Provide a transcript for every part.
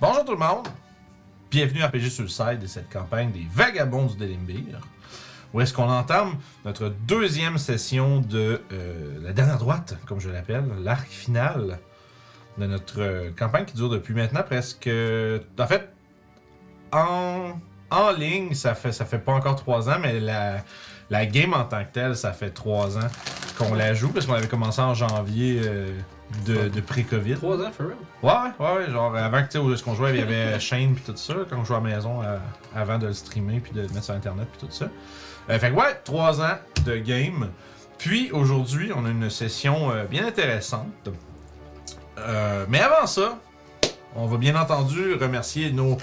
Bonjour tout le monde! Bienvenue à RPG Suicide et cette campagne des Vagabonds du Delimbir. Où est-ce qu'on entame notre deuxième session de euh, la dernière droite, comme je l'appelle, l'arc final de notre euh, campagne qui dure depuis maintenant presque. En fait, en, en ligne, ça fait, ça fait pas encore trois ans, mais la, la game en tant que telle, ça fait trois ans qu'on la joue, parce qu'on avait commencé en janvier euh, de, de pré-Covid. Trois ans, for real? Ouais, ouais, ouais, genre euh, avant que tu sais, où est-ce qu'on jouait, il y avait Shane puis tout ça, quand on jouait à la maison euh, avant de le streamer puis de le mettre sur internet puis tout ça. Euh, fait que ouais, trois ans de game. Puis aujourd'hui, on a une session euh, bien intéressante. Euh, mais avant ça, on va bien entendu remercier nos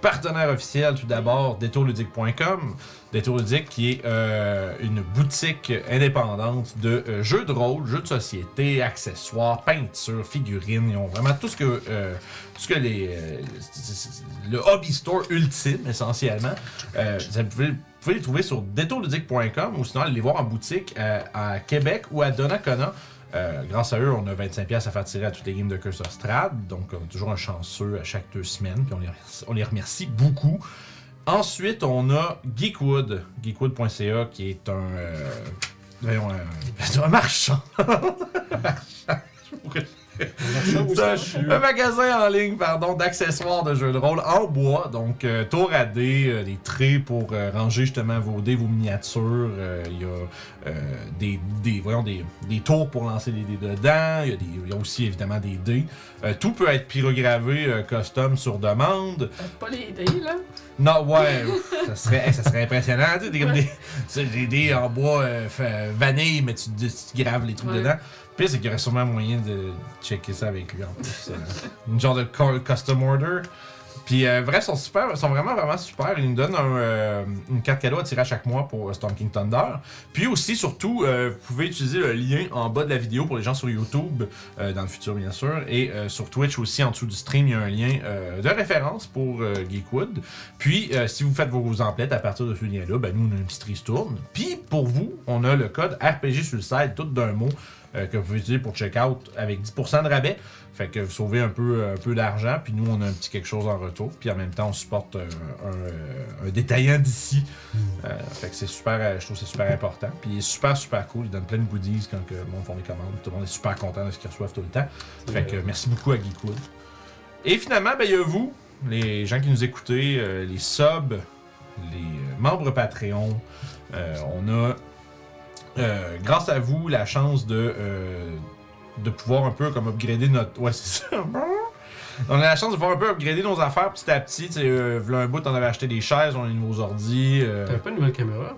partenaires officiels tout d'abord, détourludique.com. Détourludique qui est euh, une boutique indépendante de euh, jeux de rôle, jeux de société, accessoires, peintures, figurines. Ils ont vraiment tout ce que, euh, tout ce que les, euh, c'est- c'est- c'est le hobby store ultime essentiellement. Euh, vous pouvez, vous pouvez les trouver sur détourludique.com ou sinon aller les voir en boutique euh, à Québec ou à Donnacona. Euh, grâce à eux, on a 25$ à faire tirer à toutes les games de Curse of Strad. Donc, on est toujours un chanceux à chaque deux semaines. Puis on les remercie, on les remercie beaucoup. Ensuite, on a Geekwood. Geekwood.ca qui est un. euh, voyons, un, un marchand. Ça, un magasin en ligne, pardon, d'accessoires de jeux de rôle en bois. Donc, euh, tour à dés, euh, des traits pour euh, ranger justement vos dés, vos miniatures. Euh, Il y a euh, des, des, voyons, des, des tours pour lancer des dés dedans. Il y a des- il y, a aussi évidemment des dés. Euh, tout peut être pyrogramvé euh, custom sur demande. Pas les dés, là. Non, ouais, ça serait, hey, ça serait impressionnant. Tu sais, des, comme des, c'est des dés en bois euh, fa- vanille, mais tu, tu graves les trucs Ouais. dedans. Puis c'est qu'il y aurait sûrement moyen de checker ça avec lui en plus. euh, une genre de co- custom order. Puis euh, bref, sont super, sont vraiment vraiment super. Ils nous donnent un, euh, une carte cadeau à tirer à chaque mois pour euh, Storm King Thunder. Puis aussi surtout, euh, vous pouvez utiliser le lien en bas de la vidéo pour les gens sur YouTube euh, dans le futur bien sûr et euh, sur Twitch aussi en dessous du stream il y a un lien euh, de référence pour euh, Geekwood. Puis, euh, si vous faites vos emplettes à partir de ce lien-là, ben, nous, on a une petite ristourne. Puis, pour vous, on a le code RPG sur le site, tout d'un mot, euh, que vous pouvez utiliser pour check-out avec 10% de rabais. Fait que vous sauvez un peu, euh, un peu d'argent, puis nous, on a un petit quelque chose en retour. Puis, en même temps, on supporte euh, un, euh, un détaillant d'ici. Euh, fait que c'est super, euh, je trouve que c'est super important. Puis, il est super, super cool. Il donne plein de goodies quand que le monde font les commandes. Tout le monde est super content de ce qu'ils reçoivent tout le temps. Fait que euh, merci beaucoup à Geekwood. Et finalement, ben, il y a vous, les gens qui nous écoutez, euh, les subs, les euh, membres Patreon. Euh, on a, euh, grâce à vous, la chance de, euh, de pouvoir un peu comme upgrader notre. Ouais, c'est ça. On a la chance de pouvoir un peu upgrader nos affaires petit à petit. Tu sais, euh, v'là un bout, on avait acheté des chaises, on a des nouveaux ordi. euh, T'avais pas une nouvelle caméra?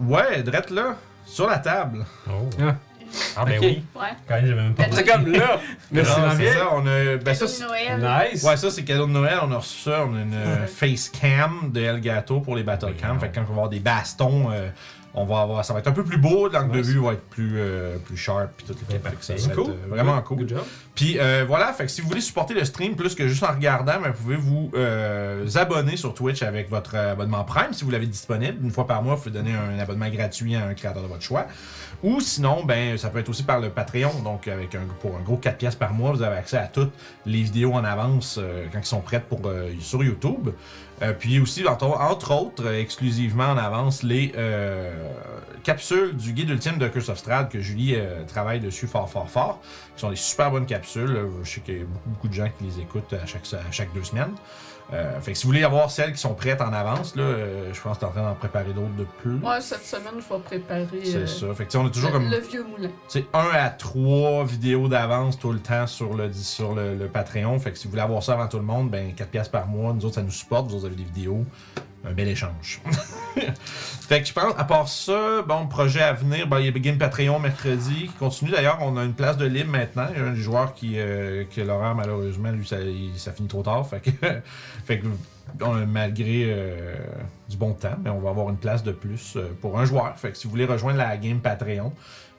Ouais, drette là, sur la table. Oh. Ah. Ah, ben Ok. oui. Ouais. Quand même, j'avais même pas C'est comme là! Merci, Non, Ah, ma c'est vieille. ça, on a. ben, ça, Cadeau de c'est- Noël. Nice! Ouais, ça, c'est cadeau de Noël. On a reçu ça. On a une euh, face cam de Elgato pour les battle cam. Fait que quand on va avoir des bastons, euh, on va avoir, ça va être un peu plus beau. L'angle de Nice. vue va être plus, euh, plus sharp. Puis tout le kit. Fait que ça va C'est être, cool. euh, vraiment cool. Good job. Puis euh, voilà, fait que si vous voulez supporter le stream plus que juste en regardant, ben, vous pouvez vous euh, abonner sur Twitch avec votre abonnement Prime si vous l'avez disponible. Une fois par mois, vous pouvez donner un abonnement gratuit à un créateur de votre choix. Ou sinon, ben ça peut être aussi par le Patreon. Donc avec un, pour un gros 4 pièces par mois, vous avez accès à toutes les vidéos en avance euh, quand ils sont prêtes pour euh, sur YouTube. Euh, puis aussi, entre, entre autres, euh, exclusivement en avance, les euh, capsules du guide ultime de Curse of Strahd que Julie euh, travaille dessus fort, fort, fort qui sont des super bonnes capsules. Euh, Je sais qu'il y a beaucoup, beaucoup de gens qui les écoutent à chaque, à chaque deux semaines. Euh, fait que si vous voulez avoir celles qui sont prêtes en avance, là, euh, je pense que t'es en train d'en préparer d'autres de plus. Moi, cette semaine, je vais préparer C'est euh, ça. Fait que tu sais, on a toujours le, comme le vieux moulin. tu sais, un à trois vidéos d'avance tout le temps sur le sur le, le Patreon. Fait que si vous voulez avoir ça avant tout le monde, ben 4 pièces par mois, nous autres ça nous supporte, vous autres avez des vidéos, un bel échange. fait que je pense à part ça, bon projet à venir, ben il y a Big Game Patreon mercredi qui continue d'ailleurs, on a une place de libre maintenant, il y a un des joueurs qui euh, que l'horaire malheureusement lui ça, il- ça finit trop tard, fait que fait que on a malgré euh, ben, du bon temps, mais on va avoir une place de plus euh, pour un joueur. Fait que si vous voulez rejoindre la game Patreon,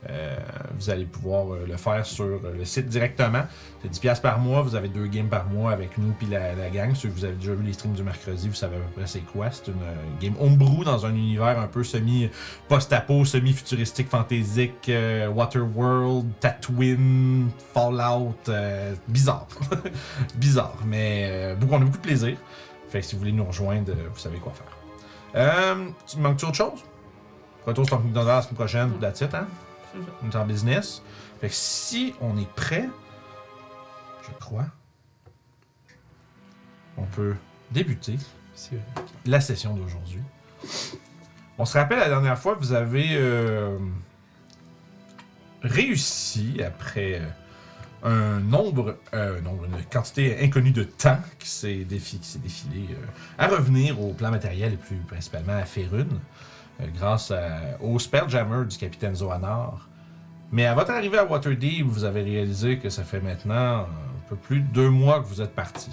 Euh, vous allez pouvoir euh, le faire sur euh, le site directement. C'est 10$ piastres par mois, vous avez deux games par mois avec nous puis la, la gang. Si vous avez déjà vu les streams du mercredi, vous savez à peu près c'est quoi. C'est une euh, game homebrew dans un univers un peu semi euh, post-apo, semi-futuristique, fantaisique, euh, Waterworld, Tatooine, Fallout, euh, bizarre. bizarre, mais euh, beaucoup, on a beaucoup de plaisir. Fait que si vous voulez nous rejoindre, euh, vous savez quoi faire. Euh, il manque-tu autre chose? Retour sur ton la semaine prochaine, that's it, hein? C'est ça. On est en business. Fait que si on est prêt, je crois, on peut débuter C'est vrai. la session d'aujourd'hui. On se rappelle la dernière fois, vous avez euh, réussi, après euh, un nombre, euh, un nombre, une quantité inconnue de temps qui s'est défi- qui s'est défilé, euh, à revenir au plan matériel et plus principalement à Ferune, euh, grâce à- au Spelljammer du capitaine Zoanar. Mais à votre arrivée à Waterdeep, vous avez réalisé que ça fait maintenant euh, un peu plus de deux mois que vous êtes parti.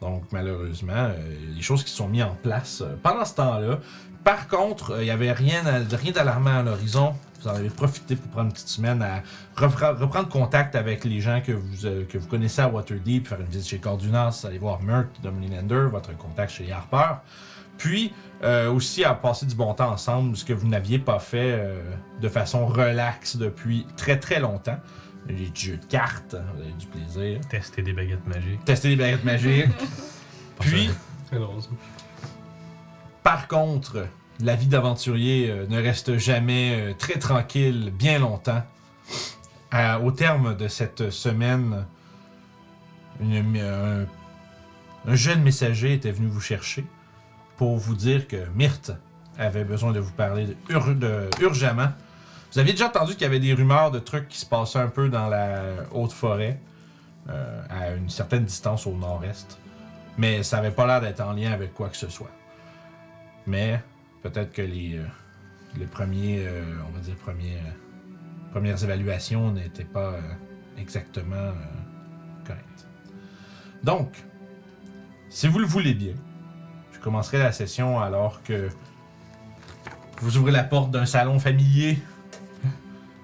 Donc, malheureusement, euh, les choses qui se sont mises en place euh, pendant ce temps-là. Par contre, euh, il n'y avait rien, à- rien d'alarmant à l'horizon. Vous en avez profité pour prendre une petite semaine à refra- reprendre contact avec les gens que vous, euh, que vous connaissez à Waterdeep, faire une visite chez Cordunas, aller voir Mert, Lander, votre contact chez Harper. Puis, euh, aussi à passer du bon temps ensemble, ce que vous n'aviez pas fait euh, de façon relaxe depuis très très longtemps. Les jeux de cartes, hein, vous avez du plaisir. Tester des baguettes magiques. Tester les baguettes magiques. Puis, C'est drôle, ça. par contre, la vie d'aventurier euh, ne reste jamais euh, très tranquille bien longtemps. À- au terme de cette semaine, une- un, un jeune messager était venu vous chercher pour vous dire que Myrthe avait besoin de vous parler de ur- de- urgemment. Vous aviez déjà entendu qu'il y avait des rumeurs de trucs qui se passaient un peu dans la haute forêt, euh, à une certaine distance au nord-est, mais ça n'avait pas l'air d'être en lien avec quoi que ce soit. Mais peut-être que les, euh, les premiers, euh, on va dire, premiers, euh, premières évaluations n'étaient pas euh, exactement euh, correctes. Donc, si vous le voulez bien, je commencerai la session alors que vous ouvrez la porte d'un salon familier.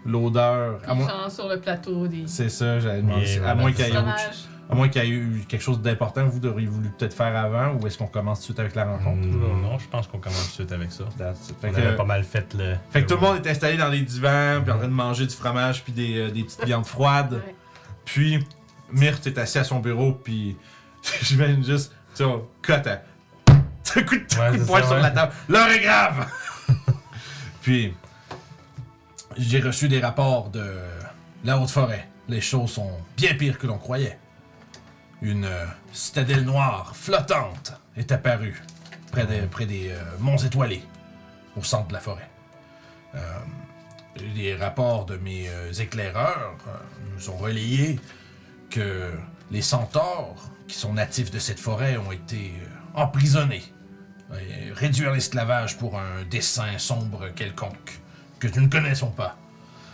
L'odeur. à Puis moins- genre sur le plateau des C'est ça, j'allais demander. Et à moins voilà. qu'il y ait autre fromages. à moins qu'il y ait eu quelque chose d'important que vous auriez voulu peut-être faire avant, ou est-ce qu'on commence tout de suite avec la rencontre? Non, non, je pense qu'on commence tout de suite avec ça. That's it. Fait Mm. On que, avait pas mal fait le. fait que tout le monde est installé dans les divans, puis en train de manger du fromage, puis des, euh, des petites viandes froides. Ouais. Puis, Myrthe est assis à son bureau, puis j'imagine juste, tu sais, on cote à... un coup de, Ouais, coup de c'est poing ça, sur la ouais. table. L'heure est grave! puis, j'ai reçu des rapports de la Haute-Forêt. Les choses sont bien pires que l'on croyait. Une euh, citadelle noire flottante est apparue près des, près des euh, monts étoilés, au centre de la forêt. Euh, les rapports de mes euh, éclaireurs euh, nous ont relayé que les centaures qui sont natifs de cette forêt ont été euh, emprisonnés. Et réduire l'esclavage pour un dessein sombre quelconque que nous ne connaissons pas.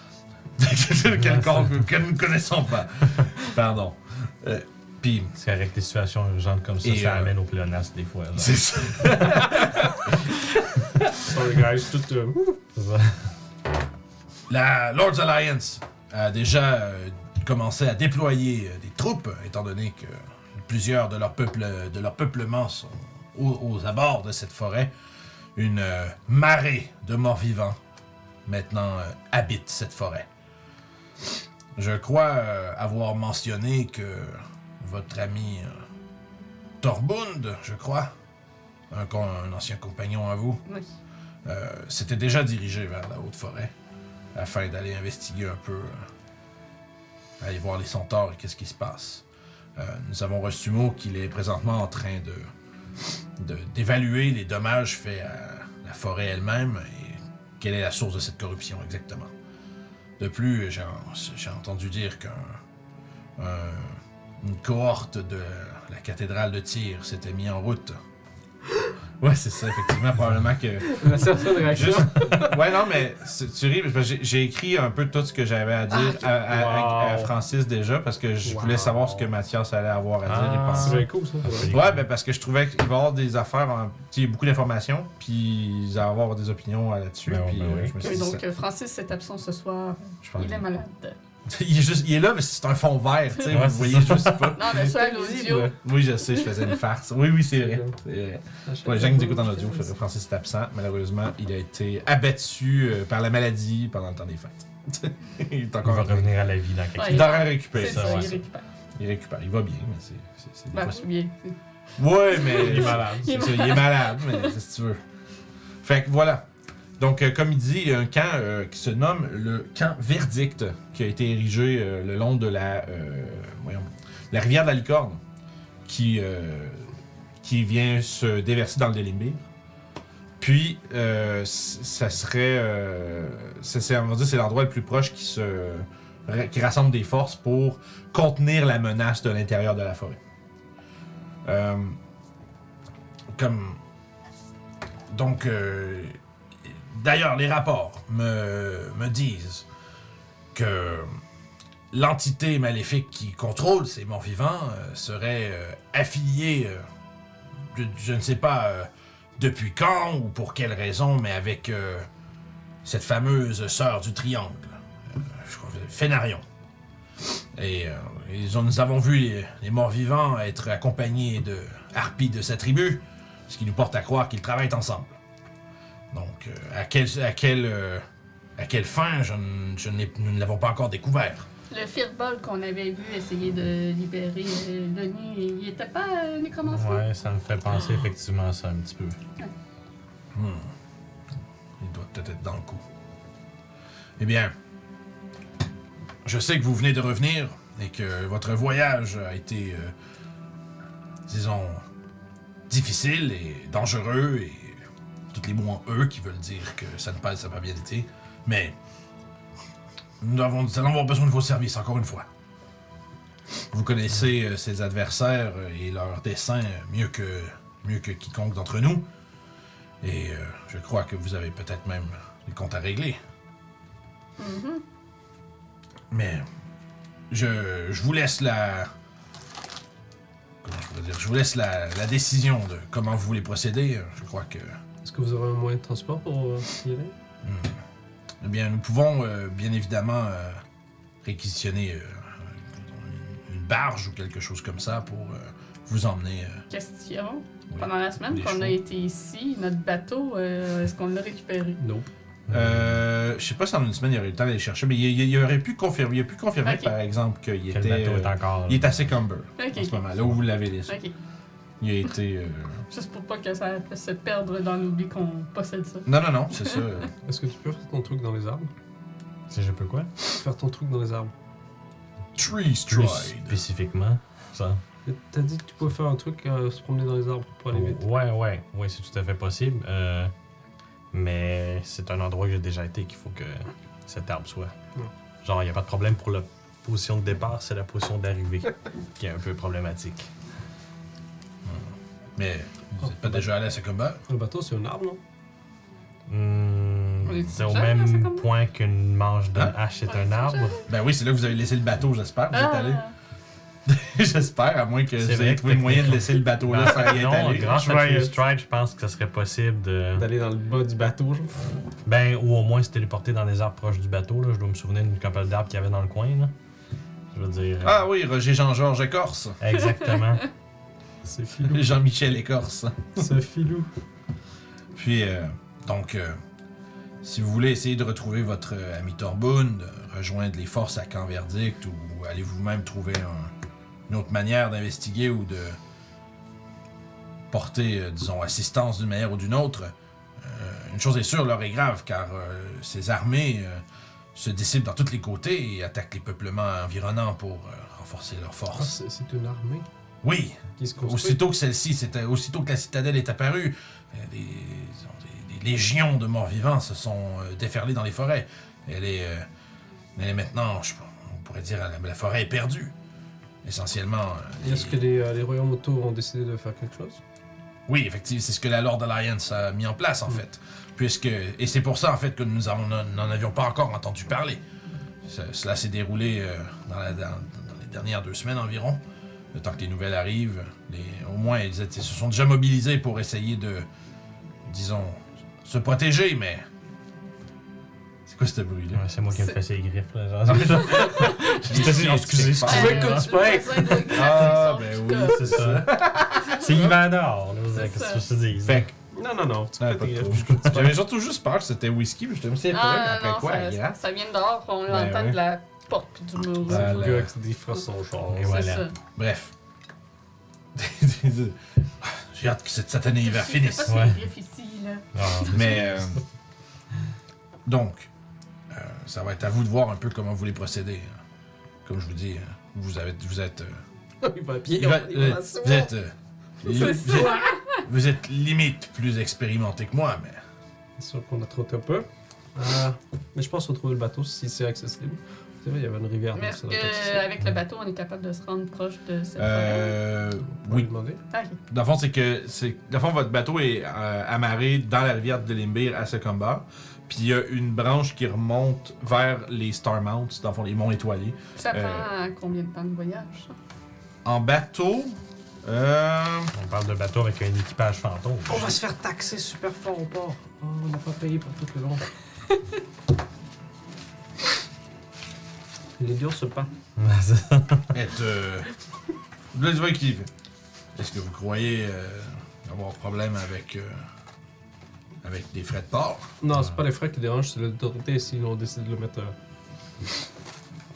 quelconque que nous ne connaissons pas. Pardon. Euh, Puis, C'est avec des situations urgentes comme ça, Et, ça euh, amène au pléonasme des fois. là. c'est ça. Sorry, guys. Tout. euh, ouf. C'est ça. La Lord's Alliance a déjà euh, commencé à déployer euh, des troupes, étant donné que plusieurs de leurs peuples, de leurs peuplements sont aux, aux abords de cette forêt. Une euh, marée de morts-vivants maintenant euh, habite cette forêt. Je crois euh, avoir mentionné que votre ami euh, Torbund, je crois, un con- un ancien compagnon à vous, Oui. euh, s'était déjà dirigé vers la haute forêt afin d'aller investiguer un peu, euh, aller voir les centaures et qu'est-ce qui se passe. Euh, nous avons reçu mot qu'il est présentement en train de, de- d'évaluer les dommages faits à la forêt elle-même et quelle est la source de cette corruption exactement. De plus, j'ai, en- j'ai entendu dire qu'une cohorte de la cathédrale de Tyr s'était mise en route Ouais, c'est ça, effectivement. Probablement que. La certaine réaction. Juste... Ouais, non, mais c'est- tu ris, parce que j'ai- j'ai écrit un peu tout ce que j'avais à dire Ah, à, à- à- à Wow. Francis déjà, parce que je voulais Wow. savoir ce que Mathias allait avoir à dire Ah. et penser. C'est bien cool ça. Ah, Ouais. c'est- Ouais, ben parce que je trouvais qu'il va y avoir des affaires, en... tu sais, il y a beaucoup d'informations, puis il va y avoir des opinions euh, là-dessus. Ben ouais, puis ben euh, oui. je me suis Que dit, donc, ça- euh, Francis est absent ce soir. je pense- Il est malade. il, est juste, il est là, mais c'est un fond vert, tu sais, Ouais, vous c'est voyez juste pas. Non, mais soit à l'audio. Oui, je sais, je faisais une farce. Oui, oui, c'est vrai. C'est vrai. Ouais, Jacques nous écoute en audio, fait que Francis est absent. Malheureusement, il a été abattu euh, par la maladie pendant le temps des fêtes. il est On encore va en train de- revenir à la vie dans quelques Ouais. Il doit C'est récupérer ça, ça. ouais. il récupère. Il récupère. Il va bien, mais c'est- c'est. c'est des Bah, fois- c'est bien. Ouais, mais. Il est malade. C'est ça, il est malade, mais qu'est-ce que tu veux. Fait que voilà. Donc, euh, comme il dit, il y a un camp euh, qui se nomme le camp Verdict, qui a été érigé euh, le long de la, euh, voyons, la rivière de la Licorne, qui, euh, qui vient se déverser dans le Délimbir. Puis, euh, c- ça serait. euh, c'est- c'est- on va dire c'est l'endroit le plus proche qui, se, qui rassemble des forces pour contenir la menace de l'intérieur de la forêt. Euh, comme. Donc, euh, d'ailleurs, les rapports me, me disent que l'entité maléfique qui contrôle ces morts vivants euh, serait euh, affiliée, euh, de- je ne sais pas euh, depuis quand ou pour quelle raison, mais avec euh, cette fameuse sœur du triangle, euh, je crois que c'est Fénarion. Et euh, ils ont- nous avons vu les, les morts vivants être accompagnés de harpies de sa tribu, ce qui nous porte à croire qu'ils travaillent ensemble. Donc, euh, à quelle à quelle, euh, à quelle fin, je n- je n'ai- nous ne l'avons pas encore découvert. Le fireball qu'on avait vu essayer de libérer euh, Denis, il était pas euh, nécromancien? Ouais, ça me fait penser effectivement à ça un petit peu. Il doit peut-être être dans le coup. Eh bien, je sais que vous venez de revenir et que votre voyage a été, euh, disons, difficile et dangereux et toutes les mots en E qui veulent dire que ça ne passe, ça n'a pas bien été. Mais nous, avons, nous allons avoir besoin de vos services, encore une fois. Vous connaissez euh, ces adversaires et leurs desseins mieux que, mieux que quiconque d'entre nous. Et euh, je crois que vous avez peut-être même des comptes à régler. Mhm. Mais je, je vous laisse la. Comment je pourrais dire Je vous laisse la, la décision de comment vous voulez procéder. Je crois que. Est-ce que vous aurez un moyen de transport pour euh, y aller Eh bien, nous pouvons euh, bien évidemment euh, réquisitionner euh, une- une barge ou quelque chose comme ça pour euh, vous emmener. euh, Question. oui. Pendant la semaine Des qu'on a chevaux. été ici, notre bateau, euh, est-ce qu'on l'a récupéré? Nope. Euh, je sais pas si en une semaine il y aurait eu le temps d'aller chercher, mais il, il- il aurait pu confirmer, il a pu confirmer Ok. par exemple qu'il Que était. le bateau est euh, encore. il est assez cumber Ok. en ce moment, là où vous l'avez laissé. Ok. Il a été. euh, Juste pour pas que ça puisse se perdre dans l'oubli qu'on possède ça. Non, non, non, c'est ça. euh, Est-ce que tu peux faire ton truc dans les arbres Si je peux quoi Faire ton truc dans les arbres. Tree Plus Stride. spécifiquement. Ça. T'as dit que tu pouvais faire un truc, euh, se promener dans les arbres pour aller vite. Ouais, ouais, ouais, c'est tout à fait possible. euh, mais c'est un endroit que j'ai déjà été qu'il faut que cet arbre soit. Ouais. Genre, il n'y a pas de problème pour la position de départ, c'est la position d'arrivée qui est un peu problématique. Mais vous n'êtes pas déjà allé à ce combat? Le bateau, c'est un arbre, non Hmm, On est-tu c'est au déjà, là, c'est même comme- point qu'une manche d'une Hein? hache est On est-tu un déjà, arbre. là? Ben oui, c'est là que vous avez laissé le bateau, j'espère. que Vous êtes allé. Ah! j'espère, à moins que Ah, C'est vous vrai ayez que trouvé le moyen de techniquement- laisser le bateau là sans y être non, allé. grâce à Je vais- Tree Stride, je pense que ça serait possible de. D'aller dans le bas du bateau, genre. Ben, ou au moins se téléporter dans des arbres proches du bateau. Là. Je dois me souvenir d'une couple d'arbres qu'il y avait dans le coin. Là. Je veux dire. euh, Ah oui, Roger Jean-Georges Écorce. Exactement. C'est filou. Jean-Michel Écorce. c'est filou. Puis, euh, donc, euh, si vous voulez essayer de retrouver votre euh, ami Torbund, euh, rejoindre les forces à Camp Verdict ou allez vous-même trouver un- une autre manière d'investiguer ou de porter, euh, disons, assistance d'une manière ou d'une autre, euh, une chose est sûre, l'heure est grave car euh, ces armées euh, se dissipent dans tous les côtés et attaquent les peuplements environnants pour euh, renforcer leurs Ah, forces. c'est c'est une armée Oui, qui se construit. Aussitôt que celle-ci, s'est- aussitôt que la citadelle est apparue, euh, des, disons, des- des légions de morts-vivants se sont euh, déferlées dans les forêts. Elle est, euh, elle est maintenant, je- on pourrait dire, la, la forêt est perdue. Essentiellement. euh, Et Est-ce que les- les, euh, les royaumes autour ont décidé de faire quelque chose Oui, effectivement, c'est ce que la Lord Alliance a mis en place, en fait. Puisque, et c'est pour ça, en fait, que nous avons- n'en avions pas encore entendu parler. Ce- cela s'est déroulé euh, dans, la- dans- dans les dernières deux semaines environ. Le temps que les nouvelles arrivent, les- au moins, ils étaient- se sont déjà mobilisés pour essayer de, disons, se protéger, mais... C'est quoi ce bruit-là? Ouais, c'est moi qui me C'est- fais ces griffes, là. Genre, J'étais dit, non, excusez, Ah, Euh, excusez. écoute, le tu peux- voisin de Ah, Graf, ils ben sont oui, tous C'est ça. C'est Ivandor, là. C'est Qu'est-ce ça. que je te dis? Fait que, Non, non, non. Tu Ah, fais pas tes trop. griffes. J'avais surtout juste peur que c'était whisky, mais je me suis dit, Ah après non, quoi, ça, il gratte? ça vient de dehors, on Ben l'entend oui. de la porte puis du mur. Ben, Le gars qui défroisse son genre. Et c'est voilà. ça. Bref. J'ai hâte que cette satanée hiver Je sais finisse. pas Ouais. si c'est ici, là. Ah, Mais euh, donc, euh, ça va être à vous de voir un peu comment vous voulez procéder. Comme je vous dis, euh, vous avez, vous êtes, euh, Il va à pied. il va- il euh, va à vous êtes, euh, li- C'est vous êtes, vous êtes limite plus expérimenté que moi, mais C'est sûr qu'on a trotté un peu. Ah, mais je pense qu'on trouver le bateau si c'est accessible. C'est vrai, il y avait une Ah, rivière. donc Mais est-ce ça doit être que, accessible. avec le bateau, on est capable de se rendre proche de cette forêt? euh, On va oui. lui demander. Ah, ok. Dans le fond, c'est que c'est, dans le fond, votre bateau est euh, amarré dans la rivière de Limbir à ce combat. Puis il y a une branche qui remonte vers les Star Mounts, dans le fond, les monts étoilés. Ça Euh, prend combien de temps de voyage? ça? En bateau, euh, On parle de bateau avec un équipage fantôme. On va se faire taxer super fort au port. Oh, on n'a pas payé pour tout le long. Les durs se battent. être. euh, Là, tu vois qui fait. Est-ce que vous croyez euh, avoir problème avec. euh, avec des frais de port Non, c'est pas les frais qui dérangent, c'est l'autorité s'ils ont décidé de le mettre. euh,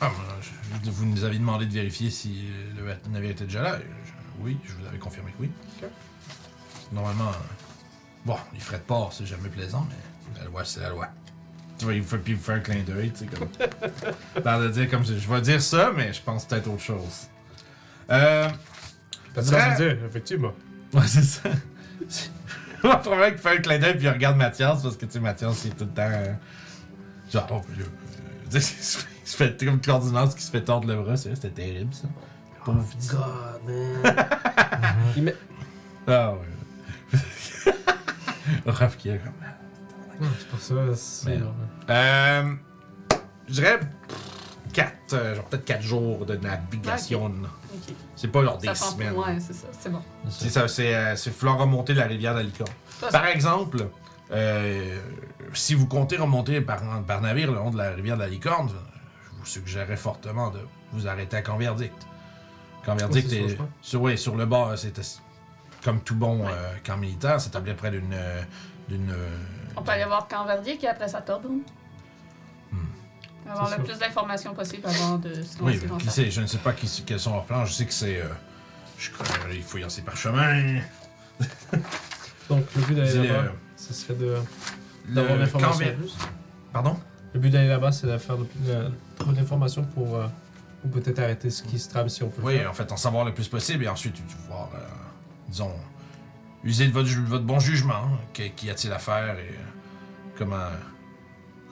Ah, moi, je- Vous nous avez demandé de vérifier si euh, le navire était déjà là. Je- Oui, je vous avais confirmé que oui. Ok. Normalement, euh, bon, les frais de port, c'est jamais plaisant, mais la loi, c'est la loi. Tu vois, il vous fait, puis il vous fait un clin d'œil, tu sais, comme. L'air de dire comme ça. Je vais dire ça, mais je pense peut-être autre chose. Euh. T'as dit ça, je dire, effectivement. Ouais, c'est ça. Le problème qu'il fait un clin d'œil puis il regarde Mathias parce que tu sais, Mathias, il est tout le temps. euh, genre, oh, je, il se fait- il se fait comme coordinance qui se fait tordre le bras, c'est vrai, c'était terrible ça. Pauvre petit. God, man. Il met- Ah ouais. Raph qui est comme. Non, Ah, c'est pas ça, c'est. Mais- Euh, je dirais 4, genre peut-être 4 jours de navigation. Ok. C'est pas genre des Ça prend semaines. Ouais, c'est ça, c'est bon. C'est ça, c'est euh, c'est vouloir remonter la rivière d'Alicorne. Ça, Par exemple, euh, si vous comptez remonter par, par navire le long de la rivière de la Licorne, je vous suggérerais fortement de vous arrêter à Converdict. Converdict Oh, c'est est, sur le chemin. sur, ouais, sur le bord, c'est comme tout bon euh, camp militaire, c'est établi près d'une. euh, d'une euh, On peut aller voir Canverdier qui après ça Tordon. Hmm. Avoir C'est le ça. plus d'informations possible avant de se lancer Oui, dans qui ça. sait, je ne sais pas qui- quels sont leurs plans, je sais que c'est. euh, je connais, il faut y aller par chemin. Donc, le but C'est, d'aller euh, là-bas, ce serait de- d'avoir l'information. Canver- en plus. Pardon? Le but d'aller là-bas, c'est de faire de- de- trouver l'information pour. euh, ou peut-être arrêter ce qui se trame si on peut le Oui, faire. en fait, en savoir le plus possible et ensuite pouvoir, euh, disons, user de votre, ju- votre bon jugement. hein. Qu'y qu'y a-t-il à faire et euh, comment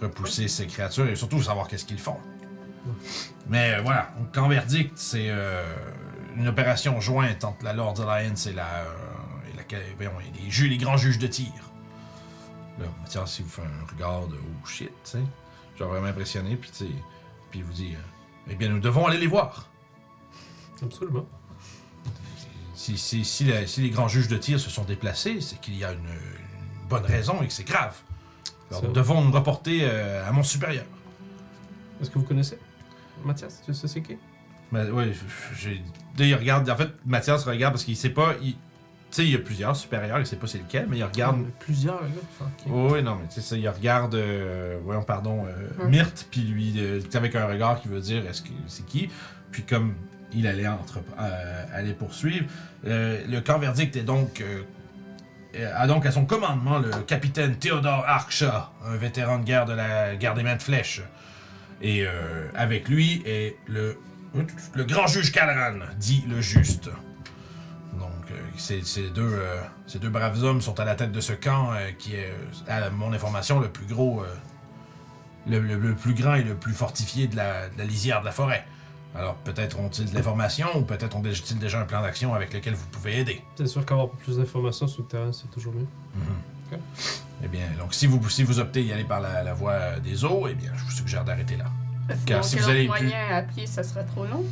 repousser ces créatures et surtout savoir qu'est-ce qu'ils font. Mais euh, voilà, donc, en verdict, c'est euh, une opération jointe entre la Lord Alliance et la. euh, et, la voyons, et les, ju- les grands juges de tir. Là, Mathias, ah, si vous fait un regard de oh shit, tu sais, genre vraiment impressionné, puis tu sais, puis il vous dit euh, Eh bien, nous devons aller les voir. Absolument. Si, si- si la- si les grands juges de tir se sont déplacés, c'est qu'il y a une, une bonne raison et que c'est grave. Alors, C'est nous vrai. devons nous reporter euh, à mon supérieur. Est-ce que vous connaissez Mathias, tu sais c'est qui Mais ouais, je- j'ai. Là, il regarde. En fait, Mathias regarde parce qu'il sait pas. il- Tu sais, il y a plusieurs supérieurs, il sait pas c'est lequel, mais il regarde. Il y en a Plusieurs, là. Enfin, ok. Oh. Oui, non, mais tu sais, ça, il regarde, euh, voyons, pardon, euh, Ouais. Myrthe, puis lui, euh, tu sais, avec un regard qui veut dire est-ce que c'est qui. Puis comme il allait entre, euh, aller poursuivre, euh, le camp verdict est donc, euh, euh, a donc à son commandement le capitaine Théodore Arksha, un vétéran de guerre de la guerre des mains de flèches. Et euh, avec lui est le, le grand juge Calran, dit le juste. Donc, euh, ces, ces deux, euh, ces deux braves hommes sont à la tête de ce camp euh, qui est, euh, à mon information, le plus gros, euh, le, le- le plus grand et le plus fortifié de la, de la lisière de la forêt. Alors peut-être ont-ils de l'information ou peut-être ont-ils déjà un plan d'action avec lequel vous pouvez aider. C'est sûr qu'avoir plus d'informations sur le terrain, c'est toujours mieux. Mhm. Eh bien, donc si vous, si vous optez y aller par la, la voie des eaux, eh bien, je vous suggère d'arrêter là. Car Sinon, si quel vous autre allez plus- moyen à pied, ça serait trop long.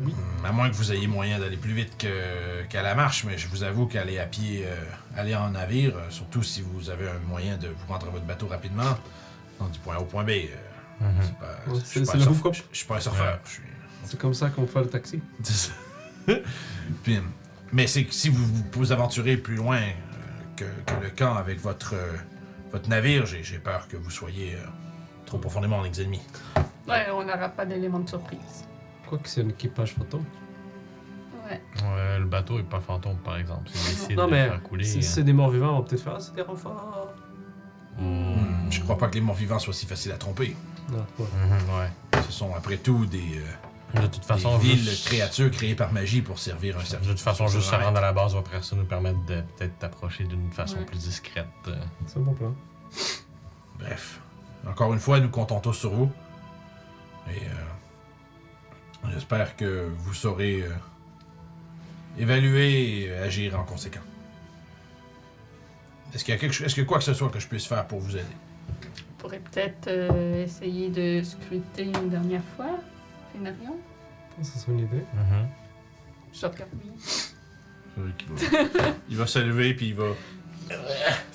Hmm, À moins que vous ayez moyen d'aller plus vite que- qu'à la marche, mais je vous avoue qu'aller à pied, euh, aller en navire, euh, surtout si vous avez un moyen de vous rendre à votre bateau rapidement, donc du point A au point B, euh, Mhm. c'est pas- Ouais, je suis c'est- pas c'est un la surf- houcoupe. je- je suis pas un surfeur. je suis- C'est comme ça qu'on fait le taxi. C'est ça. Puis, mais c'est que si vous vous- vous aventurez plus loin euh, que, que le camp avec votre, euh, votre navire, j'ai j'ai peur que vous soyez euh, trop profondément en exilmi. Ouais, on n'aura pas d'éléments de surprise. Quoi que c'est un équipage photo. Ouais. Ouais, le bateau est pas fantôme, par exemple. C'est essayer Non, de mais le faire couler. si hein. c'est des morts vivants, on va peut-être faire Ah, c'est des renforts. Mhm. Hmm, Je crois pas que les morts vivants soient si faciles à tromper. Non, ouais. Mhm, ouais. Ce sont après tout des, euh, De toute façon, des villes juste- créatures créées par magie pour servir un service. De toute façon, juste se Right. rendre à la base va presque nous permettre de peut-être t'approcher d'une façon Ouais. plus discrète. euh. C'est un bon plan. Bref, encore une fois, nous comptons tous sur vous. Et euh, j'espère que vous saurez euh, évaluer et euh, agir en conséquence. Est-ce qu'il y a quelque chose, est-ce que quoi que ce soit que je puisse faire pour vous aider On pourrait peut-être euh, essayer de scruter une dernière fois, Fénarion. Ça, serait une idée. Mhm. Je regarde oui. Il Euh, va se lever puis il va. euh,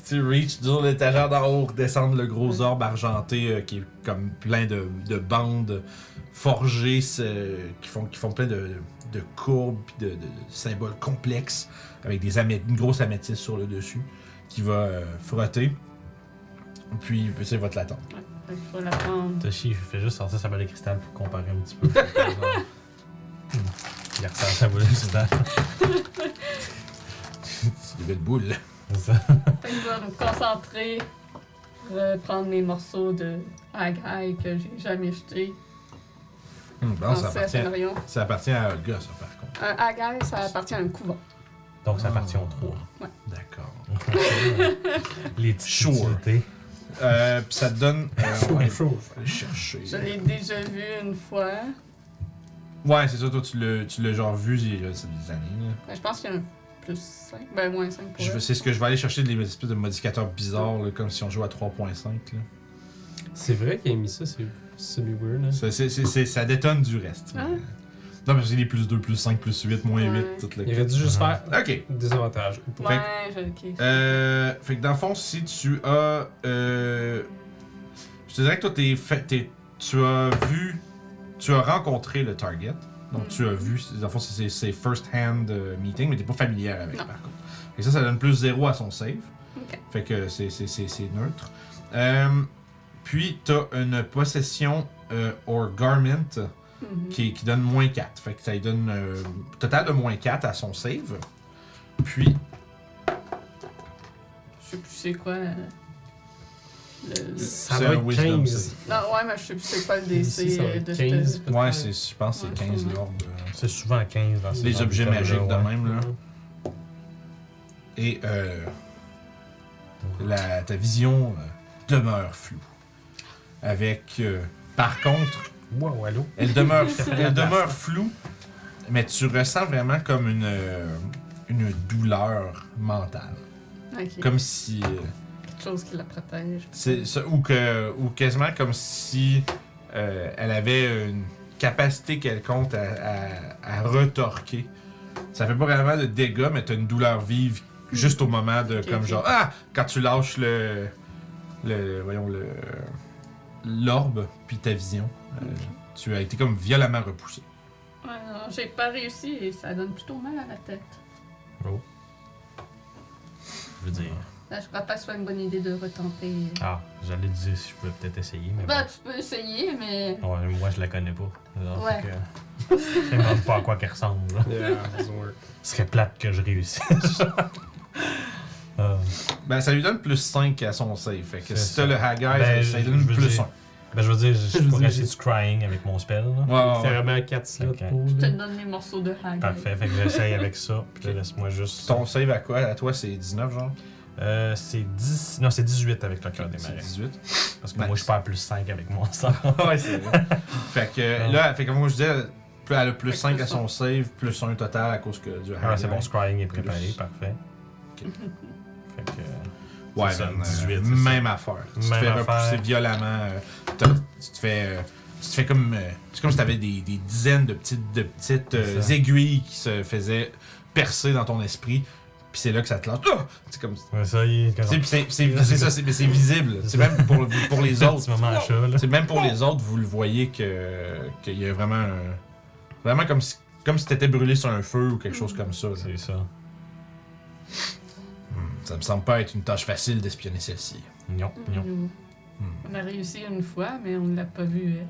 Tu reach sur l'étagère d'en haut, descendre le gros orbe argenté euh, qui est comme plein de, de bandes forgées ce- qui, font, qui font plein de, de courbes puis de, de- de symboles complexes avec des amé- une grosse améthyste sur le dessus qui va euh, frotter. Puis ça, il va te l'attendre. Ouais, fait que je vais la prendre. Toshi, il fait juste sortir sa balle de cristal pour comparer un petit peu. Hmm. Il ressort sa boule de cristal. C'est des belles boules. C'est ça. Fait que Je vais me concentrer, reprendre mes morceaux de hagaille que j'ai jamais jetés. Hum, bon, ça Pensez à appartient, Fénarion. ça appartient à Olga, ça, par contre. Un hagaille, ça appartient à un couvent. Donc, ça partit en trois. D'accord. Les petites Sure. utilités. Euh, puis ça te donne. Ah, euh, on va Chaud, chaud. aller chercher. Je l'ai déjà vu une fois. Ouais, c'est ça, toi, tu l'as, tu l'as genre vu, il y a- c'est des années, là. Ben, je pense qu'il y a un plus 5, ben moins 5 pour Je veux- elle. c'est ce que je vais aller chercher, des espèces de modificateurs bizarres, là, comme si on jouait à 3.5, là. C'est vrai qu'il a mis ça, c'est semi weird. Hein. Ça, c'est- c'est- c'est- ça détonne du reste. Ah. Non, parce qu'il est plus 2, plus 5, plus 8, moins 8, Ouais. tout Il le... aurait dû juste faire Ok. des avantages. Ouais, je, ok. Euh, fait que dans le fond, si tu as... euh, je te dirais que toi, t'es fait- t'es- tu as vu... Tu as rencontré le target. Donc, Mm. tu as vu... Dans le fond, c'est- c'est c'est first-hand euh, meeting, mais t'es pas familière avec, Non. par contre. Et ça, ça donne plus 0 à son save. Ok. Fait que c'est, c'est, c'est, c'est neutre. Euh, puis, t'as une possession euh, or garment Mhm. qui, qui donne moins 4. Fait que ça lui donne euh, total de moins 4 à son save. Puis, Je sais plus c'est quoi. euh, le- le- Ça c'est va un être wisdom 15. Non, ouais, mais je sais plus c'est quoi le Ici, DC ça va euh, être de 15, cette- peut-être. ouais, c'est, je pense que c'est euh, 15 Ouais. l'ordre. C'est souvent 15 dans ces Les objets items-là, magiques de ouais. même, là. Et euh, la, ta vision euh, demeure floue. Avec, euh, par contre, Wow, allô? Elle demeure, elle demeure floue, mais tu ressens vraiment comme une, euh, une douleur mentale. Ok. Comme si. euh, Quelque chose qui la protège. c'est ça- ou, que, ou quasiment comme si euh, elle avait une capacité quelconque à, à- à retorquer. Ça fait pas vraiment de dégâts, mais t'as une douleur vive juste au moment de Ok, comme ok. genre ah quand tu lâches le le voyons le l'orbe puis ta vision, euh, tu as été comme violemment repoussé. Ouais, non, j'ai pas réussi et ça donne plutôt mal à la tête. Je veux dire. Là, je crois pas que ce soit une bonne idée de retenter. Ah, j'allais dire si je pouvais peut-être essayer, mais. Bah, bon. tu peux essayer, mais. Ouais, moi, je la connais pas. Alors, Ouais. fait que- Je sais même pas à quoi qu'elle ressemble. là. Yeah, doesn't Ah, work. Ce serait plate que je réussisse. Euh, Ben, ça lui donne plus 5 à son save. Fait que C'est si ça. t'as le Haggai, Ben, ça je- lui donne je veux plus dire- 1. ben, je veux dire, je, Je veux pourrais dire, essayer du crying avec mon spell. là. Ouais, ouais, C'est Ah, ouais. vraiment 4 slots Ok. pour. Je te là. donne les morceaux de hag. Parfait, fait que j'essaye avec ça. Puis là, laisse-moi juste. Ton save à quoi À toi, c'est 19, genre Euh, c'est 10. Non, c'est 18 avec le cœur des C'est Ben marais. 18. Parce que Nice. moi, je perds plus 5 avec mon sang. ouais, c'est vrai. Fait que euh, Ouais. là, fait que comme je disais, plus- elle a plus Fait que 5 plus à son save, plus 1 total à cause que du Ah, c'est bon, Scrying est Plus. préparé, parfait. Ok. Fait que. Ouais, C'est ça, man, euh, 18, c'est même affaire. Tu te Même fais affaire. repousser violemment. euh, t'as- tu te fais. euh, tu te fais comme. euh, c'est comme si t'avais des, des dizaines de petites, de petites euh, C'est ça. aiguilles qui se faisaient percer dans ton esprit. Puis c'est là que ça te lance. Ah! C'est comme. Ouais, ça, il est. c'est- C'est c'est- c'est ça, c'est mais c'est visible. C'est C'est ça. même pour, pour les autres. Petit moment à chat, là. C'est même pour les autres, vous le voyez que qu'il y a vraiment un- vraiment comme si comme si t'étais brûlé sur un feu ou quelque chose comme ça. là. C'est ça. Ça me semble pas être une tâche facile d'espionner celle-ci. Gnon, gnon. Nous- Hmm. Mhm. On a réussi une fois, mais on ne l'a pas vu. elle.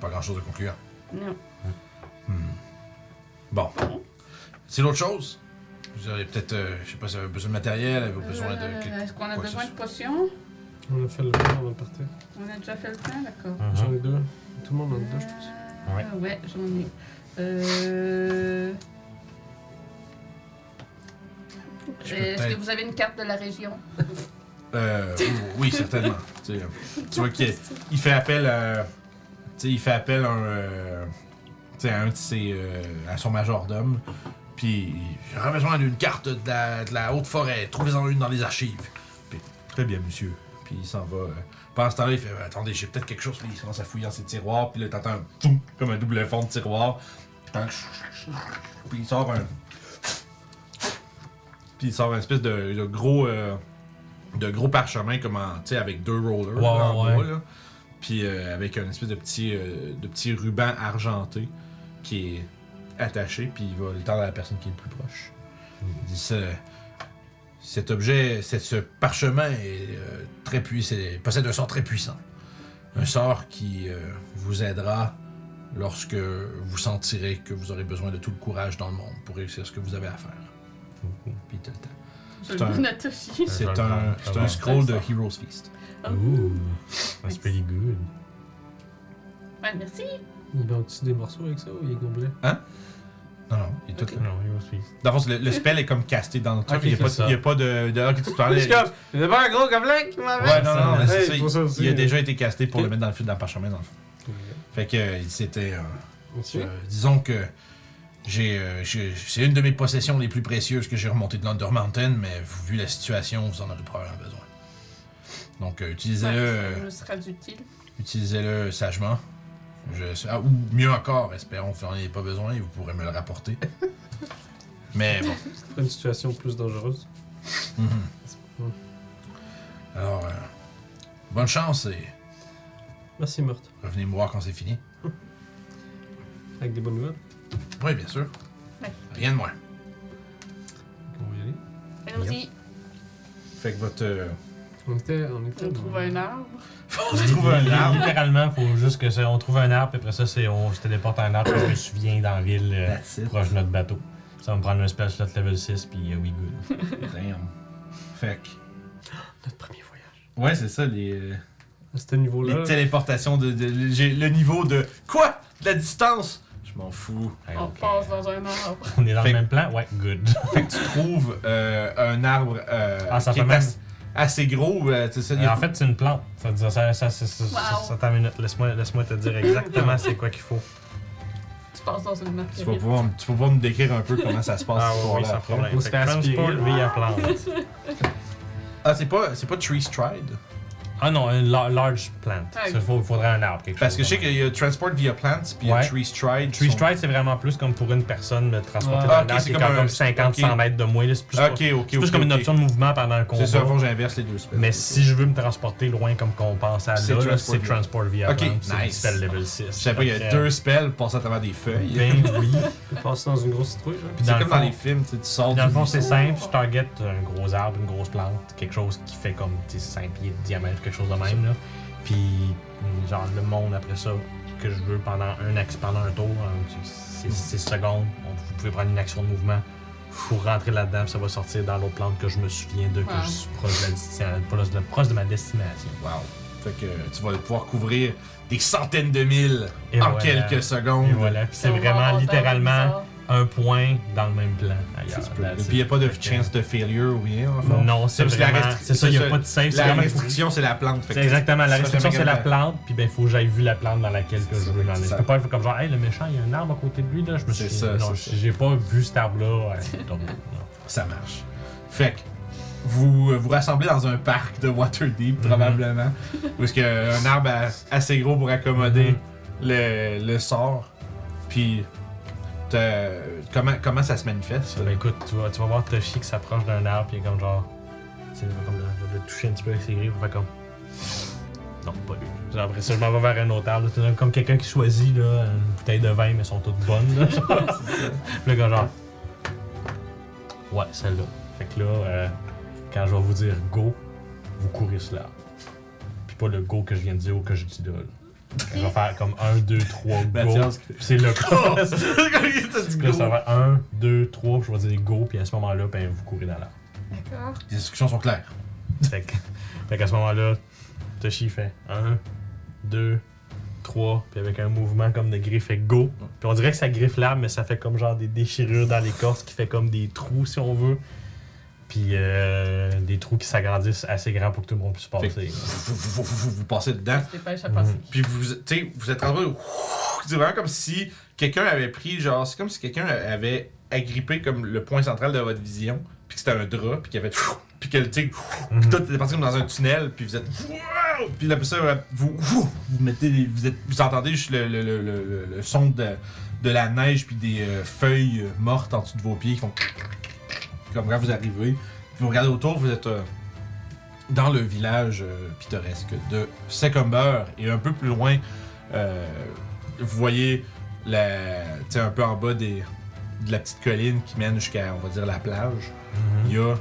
Pas grand-chose de concluant. Non. Hmm. Bon. C'est l'autre chose. Vous avez peut-être, euh, je sais pas, si vous avez besoin de matériel, avez-vous besoin de. Euh, quelque- Est-ce qu'on a quoi que besoin ce de potions On a fait le plan avant de partir. On a déjà fait le plein, d'accord. Ah, Mhm. J'en ai deux. Tout le monde en a deux, je pense. Euh, Ouais. ouais, j'en ai. Euh... Je peux Est-ce que peut-être- vous avez une carte de la région soit? Euh, oui, certainement. tu, sais, euh, tu vois qu'il il fait appel à. Tu sais, il fait appel à un. euh, tu sais, à un de ses. euh, à son majordome. Puis, j'aurais besoin d'une carte de la, de la haute forêt. Trouvez-en une dans les archives. Puis, très bien, monsieur. Puis, il s'en va. euh. pendant ce temps-là, il fait Attendez, j'ai peut-être quelque chose. Puis, il commence à fouiller dans ses tiroirs. Puis là, t'entends un toum, comme un double fond de tiroir. Puis, t'entends Puis, il sort un. Puis, il sort un espèce de, de gros. euh, de gros parchemin, comme en. Tu sais, avec deux rollers. Ouais, là, en ouais. bas, là. Puis, euh, avec un espèce de petit, euh, de petit ruban argenté qui est attaché, puis il va le tendre à la personne qui est le plus proche. Hmm. Il dit ça, cet objet, c'est- ce parchemin est euh, très puissant, possède un sort très puissant. Un sort qui euh, vous aidera lorsque vous sentirez que vous aurez besoin de tout le courage dans le monde pour réussir ce que vous avez à faire. Puis il te le tend. Je C'est un- le donne à Toshi. C'est Je le un, prends, c'est ça un va. scroll de Heroes Feast. Ooh, that's pretty good. Ouais, merci. Il en dessus des morceaux avec ça ou il est complet Non, non, il est tout Ok. là. Non, il est aussi. Dans le fond, le, le spell est comme casté dans le truc. Ok, il n'y a, c'est pas- ça. il y a pas de. de ah, que tu parlais- c'est pas un gros gobelin qui m'avait Ouais, non, non, mais c'est Hey, ça, il il, faut ça aussi, il a hein. déjà été casté pour Ok. le mettre dans le fil d'un parchemin, dans le fond. Fait que euh, c'était. euh, Monsieur euh, disons que j'ai, euh, j'ai- c'est une de mes possessions les plus précieuses que j'ai remontées de l'Under Mountain, mais vu la situation, vous en aurez probablement besoin. Donc euh, utilisez-le, Ouais, euh, Ça nous sera utile. utilisez-le sagement. Je- ah, ou mieux encore, espérons que vous n'en avez pas besoin et vous pourrez me le rapporter. mais bon. Ça ferait une situation plus dangereuse. Mhm. Mm. Alors, euh, bonne chance et Merci, Meurtre. revenez me voir quand c'est fini. Avec des bonnes nouvelles. Oui, bien sûr. Ouais. Rien de moins. On va y aller. Allons-y. Fait que votre. euh, On était. On était. On trouve un arbre. on trouve un arbre. Littéralement, faut juste que ça, on trouve un arbre, puis après ça, c'est, on se téléporte à un arbre, puis on se souvient dans la ville euh, That's it. proche de notre bateau. Ça va me prendre un spell slot level 6, puis euh, we good. Damn. Fait que. Notre premier voyage. Ouais, c'est ça, les, euh, À ce Oh niveau-là. les téléportations de. de- j'ai le niveau de. Quoi De la distance Je m'en fous. Hey, On ok. passe dans un arbre. On est dans Fait- le même plan? Ouais, good. Fait que tu trouves euh, un arbre euh, Ah, ça qui fait est même- assez, assez gros. euh, tu sais, il y Euh, a- en fait, c'est une plante. Ça, ça, ça, ça, ça, ça, Wow. ça- attends une minute. Laisse-moi, laisse-moi te dire exactement c'est quoi qu'il faut. Tu passes dans une tu, vas marguerite. pouvoir, me- tu vas pouvoir nous décrire un peu comment ça se passe. Ah cette oui, oui, histoire-là sans après. problème. On Fait se que fait aspirer. transport via plante. Ah, c'est pas, c'est pas Tree Stride. Ah non, un la- large plant. Ah, Ça, Il faut- il faudrait un arbre, quelque Parce que je sais chose. qu'il y a Transport via Plants, puis il y a Ouais. Tree Stride. Tree Sont- stride, c'est vraiment plus comme pour une personne de transporter Ouais. dans Ah, ok, l'air, c'est qui est comme quand un- même 50-100 ok. mètres de moins. là. C'est plus, Ah, Ok, pas- ok, c'est ok. plus comme une ok. option de mouvement pendant un combat. C'est ça, au fond, j'inverse les deux spells. Mais si je veux me transporter loin comme qu'on pense à C'est là, là, transport c'est via- transport via Ok, plant. C'est nice. spell level 6. Je sais pas, il y a deux spells passés à travers des feuilles. Ben oui. On est passé dans une grosse citrouille, là. Ah. C'est dans le comme dans fond- les films, tu sais, tu sors Dans le du- fond, c'est simple. Je target un gros arbre, une grosse plante, quelque chose qui fait comme tu sais, 5 pieds de diamètre, quelque chose de même. Là. Puis, genre, le monde après ça, que je veux pendant un, axe- pendant un tour, hein, 6 secondes, on- vous pouvez prendre une action de mouvement. Vous rentrez là-dedans, puis ça va sortir dans l'autre plante que je me souviens de, que Wow. je suis proche de, la, destination- proche de- proche de ma destination. Wow. Fait que tu vas pouvoir couvrir des centaines de milles Et en voilà. quelques Et secondes. voilà, puis c'est On va vraiment avoir littéralement dans un point dans le même plan ailleurs. Ça se peut. That's Et puis il n'y a pas de Fait que- chance de failure ou rien, en fait. Non, c'est parce que la vraiment- restri- C'est ça, il n'y a pas de save. c'est La vraiment- restriction, c'est la plante. fait C'est que- exactement, la ça, restriction jamais c'est la capable. plante, puis ben faut que j'aille vu la plante dans laquelle que je C'est veux ça, m'en aller. c'est Je ça. peux pas être comme genre, hey le méchant, il y a un arbre à côté de lui là, je me C'est suis ça, non, c'est ça. j'ai pas vu cet arbre là. Ouais, Ça marche. Fait que vous euh, vous rassemblez dans un parc de Waterdeep, Mm-hmm. probablement. Où est-ce qu'il y a un arbre a- assez gros pour accommoder Mhm. le, le sort. Puis, t'as- comment, comment ça se manifeste? ben, écoute, tu vas, tu vas voir Toshi qui s'approche d'un arbre, puis il est comme genre, tu sais, il va comme le, le toucher un petit peu avec ses griffes, il va faire comme, non pas lui. Genre, après ça, je m'en vais vers un autre arbre, là, c'est comme quelqu'un qui choisit là, une bouteille de vin mais elles sont toutes bonnes là. genre. Puis le gars genre, ouais celle-là. Fait que là, euh, quand je vais vous dire go, vous courez cela. Puis pas le go que je viens de dire ou que je dis là. là. Je vais faire comme 1, 2, 3, go. Mathias. Puis c'est le go. T'as dit Puis là, go. ça va 1, 2, 3, je vais dire go, puis à ce moment-là, ben, vous courez dans l'arbre. D'accord. Les instructions sont claires. Fait que- fait qu'à ce moment-là, Toshi fait 1, 2, 3, puis avec un mouvement comme de griffe, fait go. Puis on dirait que ça griffe l'arbre, mais ça fait comme genre des déchirures dans l'écorce qui fait comme des trous si on veut. Puis euh, des trous qui s'agrandissent assez grands pour que tout le monde puisse Fait passer. que vous, vous- vous- vous- vous passez dedans. Je dépêche à passer. Puis Ah. vous, tu sais, vous êtes en train de. C'est vraiment comme si quelqu'un avait pris, genre, c'est comme si quelqu'un avait agrippé comme le point central de votre vision, puis que c'était un drap, puis qu'il y avait. Puis que, tu sais, puis tout est parti comme dans un tunnel, puis vous êtes. Wow! Puis après ça, vous, vous, vous mettez. les- Vous, êtes, vous entendez juste le, le, le, le, le- le son de, de la neige, puis des euh, feuilles euh, mortes en dessous de vos pieds qui font. Comme quand vous arrivez. Puis vous regardez autour, vous êtes. euh, dans le village euh, pittoresque de Secumber et un peu plus loin, euh, vous voyez la, tu sais, un peu en bas des, de la petite colline qui mène jusqu'à, on va dire, la plage. Il y a,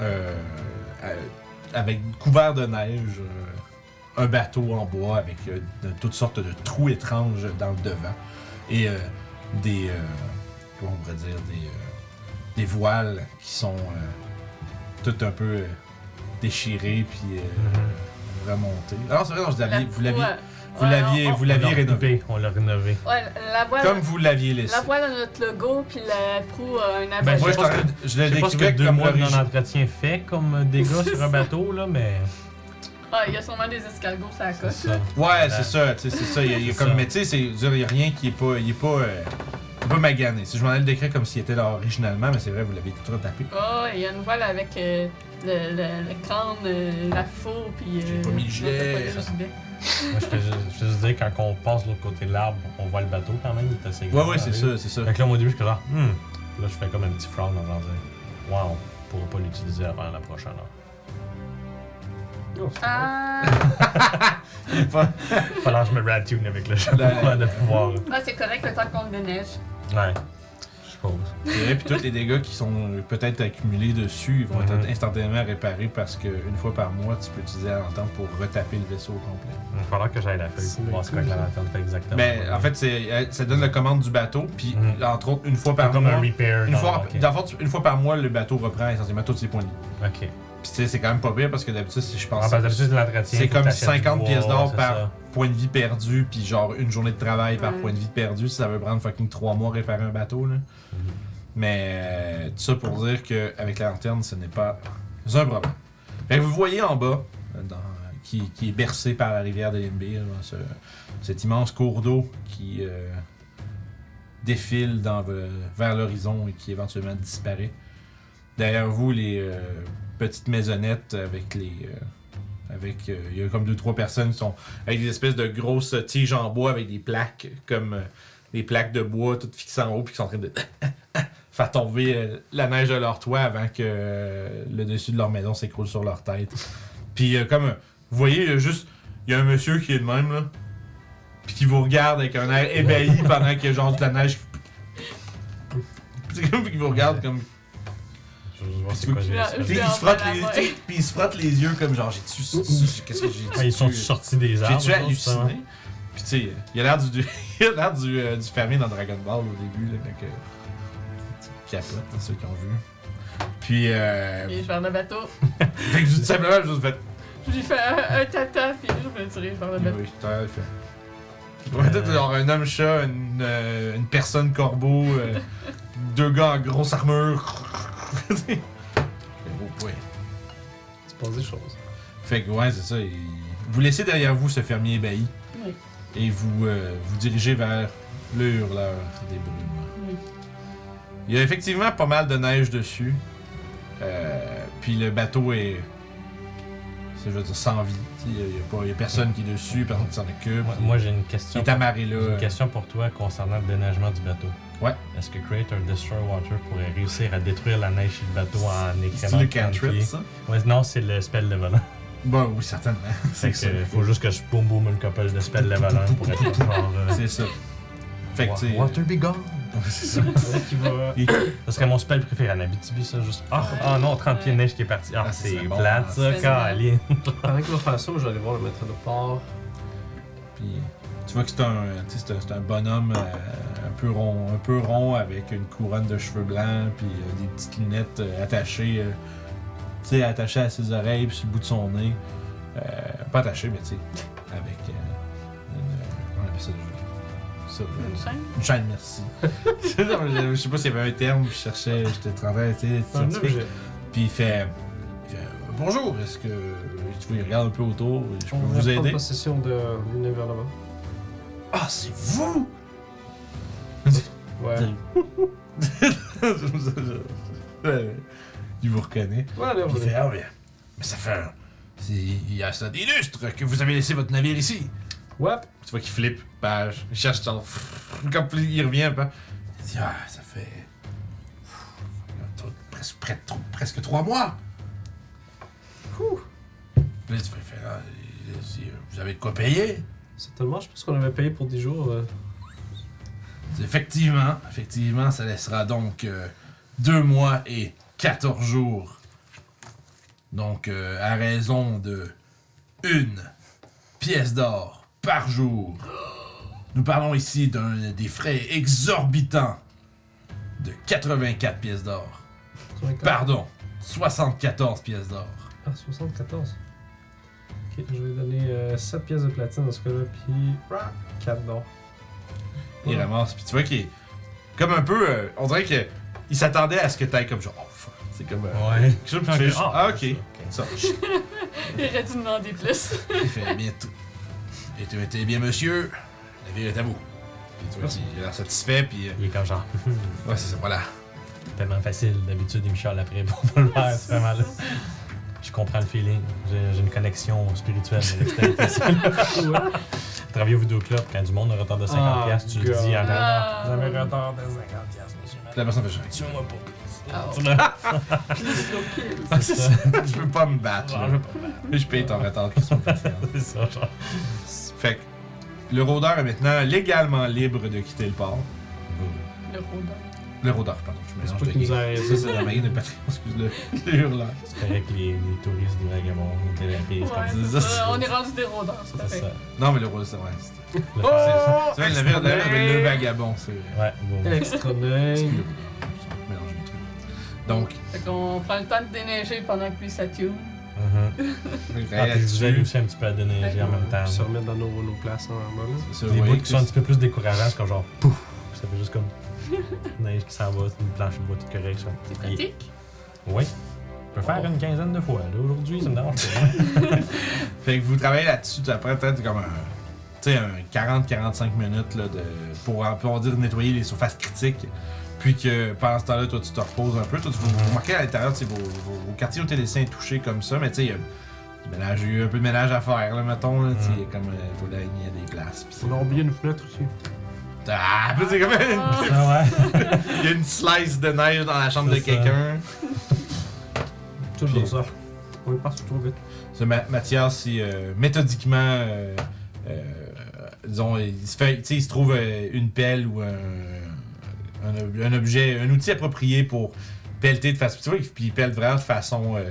euh, à- avec couvert de neige, euh, un bateau en bois avec euh, de- toutes sortes de trous étranges dans le devant et euh, des, euh, comment on pourrait dire, des, euh, des voiles qui sont euh, toutes un peu euh, déchirées puis euh, remontées. Alors c'est vrai, non, vous l'aviez, vous l'aviez, vous l'aviez, vous l'aviez rénové. rénové. On l'a rénové. Ouais, la voile. Comme vous l'aviez laissé. La voile a notre logo, puis la proue a un Ben, abat. Moi, je, je pense t'en- je Je le sais pas ce que décrivais deux comme mois de l'origine. non-entretien fait comme dégâts sur un bateau, là, mais. Ah, il y a sûrement des escargots sur la C'est côte. ça. Ouais, Voilà. c'est ça, tu sais, c'est ça. Il y a, il y a C'est comme, ça. mais tu sais, c'est- je veux dire, il y a rien qui est pas, il est pas, euh, il est pas magané. Si je m'en allais le décrire comme s'il était là originalement, mais c'est vrai, vous l'avez tout retapé. Oh, il y a une voile avec euh, le, le, le crâne, euh, la faux, puis. J'ai euh, pas mis le non, gilet. t'as pas mis le gilet. Moi, je fais juste, je fais juste dire, quand on passe de l'autre côté de l'arbre, on voit le bateau quand même, il est assez Ouais, grand. ouais, c'est pareil. ça, c'est ça. Fait que là, moi, au début, je suis genre, hmm. Puis Là, je fais comme un petit frown en leur disant, wow, on pourra pas l'utiliser avant la prochaine heure. Oh, c'est vrai. Ah, Falloir que je me ratune avec le chapeau La- avant de pouvoir. ah, c'est correct le temps qu'on déneige. Ouais, je suppose. Et puis tous les dégâts qui sont euh, peut-être accumulés dessus, ils vont Mhm. être instantanément réparés parce qu'une fois par mois, tu peux utiliser la lanterne pour retaper le vaisseau au complet. Il va falloir que j'aille la feuille C'est pour voir ce cool, que la ça. lanterne fait exactement. Ben, en fait, c'est, euh, ça donne la commande du bateau, puis Mhm. entre autres, une fois C'est par comme un mois, repair. une dans- fois, ok. dans le fond, tu- une fois par mois, le bateau reprend essentiellement tous ses points de vie. Ok. Puis tu sais, c'est quand même pas pire parce que d'habitude, c'est- je pense Ah, parce que d'habitude, l'entretien, c'est faut que comme t'achètes du 50 bois, pièces d'or c'est par- ça. point de vie perdu, puis genre une journée de travail par Ouais. point de vie perdu, ça veut prendre fucking 3 mois réparer un bateau. Là. Mais euh, tout ça pour dire qu'avec la lanterne, ce n'est pas un problème. Fait que vous voyez en bas, euh, dans- qui, qui est bercé par la rivière de Limbir, cet immense cours d'eau qui euh, défile dans, le- vers l'horizon et qui éventuellement disparaît. Derrière vous, les euh, petites maisonnettes avec les. euh, avec. euh, Il y a comme deux, trois personnes qui sont avec des espèces de grosses tiges en bois avec des plaques, comme euh, des plaques de bois toutes fixées en haut, puis qui sont en train de faire tomber euh, la neige de leur toit avant que euh, le dessus de leur maison s'écroule sur leur tête. Puis euh, comme, euh, vous voyez, il y a juste, il y a un monsieur qui est de même, là, puis qui vous regarde avec un air ébahi pendant qu'il y a genre de la neige. qui- C'est comme qu'il vous regarde comme. Je veux juste Puis voir c'est tu- quoi j'ai Là, laissé. je- Puis il, se frotte les, tu sais, puis il se frotte les yeux comme genre, j'ai-tu. Qu'est-ce que j'ai euh, Ah, Ils sont j'ai-tu- sortis des arbres. j'ai-tu genre, ça? halluciné? hein. Puis tu sais, il a l'air du, du- il a l'air du, euh, du fermier dans Dragon Ball au début, là, quand que... tu capotes, là, ceux qui ont vu. Puis, euh... Et je vers le bateau. fait que tout simplement, juste fait... J'ai fait un, un tata, puis je me dirige vers le bateau. Oui, putain, il fait... Ouais, peut-être genre un homme chat, une, euh, une personne corbeau, euh, deux gars en grosse armure. C'est beau, ouais. Il se passe des choses. Fait que ouais, c'est ça. il- Vous laissez derrière vous ce fermier ébahi Oui. et vous euh, vous dirigez vers le hurleur des brumes. Oui. Il y a effectivement pas mal de neige dessus. Euh, puis le bateau est. c'est- Je veux dire, sans vie. Tu sais, Il n'y a, pas- il y a personne qui est dessus, personne qui s'en occupe. Moi, moi, j'ai une il question. est amarré là. J'ai une question pour toi concernant le déneigement du bateau. Ouais. Est-ce que Creator Destroy Water pourrait réussir à détruire la neige sur le bateau en C'est écrémant le de 40 cantrip, pieds? ça? Ouais, non, c'est le spell levelant. Bah oui, certainement. Fait C'est ça. que faut juste que je boum boum une couple de spell levelant pour être genre. euh, C'est ça. Fait que, wa- tu sais, Water be gone! c'est ça. Peut-être qu'il va. Ça serait mon spell préféré en Abitibi, ça, juste. Ah ah non, 30 pieds de neige qui est parti. Ah, Ah, ça c'est serait bon, plate, hein. ça, C'est ça. Caline. Pendant qu'il va faire ça, moi, je vais aller voir le maître de port. Puis tu vois que c'est un, tu sais, c'est un, c'est un bonhomme euh, un, peu rond, un peu rond avec une couronne de cheveux blancs, puis euh, des petites lunettes euh, attachées, euh, tu sais, attachées à ses oreilles, puis sur le bout de son nez. Euh, pas attachées, mais tu sais, avec. euh, une- euh, comment on appelle ça déjà Ça, euh, Une chaîne? Une chaîne, merci. Non, je je sais pas s'il y avait un terme, je cherchais, j'étais travaillé, tu sais, C'est un scientifique. objet. Puis il fait, il fait, Bonjour, est-ce que. Tu vois, il regarde un peu autour, je peux On va vous prendre aider possession de l'univers là-bas. Ah, c'est vous Ouais. Ouais, il vous reconnaît. Ouais, là, on Puis il va fait Ah, bien. Mais ça fait. un- c'est- Il y a ça des lustres que vous avez laissé votre navire ici. Ouais. Tu vois qu'il flippe, page. Il cherche son. Quand il revient, ben, il dit Ah, ça fait. Presque, près- presque trois mois. Ouh. Puis Là, tu fais Ah, c'est- Vous avez de quoi payer Certainement, je pense qu'on avait payé pour 10 jours. euh, Effectivement, effectivement, ça laissera donc euh, deux mois et 14 jours. Donc, euh, à raison de une pièce d'or par jour. Nous parlons ici d'un des frais exorbitants de 84 pièces d'or. 74. Pardon, 74 pièces d'or. Ah, 74. Ok, je vais donner 7 pièces de platine dans ce cas-là, puis 4 d'or. Il Ouais. ramasse, puis tu vois qu'il est comme un peu. euh, on dirait que il s'attendait à ce que t'ailles comme genre. Oh, fuck. c'est comme. euh, Ouais. quelque chose, puis tu fais juste, Ah, ok. Ça, Il aurait dû demander plus. Il fait bien tout. Et tu étais bien, monsieur. La vie est à vous. Puis tu vois, Merci. il a l'air satisfait, puis. euh, Il est comme genre. ouais, c'est ça, voilà. tellement facile. D'habitude, il me chiale après pour pas le faire. C'est vraiment là. Je comprends le feeling. J'ai j'ai une connexion spirituelle avec cette personne. Travailler au vidéoclub, quand du monde a un retard de 50$, Ah, piastres, tu le God. dis en Ah. allant. Vous avez un retard de 50$, monsieur. Puis la personne fait genre. Tue-moi pas. Ah, Tu l'as- Ah, c'est ça. je peux pas me battre. là. Genre, je veux pas. Je paye ton retard. Christophe. C'est ça, genre. fait que le rôdeur est maintenant légalement libre de quitter le port. Le rôdeur. Le rôdeur, pardon, je C'est mélange pas de qu'il nous game. a Ça, raisé. c'est la magie de Patreon, excuse-le. Le hurleur. C'est correct que les, les touristes, les vagabonds, les dérapiers, c'est Ouais, comme ça, c'est c'est- ça. On est rendu des rôdeurs, c'est ça. C'est parfait. ça. Non, mais le rôdeur, c'est vrai. c'est- Le- Oh! C'est vrai, le navire derrière avait le vagabond, c'est vrai. Ouais, bon. Extra C'est plus nœud. le rôdeur. Je mélange mes trucs. Donc, Fait qu'on prend le temps de déneiger pendant que lui s'attune. Mhm. il Ah, puis je vous aide aussi un petit peu à déneiger en Ouais. même temps. se remettre dans nos, nos places en bas. là. Euh, Les bouts qui sont un petit peu plus décourageants, c'est comme genre pouf, ça fait juste comme neige qui s'en va, c'est une planche de bois toute correcte. ça. C'est Puis- pratique. Oui. Je peux faire Oh. une quinzaine de fois. Là, aujourd'hui, ça me dérange pas. Fait que vous travaillez là-dessus, puis après peut-être comme un, tu sais, un 40-45 minutes là, de, pour, on va dire, nettoyer les surfaces critiques. Puis que pendant ce temps-là, toi, tu te reposes un peu. Toi, tu, vous remarquez à l'intérieur, tu sais, vos, vos, vos quartiers ont été laissés touchés comme ça, mais tu sais, il y a du ménage- il y a eu un peu de ménage à faire, là, mettons. Là, tu sais, il y a comme, euh, faut la- il y a des places. Pis On a oublié une fenêtre aussi. c'est- ah, puis c'est comme une- Ah, Ah ouais. il y a une slice de neige dans la chambre de C'est ça. quelqu'un. Toujours Puis- ça. On est parti trop vite. Ce Ma- Mathias, il, euh, méthodiquement, euh, euh, disons, il se, fait, tu sais, il se trouve euh, une pelle ou un, un ob- un objet, un outil approprié pour pelleter de façon. Tu vois, il- puis il pelle vraiment de façon euh,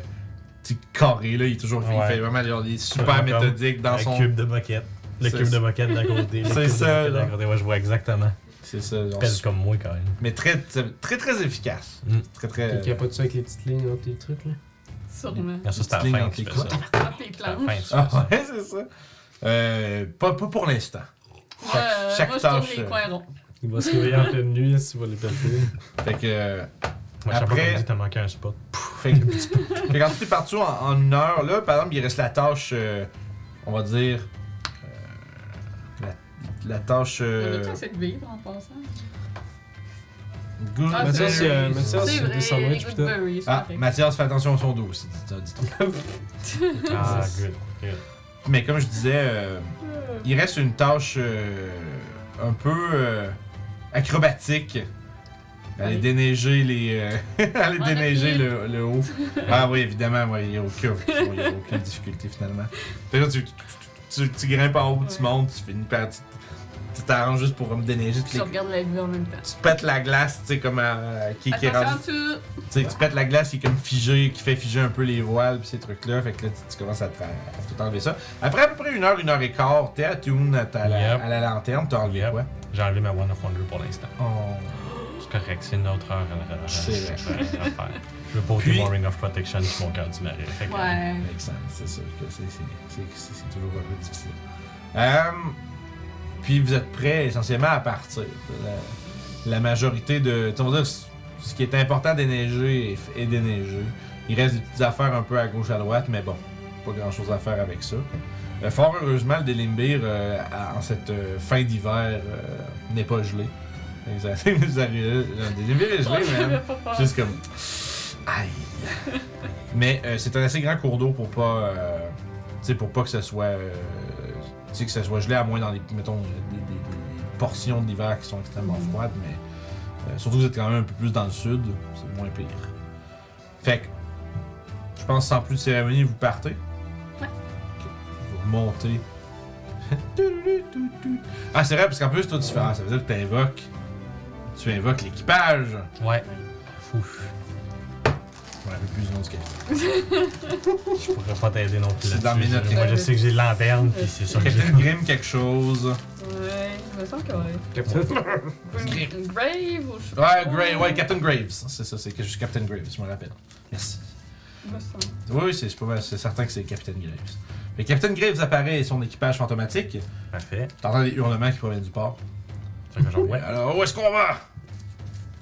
tu sais, carrée. Là, il, est toujours, il Ouais. fait vraiment genre, il est super Ouais, comme méthodique dans Le son. cube de bucket. Le C'est cube ça. de bucket d'un côté. le C'est cube de ça, bucket d'un genre. côté. Ouais, je vois exactement. C'est ça. genre, Pelle comme moi, quand même. mais très, très, très efficace. Mm. Très, très. euh, Il n'y a pas de ça avec les petites lignes entre les trucs là. Sûrement. Ah, ça, c'est à Petite ligne la fin entre que tu les fais ça. Hop, les C'est à la planches. fin que tu fais Ah ça. ouais, c'est ça. Euh, pas, pas pour l'instant. Moi, euh, chaque moi je tourne tâche, les euh, coins ronds. Il va se réveiller en pleine nuit s'il va les percuter. Fait que. euh, Moi, chaque fois Après- qu'on me dit t'as manqué un spot. Fait que, fait que quand tu es parti en, en une heure, là, par exemple, il reste la tâche, euh, on va dire, euh, la, la tâche... On euh, a-tu assez de vivre en passant? good Ah, Mais ça, c'est euh, mais ça, Mathias, c'est des sandwichs, les putain. Goodberries, Ah, c'est vrai. Mathias, fais attention à son dos aussi, dis- dis- dis- Ah, C'est- good. good. Mais comme je disais, euh, il reste une tâche euh, un peu euh, acrobatique. Aller Oui. Ah, déneiger les... euh, aller En déneiger appui. le, le haut. Ah oui, évidemment, ouais, il n'y a, aucun- il y a aucune difficulté finalement. Fait que là, tu, tu, tu- tu grimpes en haut, tu Ouais. montes, tu finis par... Tu tu t'arranges juste pour me déneiger. Puis Tu, Je les- regarde la vue en même temps. tu pètes la glace, tu sais, comme... euh, qui, qui est rendu- Attention, tu... tu sais, tu pètes la glace qui est comme figée, qui fait figer un peu les voiles pis ces trucs-là. Fait que là, tu, tu commences à, te- à tout enlever ça. Après à peu près une heure, une heure et quart, t'es à tune à, ta- à la- Yep. à la lanterne, t'as enlevé Yep. quoi? J'ai enlevé ma One of Wonder pour l'instant. C'est correct, c'est notre heure à à- à- C'est à- à faire. Je veux porter Puis- mon Ring of Protection sur mon cœur du mari. Fait que, Ouais. Excellent, c'est sûr que c'est- c'est- c'est c'est- c'est toujours un peu difficile. Hum, puis vous êtes prêts essentiellement à partir. La, la majorité de. tu sais, On va dire ce- ce qui est important déneiger est f- est, déneigé. Il reste des petites affaires un peu à gauche à droite, mais bon, pas grand chose à faire avec ça. Euh, fort heureusement, le Délimbir, euh, à- en cette euh, fin d'hiver, euh, n'est pas gelé. Vous arrivez, vous arrivez, euh, le Délimbir est gelé, Je man. vais pas peur. Juste comme. Aïe. Mais euh, c'est un assez grand cours d'eau pour pas. euh, tu sais, pour pas que ce soit. euh, tu sais, que ce soit gelé, à moins dans les. Mettons, des, des- des portions de l'hiver qui sont extrêmement Mhm. froides, mais. euh, surtout que vous êtes quand même un peu plus dans le sud, c'est moins pire. Fait que. Je pense sans plus de cérémonie, vous partez. Ouais. Ok. Vous remontez. ah, c'est vrai, parce qu'en plus, toi, tu fais. Ah, ça veut dire que t'invoques. Tu invoques l'équipage! Ouais. Fouf. Je me rappelle plus du nom du café. Je pourrais pas t'aider non plus. C'est là-dessus. dans mes notes. Moi, je sais que j'ai lanterne, puis c'est ça que j'ai. Captain Grimm quelque chose. Ouais, il me semble que ouais. Grave. Une Grave ou je sais pas Ouais, trop. Gra- ouais, Captain Graves. C'est ça, c'est que je suis Captain Graves, je me rappelle. Merci. Il me semble. Oui, oui, c'est c'est pas mal, c'est certain que c'est Captain Graves. Mais Captain Graves apparaît et son équipage fantomatique. Parfait. T'entends des hurlements qui proviennent du port. Fait que genre, ouais. Alors, où est-ce qu'on va?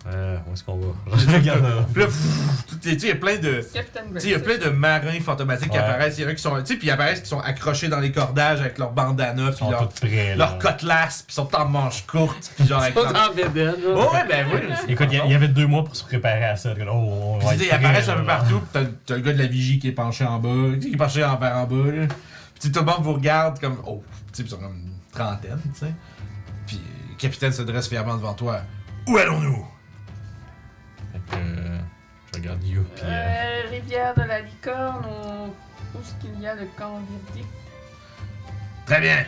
Euh, où est-ce qu'on va? Je regarde euh. là. Puis là, pfff, tout est- tu sais, il y a plein de. Captain Grave. Tu sais, il y a plein de marins fantomatiques qui Ouais. apparaissent. Il y en a qui sont. Tu sais, puis ils apparaissent qui sont accrochés dans les cordages avec leurs bandanas, Ils puis sont leurs tous prêts, là. leurs côtelasses, puis ils sont en manches courtes, puis genre avec. leur- bédaine, Oh, ouais, ben oui. Écoute, il y a- il y avait deux mois pour se préparer à ça. Oh, on va Puis, tu sais, être ils apparaissent prêts, un peu là. partout, pis t'as, t'as le gars de la vigie qui est penché en bas, tu sais, qui est penché en vers en bas, là. Pis tu sais, tout le monde vous regarde comme. Oh, tu sais, pis ils sont comme une trentaine, tu sais. Puis le capitaine se dresse fièrement devant toi. Où allons-nous? Fait que, euh, je regarde You, puis euh, Euh, rivière de la licorne ou où est-ce qu'il y a le camp virdique? Très bien!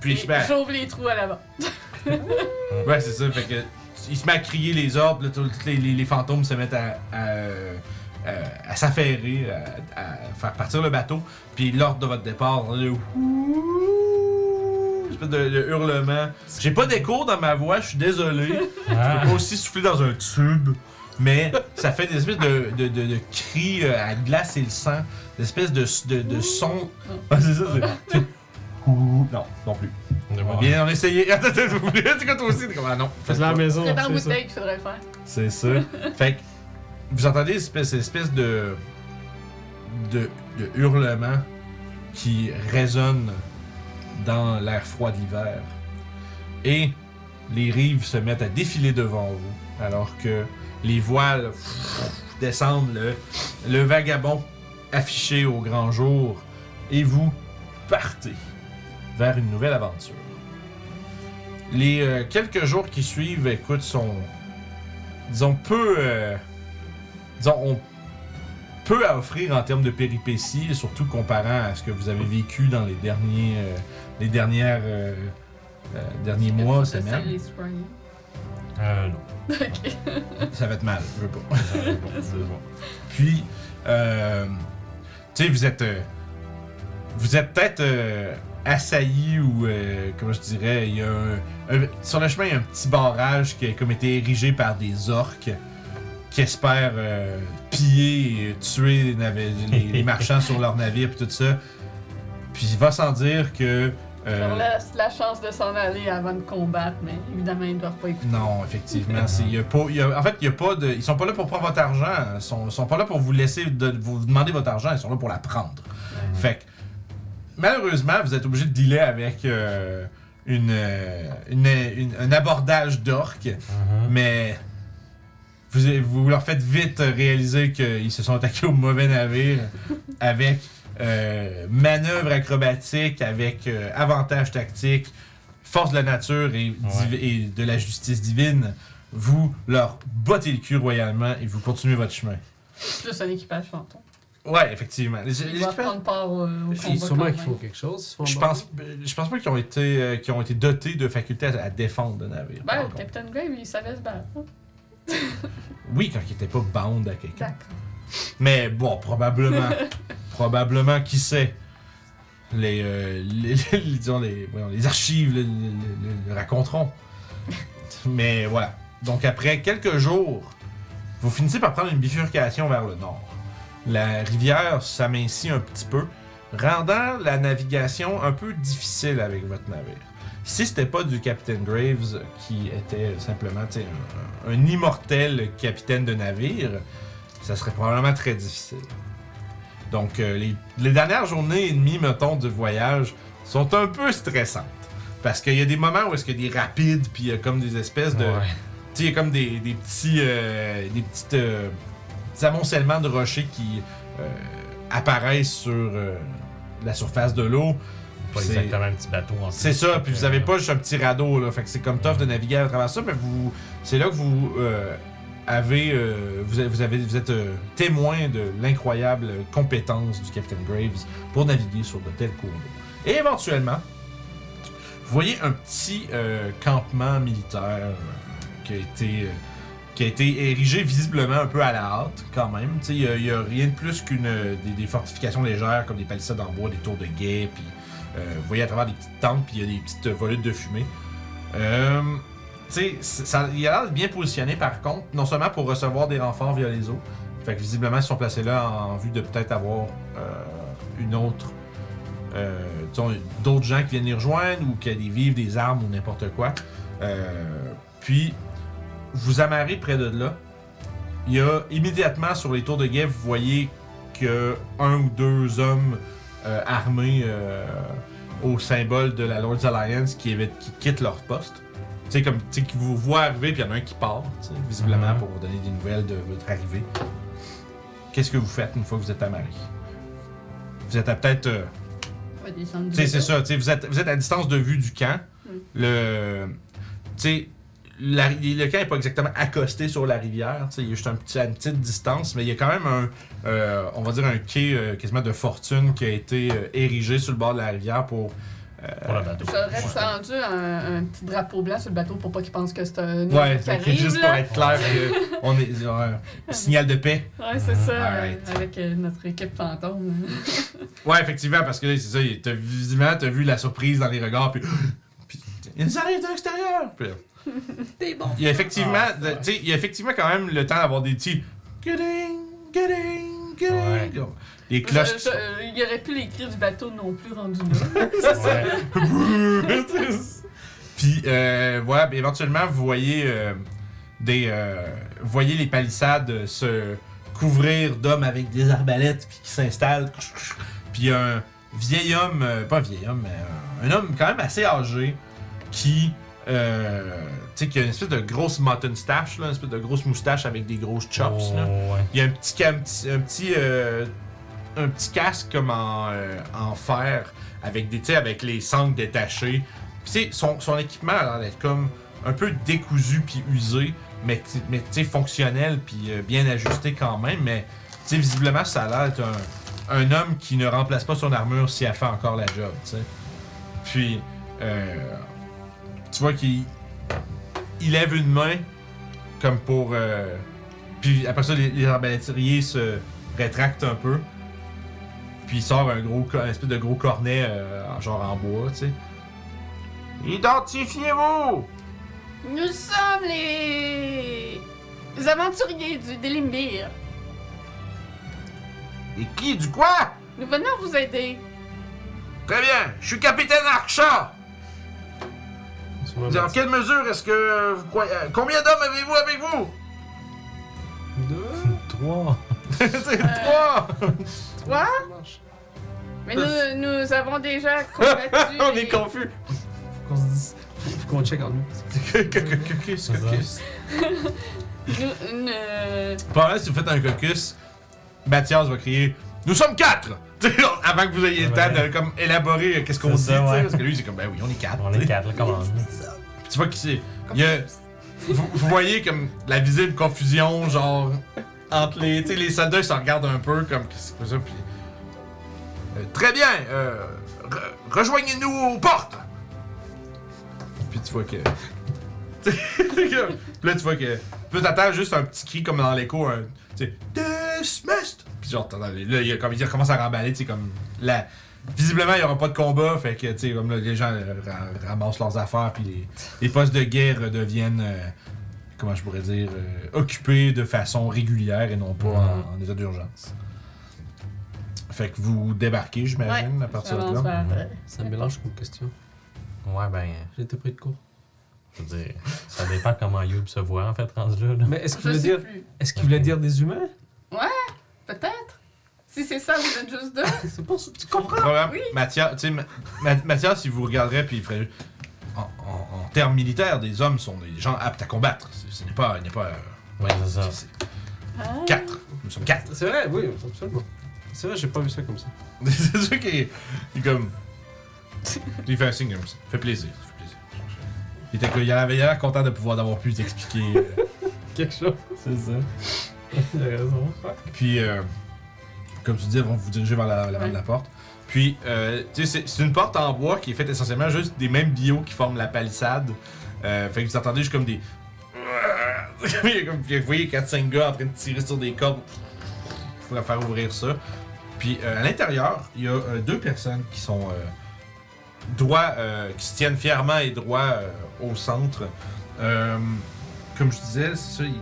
Puis il se met à- J'ouvre les trous à l'avant. Oh, Ouais, c'est ça, fait que. Il se met à crier les ordres, là, tout- tous les, les- les fantômes se mettent à. à, euh, euh, à s'affairer, à, à faire partir le bateau, puis l'ordre de votre départ, le ouh, espèce de, de hurlement. J'ai pas d'écho dans ma voix, je suis désolé. Je peux ah, pas aussi souffler dans un tube, mais ça fait des espèces de, de, de, de cris euh, à glacer le sang, des espèces de, de, de sons. Ah, c'est ça, c'est. c'est- ouh, Non, non plus. on va On va voir. bien en essayer. Attends, attends, vous voulez? Tu quoi, toi aussi? T'es comme, ah non. Faites la maison. C'est en c'est ça. bouteille qu'il faudrait le faire. C'est ça. fait que vous entendez cette espèce, cette espèce de, de de hurlement qui résonne dans l'air froid de l'hiver. Et les rives se mettent à défiler devant vous, alors que les voiles pff, descendent, le, le vagabond affiché au grand jour, et vous partez vers une nouvelle aventure. Les euh, quelques jours qui suivent, écoute, sont disons, peu. euh, disons, on peu à offrir en termes de péripéties, surtout comparant à ce que vous avez vécu dans les derniers, euh, les dernières, euh, euh, derniers mois, Ça, semaines. les springs. Euh, non. Ça va être mal, je veux pas. Ça va être bon, ça va être bon. Puis, euh, tu sais, vous êtes. euh, vous êtes peut-être euh, assailli ou, euh, comment je dirais, il y a un- un- Sur le chemin, il y a un petit barrage qui a comme été érigé par des orques qui espèrent euh, piller et tuer les, navi- les- les marchands sur leur navire et tout ça. Puis il va sans dire que Je Euh, leur laisse la chance de s'en aller avant de combattre, mais évidemment, ils ne doivent pas écouter. Non, effectivement. c'est- y a pas, y a- en fait, y a pas de, ils sont pas là pour prendre votre argent. Ils sont, sont pas là pour vous laisser de, vous demander votre argent. Ils sont là pour la prendre. Fait que, malheureusement, vous êtes obligé de dealer avec euh, une, euh, une- une- un abordage d'orques. Uh-huh. Mais vous, vous leur faites vite réaliser qu'ils se sont attaqués au mauvais navire avec euh, manœuvre acrobatique, avec euh, avantage tactique, force de la nature et, div- et de la justice divine. Vous leur bottez le cul royalement et vous continuez votre chemin. Juste un équipage fantôme. Ouais, effectivement. Les- les Ils doivent équipages- prendre part au, au Puis combat. sûrement quand qu'ils font même. quelque chose. ils se font je aborder. pense, je pense pas qu'ils ont été, euh, qu'ils ont été dotés de facultés à, à défendre de navire. par Ben, contre. Captain Grave, il savait se battre. hein? oui, quand ils n'étaient pas bound à quelqu'un. D'accord. Mais bon, probablement. probablement, qui sait. Les, euh, les, les- disons, les, voyons, les archives le, le- le- le raconteront. Mais voilà. Donc après quelques jours, vous finissez par prendre une bifurcation vers le nord. La rivière s'amincit un petit peu, rendant la navigation un peu difficile avec votre navire. Si c'était pas du capitaine Graves qui était simplement tu sais, un- un immortel capitaine de navire, ça serait probablement très difficile. Donc, euh, les, les dernières journées et demie, mettons, de voyage sont un peu stressantes. Parce qu'il y a des moments où est-ce qu'il y a des rapides, puis il y a comme des espèces de... Tu sais, il y a comme des, des petits... euh, des petites... euh, petits amoncellements de rochers qui euh, apparaissent sur euh, la surface de l'eau. Pas C'est- exactement un petit bateau en c'est ça, puis vous avez pas juste un petit radeau, là. Fait que c'est comme tough de naviguer à travers ça, mais vous. C'est là que vous euh, avez, euh, vous avez. Vous avez. Vous êtes euh, témoin de l'incroyable compétence du Captain Graves pour naviguer sur de tels cours d'eau. Et éventuellement, vous voyez un petit euh, campement militaire euh, qui a été. euh, qui a été érigé visiblement un peu à la hâte, quand même. Tu sais, Il y a- il y a, rien de plus qu'une euh, des, des fortifications légères, comme des palissades en bois, des tours de guet, puis euh, vous voyez à travers des petites tentes, puis il y a des petites euh, volutes de fumée. Euh, tu sais, c'est- ça- il a l'air d'être bien positionné par contre, non seulement pour recevoir des renforts via les eaux, fait que visiblement ils sont placés là en vue de peut-être avoir euh, une autre. euh, disons, d'autres gens qui viennent les rejoindre ou qui a des vivres, des armes ou n'importe quoi. Euh, puis, vous amarrez près de là. Il y a immédiatement sur les tours de guet, vous voyez que un ou deux hommes euh, armés euh, au symbole de la Lord's Alliance qui, évite- qui quittent leur poste. Tu sais, comme, tu sais, qui vous voient arriver, puis il y en a un qui part, tu sais, visiblement, Mhm. pour vous donner des nouvelles de votre arrivée. Qu'est-ce que vous faites une fois que vous êtes amarré? Vous êtes à peut-être. euh, On va descendre du tu sais, c'est bateau. ça. tu sais, Vous êtes, vous êtes à distance de vue du camp. Mm. Le, tu sais, la- le camp n'est pas exactement accosté sur la rivière. tu sais, Il y a juste un petit, à une petite distance, mais il y a quand même un, euh, on va dire, un quai euh, quasiment de fortune qui a été euh, érigé sur le bord de la rivière pour. Pour le bateau. J'aurais rendu un, un petit drapeau blanc sur le bateau pour pas qu'ils pensent que c'est un autre Ouais, qui fait que arrive. juste pour là. être clair, que on est. euh, signal de paix. Ouais, c'est ça, euh, Alright. avec euh, notre équipe fantôme. Ouais, effectivement, parce que là, c'est ça, il- t'as, visiblement, t'as vu la surprise dans les regards, puis. puis il nous arrive de l'extérieur! Puis, T'es bon. Il y a effectivement, de- tu sais, il y a effectivement quand même le temps d'avoir des petits. Guding, guding, guding. Les cloches. qui sont- Il y aurait plus les cris du bateau non plus rendus là. Ouais. Puis euh, voilà, puis éventuellement vous voyez euh, des, euh, vous voyez les palissades se couvrir d'hommes avec des arbalètes puis qui s'installent. Puis un vieil homme, euh, pas vieil homme, mais un, un homme quand même assez âgé qui, euh, tu sais, qui a une espèce de grosse mutton stache, là, une espèce de grosse moustache avec des grosses chops. Oh, là. ouais. Il y a un petit, ca- un petit, un petit, euh, un petit casque comme en, euh, en fer avec des tu sais, avec les sangles détachées. Puis tu sais, son, son équipement a l'air d'être comme un peu décousu puis usé, mais tu- mais tu sais, fonctionnel puis euh, bien ajusté quand même. Mais tu sais, visiblement ça a l'air d'être un, un homme qui ne remplace pas son armure si elle fait encore la job. tu sais. Puis euh, tu vois qu'il il lève une main comme pour euh, puis après ça, les, les arbalétriers se rétractent un peu. Puis il sort un gros, co- un espèce de gros cornet, euh, en- genre en bois, tu sais. Identifiez-vous! Nous sommes les... les aventuriers du Délimbir. Et qui, du quoi? Nous venons vous aider. Très bien, je suis capitaine Archa. Sûrement Dans bâti. quelle mesure est-ce que vous croyez. euh, Combien d'hommes avez-vous avec vous Deux. Trois. C'est trois Quoi? Ça marche. Mais nous, nous avons déjà combattu. On les- est confus Faut qu'on se dise. Faut qu'on check en nous. Caucus, C'est ça. caucus. nous- nous- euh, Pendant que si vous faites un caucus, Mathias va crier Nous sommes quatre Avant que vous ayez le temps Ouais. de comme, élaborer euh, qu'est-ce qu'on dit, C'est ça, tu sais, ouais. parce que lui, c'est comme Ben oui, on est quatre. On tu sais. est quatre, là, comment? Puis tu vois qu'il s'est- il y a- vous, vous voyez comme la visible confusion, genre, entre les. Tu sais, les soldats, ils se regardent un peu comme qu'est-ce que c'est que ça, puis. Euh, très bien, euh, re- rejoignez-nous aux portes! Puis tu vois que. Puis là, tu vois que. Puis t'attends juste un petit cri comme dans l'écho, un. Tu sais, Dismissed! Puis genre, t'entends- là, il, y a comme, il recommence à remballer, tu sais, comme. La... Visiblement, il n'y aura pas de combat, fait que, tu sais, comme là, les gens euh, ra- ramassent leurs affaires, puis les, les postes de guerre deviennent. euh, comment je pourrais dire, euh, occupés de façon régulière et non pas Mhm. en, en état d'urgence. Fait que vous débarquez, j'imagine, à partir de avance là. vers- Ouais. Ça me mélange comme question. Ouais, ben, J'ai été pris de court. je veux dire, ça dépend comment Youb se voit, en fait, rendu là. là. Mais est-ce Je qu'il sais voulait dire. plus. Est-ce qu'il voulait dire des humains Peut-être. Si c'est ça, vous êtes juste deux. C'est pour ça. Tu comprends Probablement, oui. Mathias, tu sais, Ma- Ma- Mathias, il vous regarderait puis il ferait. En, en- en termes militaires, des hommes sont des gens aptes à combattre. Ce ce n'est pas. Il n'est pas. euh, Ouais, c'est ça. c'est- Ah. Quatre. Nous sommes quatre. C'est vrai, oui, absolument. C'est vrai, j'ai pas vu ça comme ça. C'est sûr qu'il est- il est comme. Il fait un signe comme ça. Fait plaisir. ça fait plaisir. Il était il avait l'air content de pouvoir d'avoir pu t'expliquer. euh, Quelque chose. C'est ça. Il a raison. Ouais. Puis, euh, comme tu dis, ils vont vous diriger vers la- l'avant de la porte. Puis, euh, tu sais, c'est- c'est une porte en bois qui est faite essentiellement juste des mêmes bio qui forment la palissade. Euh, fait que vous entendez juste comme des. Il y a comme- vous voyez 4-5 gars en train de tirer sur des cordes pour leur faire ouvrir ça. Puis, euh, à l'intérieur, il y a euh, deux personnes qui sont euh, droits, euh, qui se tiennent fièrement et droits euh, au centre. Euh, comme je disais, c'est ça. il-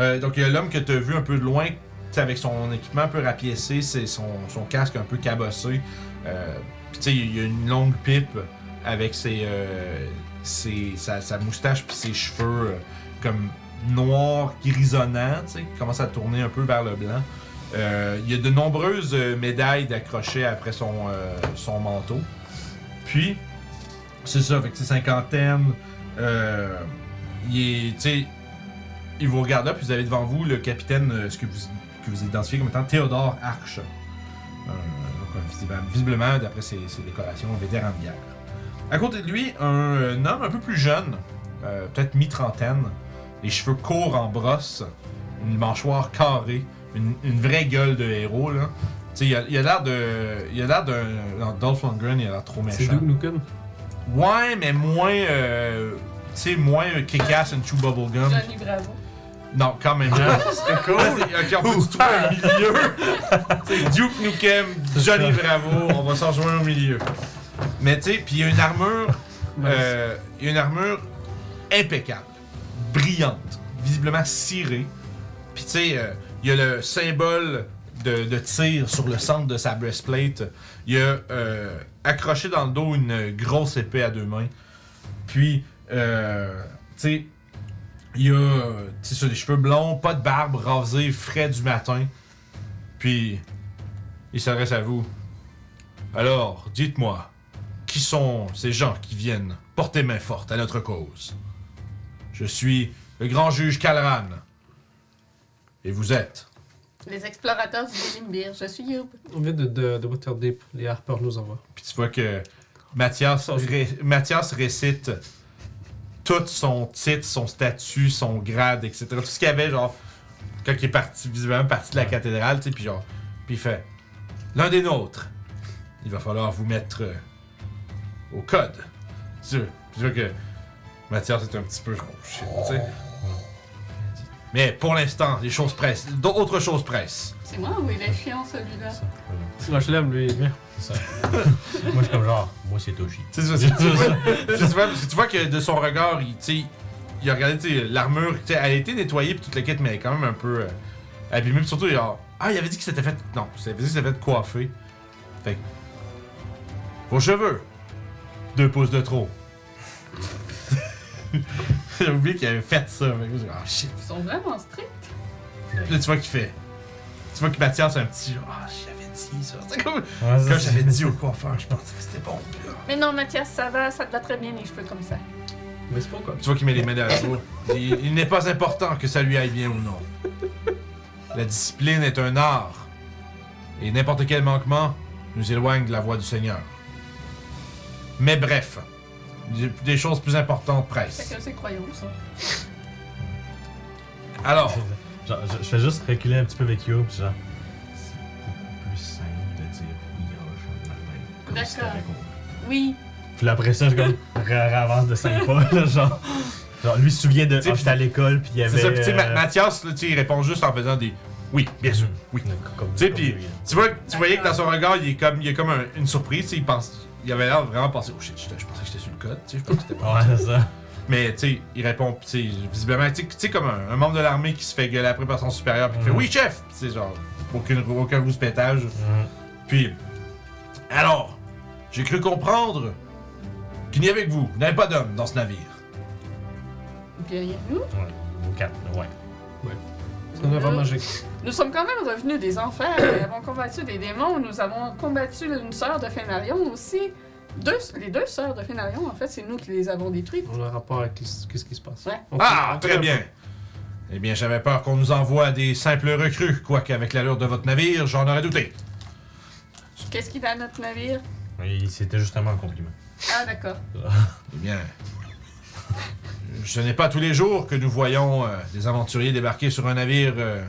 euh, donc, il y a l'homme que tu as vu un peu de loin, tu sais, avec son équipement un peu rapiécé, c'est son, son casque un peu cabossé. Euh, Puis, tu sais, il y a une longue pipe avec ses, euh, ses- sa, sa moustache puis ses cheveux euh, comme noirs, grisonnants, tu sais, qui commencent à tourner un peu vers le blanc. Euh, il y a de nombreuses euh, médailles d'accrocher après son, euh, son manteau. Puis, c'est ça, avec ses cinquantaines, euh, il est, tu sais, il vous regarde là, puis vous avez devant vous le capitaine, euh, ce que vous, que vous identifiez comme étant Théodore Arch. Euh, donc, un- visiblement- visiblement, d'après ses, ses décorations, un vétéran de guerre. À côté de lui, un, euh, homme un peu plus jeune, euh, peut-être mi-trentaine, les cheveux courts en brosse, une mâchoire carrée, une, une vraie gueule de héros, là. Tu sais, il a- il a l'air de. Il a l'air d'un. dans Dolph Lundgren, il a l'air trop C'est méchant. Doug Nukem. Ouais, mais moins. euh, tu sais, moins euh, kick-ass and chew bubblegum. Johnny Bravo. Non, quand même. C'était cool. ok, on peut se trouver un milieu. C'est Duke Nukem, Johnny Bravo, on va s'en rejoindre au milieu. Mais tu sais, puis il y a une armure, euh, il y a une armure impeccable, brillante, visiblement cirée. Puis tu sais, euh, il y a le symbole de, de tir sur le centre de sa breastplate. Il y a euh, accroché dans le dos une grosse épée à deux mains. Puis, euh, tu sais, il a euh, tu sais, sur les cheveux blonds, pas de barbe, rasé, frais du matin. Puis, il s'adresse à vous. Alors, dites-moi, qui sont ces gens qui viennent porter main forte à notre cause Je suis le grand juge Calran. Et vous êtes Les explorateurs du Limbir. Je suis Youb. On vient de, de, de Waterdeep. Les Harper nous envoient. Puis tu vois que Mathias, ré- Mathias récite tout son titre, son statut, son grade, etc. Tout ce qu'il y avait, genre, quand il est parti, visiblement parti de la cathédrale, tu sais, puis genre, puis il fait L'un des nôtres, il va falloir vous mettre euh, au code. Tu tu vois que Mathias est un petit peu genre, Oh shit, tu sais. Mais pour l'instant, les choses pressent. D'autres choses pressent. C'est moi ou il est chiant celui-là? Ça, voilà. Rochelaine, lui, il vient. C'est ça. Moi, je suis comme genre, moi, c'est Toshi. Tu sais, c'est- tu vois- tu vois, parce que tu vois que de son regard, il, tu sais, il a regardé tu sais, l'armure, tu sais, elle a été nettoyée puis toute la quête, mais elle est quand même un peu euh, abîmée. Puis surtout, il a, ah, il avait dit que c'était fait. Non, il avait dit que c'était fait coiffer. Fait que Vos cheveux. Deux pouces de trop. J'ai oublié qu'il avait fait ça. mais j'ai dit, Ah shit. Ils sont vraiment stricts. Puis Là, tu vois qu'il fait. Tu vois qu'il Mathias, un petit. genre, Ah, j'avais dit ça. C'est comme. Ouais, Quand ça, j'avais dit au coiffeur, je pensais que c'était bon. Puis là, Mais non, Mathias, ça va, ça te va très bien les cheveux comme ça. Mais c'est pas quoi. Tu vois qu'il met les mains dans la peau. Il, il n'est pas important que ça lui aille bien ou non. La discipline est un art. Et n'importe quel manquement nous éloigne de la voie du Seigneur. Mais bref, des, des choses plus importantes pressent. Chacun ses croyances. hein. Alors, Genre, je, je fais juste reculer un petit peu avec Yo, pis genre. C'est plus simple de dire oui à Jean-Martin. comme si D'accord. t'avais compris. Oui, Puis là, après ça, je comme ra- avance de 5 pas, là, genre. Genre, lui se souvient de. Tu sais, Ah, j'étais à l'école, puis il y avait. c'est ça. Puis tu sais, Ma- euh, mm, Mathias, là, tu sais, il répond juste en faisant des oui, bien sûr, oui. Comme, Tu sais, comme puis lui, là. tu vois, tu voyais que dans son regard, il est comme, il y a comme un- une surprise. tu sais, Il pense, il avait l'air de vraiment penser, oh shit, j'étais- je pensais que j'étais sur le code, tu sais, je pensais que c'était pas. Ouais, c'est ça. Mais tu sais, il répond, pis, tu sais, visiblement, tu sais, tu sais, comme un, un membre de l'armée qui se fait gueuler après par son supérieur, puis qui fait Mhm. oui chef, Pis tu sais, genre aucune, aucun rouspétage. Mhm. Puis alors, j'ai cru comprendre qu'il n'y avait que vous, vous n'avez pas d'homme dans ce navire. bien nous. Ouais, ou quatre, ouais. C'est un œuvre Nous- magique. Nous sommes quand même revenus des enfers. Nous avons combattu des démons. Nous avons combattu une sœur de Fénarion aussi. Deux, les deux sœurs de Fénarion, en fait, c'est nous qui les avons détruites. On a un rapport avec qu'est-ce qu'est-ce qui se passe. Ouais. On Ah, fait- très bien. Eh bien, j'avais peur qu'on nous envoie des simples recrues, quoique avec l'allure de votre navire, j'en aurais douté. Qu'est-ce qu'il a à notre navire? Et C'était justement un compliment. Ah, d'accord. Eh bien, ce n'est pas tous les jours que nous voyons euh, des aventuriers débarquer sur un navire euh,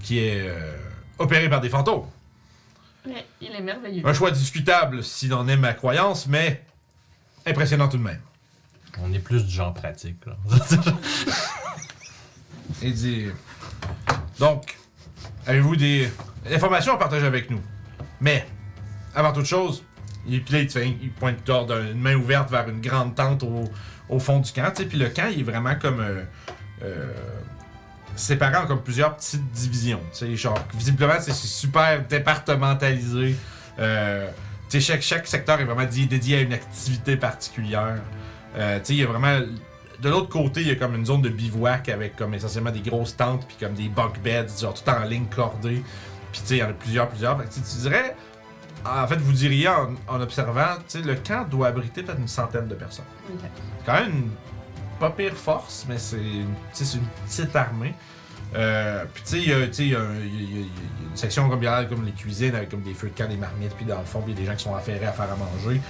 qui est euh, opéré par des fantômes. Mais il est merveilleux. Un choix discutable, s'il en est ma croyance, mais impressionnant tout de même. On est plus du genre pratique, là. Et dit Donc, avez-vous des informations à partager avec nous Mais, avant toute chose, il, puis là, il te fait- il pointe genre d'une main ouverte vers une grande tente au, au fond du camp. tu sais, Puis le camp, il est vraiment comme. euh, euh, séparé en comme plusieurs petites divisions. tu sais, Genre, visiblement, c'est c'est super départementalisé. Euh, tu sais, chaque, chaque secteur est vraiment di- dédié à une activité particulière. Euh, tu sais, il y a vraiment de l'autre côté, il y a comme une zone de bivouac avec comme essentiellement des grosses tentes puis comme des bunk beds, genre tout en ligne cordée. Puis tu sais, il y en a plusieurs, plusieurs. Fait que, tu sais, tu dirais, en fait, vous diriez en, en observant, tu sais, le camp doit abriter peut-être une centaine de personnes. Ok. C'est quand même une pas pire force, mais c'est une, tu sais, c'est une petite armée. Euh, puis tu sais, il y a- tu sais, il y, a un- il y a- il y a- il y a une section comme, il y a, comme les cuisines avec comme des feux de camp, des marmites, puis dans le fond, puis il y a des gens qui sont affairés à faire à manger.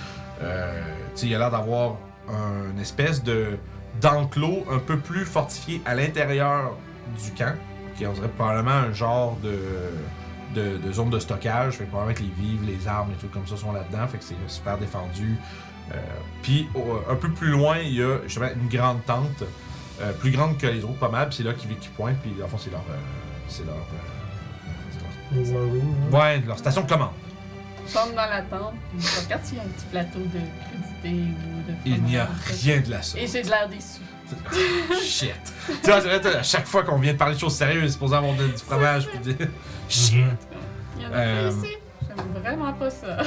Euh, tu sais, il y a l'air d'avoir un- une espèce de d'enclos un peu plus fortifié à l'intérieur du camp, qui est on dirait probablement un genre de, de, de zone de stockage. Fait que probablement que les vivres, les armes et tout comme ça sont là-dedans. Fait que c'est super défendu. Euh, Puis au- euh, un peu plus loin, il y a justement une grande tente, euh, plus grande que les autres, pas mal. Puis c'est là qu'ils qui pointent. Puis en fond, c'est leur. euh, c'est leur. euh, c'est leur- Au War Room, là. Ouais, leur station de commande. Nous sommes dans la tente. puis Je regarde s'il y a un petit plateau de crudité ou de. Il n'y a fromage. rien de la sorte. Et j'ai de l'air déçu. Shit. tu vois, c'est vrai, t'as- à chaque fois qu'on vient de parler de choses sérieuses, c'est pour avoir de- du fromage. Puis des- Shit. Mhm. Il y en a Euh, pas ici. J'aime vraiment pas ça.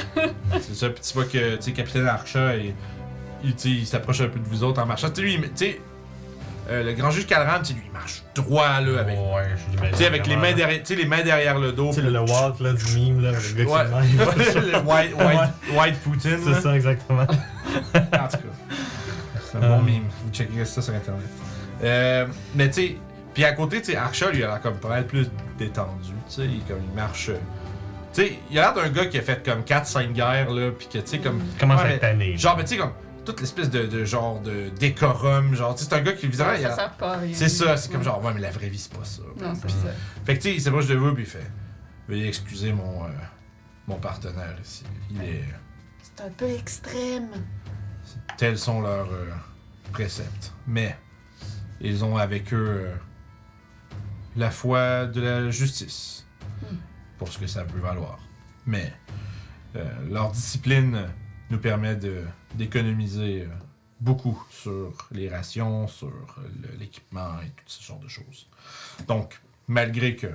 C'est ça, puis tu vois que, tu sais, Capitaine Archa, il, il, tu sais, il s'approche un peu de vous autres en marchant. Tu sais, lui, il- tu sais, euh, le grand juge Calram, tu sais, lui, il marche droit, là, avec, Ouais, je l'imagine. tu sais, avec les, mains vraiment, là. derrière, tu sais, les mains derrière le dos. Oh. Tu sais, le, le walk, là, du meme, là, le gars qui Ouais. se lève. le white, white, white Poutine. là. C'est ça, exactement. En tout cas, c'est un bon Euh. mime. Vous checkerez ça sur Internet. Euh, mais tu sais, puis à côté, tu sais, Archa, lui, il a l'air comme pas mal plus détendu. Tu sais, il- comme il marche. euh, Tu sais, il a l'air d'un gars qui a fait comme 4-5 guerres, là, puis que tu sais, comme. Comment Ouais, ça mais- tanné? Genre, mais tu sais, comme. Toute l'espèce de, de genre de décorum, genre, tu sais, c'est un gars qui, visiblement, il ça a- sert pas à rien. C'est ça, c'est comme Ouais. genre, ouais, mais la vraie vie, c'est pas ça. Non, c'est ça. Fait que tu sais, il s'approche de vous, puis il fait Veuillez excuser mon, euh, mon partenaire ici. Il est. C'est un peu extrême. Tels sont leurs euh, préceptes. Mais ils ont avec eux euh, la foi de la justice, Hmm. pour ce que ça peut valoir. Mais euh, leur discipline nous permet de- d'économiser euh, beaucoup sur les rations, sur euh, le- l'équipement et tout ce genre de choses. Donc, malgré que,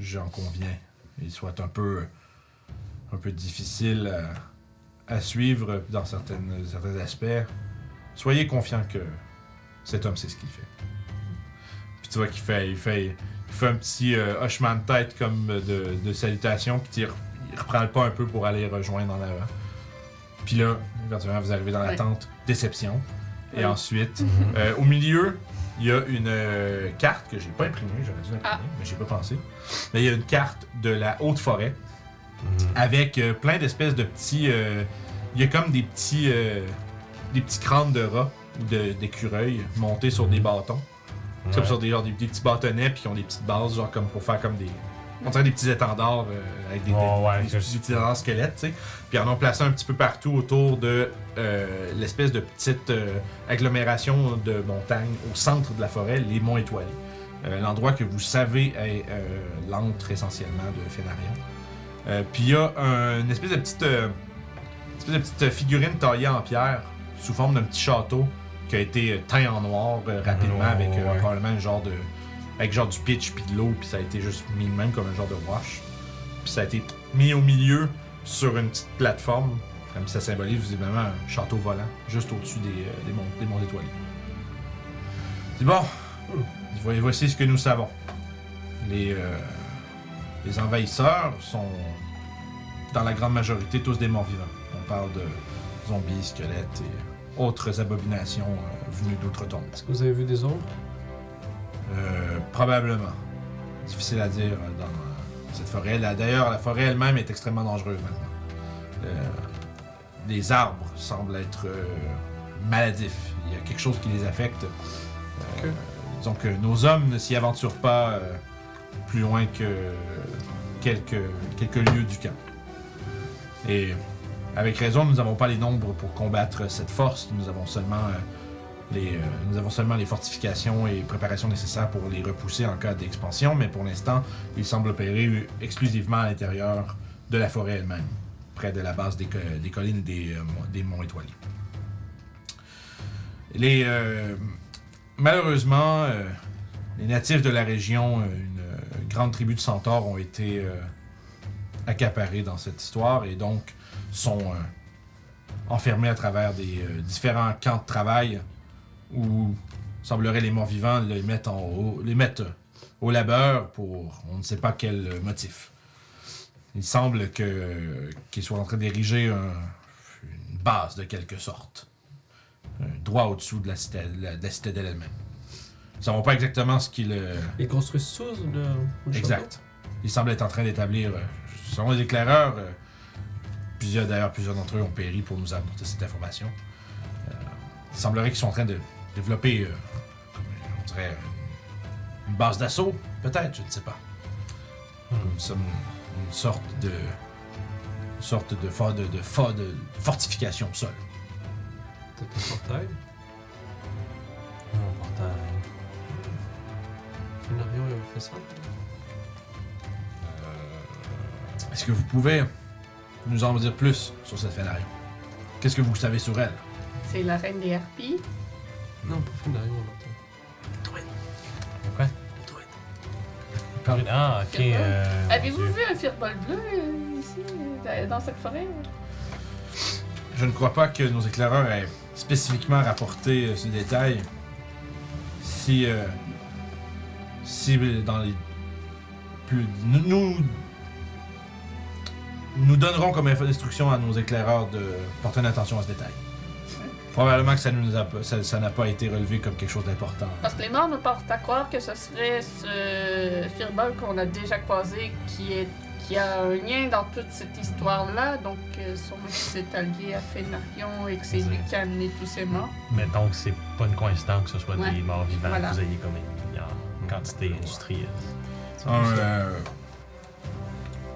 j'en conviens, il soit un peu, un peu difficile à- à suivre dans certaines, certains aspects, soyez confiant que cet homme sait ce qu'il fait. Puis tu vois qu'il fait, il fait, il fait un petit euh, hochement de tête comme de, de salutation, puis il, re- il reprend le pas un peu pour aller rejoindre en avant. Puis là, éventuellement, vous arrivez dans la Ouais. tente déception. Et Ouais. ensuite, Mhm. euh, au milieu, il y a une euh, carte que j'ai pas imprimée, j'aurais dû l'imprimer, Ah. mais j'ai pas pensé. Mais il y a une carte de la haute forêt avec euh, plein d'espèces de petits. euh, Il y a comme des petits, euh, des petits crânes de rats ou de- d'écureuils montés sur des bâtons. Ouais. Comme sur des, genre, des, des petits bâtonnets, puis qui ont des petites bases, genre comme pour faire comme des. On dirait des petits étendards euh, avec des, Ouais, des- ouais, des- je- des petits étendards squelettes, tu sais. Puis ils en ont placé un petit peu partout autour de euh, l'espèce de petite euh, agglomération de montagnes au centre de la forêt, les monts étoilés. Euh, L'endroit que vous savez est euh, l'antre essentiellement de Fénarion. Euh, Puis il y a un- une espèce de petite, euh, espèce de petite figurine taillée en pierre sous forme d'un petit château qui a été euh, teint en noir euh, rapidement Ouais, avec euh, ouais. probablement un genre de avec genre du pitch puis de l'eau puis ça a été juste mis de même comme un genre de wash puis ça a été mis au milieu sur une petite plateforme comme ça symbolise visiblement un château volant juste au-dessus des, euh, des, monts, des monts étoilés. C'est bon. Voyez, voici ce que nous savons. Les, euh, les envahisseurs sont dans la grande majorité tous des morts vivants. On parle de zombies, squelettes et autres abominations euh, venues d'autres tombes. Est-ce que vous avez vu des ombres Euh, probablement. Difficile à dire euh, dans euh, cette forêt. Là, D'ailleurs, la forêt elle-même est extrêmement dangereuse maintenant. Euh, les arbres semblent être euh, maladifs. Il y a quelque chose qui les affecte. Euh, Disons que nos hommes ne s'y aventurent pas euh, plus loin que quelques, quelques lieux du camp. Et avec raison, nous n'avons pas les nombres pour combattre cette force. Nous avons seulement euh, les, euh, nous avons seulement les fortifications et préparations nécessaires pour les repousser en cas d'expansion, mais pour l'instant, ils semblent opérer exclusivement à l'intérieur de la forêt elle-même, près de la base des, co- des collines et des, euh, mo- des monts étoilés. Les, euh, malheureusement, euh, les natifs de la région, euh, une euh, grande tribu de centaures, ont été euh, accaparés dans cette histoire et donc sont euh, enfermés à travers des euh, différents camps de travail où semblerait les morts vivants les mettent en haut, les mettent au labeur pour on ne sait pas quel motif. Il semble que qu'ils soient en train d'ériger un- une base de quelque sorte, euh, droit au-dessous de la, cita- la- de la citadelle elle-même. Nous ne savons pas exactement ce qu'ils euh, Ils construisent sous le. le Exact. Ils semblent être en train d'établir, euh, selon les éclaireurs, euh, plusieurs d'ailleurs, plusieurs d'entre eux ont péri pour nous apporter cette information. Euh, il semblerait qu'ils sont en train de développer, euh, comme, euh, on dirait, euh, une base d'assaut, peut-être, je ne sais pas. Nous sommes une sorte de, une sorte de, fo- de, de, fo- de fortification au sol. château. Peut-être un portail. Un portail. Fenarion il avait fait ça. Est-ce que vous pouvez nous en dire plus sur cette scénario Qu'est-ce que vous savez sur elle C'est la reine des harpies. Non, pas Fenarion, on entend. Quoi? Pardon. Ah, ok. euh, mon Avez-vous Dieu. vu un fireball bleu euh, ici, euh, dans cette forêt? Je ne crois pas que nos éclaireurs aient spécifiquement rapporté euh, ce détail. Si, euh, si euh, dans les plus, nous, nous nous donnerons comme info- instruction à nos éclaireurs de porter une attention à ce détail. Probablement que ça nous a pas- ça- ça n'a pas été relevé comme quelque chose d'important. Parce que les morts nous portent à croire que ce serait ce fireball qu'on a déjà croisé qui, est, qui a un lien dans toute cette histoire-là. Donc, euh, sûrement qu'il s'est allié à Fenarion et que c'est lui qui a amené tous ces morts. Mettons que c'est pas une coïncidence que ce soit Ouais. des morts vivants Voilà. que vous ayez comme une, en quantité industrielle. Un, euh,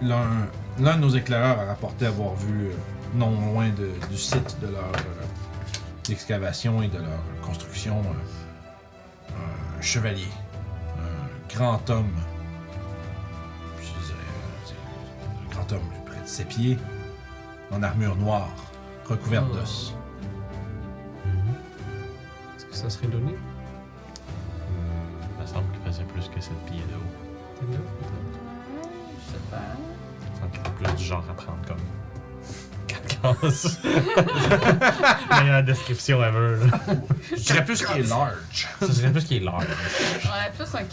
L'un l'un de nos éclaireurs a rapporté avoir vu euh, non loin de- du site de leur euh, excavation et de leur construction euh, un chevalier, un grand homme, je dirais, euh, c'est un grand homme près de ses pieds, en armure noire, recouverte Oh. d'os. Mhm. Est-ce que ça serait donné Il me semble qu'il faisait plus que 7 pieds de haut. Peut-être neuf, peut-être. Je sais pas. Il me semble qu'il y a plus du genre à prendre comme 4 pense. Meilleure description ever. Là. Je dirais plus qu'il est large. Ça serait plus qu'il est large. Ouais, plus un 15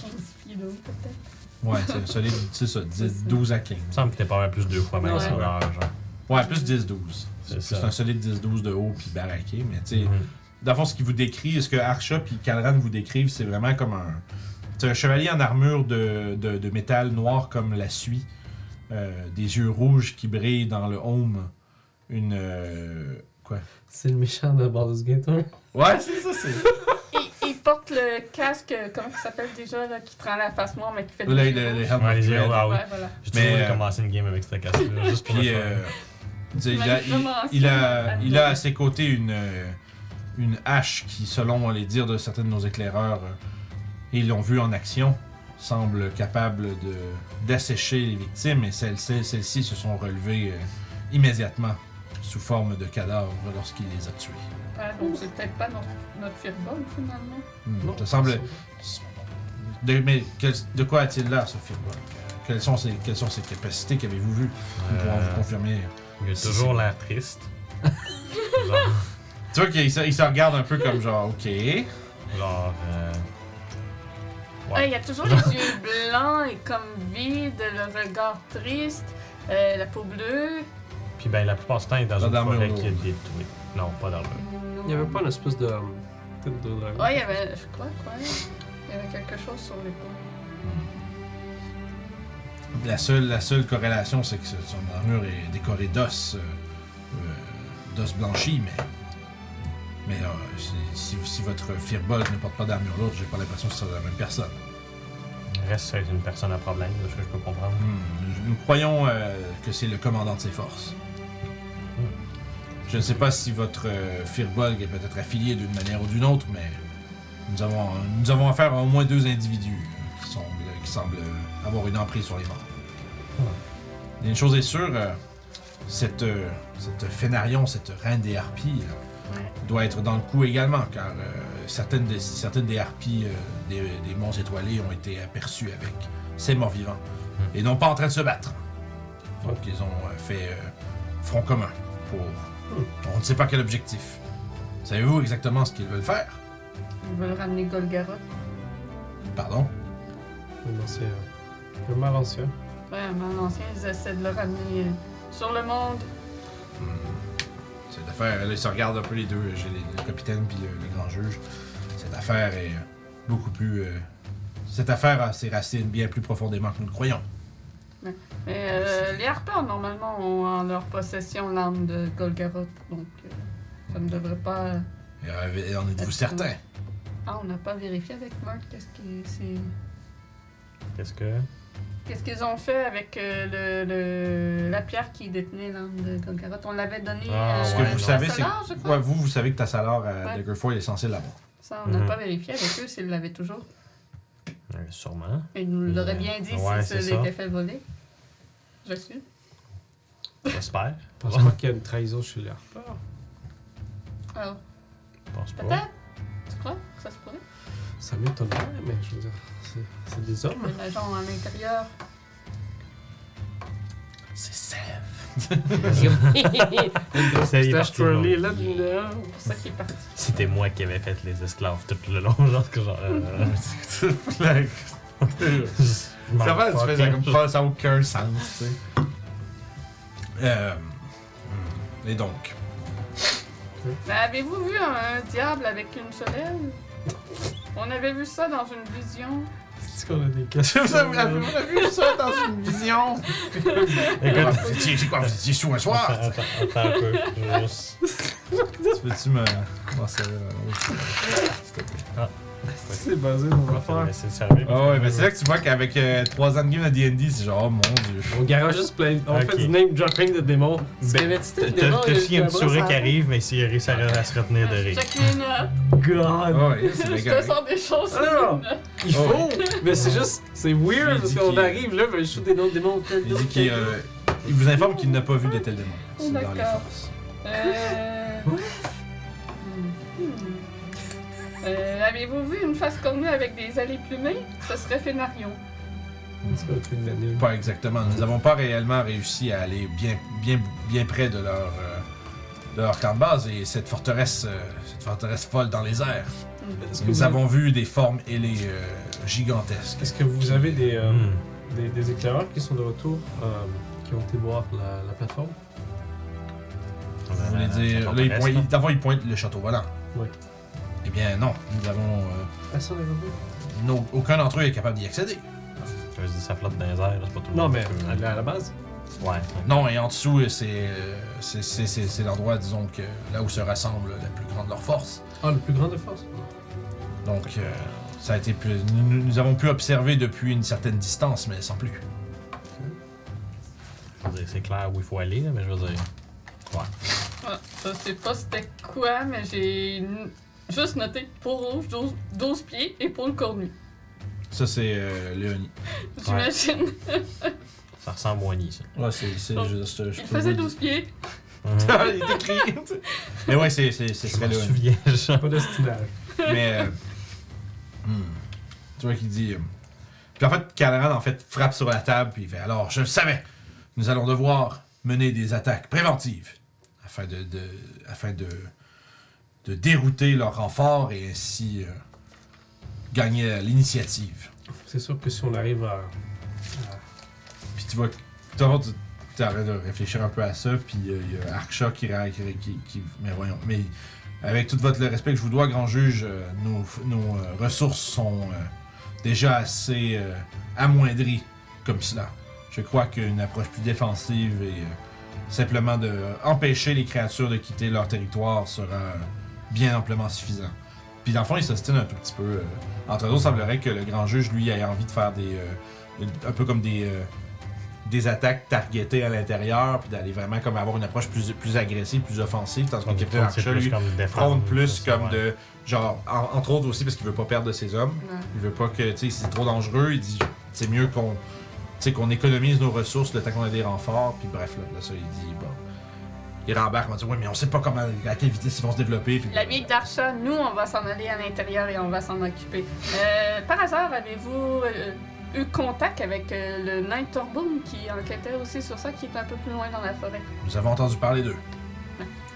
pieds d'eau, peut-être. Ouais, c'est solide, c'est ça, 10, 12 à 15. Il me semble que t'es pas mal plus deux fois même Ouais. son large. hein. Ouais, plus 10-12. C'est C'est Mm-hmm. ça. un solide 10-12 de haut puis baraqué, mais tu sais, Mhm. dans le fond, ce qu'il vous décrit, ce que Archa puis Calran vous décrivent, c'est vraiment comme un. C'est un chevalier en armure de, de- de métal noir comme la suie, euh, des yeux rouges qui brillent dans le home. Une. euh, quoi C'est le méchant de Baldur's Gate 1. Ouais, c'est ça, c'est. Il, il porte le casque, euh, comment il s'appelle déjà, là, qui te rend la face noire, mais qui fait Le, des le, yeux le rouges. helmet Ouais, les yeux, red. ah oui. Ouais, voilà. J'ai Mais, toujours voulu euh, commencer une game avec cette casse-là, juste pour le Puis, fun. euh, tu sais, il, Il a, m'a vraiment il- il a, enseigné. il a à ses côtés une, euh, une hache qui, selon les dires de certains de nos éclaireurs, euh, et ils l'ont vu en action, semble capable de d'assécher les victimes, et celles-ci celles ci se sont relevées euh, immédiatement sous forme de cadavres lorsqu'il les a tués. Ouais, donc c'est peut-être pas notre, notre fireball, finalement. Hmm, Ça semble. De, mais quel- de quoi a-t-il l'air, ce film quelles sont, ses, quelles sont ses capacités Qu'avez-vous vu Nous pourrons Euh, vous confirmer. Il a Si, toujours si. l'air triste. genre, Tu vois qu'il se, il se regarde un peu comme genre, ok. genre, euh, Ouais, Il Ouais. y a toujours les yeux blancs et comme vides, le regard triste, euh, la peau bleue. Puis ben la plupart du temps, il est dans Pas une d'armure forêt lourde. qui est détruite. Non, pas d'armure. Il y avait pas une espèce de. euh, de dragon. Ouais, il y avait. Je crois quoi? Il y avait quelque chose sur l'épaule. La seule, la seule corrélation, c'est que son armure est décorée d'os, euh, euh, d'os blanchi, mais. Mais euh, si, si- si votre Firbolg ne porte pas d'armure lourde, j'ai pas l'impression que ce soit la même personne. Il reste c'est une personne à problème, de ce que je peux comprendre. Hmm, Nous croyons euh, que c'est le commandant de ses forces. Je ne sais pas si votre euh, Firbolg est peut-être affilié d'une manière ou d'une autre, mais nous avons, nous avons affaire à au moins deux individus euh, qui, sont- qui semblent euh, avoir une emprise sur les morts. Et Une chose est sûre, euh, cette, euh, cette Phénarion, cette reine des harpies, euh, Ouais. doit être dans le coup également, car euh, certaines, des, certaines des harpies euh, des, des monts étoilés ont été aperçues avec ces morts vivants, et non pas en train de se battre. Donc ils ont euh, fait euh, front commun pour... On ne sait pas quel objectif. Savez-vous exactement ce qu'ils veulent faire? Ils veulent ramener Golgaroth. Pardon? Un ancien. Un mal ancien. Vraiment, l'ancien, ils essaient de le ramener euh, sur le monde. Hmm. Cette affaire, là, ils se regardent un peu les deux, j'ai les- le capitaine puis le, le grand juge. Cette affaire est beaucoup plus. euh, cette affaire a ses racines bien plus profondément que nous le croyons. Mais euh, les harpeurs, normalement, ont en leur possession l'âme de Golgaroth. Donc, euh, ça ne devrait pas. Et, euh, et en êtes-vous certain? Ah, on n'a pas vérifié avec Mark qu'est-ce qui- c'est- Qu'est-ce que. qu'est-ce qu'ils ont fait avec euh, le, le- la pierre qui détenait l'âme de Golgaroth. On l'avait donnée euh, Ah, à Ce ouais, que vous non. savez, c'est. Salar, je crois. Ouais, vous, vous savez que Tassalar à Ouais. Daggerfall est censé l'avoir. Ça, on n'a Mhm. pas vérifié avec eux s'ils l'avaient toujours. Euh, sûrement. Ils nous Mhm. l'auraient bien dit Ouais, s'ils c'est se ça. l'étaient fait voler. Je suis. J'espère. Je pense pas qu'il y a une trahison chez les harpeurs. Alors, Je pense pas. peut-être. Tu crois que ça se pourrait? Ça m'étonnerait, mais je veux dire, c'est- c'est des hommes. Les gens à l'intérieur. C'est ça. C'est Stash parti, Trolley, genre. là, là. C'est pour ça qu'il est parti. C'était moi qui avais fait les esclaves tout le long, genre que genre. euh, je m'en Ça va, tu fuck, fais ça hein. comme pas, ça n'a aucun sens, tu sais. Euh, hmm. et donc, Mais avez-vous vu un diable avec une seule aile? On avait vu ça dans une vision. C'est qu'on a des vous questions. avez, vous avez vu ça dans une vision? Ah, Écoute, vous étiez, c'est quoi, vous étiez sous un soir? attends, attends un peu. je vais juste- Peux-tu me. euh, m'en servir un autre? C'est basé dans Je vais te l'affaire. laisser te servir. Ah ouais, mais c'est là que tu vois qu'avec 3 ans de game de DD, c'est genre, oh mon dieu. On garage juste plein. On Ok. fait du name dropping de démons. Ben, Connais-tu tes T'as démons, t'as il y a chié un du petit cabra, sourire ça qui arrive, mais s'il réussit à, à se retenir de rire. Chacune, euh, God! Ah ouais, c'est je bien te correct. sors des choses. Ah non! Il Oh. faut! Mais c'est juste, c'est weird parce Il dit qu'on qu'il- arrive là, ben, je shoot des noms de démons. tel, Il dit tel, qu'il tel. euh, il vous informe qu'il n'a pas vu de tel démon. C'est dans les D'accord. forces. Euh... Hmm. Euh, Avez-vous vu une face cornue avec des allées plumées? Ce serait Fénarion. C'est quoi le truc de l'anime? Pas exactement. Nous n'avons pas réellement réussi à aller bien, bien, bien près de leur. euh, Leur camp de base et cette forteresse, euh, cette forteresse folle dans les airs. Est-ce que, Nous vous- avons vu des formes ailées euh, gigantesques. est-ce que vous avez des, euh, Hmm. des, des éclaireurs qui sont de retour, euh, qui ont été voir la, la plateforme Vous voulez dire. Là, il pointe, d'abord, il pointe le château volant. Oui. Eh bien, non. Nous avons. euh, Personne n'est revenu. no- aucun d'entre eux est capable d'y accéder. Je veux dire, ça flotte dans les airs, c'est pas tout le Non, monde mais qui peut- à la, à la base, Ouais. Non, et en dessous, euh, c'est, euh, c'est, c'est, c'est, c'est l'endroit, disons, que, là où se rassemble la plus grande de leurs forces. ah, le plus grand de force. Donc, euh, ça a été plus- nous, nous avons pu observer depuis une certaine distance, mais sans plus. Je veux dire, c'est clair où il faut aller, là, mais je veux dire. Ah, je sais pas c'était quoi, mais j'ai n- juste noté pour rouge 12, 12 pieds et pour le cornu. Ça, c'est euh, Léonie. J'imagine. Ça ressemble au nid, ça. Ouais, c'est, c'est Donc, juste. Il faisait 12 pieds. Il est écrit. mais ouais, c'est, c'est, c'est, Je c'est me Léonie. souviens, genre. Pas d'estinage. Mais. euh, hmm. Tu vois qu'il dit. euh, Puis en fait, Calaran en fait, frappe sur la table, puis il fait Alors, je le savais, nous allons devoir mener des attaques préventives afin de. de afin de. de dérouter leur renfort et ainsi euh, gagner l'initiative. C'est sûr que si on arrive à. Puis tu vois, que- tout à l'heure, tu t'arrêtes de réfléchir un peu à ça, puis euh, il y a Archa qui, ra- qui, qui- qui- Mais voyons, mais avec tout votre le respect que je vous dois, grand juge, euh, nos, nos, euh, ressources sont euh, déjà assez euh, amoindries comme cela. Je crois qu'une approche plus défensive et euh, simplement de empêcher les créatures de quitter leur territoire sera euh, bien amplement suffisant. Puis dans le fond, ils s'ostinent un tout petit peu. euh. Entre eux, il semblerait que le grand juge, lui, ait envie de faire des... euh, un peu comme des... euh, des attaques targetées à l'intérieur, puis d'aller vraiment comme avoir une approche plus, plus agressive, plus offensive, tandis que Captain C'est Archer, plus lui, comme défendre, prône plus ça, comme ouais. de genre en- entre autres aussi parce qu'il veut pas perdre de ses hommes il veut pas que tu sais c'est trop dangereux il dit c'est mieux qu'on tu sais qu'on économise nos ressources le temps qu'on a des renforts puis bref là, là, ça il dit bon il rembarque on dit oui mais on sait pas comment à quelle vitesse ils vont se développer puis La vieille d'Archa, nous, on va s'en aller à l'intérieur et on va s'en occuper. Euh, par hasard, avez-vous euh, eu contact avec euh, le nain Torboum qui enquêtait aussi sur ça, qui est un peu plus loin dans la forêt? nous avons entendu parler d'eux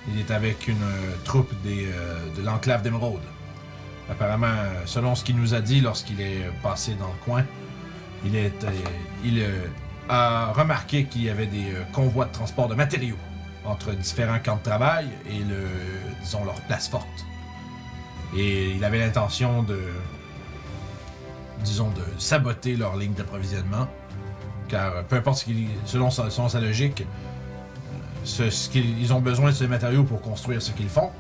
il est avec une euh, troupe des, euh, de l'enclave d'émeraude apparemment euh, selon ce qu'il nous a dit lorsqu'il est euh, passé dans le coin il est euh, il euh, a remarqué qu'il y avait des euh, convois de transport de matériaux entre différents camps de travail et le, disons leur place forte. Et il avait l'intention de, disons, de saboter leur ligne d'approvisionnement, car euh, peu importe ce qu'il, selon, sa- selon sa logique, euh, ce, ce qu'ils ils ont besoin de ces matériaux pour construire ce qu'ils font,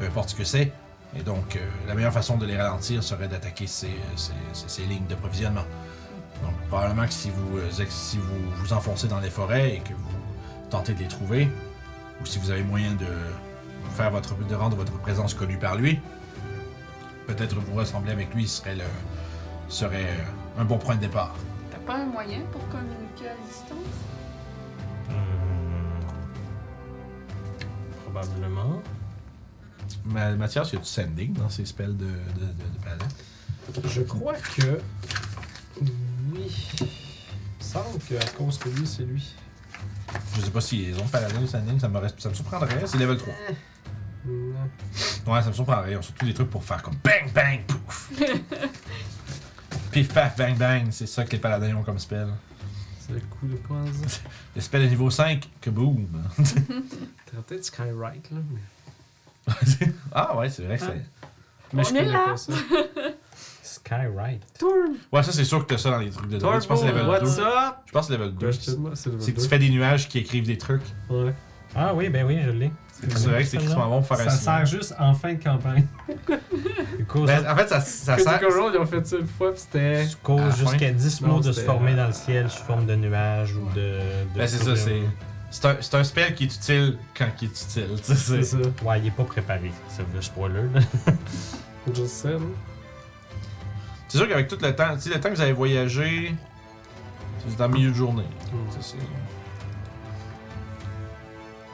peu importe ce que c'est. Et donc, euh, la meilleure façon de les ralentir serait d'attaquer ces, ces- ces- ces lignes d'approvisionnement. Donc, probablement que si vous, euh, ex- si vous vous enfoncez dans les forêts et que vous tentez de les trouver, ou si vous avez moyen de faire votre de rendre votre présence connue par lui, peut-être vous ressembler avec lui serait le serait euh, un bon point de départ. T'as pas un moyen pour communiquer à distance? Hmm. Probablement. Ma, Mathias, y a du sending dans ces spells de, de, de, de paladin? Je crois que. Oui. Il me semble qu'à cause que lui, c'est lui. Je sais pas si ils ont paladin ou sending, ça me, reste- ça me surprendrait. C'est level 3. Non. Ouais, ça me surprendrait. Ils ont surtout des trucs pour faire comme bang, bang, pouf. Pif, paf, bang, bang. C'est ça que les paladins ont comme spell. C'est le coup de poing. ça. Le spell de niveau 5, que boum. T'as peut-être Skywrite, là, mais. ah ouais, c'est vrai que c'est. Hein? Mais je On est connais là. pas ça. Skyrite. Ouais, ça c'est sûr que t'as ça dans les trucs de drogue. Je pense que c'est level 2. up? Je pense que c'est level 2. C'est Question, c'est le que tu fais des nuages qui écrivent des trucs. Ouais. Ah oui, ben oui, je l'ai. C'est vrai que c'est extrêmement bon pour faire Ça un sert signe. juste en fin de campagne. Tu causes, Ben, en fait, ça, ça sert. Critical Role, ils ont fait ça une fois, pis à c'était. tu la causes fin. jusqu'à 10 Non, mots de se c'était, former euh, dans le ciel sous forme de nuages ou de. de Ben, c'est ça, c'est. C'est un, c'est un spell qui est utile quand il est utile. tu sais, C'est c'est- ça. Ouais, il est pas préparé. C'est le spoiler, là. Je sais, non? C'est sûr qu'avec tout le temps, si le temps que vous avez voyagé, c'est en milieu de journée. Ça, c'est-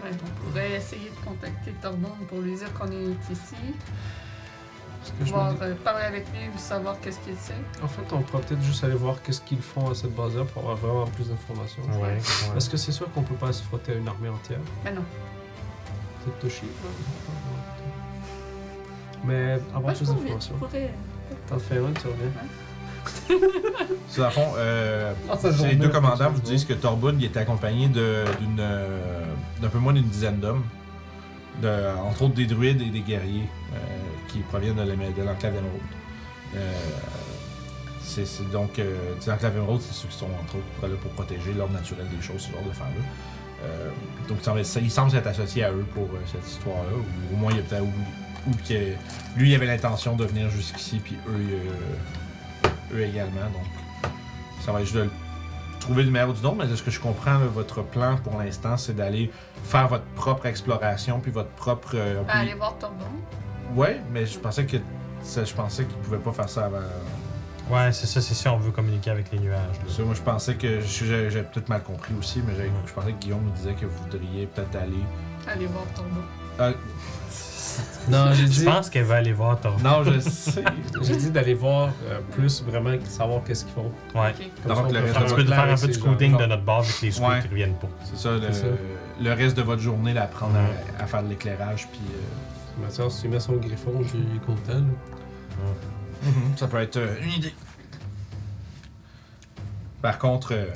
Ouais, on pourrait Ben, essayer de contacter Torboum pour lui dire qu'on est ici, Parce que je me pouvoir dis- euh, parler avec lui, savoir qu'est-ce qu'il sait. En fait, on pourrait peut-être juste aller voir qu'est-ce qu'ils font à cette base-là pour avoir vraiment plus d'informations. Ouais. Ben, Parce que c'est sûr qu'on peut pas se frotter à une armée entière. Mais non. Peut-être touché. Mais avoir Moi, Ben, je plus trouve que tu d'informations. pourrais. T'en fais un, tu reviens. C'est à fond, euh, Ah, ça, les journée, deux la commandants prochaine vous disent que Torbud il était accompagné de- d'une euh, d'un peu moins d'une dizaine d'hommes, de- entre autres des druides et des guerriers euh, qui proviennent de l'ém- de l'enclave d'Emeraude. Euh, c'est c'est donc, euh, tu sais, l'enclave d'Emeraude, c'est ceux qui sont entre autres là, pour protéger l'ordre naturel des choses, ce genre de faire-là. Euh, donc, il semble- ça- il semble s'être associé à eux pour euh, cette histoire-là, ou au moins il a peut-être oublié. Ou que lui il avait l'intention de venir jusqu'ici, puis eux, euh, eux également. Donc, ça va être juste de le trouver du meilleur du nom, mais de ce que je comprends, là, votre plan pour l'instant, c'est d'aller faire votre propre exploration, puis votre propre. euh, un peu- Ben, aller voir ton bon. Ouais, mais je pensais que ça- je pensais qu'ils pouvaient pas faire ça avant. Ouais, c'est ça, c'est si on veut communiquer avec les nuages. là. Ça, moi, je pensais que je- j'ai j'ai peut-être mal compris aussi, mais j'ai- je pensais que Guillaume nous disait que vous voudriez peut-être aller. Aller voir ton bon. Non, j'ai Je dit, pense qu'elle va aller voir ton. Non, je sais. j'ai dit d'aller voir euh, plus vraiment savoir qu'est-ce qu'ils font. Ok. Ouais. Comme Donc, ça, on le peut reste faire de Tu votre peux plan faire un avec peu de ces scouting gens-là. de notre bord vu que les scouts Ouais. qui reviennent pas. C'est ça, le, C'est ça. le reste de votre journée, la prendre Mhm. à, à faire de l'éclairage, puis. euh, Ma soeur, si tu mets son griffon, je suis content. là. Mhm. Ça peut être euh, une idée. Par contre. euh,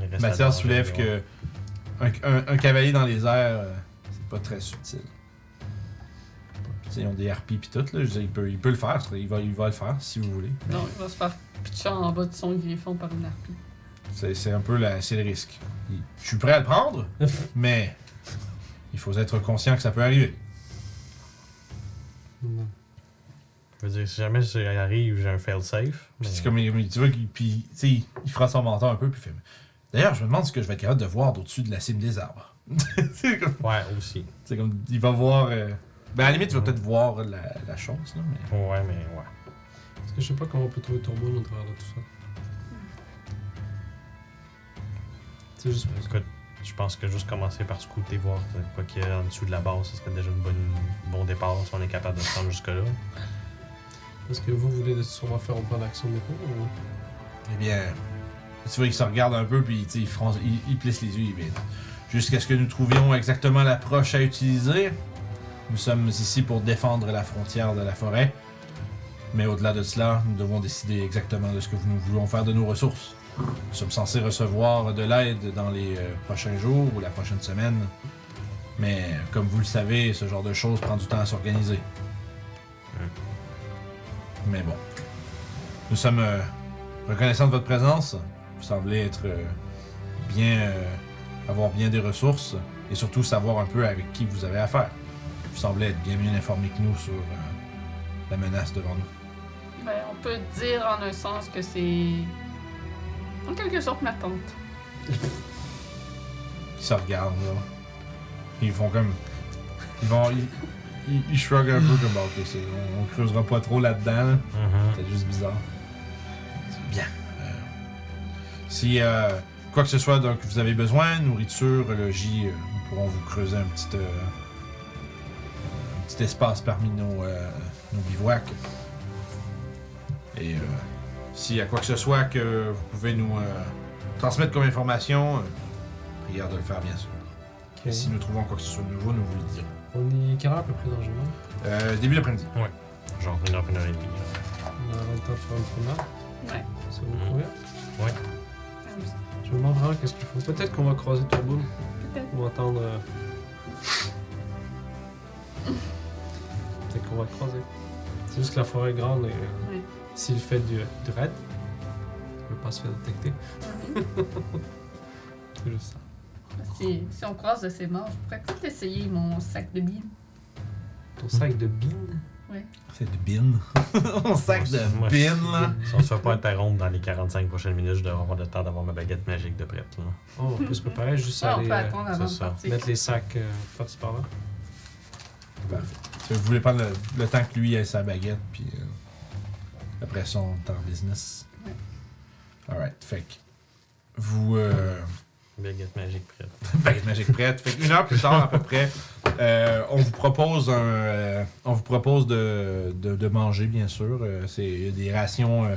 Il reste à Mathias dormir, soulève ouais. que un, un- un cavalier dans les airs, euh, c'est pas très subtil. Tu sais, Ils ont des RP pis tout, là. Je veux dire, il, peut, il peut le faire, il va, il va le faire si vous voulez. Non, il va se faire pitcher en bas de son griffon par une harpie. C'est c'est un peu la, c'est le risque. Il- Je suis prêt à le prendre, mais il faut être conscient que ça peut arriver. Non. Je veux dire, si jamais j'arrive, j'ai un fail safe. Puis c'est comme il- tu vois, qu'il- puis, tu sais, il fera son menton un peu, puis il fait. D'ailleurs, je me demande ce que je vais être capable de voir d'au-dessus de la cime des arbres. c'est comme, Ouais, aussi. c'est comme, il va voir. euh, ben, à la limite, il va peut-être voir la, la chose, là, mais. Ouais, mais ouais. Parce que je sais pas comment on peut trouver ton monde au travers de tout ça. C'est juste parce Écoute, je pense que juste commencer par scouter, voir euh, quoi qu'il y a en dessous de la base, ce serait déjà une bonne, bon départ si on est capable de se rendre jusque-là. que, parce que vous voulez sûrement faire un plan d'action maintenant ou... Eh bien, tu vois, il se regarde un peu, puis tu sais, il, fronce- il, il plisse les yeux, il vide. Jusqu'à ce que nous trouvions exactement l'approche à utiliser. Nous sommes ici pour défendre la frontière de la forêt. Mais au-delà de cela, nous devons décider exactement de ce que nous voulons faire de nos ressources. Nous sommes censés recevoir de l'aide dans les euh, prochains jours ou la prochaine semaine. Mais comme vous le savez, ce genre de choses prend du temps à s'organiser. Mais bon. Nous sommes euh, reconnaissant de votre présence. Vous semblez être euh, bien. euh, avoir bien des ressources et surtout savoir un peu avec qui vous avez affaire. Vous semblez être bien mieux informé que nous sur euh, la menace devant nous. Ben, on peut dire en un sens que c'est. En quelque sorte, ma tante. Ils se regardent, là. Ils font comme. Ils vont. Ils, ils, ils shrug un peu comme Bon, ok, c'est- on, on creusera pas trop là-dedans. là. C'est juste bizarre. Bien. Euh, si euh, quoi que ce soit donc, vous avez besoin, nourriture, logis, euh, nous pourrons vous creuser un petit, euh, un petit espace parmi nos, euh, nos bivouacs. Et euh, s'il y a quoi que ce soit que vous pouvez nous euh, transmettre comme information, euh, prière de le faire bien sûr. Et si nous trouvons quoi que ce soit de nouveau, nous vous le dirons. On est quelle heure à peu près dans le journal Euh, début d'après-midi. Genre une heure, une heure et demie. hein. On là. a le temps de faire une promenade. Ouais. Ça Hmm. vous convient comme ça. Je me demande vraiment qu'est-ce qu'il faut. Peut-être qu'on va croiser ton boule Peut-être. ou entendre. euh, Peut-être qu'on va le croiser. C'est juste que la forêt est grande et euh, Ouais. s'il fait du, du raid, il peut pas se faire détecter. C'est juste ça. Si, si on croise de ses morts, je pourrais peut-être essayer mon sac de billes. Ton sac de bines C'est de bin. Mon sac de Moi, je- bin, là. Si on se fait pas Mm-hmm. interrompre dans les 45 prochaines minutes, je devrais avoir le temps d'avoir ma baguette magique de prête. Là. Oh, on peut se préparer, juste Ça, Ah, on aller peut euh, attendre avant c'est de ça. partir. mettre les sacs euh, par-ci par-là. Si vous voulez prendre le, le temps que lui ait sa baguette, puis euh, après ça, on est en business. Ouais. Alright, fait que vous. euh, Baguette magique prête. baguette magique prête. Fait qu'une heure plus tard, à peu près, euh, on vous propose un, euh, on vous propose de, de, de manger, bien sûr. Euh, c'est des rations. euh,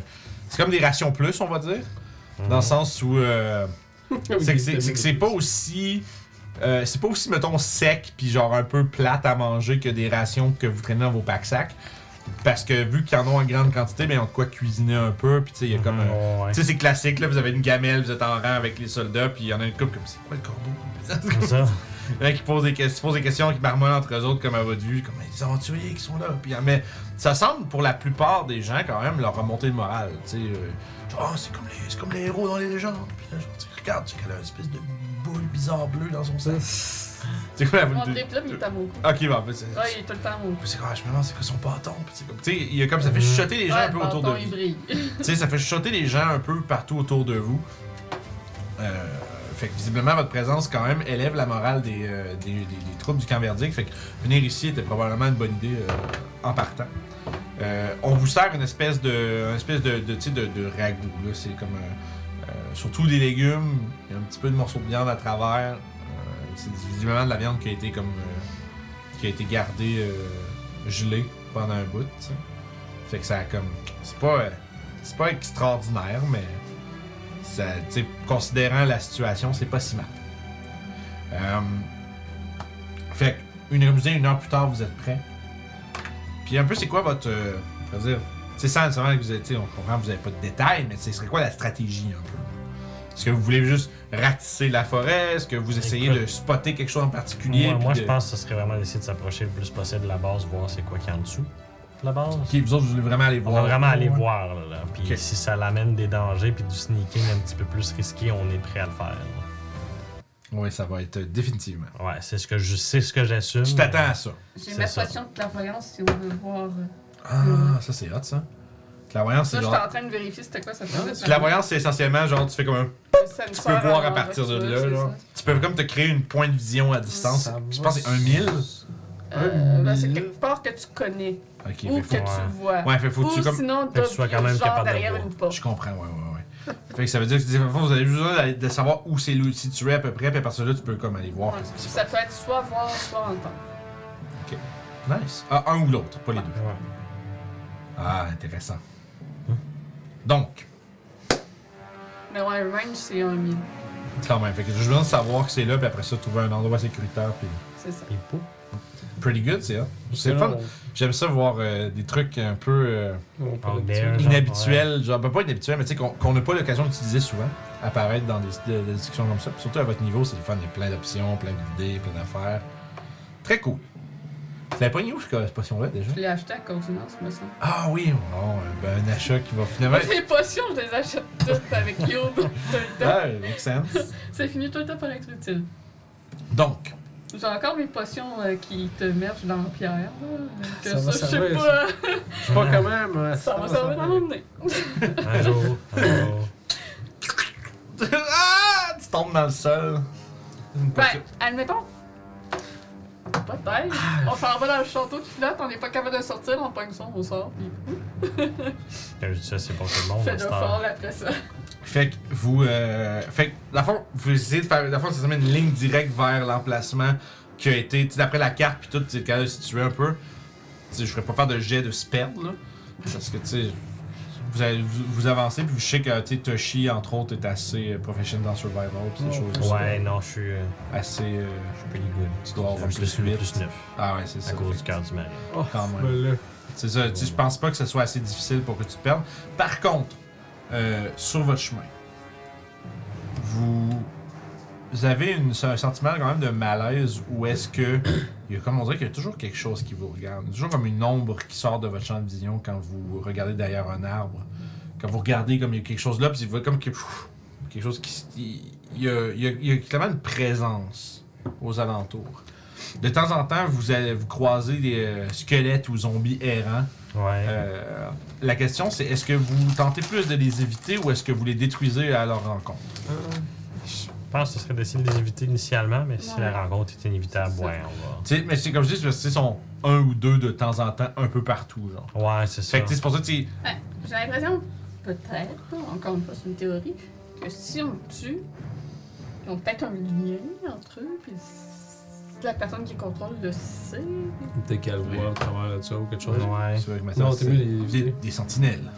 c'est comme des rations plus, on va dire. Dans le sens où. euh, c'est que c'est- c'est que c'est pas aussi Euh, c'est pas aussi, mettons, sec puis genre un peu plate à manger que des rations que vous traînez dans vos packs sacs. Parce que vu qu'ils en ont en grande quantité, ben, ils ont de quoi cuisiner un peu. Puis tu sais, il y a comme. euh, un- Ouais, ouais. Tu sais, c'est classique, là, vous avez une gamelle, vous êtes en rang avec les soldats, puis il y en a une couple comme c'est quoi le corbeau C'est ça. Il y en a qui posent des, questions- posent des questions, qui marmonnent entre eux autres comme à votre vue, comme les aventuriers qui sont là. Puis, ah, mais ça semble pour la plupart des gens quand même leur remonter le moral. Tu sais, euh, genre, Ah, c'est comme, les- c'est comme les héros dans les légendes. Puis là, genre, tu sais, regarde, tu sais, qu'elle a une espèce de boule bizarre bleue dans son sac. C'est quoi la boule Mon de- triple, il est amoureux. Ok, bon, en fait, c'est. Ouais, il est tout le temps amoureux. Puis c'est quoi, je me demande c'est quoi son bâton. Puis c'est comme, tu sais, il y a comme ça fait Mhm. chuchoter les gens Mm-hmm. Ouais, un peu le autour de bâton, lui. il brille. Tu sais, ça fait chuchoter les gens un peu partout autour de vous. Euh, fait que visiblement, votre présence, quand même, élève la morale des, euh, des, des- des troupes du camp verdict. Fait que venir ici était probablement une bonne idée euh, en partant. Euh, on vous sert une espèce de, une espèce de, de, tu sais, de, de ragoût. là. C'est comme euh, euh, surtout des légumes, il y a un petit peu de morceaux de viande à travers. Euh, c'est visiblement de la viande qui a été comme euh, qui a été gardée euh, gelée pendant un bout. tu sais. Fait que ça a comme c'est pas euh, c'est pas extraordinaire, mais ça, tu sais, considérant la situation, c'est pas si mal. Euh, fait que, une heure, une heure plus tard, vous êtes prêts. Puis un peu, c'est quoi votre. euh, on va dire. C'est sans nécessairement que vous êtes. tu sais, On comprend que vous n'avez pas de détails, mais ce serait quoi la stratégie un peu Est-ce que vous voulez juste ratisser la forêt Est-ce que vous essayez Écoute. de spotter quelque chose en particulier Moi, puis moi, de- je pense que ce serait vraiment d'essayer de s'approcher le plus possible de la base, voir c'est quoi qu'il y a en dessous de la base. Ok, vous autres, vous voulez vraiment aller On voir. va vraiment aller Ouais. voir, là. là. Puis Ok. si ça l'amène des dangers puis du sneaking un petit peu plus risqué, on est prêt à le faire. là. Ouais, ça va être euh, définitivement. Ouais, c'est ce que je c'est ce que j'assume. Tu t'attends à ça. J'ai C'est l'impression que la voyance, si on veut voir. euh, Ah, ça c'est hot ça. Clairvoyance, Ça, c'est j'étais genre. en train de vérifier c'était quoi ça faisait. La voyance, c'est essentiellement genre, tu fais comme un. Tu peux voir à partir de là. genre. Tu peux comme te créer une pointe de vision à distance. Je pense que c'est un mille. Euh, ben, c'est quelque part que tu connais Ok, fait ou que faut- tu ouais. vois. Ouais, fait faut que Ou tu comme. sinon, que tu sois quand même d'obvious, genre capable de derrière voir. une porte. Je comprends, ouais, ouais, ouais. fait que ça veut dire que tu dis, au fond, vous avez juste besoin d'aller- de savoir où c'est le- situé à peu près, puis à partir de là, tu peux comme aller voir. Ouais. qu'est-ce qui se Ça peut être soit voir, soit entendre. passe. Nice. Ah, un ou l'autre, pas les deux. Ouais. Ah, intéressant. Hmm. Donc, Mais ouais, range, c'est un mille. quand même. Fait que j'ai besoin de savoir que c'est là, puis après ça, trouver un endroit sécuritaire, puis. C'est ça. Puis pou. Pretty good, c'est hot. C'est fun. J'aime ça voir euh, des trucs un peu. euh, On Oh, parle there. de Genre, inhabituel, genre ben, pas inhabituel, mais tu sais qu'on qu'on n'a pas l'occasion d'utiliser souvent, apparaître dans des, des- des discussions comme ça. Puis Surtout à votre niveau, c'est le fun, il y a plein d'options, plein d'idées, plein d'affaires. Très cool. Tu l'avais pas mis où cette potion-là déjà? Je l'ai acheté à Continence, me semble. Ah oui, bon, euh, ben, un achat qui va finalement. Les potions, je les achète toutes avec Yo. tout le temps. Ah, make sense. Ça finit tout le temps par être utile. Donc, J'ai encore mes potions euh, qui te mergent dans la pierre. là. Que Ça va ça, je sais servir, pas. Je pas quand même. euh, Ça va servir dans mon nez. Un jour, un jour. ah, tu tombes dans le sol. Une Ben, potion. admettons. Peut-être. On s'en va dans le château qui flotte, on n'est pas capable de sortir, on pogne son, on sort, puis Quand je dis ça, ben, c'est pour tout le on monde. fait à de cette heure. fort après ça. Fait que vous. Euh, fait que, la fois, vous essayez de faire. La fois, ça se met une ligne directe vers l'emplacement qui a été. tu sais, D'après la carte, puis tout, tu es capable de situer un peu. Tu sais, Je ferais pas faire de jet de spell, là. Parce que, tu sais. Vous, allez- vous, vous avancez, puis je sais que tu sais, Toshi, entre autres, est assez euh, professionnel dans Survival, puis ces Ouais, choses Oh, Ouais, non, je suis, euh, Assez. euh, je suis pretty good. tu dois avoir Un un plus plus, 8. plus 9 Ah ouais, c'est ça. à cause du cœur du mari. Oh, Quand même. ben là. C'est ça, tu sais, je pense pas que ce soit assez difficile pour que tu te perdes. Par contre, euh, sur votre chemin, vous, vous avez une- un sentiment quand même de malaise où est-ce que, il y a, comme on dirait qu'il y a toujours quelque chose qui vous regarde, toujours comme une ombre qui sort de votre champ de vision quand vous regardez derrière un arbre, quand vous regardez comme il y a quelque chose là, puis vous voyez comme que, pff, quelque chose qui, s- il il y, a, il y a- il y a clairement une présence aux alentours. De temps en temps, vous allez vous croiser des euh, squelettes ou zombies errants. Ouais. Euh, la question, c'est est-ce que vous tentez plus de les éviter ou est-ce que vous les détruisez à leur rencontre? Je pense que ce serait d'essayer de les éviter initialement, mais si Ouais. la rencontre est inévitable, C'est ça. ouais, on Tu sais, mais c'est comme je dis, c'est parce que, tu sais, ils sont un ou deux de temps en temps, un peu partout, genre. va. Ouais, c'est ça. Fait que tu sais, c'est pour ça que tu sais, J'ai l'impression, peut-être, encore une fois, c'est une théorie, que si on le tue, ils ont peut-être un lien entre eux, puis si la personne qui contrôle le sait. Peut-être qu'elle voit à travers de ça ou quelque chose. Ouais. c'est vrai que ma sœur, Non, t'es c'est- mieux les des, éviter. des sentinelles.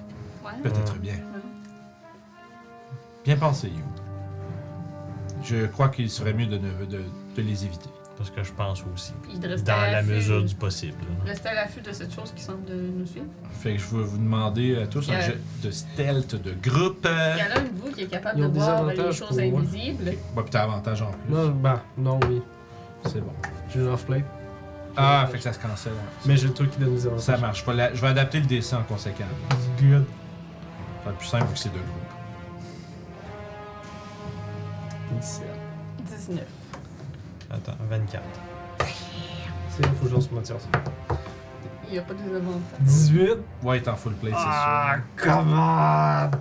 Ouais. Peut-être bien. Bien pensé, You. Je crois qu'il serait mieux de, ne- de- de les éviter. C'est ce que je pense aussi. Puis de rester à Dans la l'affût- mesure du possible. Rester à l'affût de cette chose qui semble de nous suivre. Fait que je vais vous demander à tous un Yeah. jet de stealth de groupe. Il y en a un de vous qui est capable Ils de ont des voir les avantages choses pour moi. invisibles. Bah, puis t'as avantage en plus. Non, bah, non, oui. C'est bon. J'ai une off-plate. Ah, fait que ça se cancelle. ouais. Mais j'ai le truc qui donne des avantages. Ça marche. Je vais, la- je vais adapter le dessin en conséquence. Good. Ça va être plus simple vu que c'est deux groupes. 17. 19. Attends, 24. C'est là, faut que j'en sois motivation. Il n'y a pas de désavantages. 18. Ouais, il est en full plate, c'est Ah, comment? Ah.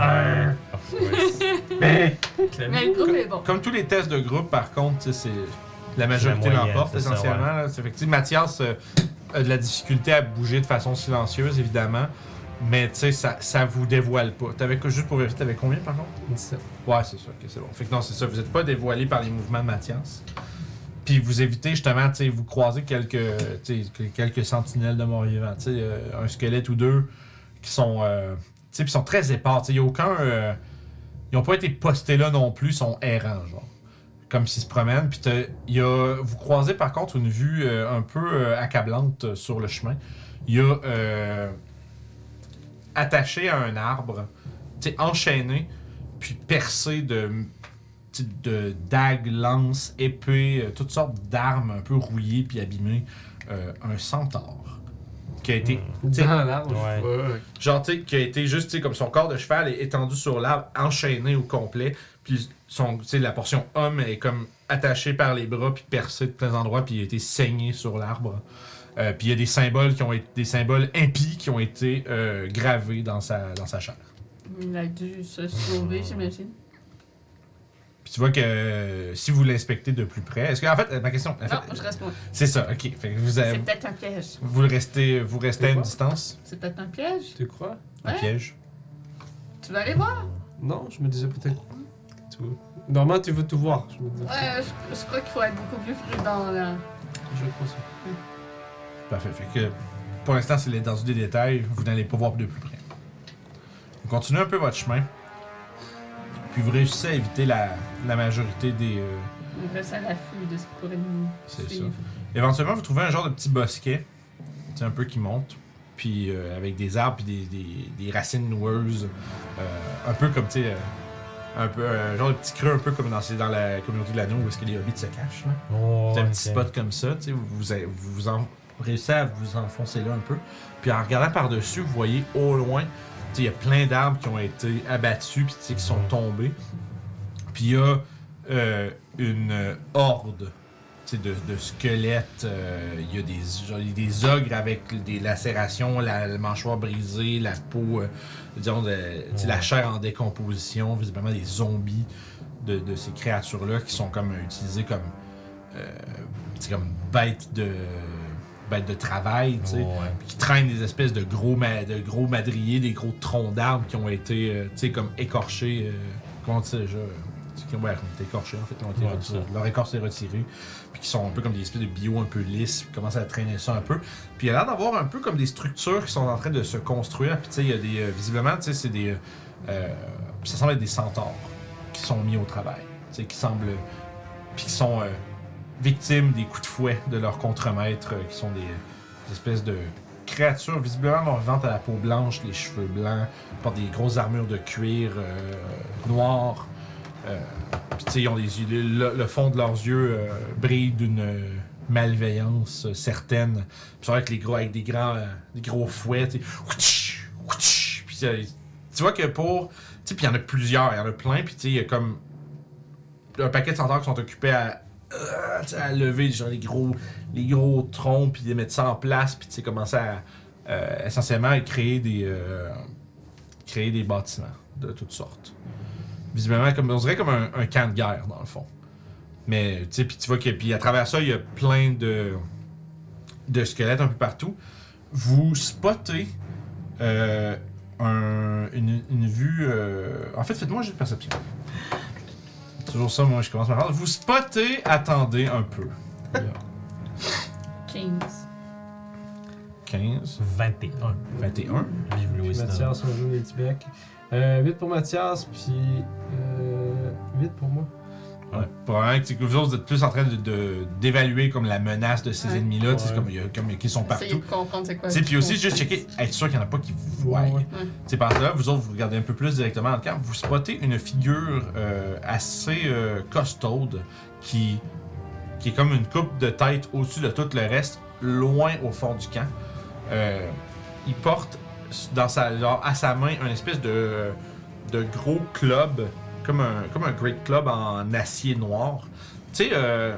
Mais. Mais le groupe est bon. sûr. Comme tous les tests de groupe, par contre, tu sais, c'est la majorité C'est la moyenne, l'emporte c'est ça, essentiellement. ouais. là. C'est effectivement, Mathias euh, a de la difficulté à bouger de façon silencieuse, évidemment. Mais tu sais, ça, ça vous dévoile pas. T'avais que- juste pour vérifier, t'avais combien par contre 17. Ouais, c'est ça, ok, c'est bon. Fait que non, c'est ça, vous n'êtes pas dévoilé par les mouvements de Mathias. Puis vous évitez justement, tu sais, vous croisez quelques, tu sais, que- quelques sentinelles de mort-vivant, tu sais, euh, un squelette ou deux qui sont, euh, tu sais, puis sont très épars, tu sais, y a aucun, euh, ils ont pas été postés là non plus, ils sont errants, genre, comme s'ils se promènent. Puis t'as- y a, vous croisez par contre une vue euh, un peu euh, accablante euh, sur le chemin. Il y a euh, attaché à un arbre, tu sais, enchaîné, puis percé de tu sais, de dagues, lances, épées, euh, toutes sortes d'armes un peu rouillées puis abîmées, euh, un centaure qui a été tu sais, Dans l'arbre. Ouais. Fuck. genre tu sais, qui a été juste tu sais, comme son corps de cheval est étendu sur l'arbre, enchaîné au complet, puis son tu sais, la portion homme est comme attachée par les bras puis percée de plein endroits puis il a été saigné sur l'arbre. Euh, puis il y a des symboles qui ont été des symboles impies qui ont été euh, gravés dans sa dans sa chair. Il a dû se sauver, j'imagine. Puis tu vois que euh, si vous l'inspectez de plus près, est-ce que en fait euh, ma question, en Non, fait, Ben, je reste moi. c'est ça, ok. Fait que vous avez- C'est peut-être un piège. vous le restez vous restez à C'est une quoi? distance, C'est peut-être un piège. Tu crois? un Ouais. piège. Tu vas aller voir? Non, je me disais peut-être. Tu vois. Normalement, tu veux tout voir. Je me disais. Ouais, je, je crois qu'il faut être beaucoup plus prudent là. Je crois ça. Parfait. Fait que pour l'instant, c'est dans du des détails. Vous n'allez pas voir de plus près. Vous continuez un peu votre chemin. Puis vous réussissez à éviter la, la majorité des. euh, On reste à l'affût de ce qui pourrait nous C'est suivre. Éventuellement, vous trouvez un genre de petit bosquet, c'est un peu qui monte, puis euh, avec des arbres puis des, des- des racines noueuses, euh, un peu comme, tu sais, euh, un peu, un genre de petit creux, un peu comme dans, c'est dans la communauté de l'anneau où est-ce que les hobbits se cachent. Là. C'est un petit spot comme ça, tu sais, vous, vous, vous en- réussissez à vous enfoncer là un peu. Puis en regardant par-dessus, vous voyez au loin, tu sais, il y a plein d'arbres qui ont été abattus, puis tu sais, qui sont Mhm. tombés. Puis il y a euh, une euh, horde tu sais, de, de squelettes. euh, Il y a des, genre, il y a des ogres avec des lacérations, la, le mâchoire brisée, la peau, euh, disons, de, tu sais, la Ouais. chair en décomposition, visiblement des zombies de, de ces créatures-là qui sont comme euh, utilisées comme, euh, tu sais, comme bêtes de bêtes de travail, tu sais, puis qui traînent des espèces de gros, ma- de gros madriers, des gros troncs d'arbres qui ont été, euh, tu sais, comme écorchés, euh, comment on dit ça déjà? euh, tu sais, qui- Ouais, qui ont été écorchés, en fait, qui ont été Ouais, retirés. ça. leur écorce est retirée, puis qui sont un peu comme des espèces de bio un peu lisses, puis commencent à traîner ça un peu. Puis il y a l'air d'avoir un peu comme des structures qui sont en train de se construire, puis tu sais, il y a des, euh, visiblement, tu sais, c'est des, euh, euh, ça semble être des centaures qui sont mis au travail, tu sais, qui semblent, puis qui sont euh, victimes des coups de fouet de leurs contremaîtres, euh, qui sont des, des espèces de créatures visiblement mort-vivantes à la peau blanche, les cheveux blancs, ils portent des grosses armures de cuir euh, noir. Euh, puis tu sais, ils ont des yeux- le, le fond de leurs yeux euh, brille d'une euh, malveillance euh, certaine. Puis c'est vrai que les gros avec des grands, euh, des gros fouets, tu sais, ouitch, ouitch. Puis euh, tu vois que pour, tu sais, puis il y en a plusieurs, il y en a plein, puis tu sais, il y a comme un paquet de centaures qui sont occupés à, euh, tu sais, à lever genre les gros, les gros troncs, puis de mettre ça en place, puis tu sais, commencer à euh, essentiellement à créer des, euh, créer des bâtiments de toutes sortes visiblement comme on dirait comme un, un camp de guerre dans le fond. Mais tu sais puis tu vois que puis à travers ça il y a plein de de squelettes un peu partout. Vous spottez euh, un- une, une vue. euh, En fait, faites-moi un jeu de perception. Toujours ça, moi je commence par là. Vous spottez, attendez un peu. 15. 15, 21. 21. Vive le wisdom. Mathias, on joue les petits becs. Euh, 8 pour Mathias, puis. Euh, Ouais. Probablement que c'est que vous autres, vous êtes plus en train de- de- d'évaluer comme la menace de ces Ouais. ennemis-là, tu sais, Ouais. comme, il y a- comme qui sont Essayer partout. de comprendre c'est quoi. Tu sais, le puis aussi, fond. juste checker, être sûr qu'il n'y en a pas qui vous voient. Ouais, ouais. Tu sais, par là, vous autres, vous regardez un peu plus directement dans le camp, vous spottez une figure euh, assez euh, costaude qui, qui est comme une coupe de tête au-dessus de tout le reste, loin au fond du camp. Euh, il porte dans sa, genre, à sa main un espèce de, euh, de gros club, comme un, comme un great club en acier noir. Tu sais, euh,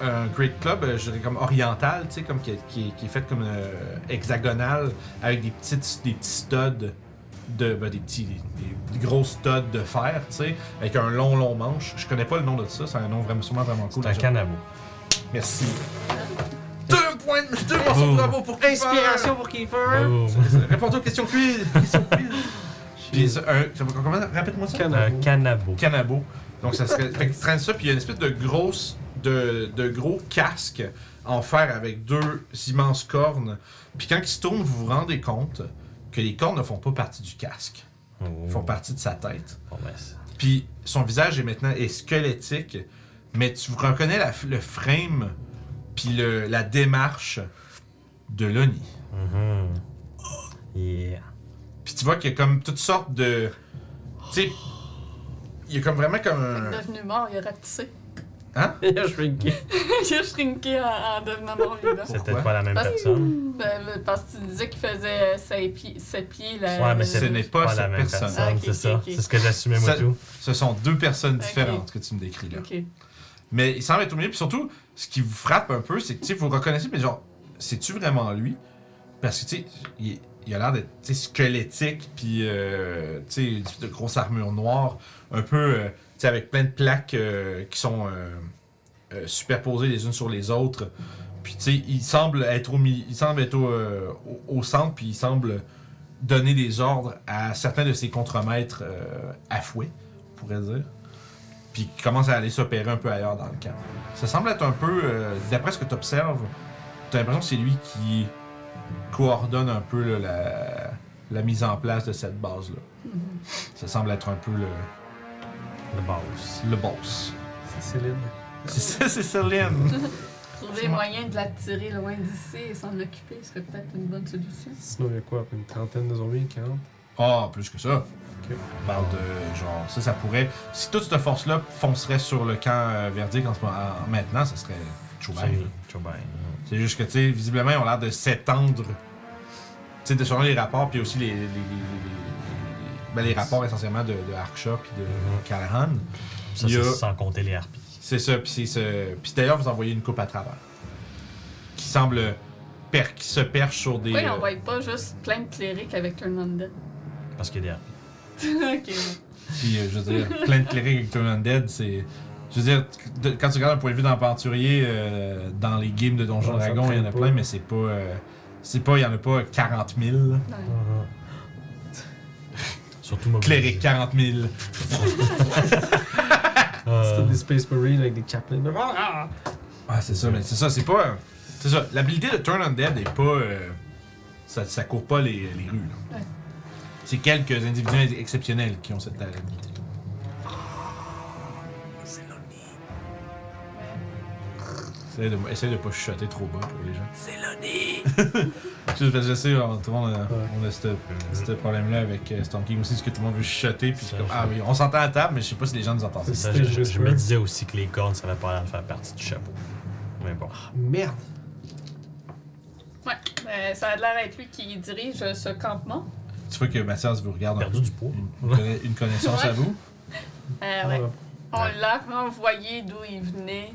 un great club, euh, je dirais comme oriental, tu sais, comme qui, qui- qui est fait comme euh, hexagonal avec des petites des petits studs de ben, des petits des, des gros studs de fer, tu sais, avec un long long manche. Je connais pas le nom de ça, c'est un nom vraiment sûrement vraiment cool. C'est un déjà. canavo. Merci. Deux points, de- deux morceaux de bravo pour Kiefer. pour Kiefer. Bravo. Réponds aux questions quiz. Questions quiz. Puis ça, un, ça va comment Répète-moi ça. Un Canabo. canabo. Canabo. Donc ça serait. fait que tu traînes ça, puis il y a une espèce de grosse. De, de gros casque en fer avec deux immenses cornes. Puis quand il se tourne, vous vous rendez compte que les cornes ne font pas partie du casque. Oh. Elles font partie de sa tête. Bon, ben, c'est- Puis son visage est maintenant est squelettique, mais tu reconnais la f- le frame puis le- la démarche de Lonnie. Mhm. Yeah. Puis tu vois qu'il y a comme toutes sortes de. Tu sais, il y a comme vraiment comme un. Devenu mort, il a ratissé. Hein? Je suis une il a shrinké en, en devenant mort vivant. Pourquoi? C'est peut-être pas la même Parce- personne. Ben, le- parce que tu disais qu'il faisait 7 pieds, sept pieds la. Ouais, mais Ce c'est- n'est pas, pas la cette même personne. personne, Ben, Ah, ok, ok, c'est ça. ok. C'est ce que j'assumais, moi, Ça- tout. Ce sont deux personnes Ok. différentes que tu me décris là. Ok. Mais il semble être au milieu. Puis surtout, ce qui vous frappe un peu, c'est que tu sais, vous le reconnaissez, mais genre, c'est-tu vraiment lui? Parce que tu sais, il, il a l'air d'être tu sais, squelettique, puis euh, tu sais, une espèce de grosse armure noire, un peu, euh, tu sais, avec plein de plaques euh, qui sont euh, euh, superposées les unes sur les autres. Puis tu sais, il semble être au mi- il semble être au, euh, au- au centre, puis il semble donner des ordres à certains de ses contremaîtres euh, à fouet, on pourrait dire puis qui commence à aller s'opérer un peu ailleurs dans le camp. Ça semble être un peu, euh, d'après ce que tu observes, tu as l'impression que c'est lui qui coordonne un peu là, la, la mise en place de cette base-là. Mhm. Ça semble être un peu le, Le boss. le boss. C'est Céline. C'est ça, c'est Céline. Trouver moyen de l'attirer loin d'ici et s'en occuper serait peut-être une bonne solution. Sinon, il y a quoi Une trentaine de zombies, 40 Ah, plus que ça. Ok. On parle de genre, ça, ça pourrait. Si toute cette force-là foncerait sur le camp euh, verdict en ce moment, en- maintenant, ça serait Choubac. C'est Chobin. C'est juste que, tu sais, visiblement, ils ont l'air de s'étendre. Tu sais, de selon les rapports, puis aussi les. les, les, les- les- ben, les rapports essentiellement de, de Arksha puis Mhm. de Callahan. Ça, Il y a- c'est sans compter les harpies. C'est ça, puis c'est ce. Puis d'ailleurs, vous envoyez une coupe à travers. Qui semble. Per... qui se perche sur des. Pourquoi il euh, n'envoie pas juste plein de clérics avec un undead? Parce qu'il y a des harpies. ok. Puis, euh, je veux dire, plein de clérics avec Turn Undead, c'est. Je veux dire, de- quand tu regardes un point de vue d'aventurier, euh, dans les games de Donjon Ouais, ça Dragon, il y en a traîne pas. plein, mais c'est pas. euh, c'est pas, il y en a pas 40 000. là. Ouais. Surtout moi. Cléric 40 000. C'est tous des Space Marines avec des Chaplin. Ah! Ah, c'est ça, mais c'est ça, c'est pas. euh, C'est ça, l'habilité de Turn Undead est pas. euh, ça, ça court pas les, les rues, là. Ouais. C'est quelques individus exceptionnels qui ont cette habilité. Essaye de, essaye de pas chuchoter trop bas pour les gens. C'est Lonnie! Juste parce que je sais, on, tout le monde a, on a ce ce problème-là avec euh, Storm King aussi, parce que tout le monde veut chuchoter. Puis Ça, comme, ça. ah oui, on s'entend à table, mais je sais pas si les gens nous entendent. Ça, C'était je, je juste me eux. disais aussi que les cornes, ça avait pas l'air de faire partie du chapeau. Mais bon. Merde Ouais. Ben, ça a l'air d'être lui qui dirige euh, ce campement. Tu vois que Mathias vous regarde un peu. Perdu du poids. Une, conna- une connaissance à vous. Euh, ouais. Ah, On l'a renvoyé d'où il venait.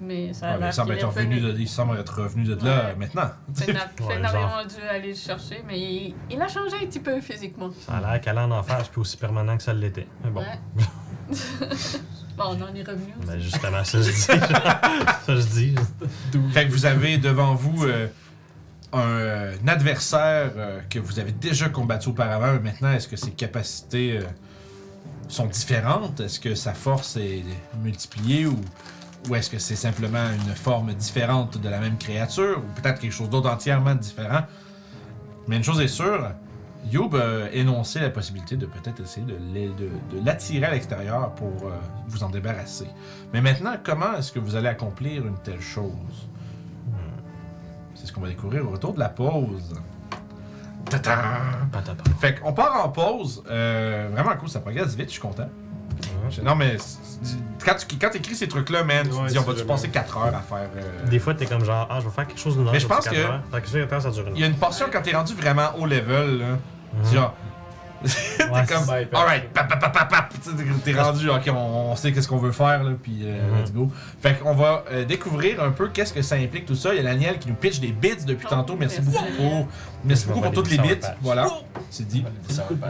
Mais ça a Ouais, mais l'air il, semble qu'il être est revenu revenu. de, il semble être revenu de là euh, Ouais. maintenant. Fena- Ouais, Fenarion a dû aller le chercher, mais il, il a changé un petit peu physiquement. Ça a l'air qu'aller en enfer, c'est plus aussi permanent que ça l'était. Mais bon. Ouais. bon, on en est revenu aussi. Ben justement, ça je dis. ça je dis. Fait que vous avez devant vous euh, un, euh, un adversaire euh, que vous avez déjà combattu auparavant. Maintenant, est-ce que ses capacités euh, sont différentes? Est-ce que sa force est multipliée ou, ou est-ce que c'est simplement une forme différente de la même créature ou peut-être quelque chose d'autre entièrement différent? Mais une chose est sûre, Youb a énoncé la possibilité de peut-être essayer de l'é- de de l'attirer à l'extérieur pour euh, vous en débarrasser. Mais maintenant, comment est-ce que vous allez accomplir une telle chose? Hmm. C'est ce qu'on va découvrir au retour de la pause. Ta-ta! Patata. Fait qu'on part en pause. Euh, vraiment cool, ça progresse vite, je suis content. Je- Non, mais c- c- quand tu quand t'écris ces trucs-là, man, tu Hmm. Ouais, te dis on c'est va-tu jamais- passer 4 heures à faire. euh, Des fois, t'es comme genre, ah, je vais faire quelque chose de Mais je pense que- Fait que ça, il y a temps, ça dure une Il y a une portion quand t'es rendu vraiment haut level, là. Genre, heure. Ouais, t'es comme. c'est bien, Alright, pap, pap, pap, pap, pap. Tu sais, T'es rendu, ok, on, on sait qu'est-ce qu'on veut faire, là, puis euh, Mhm. let's go. Fait qu'on va euh, découvrir un peu qu'est-ce que ça implique tout ça. Il y a Laniel qui nous pitch des bits depuis Oh, tantôt. Merci, merci. beaucoup pour. Merci Je beaucoup vais pour valider toutes les ça en bits. patch. Voilà, c'est dit.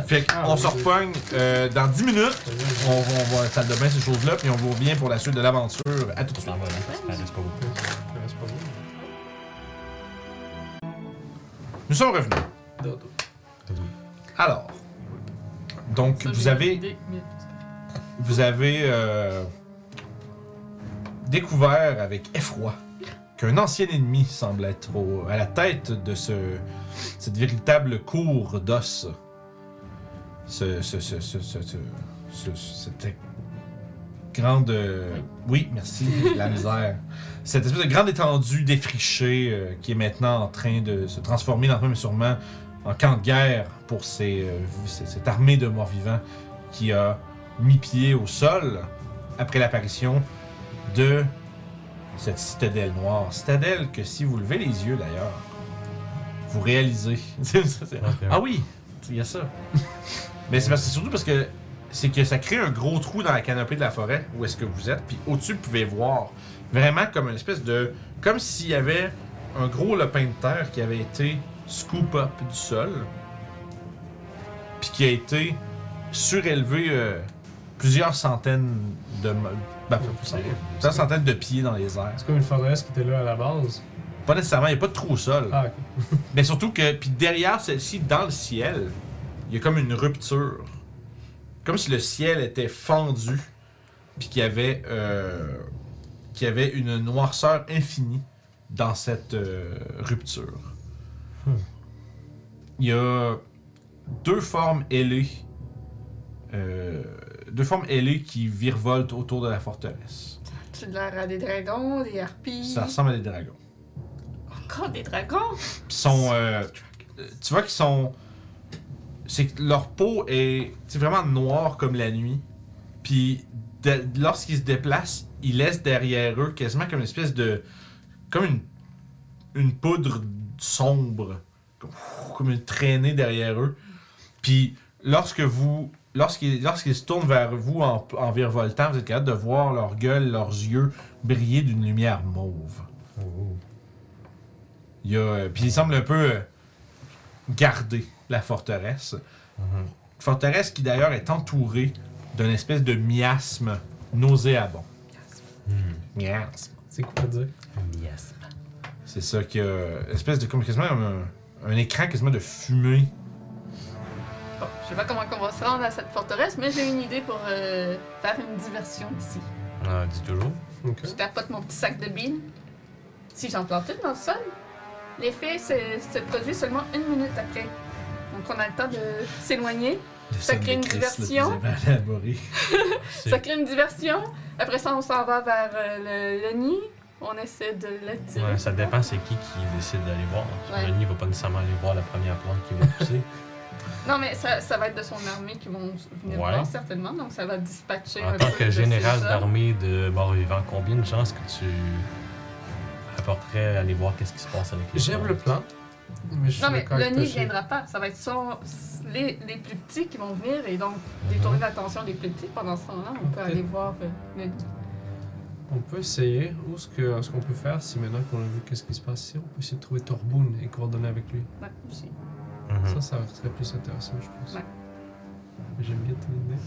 Fait Ah, qu'on oui, se oui. repogne euh, dans 10 minutes. On, on va à la salle de bain, ces choses-là, puis on vous revient pour la suite de l'aventure. À tout de Tu suite. t'en vas, là, parce que ça reste pas beaucoup. Nous sommes revenus. Alors, donc Ça, vous j'ai avez, une idée, mais c'est pas vous avez euh, découvert avec effroi qu'un ancien ennemi semble être au- à la tête de ce, cette véritable cour d'os. Ce, ce- ce- ce- ce- ce- ce- cette grande... euh, oui, merci, la misère. Cette espèce de grande étendue défrichée euh, qui est maintenant en train de se transformer lentement mais sûrement en camp de guerre pour ces, euh, ces- cette armée de morts-vivants qui a mis pied au sol après l'apparition de cette citadelle noire. Citadelle que si vous levez les yeux d'ailleurs, vous réalisez. C'est- c'est- c'est- Ok. Ah oui, il y a ça. Mais c'est parce- c'est surtout parce que c'est que ça crée un gros trou dans la canopée de la forêt où est-ce que vous êtes, puis au-dessus vous pouvez voir vraiment comme une espèce de comme s'il y avait un gros lopin de terre qui avait été scoop up du sol, puis qui a été surélevé euh, plusieurs centaines de mo- ben, plusieurs centaines de pieds dans les airs. C'est comme une forteresse qui était là à la base. Pas nécessairement, il n'y a pas de trou au sol. Ah, ok. Mais surtout que, puis derrière celle-ci, dans le ciel, il y a comme une rupture. Comme si le ciel était fendu, puis qu'il y avait, euh, qu'il y avait une noirceur infinie dans cette euh, rupture. Il y a deux formes ailées, euh, deux formes ailées qui virevoltent autour de la forteresse. grave. Tu l'air à des dragons, des harpies. Ça ressemble à des dragons. Encore des dragons? Pis sont. euh, tu vois qu'ils sont. C'est que leur peau est c'est vraiment noire comme la nuit. Puis de- lorsqu'ils se déplacent, ils laissent derrière eux quasiment comme une espèce de. Comme une, une poudre sombre. Comme, comme une traînée derrière eux. Puis lorsque vous. Lorsqu'ils lorsqu'ils se tournent vers vous en, en virevoltant, vous êtes capable de voir leur gueule, leurs yeux briller d'une lumière mauve. Il y a, euh, puis il semble un peu euh, garder la forteresse. Forteresse qui d'ailleurs est entourée d'une espèce de miasme nauséabond. Miasme. C'est quoi à dire? Hmm. Yes. C'est ça qui a. euh, Espèce de. Comme, quasiment comme un, un écran quasiment de fumée. Bon, je sais pas comment on va se rendre à cette forteresse, mais j'ai une idée pour euh, faire une diversion ici. On en dit toujours. Ok. Je tapote mon petit sac de billes. Si j'en plante une dans le sol, l'effet se, se produit seulement une minute après. Donc on a le temps de s'éloigner. Ça crée une diversion. Ça crée une diversion. Après ça, on s'en va vers euh, le, le nid. On essaie de l'attirer. Ouais, ça dépend c'est qui qui décide d'aller voir. Ouais. Le nid va pas nécessairement aller voir la première plante qui va pousser. Non, mais ça, ça va être de son armée qui vont venir Ouais. voir, certainement. Donc ça va dispatcher en un tant peu que de général ces hommes. d'armée de morts-vivants, combien de chances que tu apporterais à aller voir qu'est-ce qui se passe avec les J'aime plantes? le plan. Mais je suis Non, mais d'accord le avec nid ne toi, viendra pas. Ça va être son- les, les plus petits qui vont venir et donc détourner l'attention des plus petits. Pendant ce temps-là, on peut Ok. aller voir euh, le nid. On peut essayer. Ou ce que- ce qu'on peut faire, si maintenant qu'on a vu qu'est-ce qui se passe ici, on peut essayer de trouver Torboun et coordonner avec lui. Ouais, aussi. Mhm. Ça, ça serait plus intéressant, je pense. Ouais. Mais J'aime bien ton idée.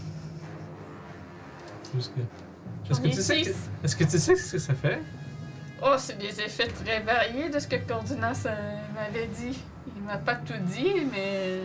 Juste que. Est-ce que, J'en ai tu sais que... six. Est-ce que tu sais ce que ça fait? Oh, c'est des effets très variés de ce que Cordunas euh, m'avait dit. Il n'a pas tout dit, mais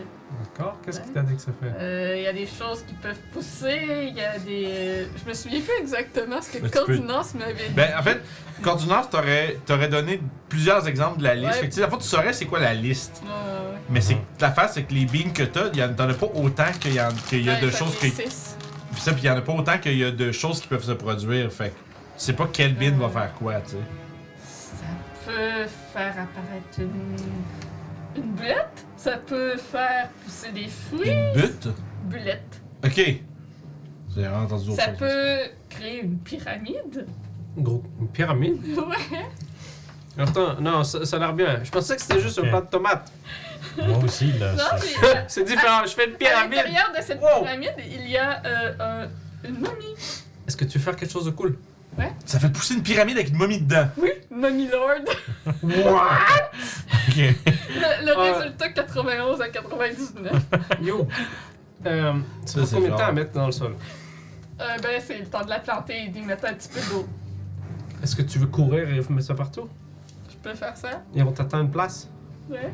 D'accord, qu'est-ce qui t'a dit que ça fait euh, il y a des choses qui peuvent pousser, il y a des... euh, Je me souviens plus exactement ce Mais que tu peux- Continence m'avait dit. Ben, en fait, Cordunance t'aurait t'aurait donné plusieurs exemples de la liste. Ouais. Fait que, tu sais, en fait, tu saurais c'est quoi la liste. Ouais, ouais. Mais c'est que l'affaire, c'est que les beans que t'as, y en- t'en as pas autant qu'il y, en- qu'il y a Ouais, de ça choses fait qui. six. Pis ça, pis y en a pas autant qu'il y a de choses qui peuvent se produire. Fait que tu sais pas quel bin va faire quoi, tu sais. Ça peut faire apparaître une... Une boulette? Ça peut faire pousser des fruits? Une butte Bulette. Ok. J'ai vraiment entendu autre Ça chose. peut créer une pyramide? Gros, une pyramide Ouais. Attends, non, ça, ça a l'air bien. Je pensais que c'était juste un Ok. plat de tomates. Moi aussi, là. Non, c'est- mais à- C'est différent, je fais une à pyramide. Ah, l'intérieur de cette Wow. pyramide, il y a euh, un- une momie. Est-ce que tu veux faire quelque chose de cool Ça fait pousser une pyramide avec une momie dedans. Oui, Mommy Lord. Ok. Le, le Ah. résultat 91 à 99. Yo euh, Ça, Ça prend c'est combien de genre- temps à mettre dans le sol Euh, ben, c'est le temps de la planter et d'y mettre un petit peu d'eau. Est-ce que tu veux courir et mettre ça partout Je peux faire ça? Et on t'attend une place Ouais.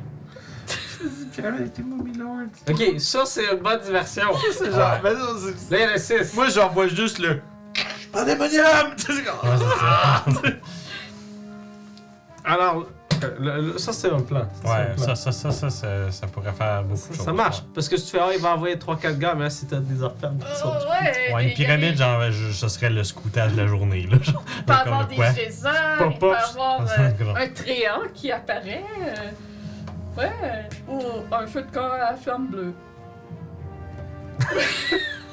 pyramide avec une momie, lord. Ok, ça c'est une bonne diversion. Ah. C'est genre. mais non, c'est- Là il y en a 6. Moi, j'en vois juste le. Je suis pas démonium! Tu sais, c'est comme- Ouais, Ah, c'est ça. Alors, euh, le- le- ça c'est un plan. c'est un Ouais, plan. ça, ça, ça, ça, ça, ça pourrait faire beaucoup de Ça, choses. ça marche. Parce que si tu fais, ah, il va envoyer 3-4 gars, mais là, si t'as des affaires qui sont. Oh, ouais, Ouais, des- une pyramide, il y a- genre, je- ce serait le scoutage de la journée, là. Genre, Il peut avoir de des quoi. raisins, Pop, il peut pop. avoir Ça sonne euh, grand. un tréant qui apparaît. euh, ouais. Ou un feu de camp à flamme bleue.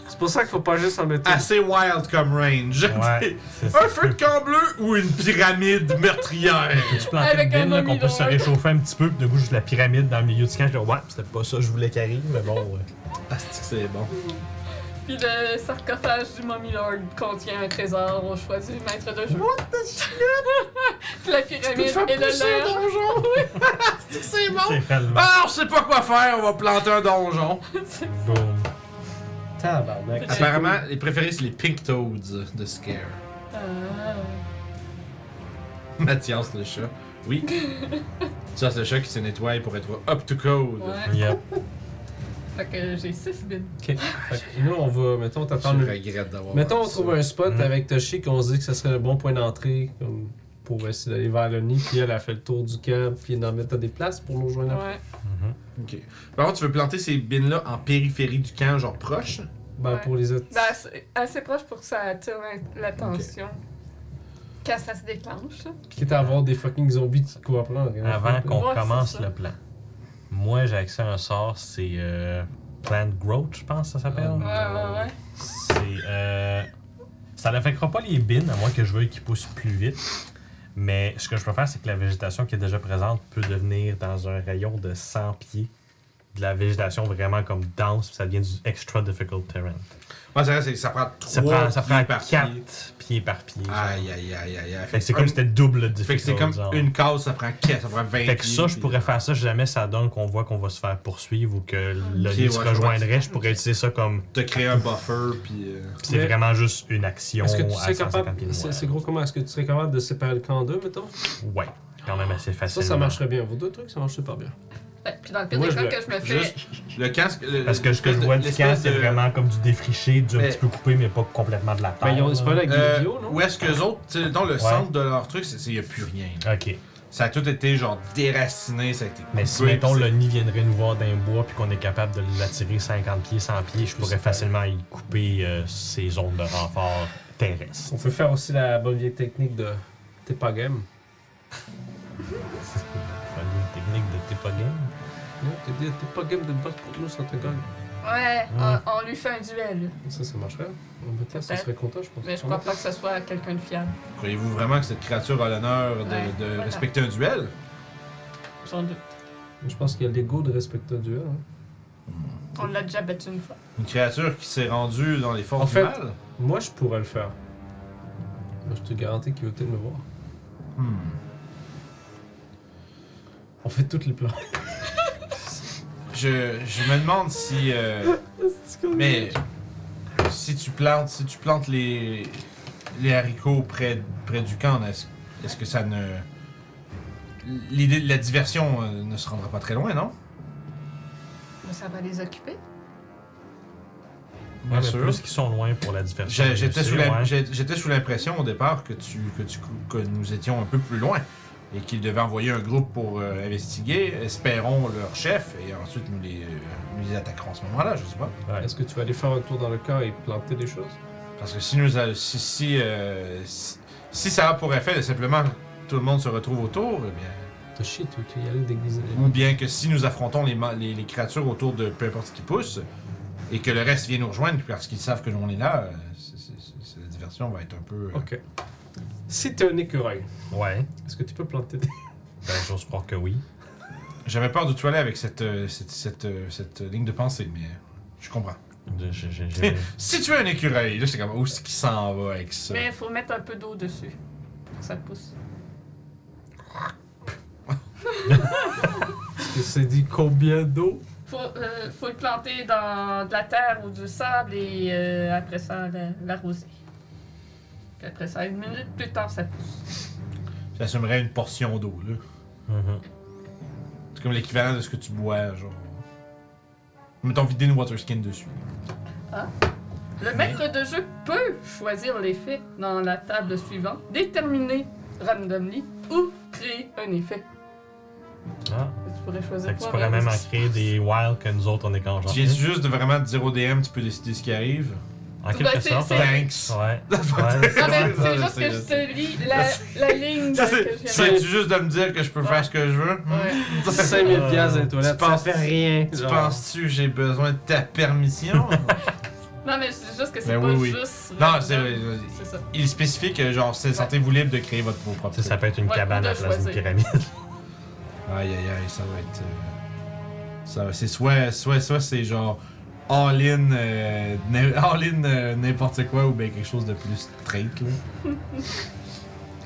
C'est pour ça qu'il faut pas juste en mettre. Ah, Assez wild comme range. Ouais, c'est ça. Un feu de camp bleu ou une pyramide meurtrière? Tu plantes Avec une un bine, là, mommy qu'on peut se lord. réchauffer un petit peu, puis de coup, juste la pyramide dans le milieu du camp. Je dis, ouais, c'était pas ça, que je voulais qu'elle arrive, mais bon, ouais. Ah, c'est que c'est bon. Puis le sarcophage du Mummy Lord contient un trésor au choix du maître de jeu. What the shit? la pyramide et le leurre. donjon! c'est que c'est Oh! bon! C'est tellement. Ah, on sait pas quoi faire, on va planter un donjon. Boom. Tabarnak. Ouais. Apparemment, les préférés, c'est les Pink Toads de Scare. Ah. Mathias le chat. Oui. Ça, c'est le chat qui se nettoie pour être up to code. Ouais. Yep. Fait que j'ai 6 bins. Ok. Fait que nous, on va. Mettons, t'attends. Je regrette d'avoir. Mettons, on fait trouve ça. un spot Mhm. avec Toshi qu'on se dit que ça serait le bon point d'entrée comme pour essayer d'aller vers le nid. Puis elle a fait le tour du camp. Puis d'en mettre à des places pour nous rejoindre. après. Ouais. Mhm. Ok. Par contre, tu veux planter ces bins-là en périphérie du camp, genre proche? Ben, Ouais. pour les autres. Ben, assez, assez proche pour que ça attire l'in- l'attention. Quand ça se déclenche. là. Quitte à avoir des fucking zombies qui courent après. hein. on regarde. Avant qu'on Ouais, commence c'est ça. le plan, moi, j'ai accès à un sort, c'est euh, Plant Growth, je pense que ça s'appelle. Ouais, ouais, ouais. C'est. Euh, ça n'affectera pas les bins, à moins que je veuille qu'ils poussent plus vite. Mais ce que je peux faire, c'est que la végétation qui est déjà présente peut devenir dans un rayon de 100 pieds de la végétation vraiment comme dense, puis ça devient du extra difficult terrain. Moi, c'est vrai, c'est que ça prend Ça trois prend, ça prend pieds 4 par pied. pieds par pied. genre. Ah. Aïe, aïe, aïe, aïe, aïe. Fait que c'est comme si un- c'était double difficult. Fait que c'est comme genre. une case, ça prend quatre, ça prend 20 Fait que ça, je pieds, pourrais faire ça si jamais ça donne qu'on voit qu'on va se faire poursuivre ou que le Ok, lit ouais, se je rejoindrait. Je pourrais utiliser ça comme. puis Te créer un buffer, puis... euh, C'est Mais- vraiment juste une action. Est-ce que tu à serais 150 pieds de capable. C'est moi. c'est gros comment Est-ce que tu serais capable de séparer le camp en deux, mettons Ouais, quand même assez Ça, facile. ça marcherait bien. Vos deux trucs, ça marche super bien. Ouais, Puis dans le pire Moi, des je cas le- que je me fais. Juste, le casque... le- Parce que ce que je l'espèce vois de- du l'espèce camp, c'est de- vraiment comme du défriché, du un Mais- petit peu coupé, mais pas complètement de la terre. Ben, ils ont- c'est pas là là. avec Euh, des vidéos, non où est-ce que les autres, tu sais, dans le Ouais. centre de leur truc, c'est n'y a plus rien. là. Ok. Ça a tout été genre déraciné, ça a été Mais si, coupé, mettons, puis le nid viendrait nous voir d'un bois puis qu'on est capable de l'attirer 50 pieds, 100 pieds, je pourrais Super. facilement y couper euh, ses zones de renfort terrestres. On peut faire aussi la bonne vieille technique de t'es pas game. Une technique de t'es pas game. Non, t'es dit, t'es pas game de battre pour nous sans te gagne. Ouais, Ouais. On, on lui fait un duel. Ça, ça marcherait. En même temps, ça Peut-être. serait content, je pense. Mais je crois pas que ce soit quelqu'un de fiable. c'est- Croyez-vous vraiment que cette créature a l'honneur de, Ouais, de voilà. respecter un duel? J'en doute. Je pense qu'il y a l'ego de respecter un duel. Hein. On l'a déjà battu une fois. Une créature qui s'est rendue dans les forces En fait- du mal? Moi, je pourrais le faire. Moi, Bah, je te garantis qu'il veut peut-être me voir. Hmm. On fait toutes les plans. Je, je me demande si... euh, mais si tu plantes, si tu plantes les, les haricots près, près du camp, est-ce est-ce que ça ne... L'idée de la diversion euh, ne se rendra pas très loin, non? ça va les occuper? Bien Ouais, mais sûr. plus qu'ils sont loin pour la différence. J'ai- J'étais sous la- ouais. j'ai- j'étais sous l'impression au départ que, tu, que, tu, que nous étions un peu plus loin et qu'ils devaient envoyer un groupe pour euh, investiguer. Espérons leur chef et ensuite nous les, euh, nous les attaquerons à ce moment-là, je sais pas. Ouais. Est-ce que tu vas aller faire un tour dans le corps et planter des choses? Parce que si nous a- si, si, euh, si, si ça a pour effet de simplement tout le monde se retrouve autour, eh bien, T'as shit, tu tu y allais déguisé. ou bien que si nous affrontons les, ma- les, les créatures autour de peu importe ce qui pousse et que le reste vient nous rejoindre parce qu'ils savent que nous on est là, euh, c'est- c'est- c'est- la diversion va être un peu. euh, Ok. Si t'es un écureuil, Ouais. est-ce que tu peux planter des. Ben, j'ose croire que oui. J'avais peur de te aller avec cette, euh, cette, cette, euh, cette ligne de pensée, mais je comprends. Je- je- je- je- Si tu es un écureuil, là, j'étais comme, où est-ce qu'il s'en va avec ça? Mais il faut mettre un peu d'eau dessus pour que ça pousse. Est-ce que c'est dit combien d'eau? Faut, euh, faut le planter dans de la terre ou du sable et euh, après ça la- l'arroser. Puis après ça, une minute plus tard, ça pousse. J'assumerais une portion d'eau, là. Mhm. C'est comme l'équivalent de ce que tu bois, genre. Mettons vider une water skin dessus. Le maître de jeu peut choisir l'effet dans la table suivante, déterminer randomly ou créer un effet. Ah. Tu pourrais choisir Fait que tu quoi, pourrais vraiment, même en si- créer des wilds que nous autres on est quand genre. Tu viens juste de vraiment dire au DM, tu peux décider ce qui arrive. En Tout quelque à fait, sorte. c'est- Ouais. Thanks! Ouais. ouais. Non, mais Non, c'est je juste sais, que je je te sais. lis la, la ligne Ça, de- c'est- que Tu j'ai viens juste de me dire que je peux faire ce que je veux? Ouais. 5000 piastres dans les Tu toilettes, ça penses- fait rien. Tu genre. penses-tu que j'ai besoin de ta permission? Non, mais c'est juste que c'est Ben pas oui, oui. juste. non, random. c'est. C'est ça. Il spécifie que, genre, c'est- sentez-vous libre de créer votre vos propres Tu sais, ça peut être une Ouais, cabane on à la doit place d'une choisir. pyramide. Aïe aïe aïe, ça va être. euh, ça va- c'est soit, soit, soit c'est genre all-in, euh, n'im- all-in euh, n'importe quoi ou bien quelque chose de plus straight là.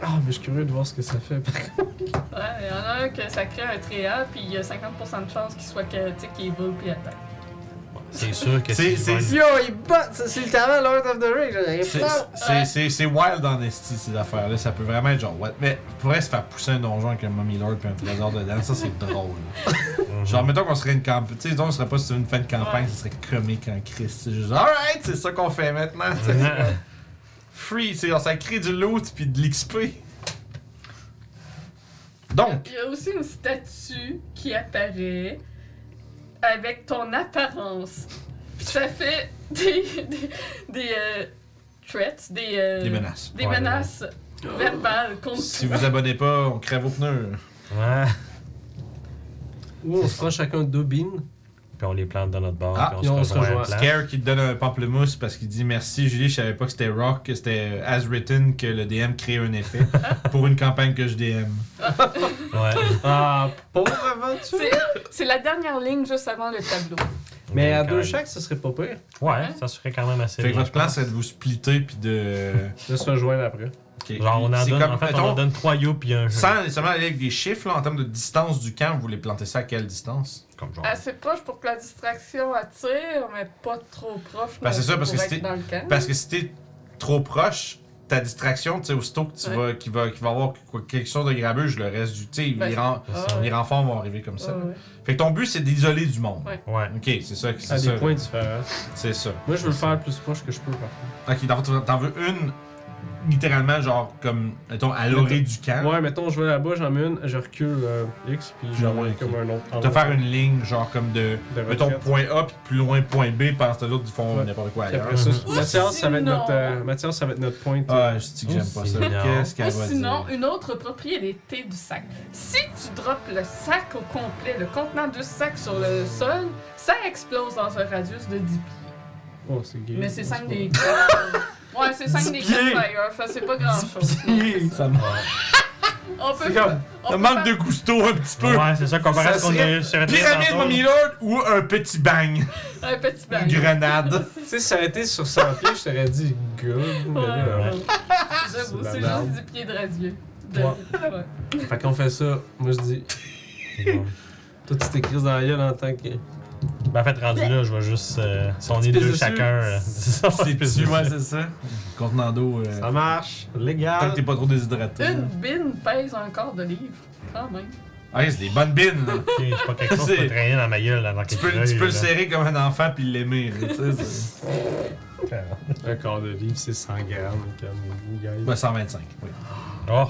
Ah, mais je suis curieux de voir ce que ça fait. Ouais, il y en a un que ça crée un tréa, puis il y a 50% de chance qu'il soit que, tu sais, qu'il brûle puis attaque. C'est sûr que C'est- si c'est- tu Yo, il bat! C'est le talent Lord of the Rings! C'est- C'est c'est- c'est wild en esti ces affaires là, ça peut vraiment être genre what. Mais pourrait se faire pousser un donjon avec un mummy lord puis un trésor dedans, ça c'est drôle. vas- Genre mettons qu'on serait une campagne, tu sais, disons, on serait pas sur une fin de campagne, Ouais. ça serait comique en Christ. C'est juste alright, c'est ça qu'on fait maintenant. tu sais. Mhm. Free, c'est genre ça crée du loot puis de l'XP. Donc. Il y a aussi une statue qui apparaît avec ton apparence. Puis ça fait des. des. des. euh, threats, des. euh, Des menaces. des Ouais, menaces verbales contre Si vous abonnez pas, on crève vos pneus. Hein? Ouais. Ou on se prend chacun deux bines. Puis on les plante dans notre bar. Ah, puis on se rejoint. à la place. Scare qui te donne un pamplemousse parce qu'il dit merci Julie, je savais pas que c'était rock, que c'était euh, as written que le DM crée un effet pour une campagne que je DM. Ouais. Ah, pauvre aventure! C'est- C'est la dernière ligne juste avant le tableau. Mais à Quand deux même. chaque, ce serait pas pire. Ouais, ça serait quand même assez. Fait que bien, votre je pense. plan c'est de vous splitter puis de. De se rejoindre après. Ok. Genre, on en C'est donne, comme, en fait, on mettons, en donne trois you puis un jeu. Sans nécessairement aller avec des chiffres là, en termes de distance du camp, vous voulez planter ça à quelle distance Comme genre. Assez proche pour que la distraction attire, mais pas trop proche. Ben, non c'est ça, plus parce pour que être c'était- dans le camp. Parce que si t'es trop proche, ta distraction, tu sais, aussitôt que tu Ouais. vas, qu'il va, qu'il va avoir quoi- quelque chose de grabuge, le reste du, tu sais, Ben, les, ren- Ah, ça, ouais. les renforts vont arriver comme ça. Ah, ouais. Fait que ton but, c'est d'isoler du monde. Ouais. Ouais. Ok, c'est ça, c'est À ça. des points différents. C'est ça. Moi, je veux le faire le plus proche que je peux, par contre. Ok, dans le fond, t'en veux une, littéralement, genre, comme, mettons, à l'orée du camp. Ouais, mettons, je vais là-bas, j'en mets une, je recule euh, X, puis Puis j'en mets ouais, ok. comme un autre. Ah Te faire une ligne, genre, comme de, De mettons, requête. point A, puis plus loin, point B, pense que l'autre du fond, Ouais. n'importe quoi Puis ailleurs. après ça, Mhm. ma séance, ça va être Sinon- notre, euh, ma séance, ça va être notre point. Ah, je dis que j'aime pas ça. Ou sinon- Qu'est-ce qu'elle Ou va sinon, dire? une autre propriété du sac. Si tu droppes le sac au complet, le contenant du sac sur le sol, ça explose dans un radius de 10 pieds. Oh, c'est gay. Mais c'est 5 pas- des 4. Ouais, c'est 5 des pieds. 4 fire, fait c'est pas grand chose. Ça me- On peut C'est comme- on Ça peut manque faire- de gusto un petit peu. Ouais, c'est ça, comparé à Ça ce qu'on serait a sur Pyramide Mummy Lord ou un petit bang, Un petit blanc. une grenade. Tu sais, si ça avait été sur 100 pieds, je t'aurais dit good. mais Ouais, là, ouais. C'est J'avoue, la c'est merde. juste 10 pieds de radius. De- Ouais. ouais. euh, Fait qu'on fait ça, moi je dis, toi tu t'écris dans la gueule en tant que. Ben, en fait, rendu là, je vais juste. euh, si on est pisses deux dessus. chacun. euh, C'est ça, C'est tu pisses tu, ouais, dessus. c'est ça. Contenant d'eau, euh, Ça marche, tant que légal. t'es pas trop déshydraté. Une bine pèse un quart de livre, quand même. Ah, c'est des bonnes bines, là. Ok, C'est pas quelque chose qui C'est- peut traîner dans ma gueule là, dans Tu quelques peux, tu peux le là. serrer comme un enfant puis l'aimer. là, tu sais, c'est- Oh, Un quart de livre, c'est 100 grammes. Calmez-vous, guys. Ben, 125. Oui. Oh,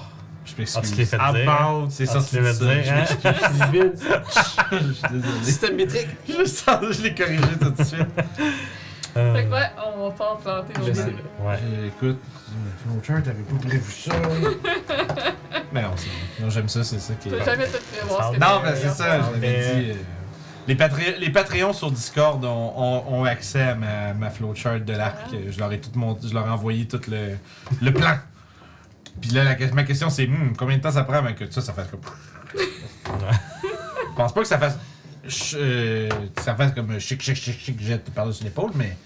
Je ah, tu te l'es m'excuse. fait dire. About C'est Ah, sorti tu de l'as ça. fait Je dire, hein? m'excuse. vide. Je suis désolé. Système métrique. Je le sens, je l'ai corrigé tout de suite. Euh, Fait que ouais, on va pas en planter au Je sais. début. Ouais. Euh, Écoute, Flautcher, t'avais pas prévu ça. mais non, c'est- non, j'aime ça, c'est ça qui Tu est. peux jamais tout prévoir. ce que Ah, hein. Non, tu mais c'est fais. ça, je l'avais Mais- dit. euh, Les, Patre- les Patreons sur Discord ont, ont- ont accès à ma, ma flowchart de l'arc. Ah. Je leur ai tout mon- je leur ai envoyé tout le, le plan. Puis là, la que- ma question c'est Hmm, combien de temps ça prend avant que ça, ça fasse comme. je pense pas que ça fasse. ch- euh, que ça fasse comme chic, chic, chic, chic, jette par-dessus l'épaule, mais.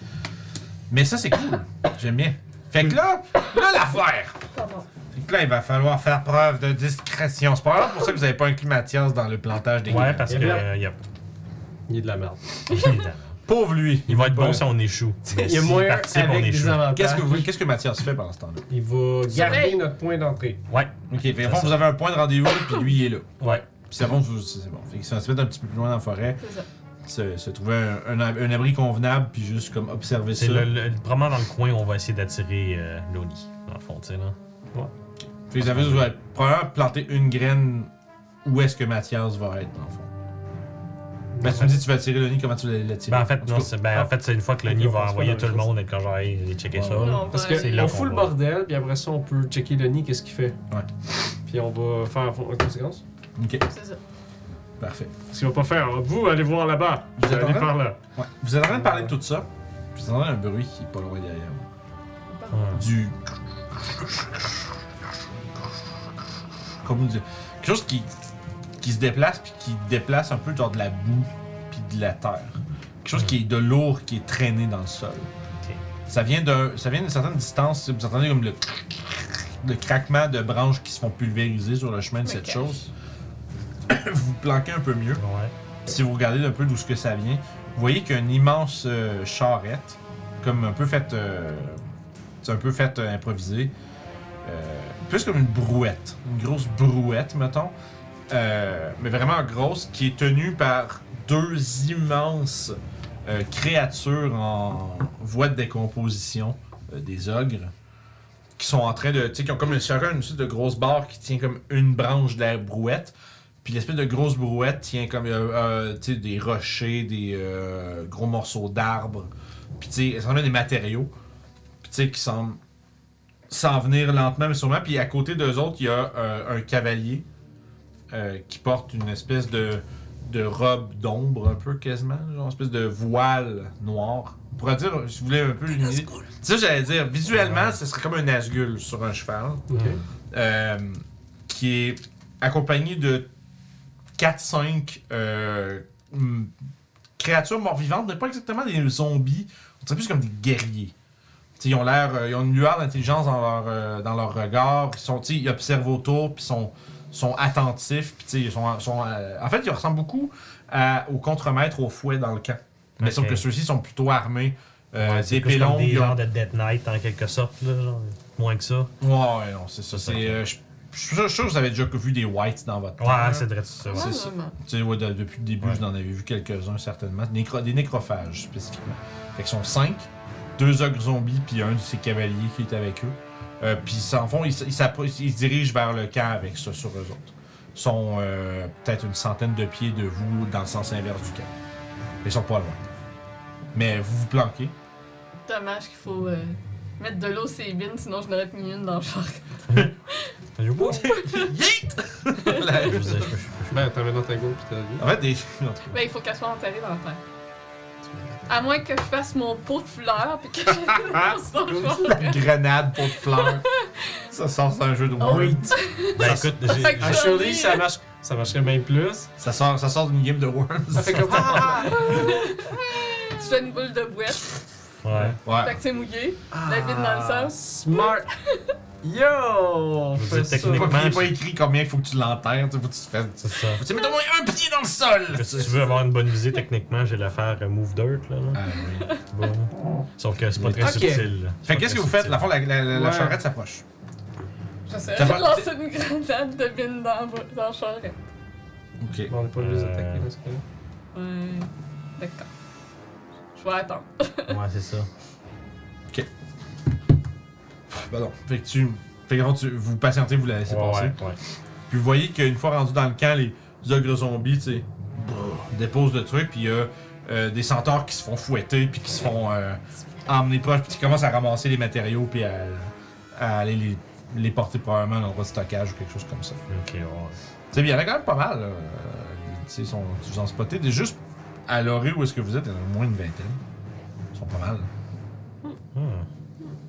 Mais ça, c'est cool. J'aime bien. Fait que là, là, l'affaire. Pardon. Fait que là, il va falloir faire preuve de discrétion. C'est probablement pour ça que vous n'avez pas un climatias dans le plantage des Ouais, parce Et que. bien. euh, y a- Il y a de la merde. Pauvre lui. Il va être Pas- bon si on échoue. Mais Il y a s'il moyen participe, on avec des échoue. avantages. Qu'est-ce que, vous- qu'est-ce que Mathias fait pendant ce temps-là? Il va garder Surveille. notre point d'entrée. Ouais, Ok, fait que, au C'est fond, ça. vous avez un point de rendez-vous, puis lui, il est là. ouais. Puis c'est bon, vous- c'est bon. Fait que si on se met un petit peu plus loin dans la forêt, C'est ça. se, se trouver un, un ab- un abri convenable, puis juste comme observer ça. C'est le, le, vraiment dans le coin où on va essayer d'attirer euh, Loni, dans le fond, tu sais, là. Fait que vous avez vous allez probablement planter une graine où est-ce que Mathias va être, dans le fond. Ben, tu me dis, tu vas tirer le nid, comment tu l'as tiré? Ben, en fait, non, c'est ben, en fait, c'est une fois que Loni on va pense pas envoyer la tout le même monde et quand j'arrive, aller checker Ouais. ça. Non, là. on va Parce aller- C'est là qu'on qu'on fout le va. bordel, puis après ça, on peut checker le nid, qu'est-ce qu'il fait. Ouais. Puis on va faire en conséquence. Ok, C'est ça. parfait. Parce qu'il va pas faire. Vous, allez voir là-bas. Vous êtes en allez train? par là. Ouais. Vous êtes en train de parler de tout ça, puis vous entendez un bruit qui est pas loin derrière. Ouais. du. Comme du. Quelque chose qui, qui se déplace, puis qui déplace un peu genre de la boue, puis de la terre. Quelque chose Mm. qui est de lourd, qui est traîné dans le sol. Ok. Ça vient d'un, ça vient d'une certaine distance. Vous entendez comme le, le craquement de branches qui se font pulvériser sur le chemin de Mais cette cache. chose. vous vous planquez un peu mieux. Ouais. Si vous regardez un peu d'où ce que ça vient, vous voyez qu'il y a une immense euh, charrette, comme un peu faite, euh, c'est un peu faite euh, improvisée, Euh, plus comme une brouette, une grosse brouette, mettons, Euh, mais vraiment grosse, qui est tenue par deux immenses euh, créatures en voie de décomposition, euh, des ogres, qui sont en train de, tu sais, qui ont comme une- chacun une sorte de grosse barre qui tient comme une branche de la brouette. Puis l'espèce de grosse brouette tient comme euh, euh, tu sais, des rochers, des euh, gros morceaux d'arbres. Puis tu sais, elle s'en met des matériaux. Puis tu sais, qui semblent s'en venir lentement, mais sûrement. Puis à côté d'eux autres, il y a euh, un cavalier euh, qui porte une espèce de, de robe d'ombre, un peu quasiment. Genre, une espèce de voile noir. On pourrait dire, si vous voulez, un peu une idée. C'est ça, que j'allais dire. Visuellement, ce serait comme un Nazgûl sur un cheval Ok. euh, qui est accompagné de 4-5 euh, mm, créatures mort-vivantes, mais pas exactement des zombies. On dirait plus comme des guerriers. T'sais, ils ont l'air, euh, ils ont une lueur d'intelligence dans leur, euh, dans leur regard. Ils, sont, t'sais, ils observent autour, puis sont, sont attentifs. Puis t'sais, ils sont, sont, euh, en fait, ils ressemblent beaucoup à- aux contremaîtres au fouet dans le camp. Mais Ok. sauf que ceux-ci sont plutôt armés. Euh, Ouais, c'est des plus comme pélons, Des ils ont- genres de Dead Knight en quelque sorte, là. genre. Moins que ça. Ouais, ouais, non, c'est ça. C'est C'est, ça. euh, je je suis sûr- je suis sûr que vous avez déjà vu des whites dans votre temps, Ouais, là. c'est vrai, c'est ça. ouais. C'est Ouais, ça. vraiment. Tu sais, ouais, de- depuis le début, Ouais. j'en avais vu quelques-uns, certainement. Des, nécro- des nécrophages, spécifiquement. Fait qu'ils sont cinq. Deux ogres zombies, puis un de ces cavaliers qui est avec eux. Euh, puis ils s'en font, ils, s- ils, s'appro- ils se dirigent vers le camp avec ça sur eux autres. Ils sont euh, peut-être une centaine de pieds de vous dans le sens inverse du camp. Ils sont pas loin. Mais vous vous planquez. Dommage qu'il faut euh, mettre de l'eau sur les bines, sinon je n'aurais mis une dans le char. Je vous dis, La- je vous dis, je peux- je peux- Ben, t'en mets dans ta gueule, puis t'as vu. en fait, des. en tout cas. Ben, il faut qu'elle soit enterrée dans la terre. À moins que je fasse mon pot de fleurs puis que je dans son char. grenade pour de fleurs. ça sort c'est un jeu de Oh. Word. Ben écoute, Fait que- j'ai- Ah, surely, ça marche. Ça marcherait même plus. Ça sort, ça sort d'une game de Worms. Ça fait comme Ah! Tu fais une boule de bouette, Ouais. fait Ouais. que c'est mouillé, Ah. la bine dans le sens. Smart! Yo! On Vous fait êtes ça. Il techniquement- n'est pas, écrit combien il faut que tu l'enterres. tu sais, Faut que tu te fasses. C'est ça. Faut que tu mettes au moins un pied dans le sol. Écoute, Si tu veux avoir une bonne visée, techniquement, j'ai l'affaire euh, Move Dirt, là. là. Ah, oui. Bon. Sauf que c'est pas très Ok. subtil. là. C'est Fait pas que qu'est-ce très que vous faites? subtil. La, fond, la, la, la- la Ouais. charrette s'approche. J'essaierai Ça de va- lancer une grenade de bine dans, dans le charrette. Ok. Bon, on n'est pas obligé de les attaquer Euh. dans ce cas-là. Ouais. D'accord. Je vais attendre. Ouais, c'est ça. Bah non. Fait que tu. Fait que en fait, tu- vous patientez, vous la laissez ouais, passer. ouais, ouais. Puis vous voyez qu'une fois rendu dans le camp, les ogres zombies, tu sais, brrr, déposent le truc, puis il y a euh, des centaures qui se font fouetter, puis qui se font euh, emmener proche, puis qui commencent à ramasser les matériaux, puis à, à aller les, les porter probablement dans endroit de stockage ou quelque chose comme ça. Ok, Tu ouais. sais, puis il y en a quand même pas mal, là. Euh, tu sais, ils sont, ils sont spotés. Des- Juste à l'orée où est-ce que vous êtes, il y en a moins une vingtaine. Ils sont pas mal. là. Hmm.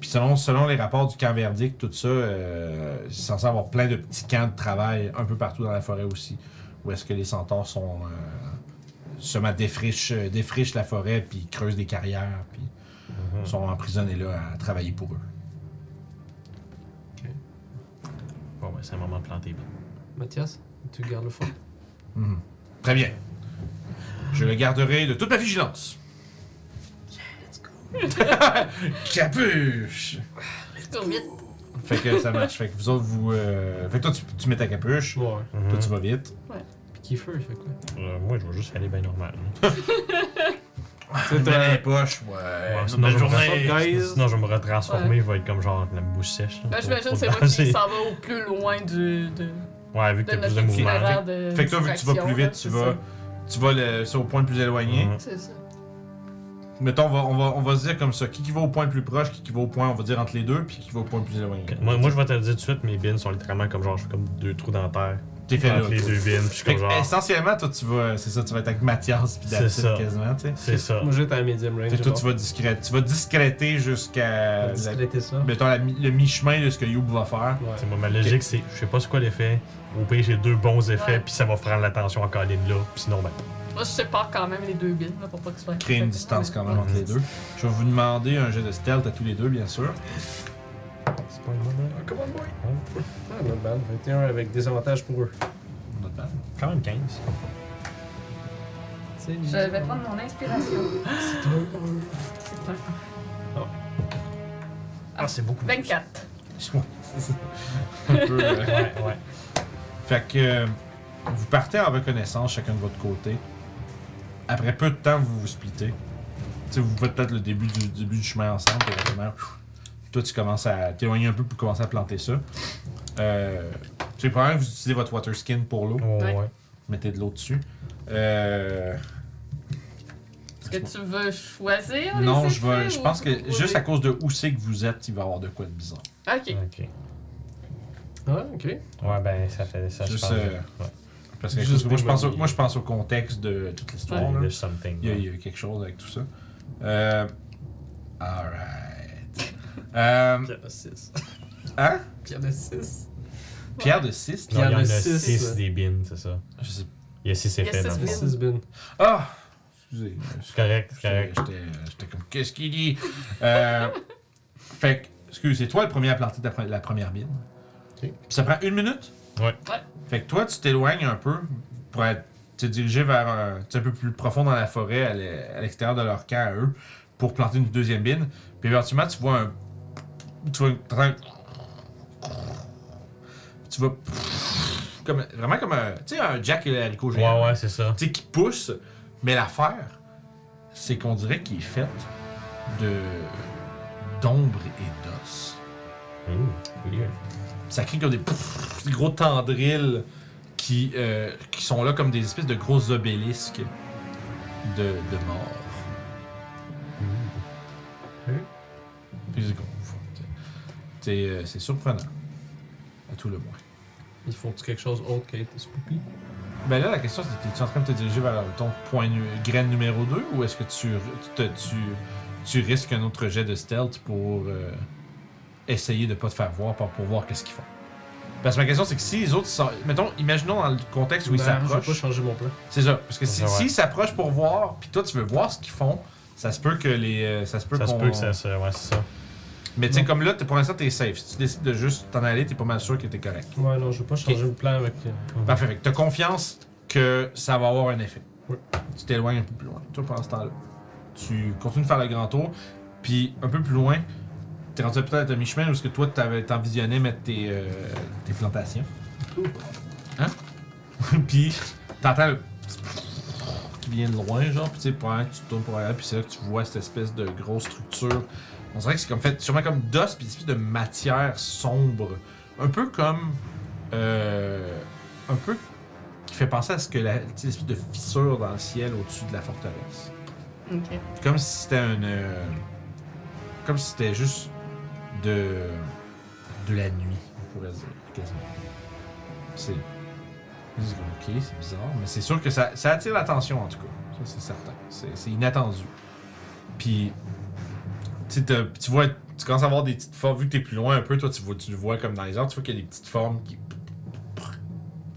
Puis selon, selon les rapports du camp verdict, tout ça, euh, c'est censé avoir plein de petits camps de travail un peu partout dans la forêt aussi. Où est-ce que les centaures sont. Euh, seulement défrichent, euh, défrichent la forêt, puis creusent des carrières, puis Mhm. sont emprisonnés là à travailler pour eux. Bon, ouais, c'est un moment ben. de planter. Mathias, tu gardes le fort. Mhm. Très bien. Je le garderai de toute ma vigilance. Yeah, let's go. Capuche! Tourne vite. Fait que ça marche. Fait que vous autres, vous. euh, Fait que toi, tu, tu mets ta capuche. Ouais. Toi, tu vas vite. Puis Kiefer, il fait quoi Euh, moi, je vais juste aller bien normal. hein. Tu mets les poches, ouais. Ouais, Non, sinon, je vais me journée, retra- guys. sinon, je vais me retransformer, je vais être comme genre la bouche sèche. là, Là, pour- j'imagine que Ben, pour c'est moi qui danser. s'en va au plus loin du, de, Ouais, vu que de t'as plus notre de mouvement. Hmm. itinéraire de Fait que toi, vu que tu vas plus distraction, là, vite, tu c'est vas, tu vas le- sur au point le plus éloigné. Mhm. ça. C'est ça. Mettons, on va, on, va, on va se dire comme ça. Qui qui va au point le plus proche, qui qui va au point, on va dire entre les deux, puis qui va au point le plus éloigné. Ok. Moi, moi, je vais te le dire tout de suite, mes bins sont littéralement comme genre, je fais comme deux trous dans la terre. T'es fait là. Entre les toi. deux bins, puis je suis Fait comme que, genre. essentiellement, toi, tu vas, c'est ça, tu vas être avec Mathias puis C'est David ça. quasiment, tu sais. C'est ça. Moi, j'étais à medium range. Fait que toi, bon. tu vas discré- tu vas discréter jusqu'à, Faut la- discréter ça. mettons, la mi- le mi-chemin de ce que Youb va faire. Ouais. C'est moi, ma logique, c'est je sais pas c'est quoi l'effet. Au pire, j'ai deux bons effets, Ouais. puis ça va prendre l'attention en colline là. Puis sinon, ben. Moi, je sépare quand même les deux billes, là, pour pas que ce soit. Créer une distance quand même Mhm. entre les deux. Je vais vous demander un jet de stealth à tous les deux, bien sûr. C'est pas une bonne Ah, come on, boy. Ah, not bad. 21 avec des avantages pour eux. Notre bad. Quand même 15. C'est Je vais prendre mon inspiration. C'est un. Ah, c'est beaucoup. 24. Ouais, c'est ça. Un peu, euh, Ouais, ouais. Fait que euh, vous partez en reconnaissance chacun de votre côté. Après peu de temps, vous vous splittez. Tu sais, vous faites peut-être le début du, début du chemin ensemble. Puis éventuellement, pfiou, toi, tu commences à t'éloigner un peu pour commencer à planter ça. Euh, tu sais, probablement que vous utilisez votre water skin pour l'eau. Ouais, Ouais. ouais. Mettez de l'eau dessus. Euh, Est-ce que tu veux choisir les non, je, vais, effets je ou- pense que ou juste les- à cause de où c'est que vous êtes, il va y avoir de quoi de bizarre. Ok. Ok. Ah, ok. Ouais, ben, ça fait ça. Juste, je pense. euh, Ouais. Parce que Juste moi, je pense au, éloigner. moi, je pense au contexte de toute l'histoire. Ouais, là. there's something. Il y, a, il y a quelque chose avec tout ça. Euh, alright. Euh, Pierre de 6. hein? Pierre de 6. Pierre de 6? Non, il y en a six. 6 des bins, c'est ça. Je sais Il y a 6 Il y a effets six dans le bins. fond. 6 bin. Ah! Excusez. C'est correct, c'est J'étais correct. j'étais- j'étais comme, qu'est-ce qu'il dit? Euh, fait que, excuse, c'est toi le premier à planter ta pre- la première bine. Ok. Ça prend une minute? Ouais. Ouais. Fait que toi, tu t'éloignes un peu pour être, te diriger vers un, tu sais, un peu plus profond dans la forêt, à l'e- à l'extérieur de leur camp à eux, pour planter une deuxième bine. Puis éventuellement, tu vois un. Tu vois. une- t'entends un- Tu vois. Comme, vraiment comme un. Tu sais, un Jack et le haricot Ouais, géant. ouais, c'est ça. Tu sais, qui pousse. Mais l'affaire, c'est qu'on dirait qu'il est fait de. d'ombre et d'os. Ouh, weird. Ça crée comme des, pfff, des gros tendrils qui, euh, qui sont là comme des espèces de gros obélisques de, de morts. Ok. Puis c'est comme, fuck, t'es- euh, C'est surprenant, à tout le moins. Ils font-tu quelque chose autre qu'être spoopy? Ben là, la question, c'est es-tu en train de te diriger vers ton point nu- graine numéro 2 ou est-ce que tu, tu, te- tu, tu risques un autre jet de stealth pour euh, essayer de pas te faire voir pour, pour voir qu'est-ce qu'ils font? Parce que ma question, c'est que si les autres sont. Mettons, imaginons dans le contexte où ils Ben, Je vais pas s'approchent. changer mon plan. C'est ça. Parce que si- Ouais. s'ils s'approchent pour voir, puis toi, tu veux voir ce qu'ils font, ça se peut que les. euh, Ça se peut Ça se qu'on- peut que ça se. Ouais, c'est ça. Mais tu sais, comme là, t'es- pour l'instant, t'es safe. Si tu décides de juste t'en aller, t'es pas mal sûr que t'es correct. Ouais, non, je vais pas changer Ok. mon plan avec. euh, Parfait. Fait que t'as confiance que ça va avoir un effet. Ouais. Tu t'éloignes un peu plus loin. Toi, pendant ce temps-là, tu continues de faire le grand tour, puis un peu plus loin, t'es rendu peut-être à mi-chemin où est-ce que toi, t'avais- t'envisionnais mettre tes, euh, tes plantations. Hein? puis t'entends le qui vient de loin, genre, puis tu sais, pendant que tu te tournes pour arrière, puis c'est là que tu vois cette espèce de grosse structure. On dirait que c'est comme fait sûrement comme d'os, puis une espèce de matière sombre. Un peu comme. euh, un peu qui fait penser à ce que la. Tu sais, l'espèce de fissure dans le ciel au-dessus de la forteresse. Ok. Comme si c'était un. euh, comme si c'était juste de. de la nuit, on pourrait dire, quasiment. C'est. c'est comme, Ok, c'est bizarre, mais c'est sûr que ça, ça attire l'attention en tout cas. Ça, c'est certain. C'est, c'est inattendu. Puis. Tu sais, t'as- tu vois, tu commences à voir des petites formes, vu que t'es plus loin un peu, toi, tu, vois, tu le vois comme dans les arbres, tu vois qu'il y a des petites formes qui.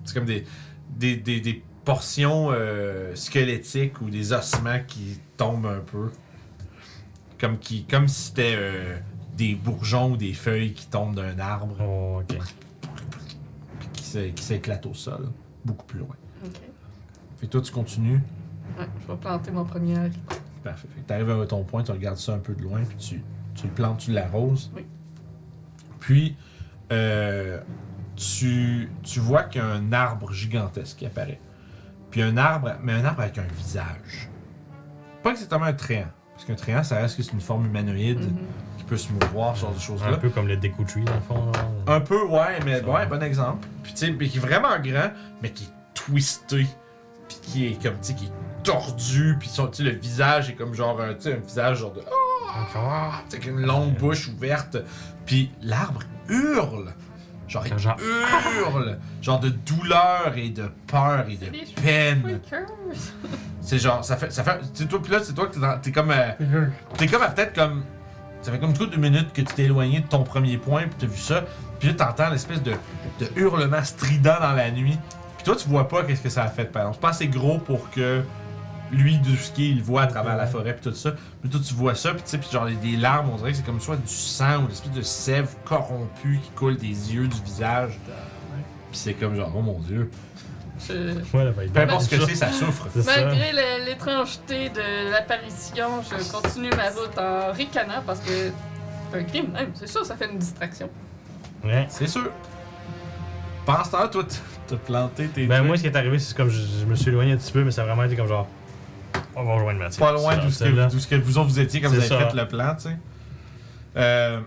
C'est comme des. des, des, des portions euh, squelettiques ou des ossements qui tombent un peu. Comme, qui, comme si c'était euh, des bourgeons ou des feuilles qui tombent d'un arbre Oh, ok. puis qui s'é- qui s'éclate au sol, beaucoup plus loin. Ok. Fait que toi, tu continues. Ouais, je vais planter mon premier haricot. Parfait. Fait que t'arrives à ton point, tu regardes ça un peu de loin, puis tu, tu le plantes, tu l'arroses. Oui. Puis, euh, tu, tu vois qu'il y a un arbre gigantesque qui apparaît. Puis un arbre, mais un arbre avec un visage. Pas exactement un tréant. Parce qu'un tréant, ça reste que c'est une forme humanoïde Mhm. qui peut se mouvoir, ce genre de Ah. Un choses-là. peu comme le Deku Tree, dans le fond. genre. Un peu, ouais, mais Ça ouais, va. bon exemple. Puis tu sais, mais qui est vraiment grand, mais qui est twisté. Puis qui est comme, tu sais, qui est tordu. Puis son, tu sais, le visage est comme genre, un- tu sais, un visage genre de. Ah! Tu sais, avec une longue bouche ouverte. Puis l'arbre hurle. Genre, il Genre- hurle. Genre de douleur et de peur et de Les cheveux peine. Freakers! C'est genre, ça fait. Ça fait tu sais, toi, puis là, c'est toi que t'es, dans- t'es comme. euh, T'es comme à peut-être comme. Ça fait comme tout deux minutes que tu t'es éloigné de ton premier point, puis t'as vu ça. Puis là, t'entends l'espèce de, de hurlement strident dans la nuit. Puis toi, tu vois pas qu'est-ce que ça a fait, par exemple. C'est pas assez gros pour que lui, du ski, il le voit à travers la forêt, puis tout ça. Puis toi, tu vois ça, puis tu sais, puis genre, il y a des larmes, on dirait que c'est comme soit du sang ou l'espèce de sève corrompue qui coule des yeux, du visage. Puis c'est comme genre, oh mon dieu. Je- Ouais, la vibe. Peu importe ce que c'est, ça souffre. C'est ça. Malgré le- l'étrangeté de l'apparition, je continue ma route en ricanant parce que c'est un crime même. C'est sûr, ça fait une distraction. Ouais. C'est sûr. Pendant ce temps-là, toi, t- t'as planté tes. Ben trucs. moi, ce qui est arrivé, c'est comme je, je me suis éloigné un petit peu, mais ça a vraiment été comme genre. On va rejoindre Mathieu. pas loin C'est d'où ce, ça, là. que- d'où ce que vous autres vous étiez quand vous C'est avez ça. hein. fait le plan, tu sais. Euh,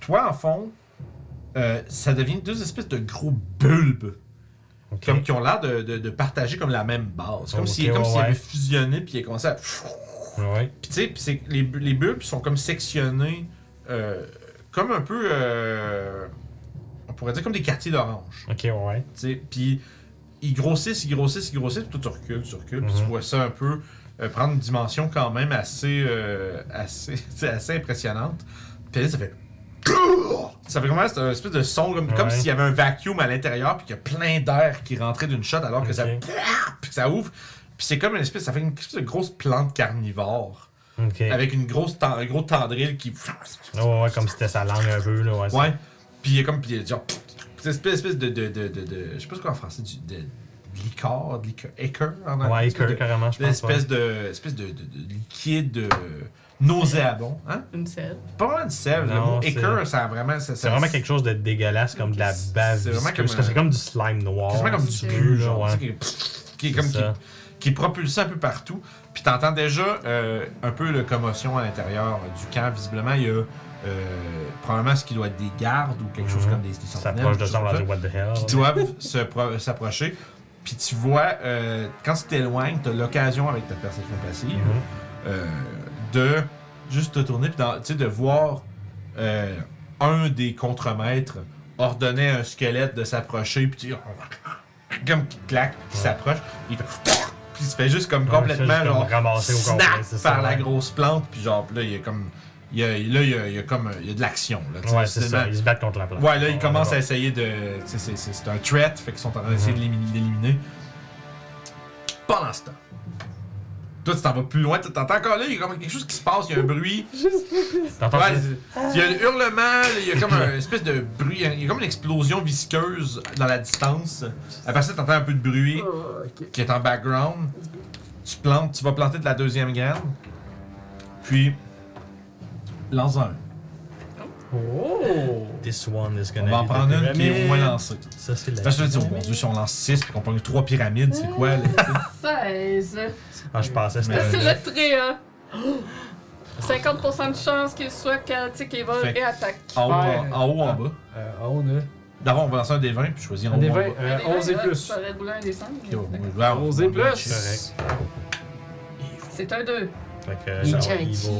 toi, en fond, euh, ça devient deux espèces de gros bulbes, Ok. comme qui ont l'air de, de- de partager comme la même base, comme Ok, s'ils comme ouais, s'ils avaient ouais. fusionné puis ils commençaient à. Ouais. Puis tu sais, puis c'est- les, bu- les bulbes sont comme sectionnés, euh, comme un peu, euh, on pourrait dire comme des quartiers d'orange. Ok, ouais. Tu sais, Puis ils grossissent, ils grossissent, ils grossissent, puis toi tu recules, tu recules, puis tu Mhm. vois ça un peu euh, prendre une dimension quand même assez, euh, assez, c'est assez impressionnante. Puis là, ça fait. Ça fait vraiment c'est un espèce de son comme, comme Ouais. s'il y avait un vacuum à l'intérieur, puis qu'il y a plein d'air qui rentrait d'une shot alors que ça. Ok. Puis que ça ouvre. Puis c'est comme une espèce, ça fait une espèce de grosse plante carnivore. Ok. Avec une grosse, ten- un gros tendril qui. Ouais, ouais, ouais, comme si c'était sa langue un peu, là. Ouais. c'est- Ouais. Puis il y a comme, puis il y a genre, cette espèce, espèce de, de, de, de, de- je sais pas ce qu'on en français, du, de, de liqueur, de liqueur, équeur en anglais. Ouais, Espèce Iker, de- carrément, je de pense. ouais. espèce de, espèce de, de, de liquide euh, nauséabond, hein? Une selle. Pas vraiment de sève, le Non, mot c'est- écœur, ça a vraiment... ça- ça- C'est vraiment quelque chose de dégueulasse, comme de la C'est- bave. c'est vraiment visqueuse, comme parce un- que C'est comme du slime noir. quasiment comme c'est- du bu, genre, ouais. tu sais, qui- qui est C'est comme... Qui, ça. qui est propulsé un peu partout. Puis t'entends déjà euh, un peu de commotion à l'intérieur euh, du camp. Visiblement, il y a euh, probablement ce qui doit être des gardes ou quelque chose Mhm. comme des, des Ça sentinelles, s'approche de quelque ça, on chose va comme dire what the hell. qui doivent se pro- s'approcher. Puis tu vois, euh, quand tu t'éloignes, t'as l'occasion avec ta perception passive Mhm. euh, de juste te tourner, puis dans- tu sais, de voir euh, un des contremaîtres ordonner à un squelette de s'approcher, puis tu comme qui claque, puis qui Ouais. s'approche, puis il fait puis il se fait juste comme Ouais, complètement c'est juste genre comme ramassé au snap complet, c'est ça, par la ouais. grosse plante, puis genre là il y a comme il y a, là il y a, il y a comme il y a de l'action là. tu sais, Ouais, c'est finalement. ça. Ils se battent contre la plante. Ouais, là, ils Ouais, commencent à d'accord. essayer de. tu sais, C'est c'est- c'est un threat, fait qu'ils sont en train d'essayer de l'élim- de l'éliminer. Pendant ce temps. Toi, tu t'en vas plus loin, tu t'entends encore là, il y a comme quelque chose qui se passe, il y a un bruit. T'entends Ouais, ça? c'est- il y a un hurlement, il y a comme une espèce de bruit, il y a comme une explosion visqueuse dans la distance. Après ça, t'entends un peu de bruit Oh. qui est en background. Tu plantes, tu vas planter de la deuxième graine. Puis, lance un. Oh! T'es This one is On gonna va en be the prendre une qui est pyramid. moins lancée. Ça, c'est la. Là, je me dis, oh mon dieu, si on lance 6 puis qu'on prend 3 pyramides, c'est quoi là? 16. Ah, je pensais que Ah, C'est c'était Euh, un neuf. le trait, 50% de chance qu'il soit chaotique, Fait évole que- et attaque. En haut, Ouais. en, haut, en bas. Euh, en haut de. D'abord, on va lancer un des 20 puis choisir Un des haut, en 20, bas. euh, 11 et plus. Ça aurait voulu un des cinq. Ok, oh ouais, ouais, Ah, ouais, 11 on et va check. plus. C'est un 2. Fait que, Il genre, tient. evil.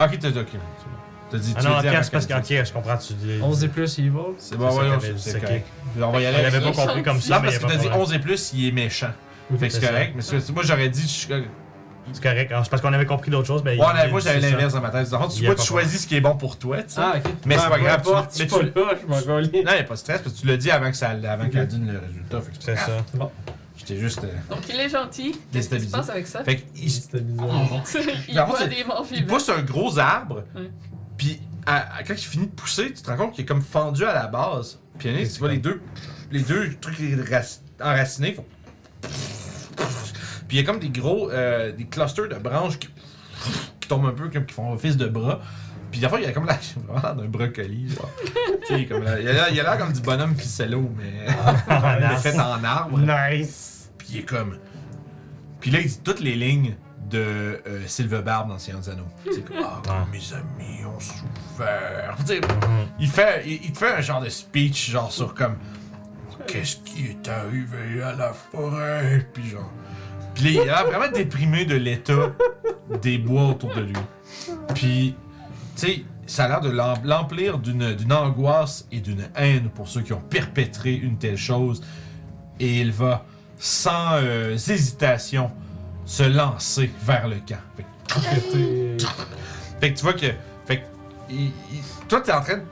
Ok, t'as dit, ok. c'est bon. T'as dit, Ah tu non, veux dire ok, avant c'est parce que. qu'elle dise. Ok, je comprends, tu dis. 11 et plus, il va. C'est bon, c'est ça voyons, qu'elle avait dit, c'est c'est correct. On va y Elle aller. avait avec- pas compris comme ça. Non, parce mais que y a t'as pas dit de problème. 11 et plus, il est méchant. Fait que c'est C'est ça. correct. Mais c'est- moi, j'aurais dit. je- C'est correct. Ah, c'est parce qu'on avait compris d'autres choses. Mais Ouais, là, il- moi, j'avais c'est ça. l'inverse dans ma tête. Dans le fond, Il tu y a vois, pas tu choisis ce qui est bon pour toi, tu sais. Ah, ok. Mais c'est pas peu grave, importe, tu- Je mais suis pas tu- là, je m'en Non, gagne. il y a pas de stress, parce que tu l'as dit avant que ça- avant qu'elle donne le résultat. Fait que C'est pas grave. ça. J'étais juste. euh, Donc il est gentil. Qu'est-ce qui se Déstabilisé. passe avec ça? Fait qu'il C'était bizarre. il Par contre, voit c'est- des morts il vivants. pousse un gros arbre, Ouais. puis à- à- quand il finit de pousser, tu te rends compte qu'il est comme fendu à la base. Puis il y en a, tu vois les deux, les deux trucs rac- enracinés. font- Puis il y a comme des gros, euh, des clusters de branches qui, qui tombent un peu, comme qui font office de bras. Puis la fois, il y a comme la- vraiment l'air d'un brocoli. Genre. tu sais, comme la- il a l'air- il a l'air comme du bonhomme ficello, mais Ah, il est nice. fait en arbre. Nice. Puis il est comme. Puis là, il dit toutes les lignes de euh, Sylve Barbe dans Seigneur des Anneaux. C'est comme, ah, comme mes amis ont souffert. Tu sais, il, fait, il, il te fait un genre de speech, genre sur comme. Qu'est-ce qui est arrivé à la forêt? Puis genre. Puis là, il a l'air vraiment déprimé de l'état des bois autour de lui. Puis, tu sais, ça a l'air de l'em- l'emplir d'une d'une angoisse et d'une haine pour ceux qui ont perpétré une telle chose. Et il va, sans euh, hésitation, se lancer vers le camp. Fait que- fait que tu vois que. Fait que. il- il- toi, t'es en train de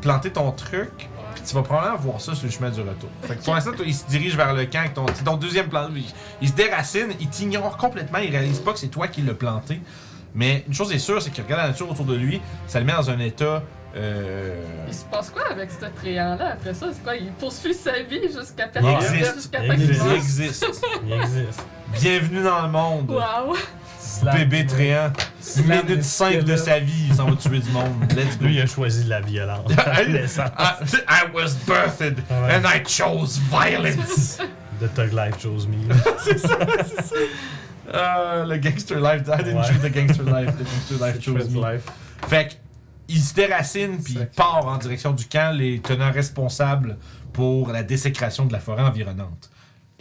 planter ton truc, puis tu vas probablement voir ça sur le chemin du retour. Fait que pour l'instant, toi, il se dirige vers le camp avec ton, c'est ton deuxième plan. Il, il se déracine, il t'ignore complètement, il réalise pas que c'est toi qui l'as planté. Mais une chose est sûre, c'est qu'il regarde la nature autour de lui, ça le met dans un état. euh, Il se passe quoi avec ce triant-là après ça? C'est quoi? Il poursuit sa vie jusqu'à Il perdre existe. jusqu'à Il Il temps existe. Il existe. Bienvenue dans le monde. Wow! Bébé euh, Tréant. Slam Minute le 5 de squelette. sa vie, il s'en va tuer du monde. Let's go. Lui, il a choisi de la violence. à la naissance. I, I was birthed Ouais. and I chose violence. The Tug Life chose me. Euh, le gangster life. I didn't Ouais. choose the gangster life. The gangster life chose me. life. Fait que, il se déracine puis il Sacré. part en direction du camp, les tenants responsables pour la désécration de la forêt environnante.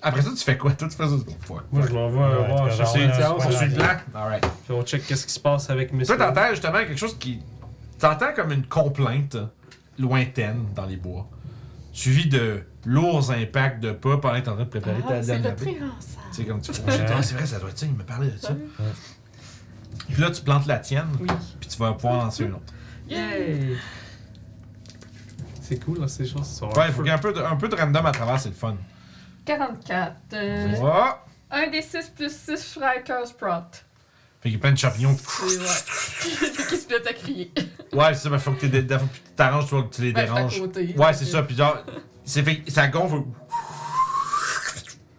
Après ça, tu fais quoi? Toi, tu fais ça. Fuck. Moi, je m'en vais Ouais, voir tu vas chercher voir, une euh, séance, ouais. On suit le puis plan? Alright. on check qu'est-ce qui se passe avec mes Toi, t'entends justement quelque chose qui. T'entends comme une complainte lointaine dans les bois, suivie de lourds impacts de pas pendant que t'es en train de préparer ta Ah, c'est dernière le brique. triant, ça! Tu sais, comme tu fais, Ah, c'est vrai, ça doit être ça, il me parlait de ça. Ouais. Puis là, tu plantes la tienne, Oui. puis tu vas pouvoir lancer une autre. Yay! C'est cool, là, ces choses. sont Ouais, il faut qu'il y ait un peu, de, un peu de random à travers, c'est le fun. 44. Euh, Oh! 1 des 6 plus 6 Shriker's Prot. Fait qu'il y a plein de champignons. C'est ouais. C'est qui se met à crier. Ouais, c'est ça, mais faut que t'es dé- faut que tu t'arranges, toi, que tu les Ben, je suis à déranges. côté. Ouais, c'est ça, puis genre, c'est fait, ça gonfle.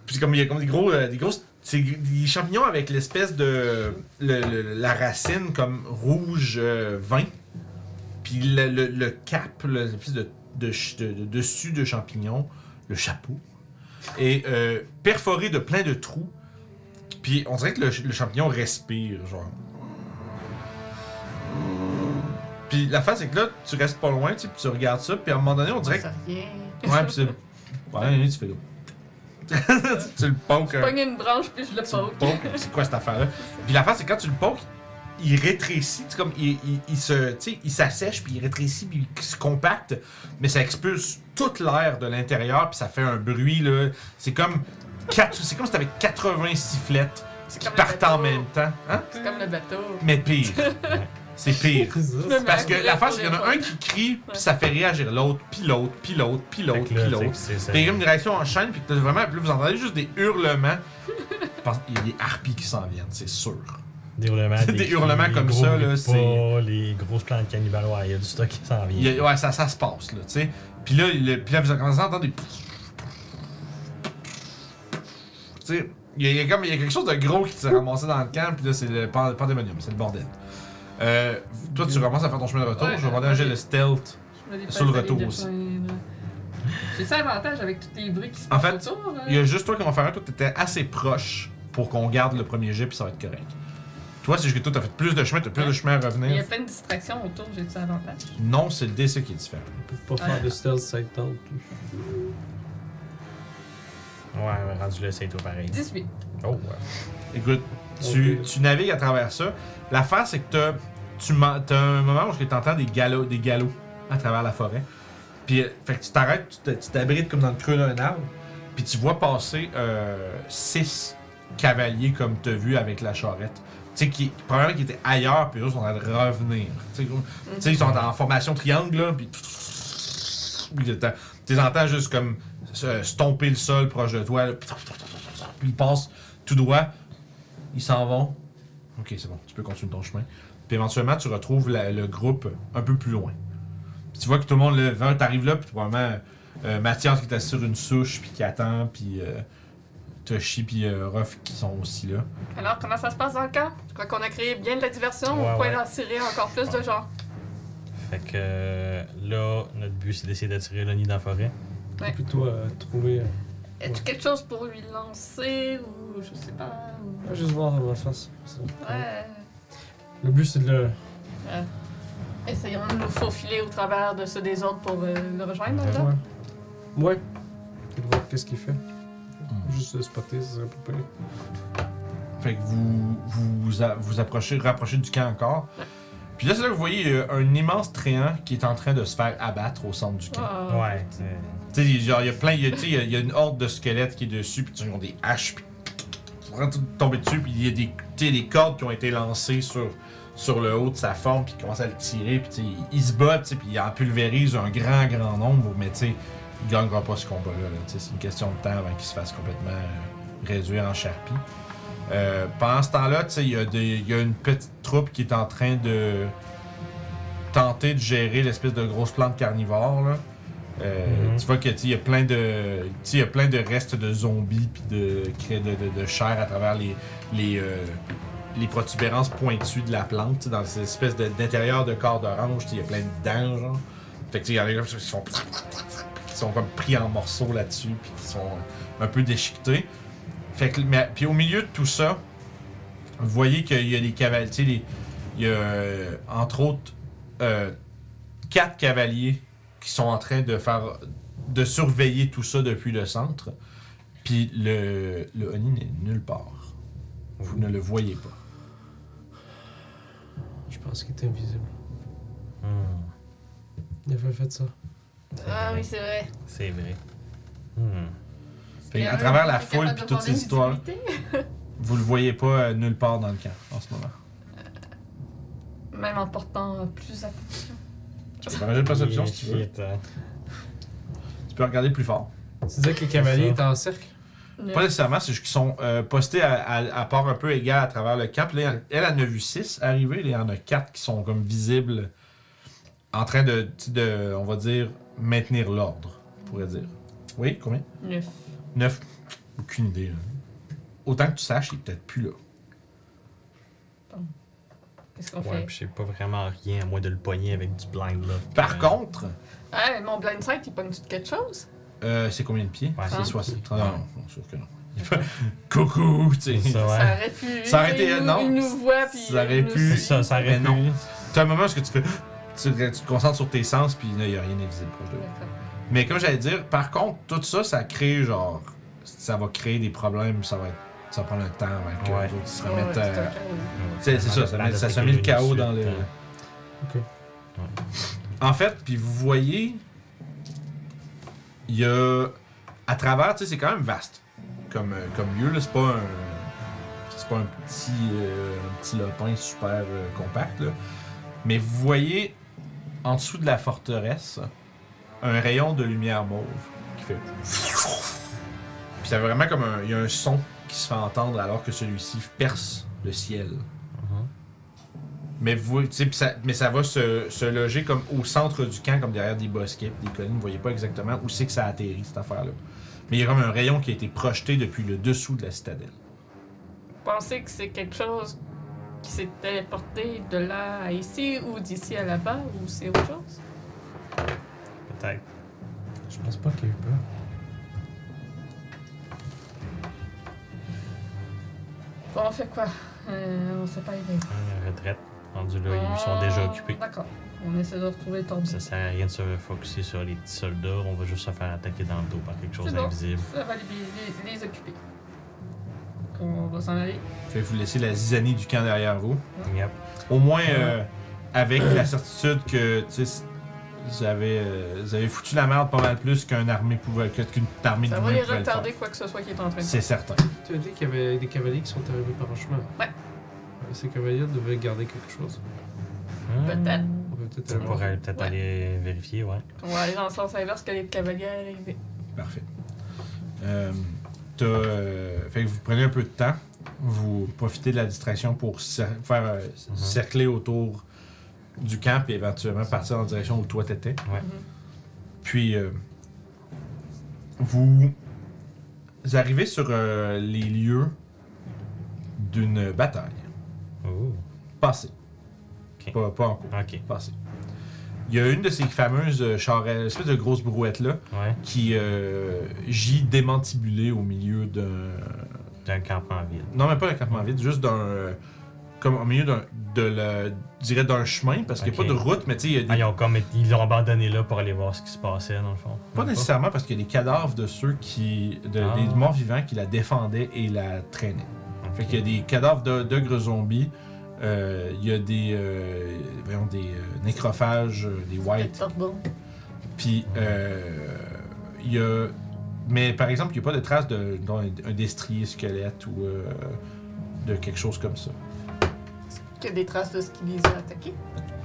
Puis c'est comme il y a comme des gros, euh, des grosses, c'est des champignons avec l'espèce de, le- le- la racine comme rouge euh, vin, puis le, le, le cap, le- l'espèce de, de ch- de- de dessus de champignons, le chapeau, est euh, perforé de plein de trous. Puis on dirait que le, ch- le champignon respire, genre. Puis la face c'est que là, tu restes pas loin, tu sais, puis tu regardes ça, puis à un moment donné, on dirait que Ça rien. Ouais, pis c'est. Ouais, lui, tu fais là. tu, tu le pokes. Je hein. pogne une branche puis je le Tu le poke. pokes. C'est quoi cette affaire-là? Puis l'affaire, c'est quand tu le pokes, il rétrécit. tu sais, comme il, il, il se. Tu sais, il s'assèche, puis il rétrécit, puis il se compacte. Mais ça expulse toute l'air de l'intérieur, puis ça fait un bruit, là. C'est comme. quatre- C'est comme si t'avais 80 sifflettes C'est qui comme le partent en bateau. même temps. Hein? C'est comme le bateau. Mais pire. c'est pire. Je me Parce que mets à l'affaire, c'est qu'il y courir en pour a un les qui crie, Ouais. puis ça fait réagir l'autre, puis l'autre, puis l'autre, puis Fait l'autre, que puis là, tu sais l'autre. que c'est ça. T'as comme une réaction en chaîne, puis que t'as vraiment. Puis là, vous entendez juste des hurlements. Je pense qu'il y a des harpies qui s'en viennent, c'est sûr. Des hurlements, Des hurlements cris, comme gros ça, bruits là, de c'est- pas, Les grosses plantes cannibales, ouais, il y a du stock qui s'en Il vient. y a- ouais, ça, ça se passe, là, tu sais. Puis là, le- puis là, vous commencez à entendre des. Tu sais, il y, a- il y a comme- il y a quelque chose de gros qui s'est ramassé dans le camp, puis là, c'est le pan- pandémonium, c'est le bordel. Euh, toi, tu commences à faire ton chemin de retour. Ouais, je vais demander un jet ouais. de stealth me déplacer, Sur le retour les aussi. déplaindre. J'ai ça avantage avec tous les bruits qui se En passent fait, autour. hein? Il y a juste toi qui va faire un, toi t'étais assez proche pour qu'on garde le premier jet puis ça va être correct. Toi, c'est juste que toi t'as fait plus de chemin, t'as plus de chemin à Il y a revenir. plein de distractions autour, j'ai ça avantage. Non, c'est le DC qui est différent. Je peux pas faire de stealth 50. Ouais, mais rendu là, c'est tout pareil. 18. Oh, ouais. Écoute, tu, Ok. tu navigues à travers ça. L'affaire, c'est que t'as, tu m'en- t'as un moment où tu entends des galops, des galops à travers la forêt. Puis, euh, fait que tu t'arrêtes, tu te- tu t'abrites comme dans le creux d'un arbre. Puis tu vois passer euh, six cavaliers comme t'as vu avec la charrette. Tu sais, qui, probablement qui étaient ailleurs, puis eux sont en train de revenir. Tu sais, gros. Tu sais, ils sont en formation triangle, là, puis... puis t'as- Tu les entends juste comme se stomper le sol proche de toi, là, puis ils passent tout droit, ils s'en vont. Ok, c'est bon, tu peux continuer ton chemin. Puis éventuellement, tu retrouves la- le groupe un peu plus loin. Puis tu vois que tout le monde, le vent t'arrive là, puis probablement euh, Mathias qui est assis sur une souche, puis qui attend, puis euh, Toshi, puis euh, Ruff qui sont aussi là. Alors, comment ça se passe dans le camp? Je crois qu'on a créé bien de la diversion. Ouais, on pourrait ouais. en tirer encore plus de gens. Fait que euh, là, notre but, c'est d'essayer d'attirer le nid dans la forêt. Ouais. Plutôt euh, trouver. euh, As-tu quelque chose pour lui lancer ou je sais pas? ou- ah, juste voir dans ma face. ça. Ouais. Le but c'est de le. Essayons de nous faufiler au travers de ce désordre pour euh, le rejoindre, là. Ouais. Ouais. Et de voir qu'est-ce qu'il fait. Juste le spotter, ça serait pas pire. Fait que vous vous, a- vous approchez, rapprochez du camp encore. Puis là, c'est là que vous voyez euh, un immense tréant qui est en train de se faire abattre au centre du camp. Ah. Ouais, t'sais. Tu sais, genre, il y a plein, il y a- tu sais, il y a- il y a une horde de squelettes qui est dessus, puis tu- ils ont des haches, puis ils sont en train de tomber dessus, puis il y a des, tu sais, des cordes qui ont été lancées sur, sur le haut de sa forme, puis ils commencent à le tirer, puis tu sais, il se bat, tu sais, puis il en pulvérise un grand, grand nombre, mais tu sais, il gagnera pas ce combat-là. là. Tu sais, C'est une question de temps avant qu'il se fasse complètement euh, réduire en charpie. Euh, pendant ce temps-là, tu sais, il y, a des- il y a une petite troupe qui est en train de tenter de gérer l'espèce de grosse plante carnivore. Là. Euh, Mhm. Tu vois que tu sais, il y a plein de, tu sais, il y a plein de restes de zombies puis de, cré- de, de- de chair à travers les les, euh, les protubérances pointues de la plante, tu sais, dans cette espèce de- d'intérieur de corps d'orange. tu sais, Il y a plein de dents, genre. Fait que tu sais, il y en a qui sont, qui sont comme pris en morceaux là-dessus, puis qui sont un peu déchiquetés. Fait que, mais- puis au milieu de tout ça, vous voyez qu'il y a des cavaliers, tu sais, les- il y a euh, entre autres euh, quatre cavaliers qui sont en train de faire, de surveiller tout ça depuis le centre. Puis le, le Oni n'est nulle part. Vous ne le voyez pas. Je pense qu'il était invisible. Hmm, Il avait fait ça. Ah oui, c'est vrai. c'est vrai. Hmm. Fait Et à eux, travers la ils sont foule capables puis de toutes voir ces histoires, l'invisibilité. vous le voyez pas euh, nulle part dans le camp en ce moment. Même en portant euh, plus attention. Tu peux faire un jeu de perception si tu veux. Shit, hein. Tu peux regarder plus fort. Tu disais que les cavaliers étaient en cercle Mm. Pas nécessairement, c'est juste qu'ils sont euh, postés à, à- à part un peu égale à travers le camp. Puis là, elle en a vu 6 arriver, là, il y en a 4 qui sont comme visibles en train de, tu sais, de on va dire, maintenir l'ordre, on pourrait dire. Oui, combien Neuf. 9. Aucune idée. là. Autant que tu saches, il est peut-être plus là. Qu'est-ce qu'on Ouais, fait? pis j'ai pas vraiment rien à moi de le pogner avec du blind là. Par Euh, contre, Ah, mais mon blind sight, il pogne-tu de quelque chose? euh, c'est combien de pieds Ouais, Ah, C'est Trente. 60. Non, non, non, sûr que non. Il fait, Coucou, tu C'est sais. ça, Ça ouais. aurait pu. Ça aurait il été- nous- non. Il nous voit, puis. Ça aurait il nous pu- suit. C'est ça, ça Mais aurait non. pu. T'as un moment où ce que tu fais, tu, tu te concentres sur tes sens, puis là, il n'y a rien d'invisible proche de toi. D'accord. Mais comme j'allais dire, par contre, tout ça, ça crée genre. Ça va créer des problèmes, ça va être. Ça prend le temps avant que Ouais. les autres se Ouais, remettent. ouais, euh, c'est un cas, oui. c'est Ah, c'est ça, ça, met- ça, se met le chaos dans le. hein. Ok. En fait, puis vous voyez, il y a. À travers, tu sais, c'est quand même vaste. Comme, euh, comme lieu, là, c'est pas un. C'est pas un petit, euh, un petit lopin super euh, compact, là. Mais vous voyez, en dessous de la forteresse, un rayon de lumière mauve qui fait. Puis ça fait vraiment comme un. Il y a un son qui se fait entendre alors que celui-ci perce le ciel. Mais, vous, tu sais, pis ça, mais ça va se, se loger comme au centre du camp, comme derrière des bosquets, pis des collines. Vous voyez pas exactement où c'est que ça atterrit, cette affaire-là. Mais il y a comme un rayon qui a été projeté depuis le dessous de la citadelle. pensez que c'est quelque chose qui s'est téléporté de là à ici ou d'ici à là-bas ou c'est autre chose? peut-être. Je pense pas qu'il y ait eu peur. Bon, on fait quoi Euh, On sait pas aider. Hein, retraite. Rendu là, ils sont déjà Ah. occupés. Oh, D'accord. On essaie de retrouver Torbi. Ça sert à rien de se focusser sur les petits soldats. On va juste se faire attaquer dans le dos par quelque chose C'est bon. d'invisible. Ça va les, les, les occuper. Donc, on va s'en aller. Fait que vous laissez la zizanie du camp derrière vous. Yep. Au moins, euh, avec la certitude que, tu sais, vous avez, euh, vous avez foutu la merde pas mal plus qu'une armée pouvait, que- qu'une armée Ça d'humains va les pouvait le retarder quoi que ce soit qui est en train faire. de C'est certain. Tu as dit qu'il y avait des cavaliers qui sont arrivés par un chemin. Ouais. Euh, Ces cavaliers devaient garder quelque chose. Hein? Peut-être. On peut peut-être On aller voir. pourrait peut-être Ouais. aller vérifier, ouais. On va aller dans le sens inverse que les cavaliers arrivés. Parfait. Euh, t'as, euh, fait que vous prenez un peu de temps. Vous profitez de la distraction pour cer- faire euh, Mhm. cercler autour du camp et éventuellement partir en direction où toi t'étais. Ouais. Mhm. Puis euh, vous arrivez sur euh, les lieux d'une bataille Oh. passée. Ok. Pas, pas en cours, Ok. passée. Il y a une de ces fameuses euh, charrettes, espèce de grosse brouette là, Ouais. qui euh, gît démantibulé au milieu d'un. D'un campement vide. Non, mais pas d'un campement vide, juste d'un. euh, Comme au milieu d'un. De la, je dirais d'un chemin, parce qu'il n'y a Ok. pas de route, mais tu sais, il y a des- Ah, ils ont comme été- ils l'ont abandonné là pour aller voir ce qui se passait dans le fond. Pas Même nécessairement parce qu'il y a des cadavres de ceux qui. de- Ah. des morts vivants qui la défendaient et la traînaient. Ok. Fait qu'il y a des cadavres de- d'ogres zombies, euh, il y a des. euh, voyons, des euh, nécrophages, euh, des whites. Peut-être Torbon. Puis, euh, il y a. Mais par exemple, il n'y a pas de traces d'un de, destrier squelette ou euh, de quelque chose comme ça. Qu'il y a des traces de ce qui les a attaqués.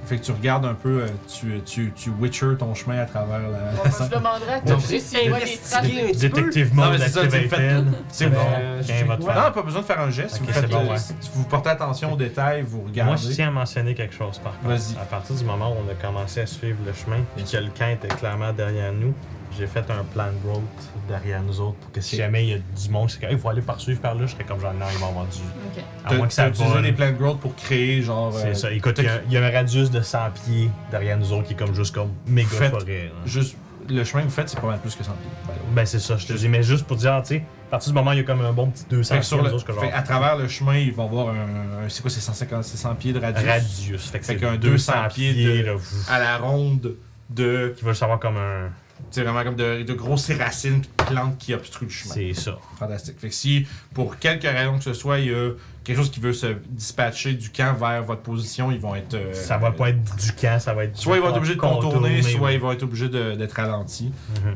Fait que tu regardes un peu, euh, tu, tu, tu witcher ton chemin à travers la. Bon, ben, je demanderai à Torbi s'il voit des traces. de- Détective Non, mode mais c'est ça, activated. tu le C'est bon. bon. Euh, Tiens, je- votre ouais. femme. Non, pas besoin de faire un geste. Ok, vous, faites, c'est bon, euh, ouais. si vous portez attention aux détails, vous regardez. Moi, je tiens à mentionner quelque chose par contre. Vas-y. À partir du moment où on a commencé à suivre le chemin, puis que sûr. le camp était clairement derrière nous, j'ai fait un plan de route derrière nous autres pour que si Ok. jamais il y a du monde, c'est comme, il faut aller poursuivre par là, je serais comme genre, non, ils vont avoir du. Ok. À moins que T'as ça utilisé vole. les plans de growth pour créer, genre. euh, C'est ça. Écoute, t'as- il y, a- il y a un radius de 100 pieds derrière nous autres qui est comme juste comme méga Faites- forêt. là. Juste, le chemin que vous faites, c'est pas mal plus que 100 pieds. Voilà. Ben c'est ça, je te dis, mais juste pour dire, tu sais, à partir du moment où il y a comme un bon petit Fait 200 que pieds, sur nous le, autres, que fait genre, à travers le chemin, ils vont voir un. un- c'est quoi, c'est 150, c'est 100 pieds de radius. radius. Fait que Fait c'est qu'un 200 pieds de- là, vous- à la ronde de. qui va juste avoir comme un... Tu sais, vraiment comme de, de grosses racines pis de plantes qui obstruent le chemin. C'est ça. Fantastique. Fait que si, pour quelque raison que ce soit, il y a quelque chose qui veut se dispatcher du camp vers votre position, ils vont être. euh, Ça va pas être du camp, ça va être... Soit ils vont être obligés de contourner, soit ouais. ils vont être obligés de- d'être ralentis. Mhm.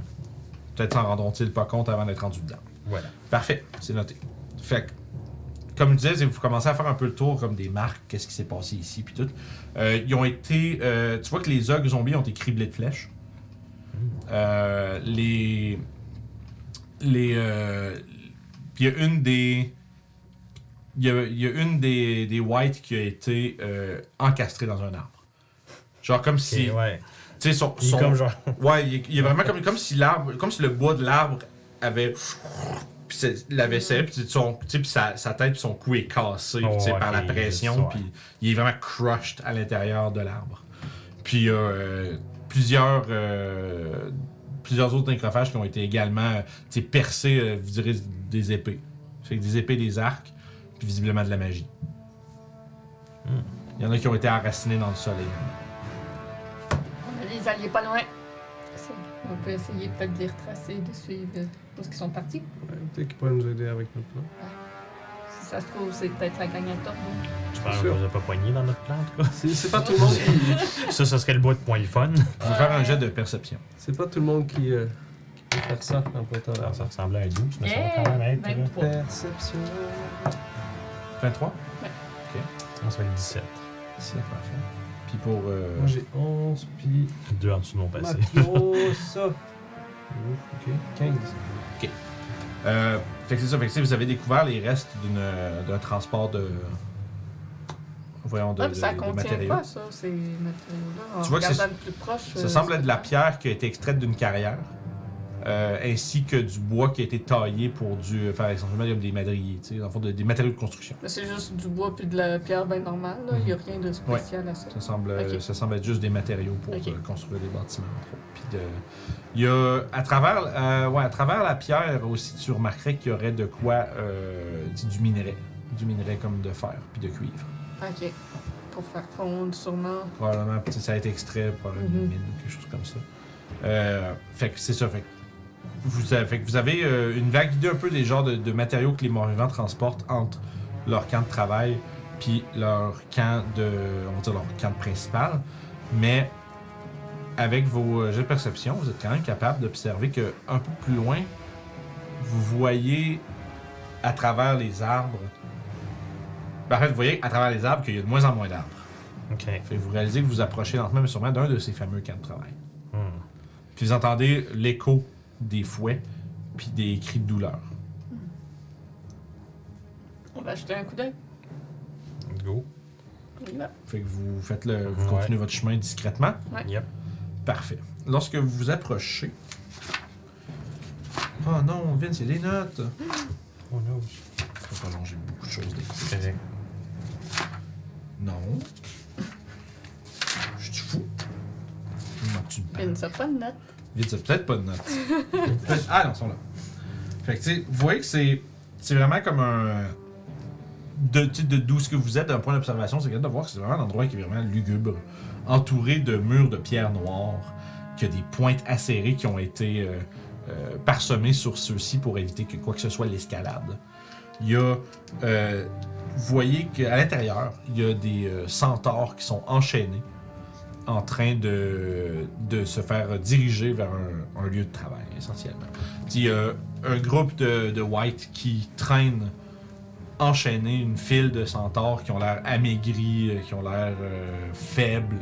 Peut-être s'en rendront-ils pas compte avant d'être rendus dedans. Voilà. Parfait, c'est noté. Fait que, comme je disais, c'est- vous commencez à faire un peu le tour comme des marques, qu'est-ce qui s'est passé ici, puis tout. Euh, ils ont été. euh, tu vois que les ogres zombies ont été criblés de flèches. Hmm. Euh, les. Les. euh, Il y a une des. Il y a, il y a une des, des whites qui a été euh, encastrée dans un arbre. Genre comme si. C'est... Ouais. Tu sais, son. Puis son- comme genre... Ouais, il est, il est vraiment comme, comme si l'arbre, comme si le bois de l'arbre avait. Puis c'est- l'avait serré, puis son, tu sais, puis sa, sa tête, puis son cou est cassé tu sais, Oh, par la ok, pression, ça, ouais. puis il est vraiment crushed à l'intérieur de l'arbre. Puis il y a euh, plusieurs, euh, plusieurs autres nécrophages qui ont été également euh, tu sais, percés, euh, vous direz, des épées. Fait que des épées, des arcs, puis visiblement de la magie. Hmm. Il y en a qui ont été enracinés dans le sol également. Les alliés pas loin. C'est- On peut essayer peut-être de les retracer, de suivre euh, où est-ce qu'ils sont partis. Ouais, Peut-être qu'ils pourraient nous aider avec notre plan. Si ça se trouve, c'est peut-être la gang à Torbi. J'espère qu'on vous a pas poigné dans notre plan, en tout C'est c'est pas tout le monde qui, cas. Ça, ça serait le bout de point le fun. Vous faire un jet de perception. c'est pas tout le monde qui, euh, qui peut faire ça en pointant Ça, la ça ressemblait à 12, mais ça va Eh, quand même être... là. 23. Perception. 23? On se fait le 17. C'est parfait. Puis pour. euh, Moi j'ai 11, puis Deux en dessous de mon passé. Macro, ça. Ok, 15. euh, fait que c'est ça. Fait que si vous avez découvert les restes d'une, euh, d'un transport de. Voyons, de, Ah, mais ça de- de contient matériaux. quoi, ça, ces matériaux-là? En Tu vois que regardant c'est- le plus proche. Ça euh, semble c'est- être de la pierre qui a été extraite d'une carrière. euh, ainsi que du bois qui a été taillé pour du, euh, faire essentiellement comme des madriers, tu sais, dans le fond, de- des matériaux de construction. Mais c'est juste du bois puis de la pierre bien normale, là. Il y a rien de spécial à ça. Ça semble, Ok. ça semble être juste des matériaux pour Ok. euh, construire des bâtiments. en fait. Puis de- il y a, à travers, euh, ouais, à travers la pierre aussi, tu remarquerais qu'il y aurait de quoi, euh, du- du minerai, du minerai comme de fer puis de cuivre. Ok. Pour faire fondre, sûrement. Probablement, tu sais, ça a été extrait, probablement d'une Mhm. mine ou quelque chose comme ça. Euh, fait que c'est ça. Fait que vous avez, fait que vous avez euh, une vague idée un peu des genres de, de matériaux que les morts-vivants transportent entre leur camp de travail puis leur camp de, on va dire leur camp principal. Mais avec vos euh, jets de perception, vous êtes quand même capable d'observer que un peu plus loin, vous voyez à travers les arbres. Ben, en fait, vous voyez à travers les arbres qu'il y a de moins en moins d'arbres. Ok. Fait que vous réalisez que vous approchez lentement mais sûrement d'un de ces fameux camps de travail. Hmm. Puis vous entendez l'écho des fouets, puis des cris de douleur. On va jeter un coup d'œil. Go. On y va. Fait que vous faites le, vous Ouais. continuez votre chemin discrètement. Yep. Parfait. Lorsque vous vous approchez, oh non, Vince, il y a des notes. Oh no. Faut pas j'ai beaucoup de choses. d'écrire. C'est vrai. Non. Je suis fou. Il manque une page. Il ne sort pas de notes. Vite, c'est peut-être pas de notes. Peut-être- ah non, ils sont là. Fait que tu sais, vous voyez que c'est, c'est vraiment comme un. De, tu sais, de, d'où ce que vous êtes d'un point d'observation, c'est que de voir que c'est vraiment un endroit qui est vraiment lugubre, entouré de murs de pierre noire, qu'il y a des pointes acérées qui ont été euh, euh, parsemées sur ceux-ci pour éviter que quoi que ce soit l'escalade. Il y a. euh, vous voyez qu'à l'intérieur, il y a des euh, centaures qui sont enchaînés en train de, de se faire diriger vers un, un lieu de travail, essentiellement. Il y a un groupe de, de White qui traîne enchaîné une file de centaures qui ont l'air amaigris, euh, qui ont l'air euh, faibles,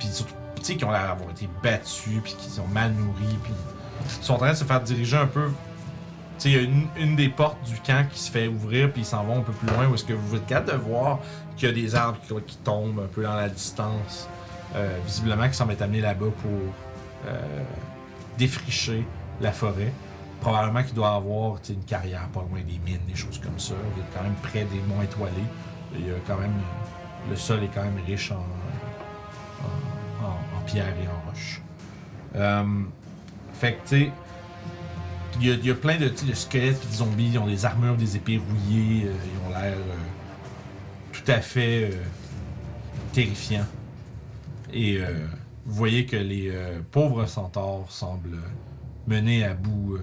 puis surtout tu sais, qui ont l'air d'avoir été battus, puis qui sont mal nourris, puis ils sont en train de se faire diriger un peu. Tu sais, il y a une, une des portes du camp qui se fait ouvrir, puis ils s'en vont un peu plus loin, où est-ce que vous êtes capable de voir qu'il y a des arbres qui, qui tombent un peu dans la distance. Euh, visiblement qui semble être amené là-bas pour euh, défricher la forêt. Probablement qu'il doit avoir tu sais, une carrière pas loin des mines, des choses comme ça. Vous êtes quand même près des monts étoilés. Il y a quand même, euh, le sol est quand même riche en, en, en- en pierres et en roches. Euh, fait que, tu sais, il y, a- il y a plein de, tu sais, de squelettes et de zombies. Ils ont des armures, des épées rouillées. euh, ils ont l'air euh, tout à fait euh, terrifiants. Et euh, vous voyez que les euh, pauvres centaures semblent euh, mener à bout. euh.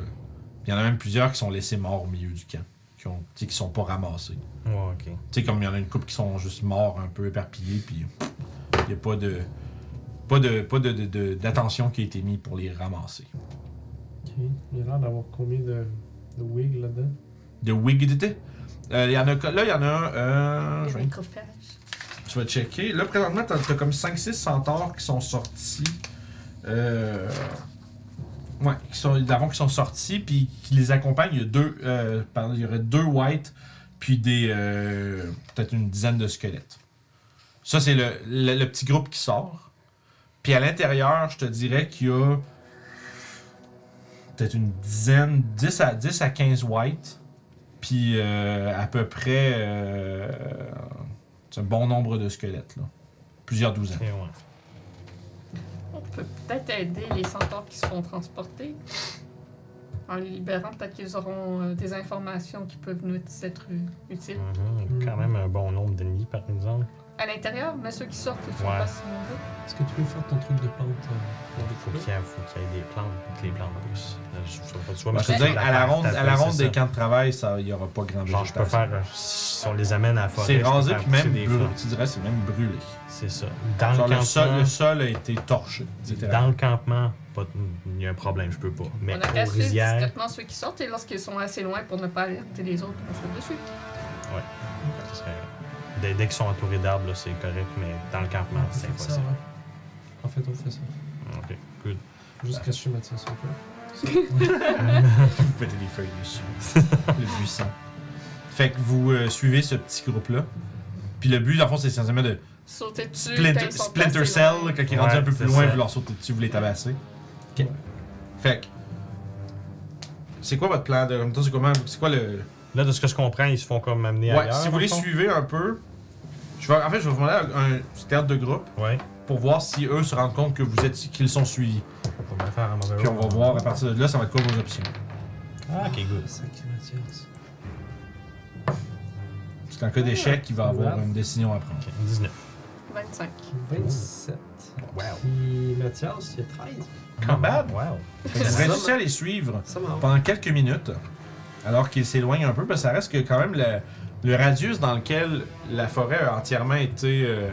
Il y en a même plusieurs qui sont laissés morts au milieu du camp, qui, ont, tu sais, qui sont pas ramassés. Ouais, ok. Tu sais, comme il y en a une couple qui sont juste morts, un peu éparpillés, puis il n'y a pas de. Pas de pas de, de- de- d'attention qui a été mise pour les ramasser. Ok. Il a l'air d'avoir combien de, de wigs là-dedans De Wigged. Euh, il y en a, là, il y en a. euh, je Le vais- microphage. Tu vas checker. Là, présentement, t'as t'as comme 5-6 centaures qui sont sortis. Euh... Ouais, qui sont, d'avant qui sont sortis, puis qui les accompagnent. Il y a deux, euh, pardon, il y aurait deux whites, puis des. euh, peut-être une dizaine de squelettes. Ça, c'est le, le- le petit groupe qui sort. Puis à l'intérieur, je te dirais qu'il y a. Peut-être une dizaine, 10 à, 10 à 15 whites, puis euh, à peu près. euh, c'est un bon nombre de squelettes, là. Plusieurs douzaines. Ok, ouais. On peut peut-être aider les centaures qui se font transporter. En les libérant, peut-être qu'ils auront euh, des informations qui peuvent nous être u- utiles. Mm. Mhm. Quand même un bon nombre d'ennemis, par exemple. À l'intérieur, mais ceux qui sortent, ils sont Ouais. pas si nombreux. Est-ce que tu peux faire ton truc de pente euh, dans les Faut couloirs? qu'il y, ait- faut qu'il y ait des plantes, que les plantes poussent. Là, je- je- tu vois, Moi, mais je te c'est dis, à la terre, ronde, t'as à la fait, ronde c'est des ça. camps de travail, ça, il y aura pas grand Genre, je peux végétation. faire. euh, Si on les amène à la forêt. C'est je peux rasé, faire puis pousser même des brûlé. plantes. Tu dirais, c'est même brûlé. C'est ça. Dans Genre, le le sol, campement. le sol a été torché. littéralement. Dans le campement, pas- il y a un problème, je peux pas. Mais On a aux cassé rizières, discrètement ceux qui sortent et lorsqu'ils sont assez loin pour ne pas alerter les autres, on saute dessus. ce serait- dès, dès qu'ils sont entourés d'arbres, là, c'est correct, mais dans le campement, On c'est fait ça, impossible. ouais. En fait, on fait ça. Ok, good. Faut Juste cacher Mathias un peu. Vous pétez des feuilles dessus. le buisson. Fait que vous euh, suivez ce petit groupe-là. Puis le but, dans le fond, c'est essentiellement de Sauter dessus. quand Splinter, ils sont Splinter placés Cell, loin. quand il est Ouais, rendu un peu plus c'est loin, ça. vous leur sautez dessus, vous les tabassez. Ok. Fait que C'est quoi votre plan de remontage? C'est comment- C'est quoi le. Là, de ce que je comprends, ils se font comme amener Ouais, ailleurs. si vous voulez dans le fond. suivez un peu. Je vais, en fait, je vais vous demander un petit théâtre de groupe Ouais. pour voir si eux se rendent compte que vous êtes qu'ils sont suivis. On va pas faire un mauvais Puis on roll. va voir à partir de là, ça va être quoi vos options. Ah, ok, good. Parce qu'en cas d'échec, il va avoir une décision à prendre. Ok, 19. 25. 27. Wow. Puis Mathias, il y a 13. Not bad. Wow. Fait que Vous réussissez à les suivre Ça marche. pendant quelques minutes, alors qu'ils s'éloignent un peu, parce que ça reste que quand même le, le radius dans lequel la forêt a entièrement été euh,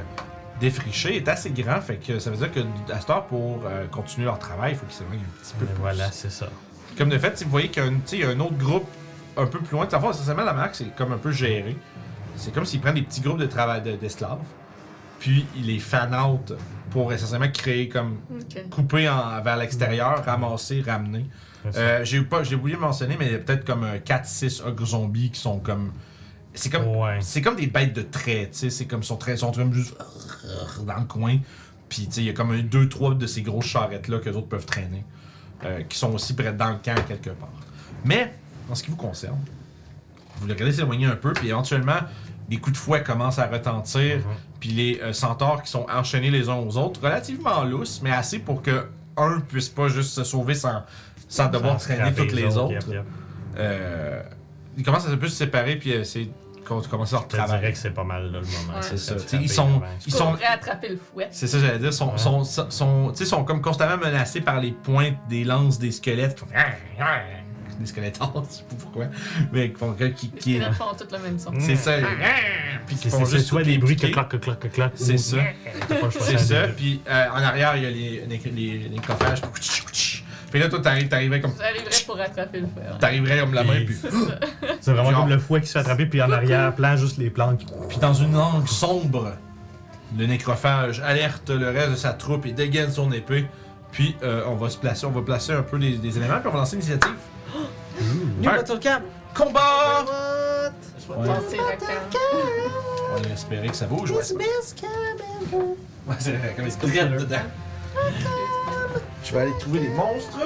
défrichée est assez grand. Fait que ça veut dire que à cette heure, pour euh, continuer leur travail, il faut qu'ils s'éloignent un petit peu. Mais plus. voilà, c'est ça. Comme de fait, si vous voyez qu'il y a une- tu sais, il y a un autre groupe un peu plus loin, ça fait ça la marque, c'est comme un peu géré. C'est comme s'ils prennent des petits groupes de travail de- d'esclaves, puis ils les fan out pour essentiellement créer comme Ok. couper en- vers l'extérieur, ramasser, ramener. Merci. Euh, j'ai pas j'ai oublié de mentionner mais il y a peut-être comme euh, 4 6 ogres zombies qui sont comme c'est comme Ouais. c'est comme des bêtes de trait, tu sais, c'est comme ils sont très ils sont comme juste dans le coin. Puis tu sais, il y a comme un, deux trois de ces grosses charrettes là que les autres peuvent traîner euh, qui sont aussi près dans le camp quelque part. Mais en ce qui vous concerne, vous les regardez s'éloigner un peu puis éventuellement des coups de fouet commencent à retentir, Mhm. puis les euh, centaures qui sont enchaînés les uns aux autres, relativement lousses, mais assez pour que un puisse pas juste se sauver sans, sans devoir Ça traîner scrape toutes les autres. yep, yep. Euh, ils commencent à se plus se séparer puis euh, essayer de com- commencer leur Je te dirais travail. que c'est pas mal là, le moment. Ouais. C'est ça. Attraper, T'sais, Ils sont, ouais. ils sont, Faudrait attraper le fouet. c'est ça j'allais dire, sont, Ouais. sont, sont, sont- t'sais, sont comme constamment menacés par les pointes des lances des squelettes. qui font Des squelettes, je sais pas pourquoi, mais qui font qui, Les qui- squelettes font tout le même son. c'est ça. Puis qui C'est font c'est juste soit tout des bruits que Mmh. piquer. clac, que clac, que clac. C'est ou- ça. T'as pas le choix, C'est un ça, des deux. puis euh, en arrière, il y a les, les, les, les coffrages. Puis là, toi, t'arrives, t'arriverais comme, J'arriverais pour attraper le fouet. ouais. t'arriverais comme la main, Puis- puis, C'est vraiment Genre. comme le fouet qui se fait attraper, puis en arrière-plan, juste les plantes qui coupent. puis dans une langue sombre, le nécrophage alerte le reste de sa troupe et dégaine son épée. Puis euh, on va se placer, on va placer un peu les, les éléments, puis on va lancer l'initiative. New Marc. Battle Cam! Combat! What? Ouais. Lancer la canne. On va espérer que ça bouge. Ouais, c'est best cam ever! ouais, c'est vrai, comme des squelettes dedans. Je vais aller trouver les monstres.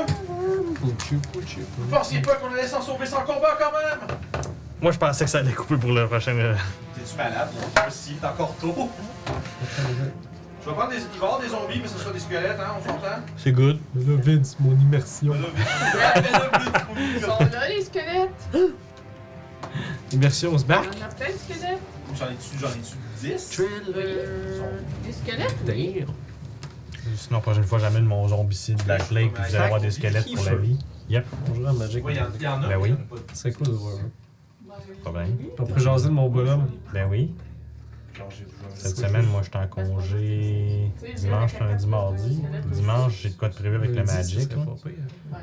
Vous pensiez pas qu'on allait s'en sauver sans combat quand même? Moi, je pensais que ça allait couper pour le prochain. euh, T'es-tu malade? là? Si, t'es encore tôt. Je vais prendre des. Il va y avoir des zombies, mais ce sera des squelettes, hein, on s'entend? C'est good. Là, Vince, mon immersion. Ils sont là, les squelettes. Immersion, on se On barre. en a plein de squelettes. J'en ai-tu, j'en ai-tu 10? Euh, Des squelettes? Damn! Sinon, prochaine fois, j'amène mon zombicide Black Lake, puis vous allez avoir des squelettes pour la vie. Yep, On jouera à Magic. Oui, il y en- il y en a. Ben mais il y en a oui. pas de- C'est cool de voir. hein. problème. T'as pris jaser de mon bonhomme. Ben oui. Genre, j'ai- j'ai- Cette semaine, moi, j'étais en congé. Dimanche, lundi, mardi. Dimanche, j'ai de quoi de prévu avec le Lundi, ça Magic. serait là. pas pire.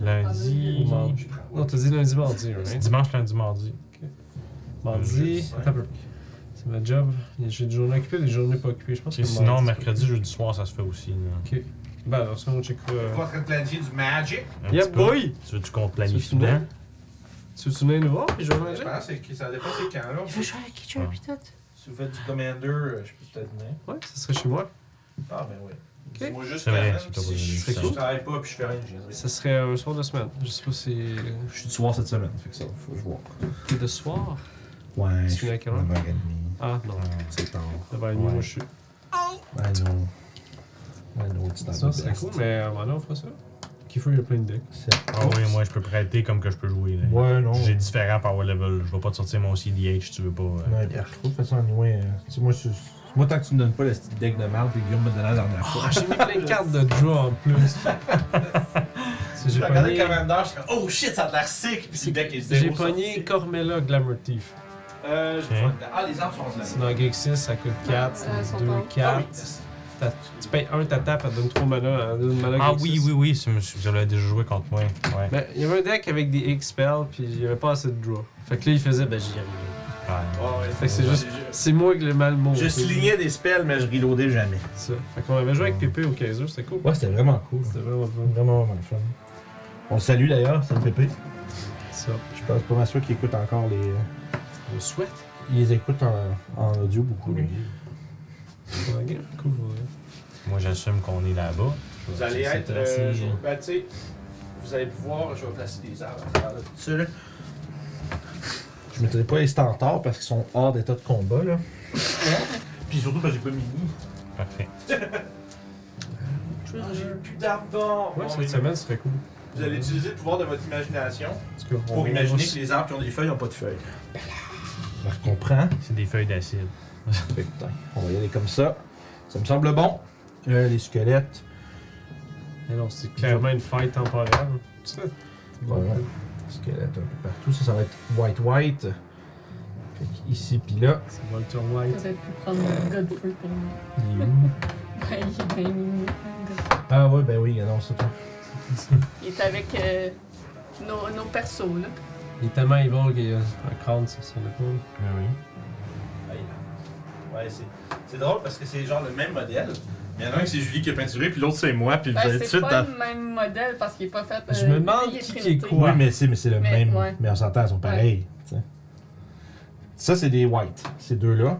Lundi. Ou mardi. Non, t'as dit lundi, mardi, C'est right? dimanche, lundi, mardi. Mardi. Attends un peu. C'est ma job. J'ai des journées occupées, des journées pas occupées. Je pense que Et sinon, mardi, mercredi, jeudi soir, ça se fait aussi. là. Ok. Ben alors, sinon, on On va checkera. en train de planifier du magic. Un Yeah, petit peu. boy! Tu veux-tu qu'on te Tu planifie veux-tu nous- dedans? Tu veux-tu venir nous voir? Puis je vais au Je Magic? pense que ça dépend c'est quand là. jouer à Kitcher, Ah. putain. Si vous faites du commander, euh, je peux peut-être venir. Ouais, ça serait chez moi. Ah, ben oui. Dis-moi juste C'est quand vrai, même, c'est pas si bon, je- c'est si cool. je travaille pas puis je fais rien, je viendrai. Ça serait euh, un soir de semaine. Je sais pas si. Je suis du soir cette semaine, fait que ça, faut que je vois. C'est de soir? Ouais. Tu finis à quelle heure? 9h30, Ah non. c'est tard. Devant Ouais. moi, je suis. Ouais, non. Ouais, non, tu Ça, c'est cool, mais euh, voilà, on fera ça. Qu'il faut, il y a plein de decks. Ah oui, moi, je peux prêter comme que je peux jouer. là. Ouais, non. J'ai différents power level. Je vais pas te sortir mon CDH si tu veux pas. euh. Ouais, puis, ah, de toute façon, anyway, euh, tu sais, moi, je, moi, tant que tu me donnes pas le petit deck de merde, puis Guillaume m'a donné la dernière fois. Ah, j'ai mis plein de cartes de draw en plus. C'est- j'ai J'ai regardé pogné, le calendrier, je suis comme, oh shit, ça a de l'air sick! Puis c'est le deck est j'ai zéro pogné sorti. Cormella Glamour Thief. Euh, je Hein? Ah, les arbres sont en C'est dans Geek 6, ça coûte 4, Euh, c'est sont 2, bons. 4. Tu payes 1, ta tape, elle donne 3 mana. Elle donne mana Ah Geek oui, 6. oui, oui, c'est monsieur- vous avez déjà joué contre moi. Ouais. Ben, il y avait un deck avec des X spells, puis il y avait pas assez de draw. Fait que là, il faisait, ben j'y arrive. Ah, Ouais. Fait que c'est juste- C'est moi avec le mal mot. Je slignais des spells, mais je reloadais jamais. Ça. Fait qu'on avait joué avec Pépé au 15 c'était cool. Ouais, c'était vraiment cool. C'était vraiment fun. Vraiment, vraiment le fun. On le salue d'ailleurs, c'est le pépé. Ça. Je pense pas mal sûr qu'il écoute encore les. euh, On le souhaite. Il les écoute en, en audio beaucoup, lui. Pour la guerre. Cool, ouais. Moi, j'assume qu'on est là-bas. Vous allez C'est être. intéressant, euh, genre. ben, tu sais, vous allez pouvoir, je vais placer des arbres à travers là-dessus. là. Je mettrai pas les stentars parce qu'ils sont hors d'état de combat, là. Puis surtout parce que j'ai pas mis de nid. Parfait. Ah, J'ai plus d'arbres bon. Ouais, Bon, cette mais semaine, ce serait cool. Vous allez utiliser le pouvoir de votre imagination Parce que pour imaginer que les arbres qui ont des feuilles n'ont pas de feuilles. Ben, Je comprends. C'est des feuilles d'acide. Fait que, putain, on va y aller comme ça. Ça me semble bon. Euh, les squelettes. Mais Eh non, c'est clairement une fête temporaire. Voilà. Squelettes un peu partout. Ça, ça va être white-white. Fait que ici pis là. C'est Walter White. J'aurais pu prendre un Godfrey pour moi. Il est où? Ben, il est bien mignon, le gars. Ah ouais, ben oui, non, c'est toi. Il est avec euh, nos, nos persos, là. Il est tellement evil qu'il y a un crâne sur son épaule. Ah oui. Aïe. Ouais, c'est- c'est drôle parce que c'est genre le même modèle. Mais il y en a un que c'est Julie qui a peinturé, puis l'autre c'est moi, puis vous Ben, allez tout de c'est suite pas dans. le même modèle parce qu'il est pas fait. Je euh, me demande lui, il qui est qui est printé. quoi. Ouais. Oui, mais c'est, mais c'est le Mais, même. ouais. Mais on s'entend, ils sont pareils. tu sais. Ça, c'est des whites, ces deux-là.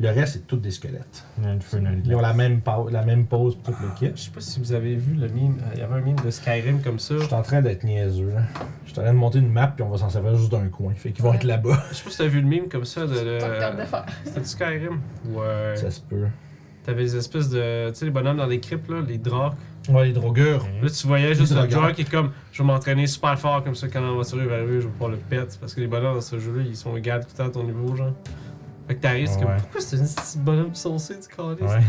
Le reste, c'est toutes des squelettes. Il y en a une feu, il y en a une Ils ont la même, pa- la même pose pour tout le Je kit. sais pas si vous avez vu le mime. Il y avait un mime de Skyrim comme ça. Je suis en train d'être niaiseux. Là. Je suis en train de monter une map, puis on va s'en servir juste d'un coin. Fait qu'ils vont Ouais. être là-bas. Je sais pas si t'as vu le mime comme ça de. de- T'as regardé faire. C'était Skyrim. Ouais. Ça se peut. T'avais des espèces de. Tu sais, les bonhommes dans les cryptes, là, les dracs. Ouais, les drogueurs. Hmm. Là, tu voyais juste le Les dragueurs. joueur qui est comme Je vais m'entraîner super fort comme ça quand l'aventurier va arriver, je vais pouvoir le pète. Parce que les bonhommes dans ce jeu-là, ils sont égales tout le temps à ton niveau, genre. Fait que t'arrives, c'est comme Ouais. Pourquoi c'est une petite bonhomme soncé, tu calais Ouais.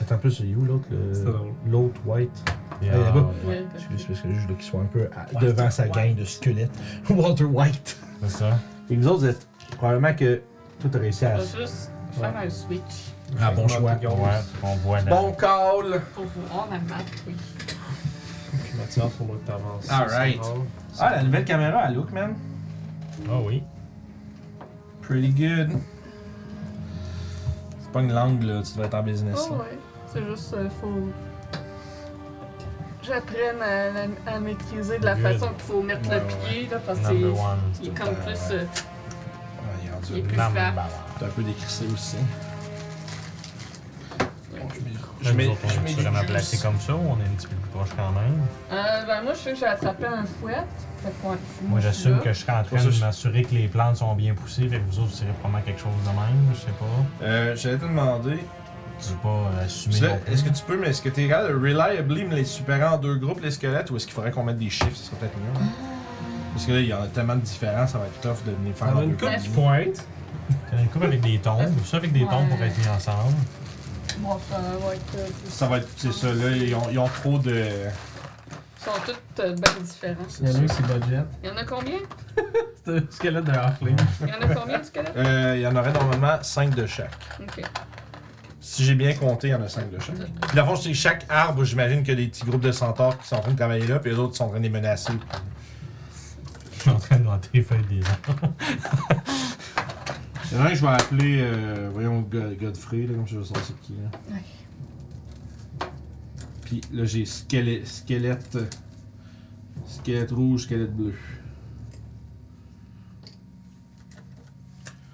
Attends un peu, c'est où l'autre le- C'est drôle. L'autre white. Il y Ah, a- là-bas. Ouais. Excuse, parce que je veux qu'il soit un peu à- devant sa gang de squelettes. Walter White. C'est ça. Et vous autres, vous êtes probablement que tout a réussi Je à. vais juste faire un switch Ah, bon choix. Ouais, on voit la. Bon call! pour vous rendre à map, oui. Puis Mathias, faut que t'avances. All right. C'est drôle. Ah, la nouvelle caméra, elle look, man. Ah oui. Pretty good. C'est pas une langue, là, tu devais être en business. Oh, ouais. C'est juste, euh, faut. J'apprenne à, à- à maîtriser de la Good. façon qu'il faut mettre Ouais, le ouais, pied, là, parce que Number c'est- one. il est comme plus. euh, Ah, il est rendu il est là. plus Number flat. T'es un peu décrissé aussi. Bon, je mets- Je mets, je on mets est du vraiment juice. placé comme ça ou on est un petit peu plus proche quand même? Euh, ben, moi, je sais que j'ai attrapé un fouet. Fait que, ouais, Moi, là. j'assume que je serai en train ça, de je- m'assurer que les plantes sont bien poussées, fait que vous autres, vous serez probablement quelque chose de même, je sais pas. Euh, J'allais te demander, Tu veux pas euh, assumer. Puis là, non plus. est-ce que tu peux, mais est-ce que t'es capable de reliably me les supérer en deux groupes, les squelettes, ou est-ce qu'il faudrait qu'on mette des chiffres, ce serait peut-être mieux. hein? Parce que là, il y en a tellement de différents, ça va être tough de les faire en On a deux une groupes. coupe qui pointe. T'as une coupe avec des tombes, ça avec des tombes pour Ouais. être mis ensemble. Bon, ça va être. euh, plus- Ça va être, c'est ça, là, ils ont, ils ont trop de... Ils sont toutes euh, bien différentes. Il y en a un qui budget. Il y en a combien C'est un squelette de halfling. Il y en a combien du colère Euh, il y en aurait normalement 5 de chaque. Ok. Si j'ai bien compté, il y en a 5 de chaque. Puis dans le fond, c'est chaque arbre, j'imagine qu'il y a des petits groupes de centaures qui sont en train de travailler là, puis les autres sont en train de les menacer. Je suis en train de vanter les feuilles des arbres. Il y en a un que je vais appeler, euh, voyons, God- Godfrey, là, comme ça, je sais c'est qui. hein. Là. Ouais. Puis là, j'ai squelette, squelette, euh, squelette rouge, squelette bleu.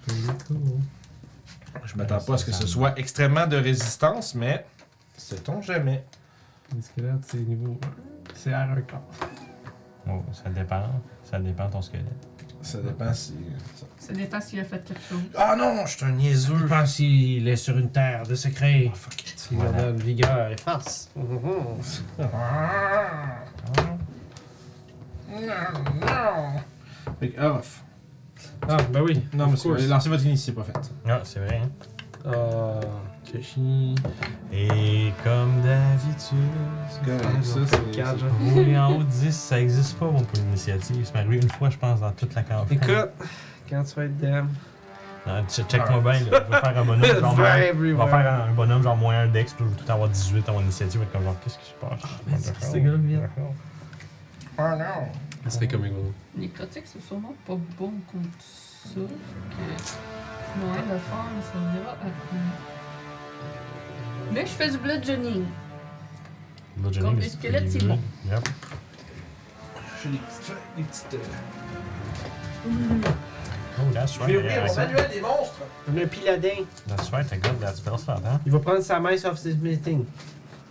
hein. Je m'attends pas à ce que ce soit extrêmement de résistance, mais sait-on jamais. Les squelettes, c'est niveau. C'est R1 quart. Oh, ça dépend. Ça dépend de ton squelette. Ça dépend si. Ça dépend s'il a fait quelque chose. Ah non, je suis un niaiseux. pense qu'il est sur une terre de secret. Fuck it. C'est voilà. une vigueur et force. Fait que off. Ah, ben oui. Non, mais Of course. c'est- lancez votre initiative, pas fait. Ah, c'est vrai. hein. Ah. Et comme d'habitude, Correct, ça, c'est- Ah, Quatre, genre. rouler en haut de 10, ça existe pas mon point d'initiative. C'est arrivé une fois, je pense, dans toute la campagne. Écoute, quand tu vas être dame. Non, che- Check-moi bien, là. je vais faire un bonhomme genre. moins- Very Je vais everywhere. faire un bonhomme genre moins un dex, puis je vais tout avoir 18 à mon initiative, être comme genre, qu'est-ce qui se passe? Ah, mais c'est que ce gars-là vient. Oh non. Ça serait comme gros. Nécrotique, c'est sûrement pas bon contre ça. Fait Que... Ouais, le fort, mais ça me dira après. Là, je fais du bludgeoning. Comme des squelettes, c'est bon. Yep. J'ai des petites feuilles, des petites. euh, Oh, that's right. Je vais ouvrir mon yeah, manuel des monstres! Le piladin. That's right, I got that spell slot, hein? Il va prendre sa main off this meeting.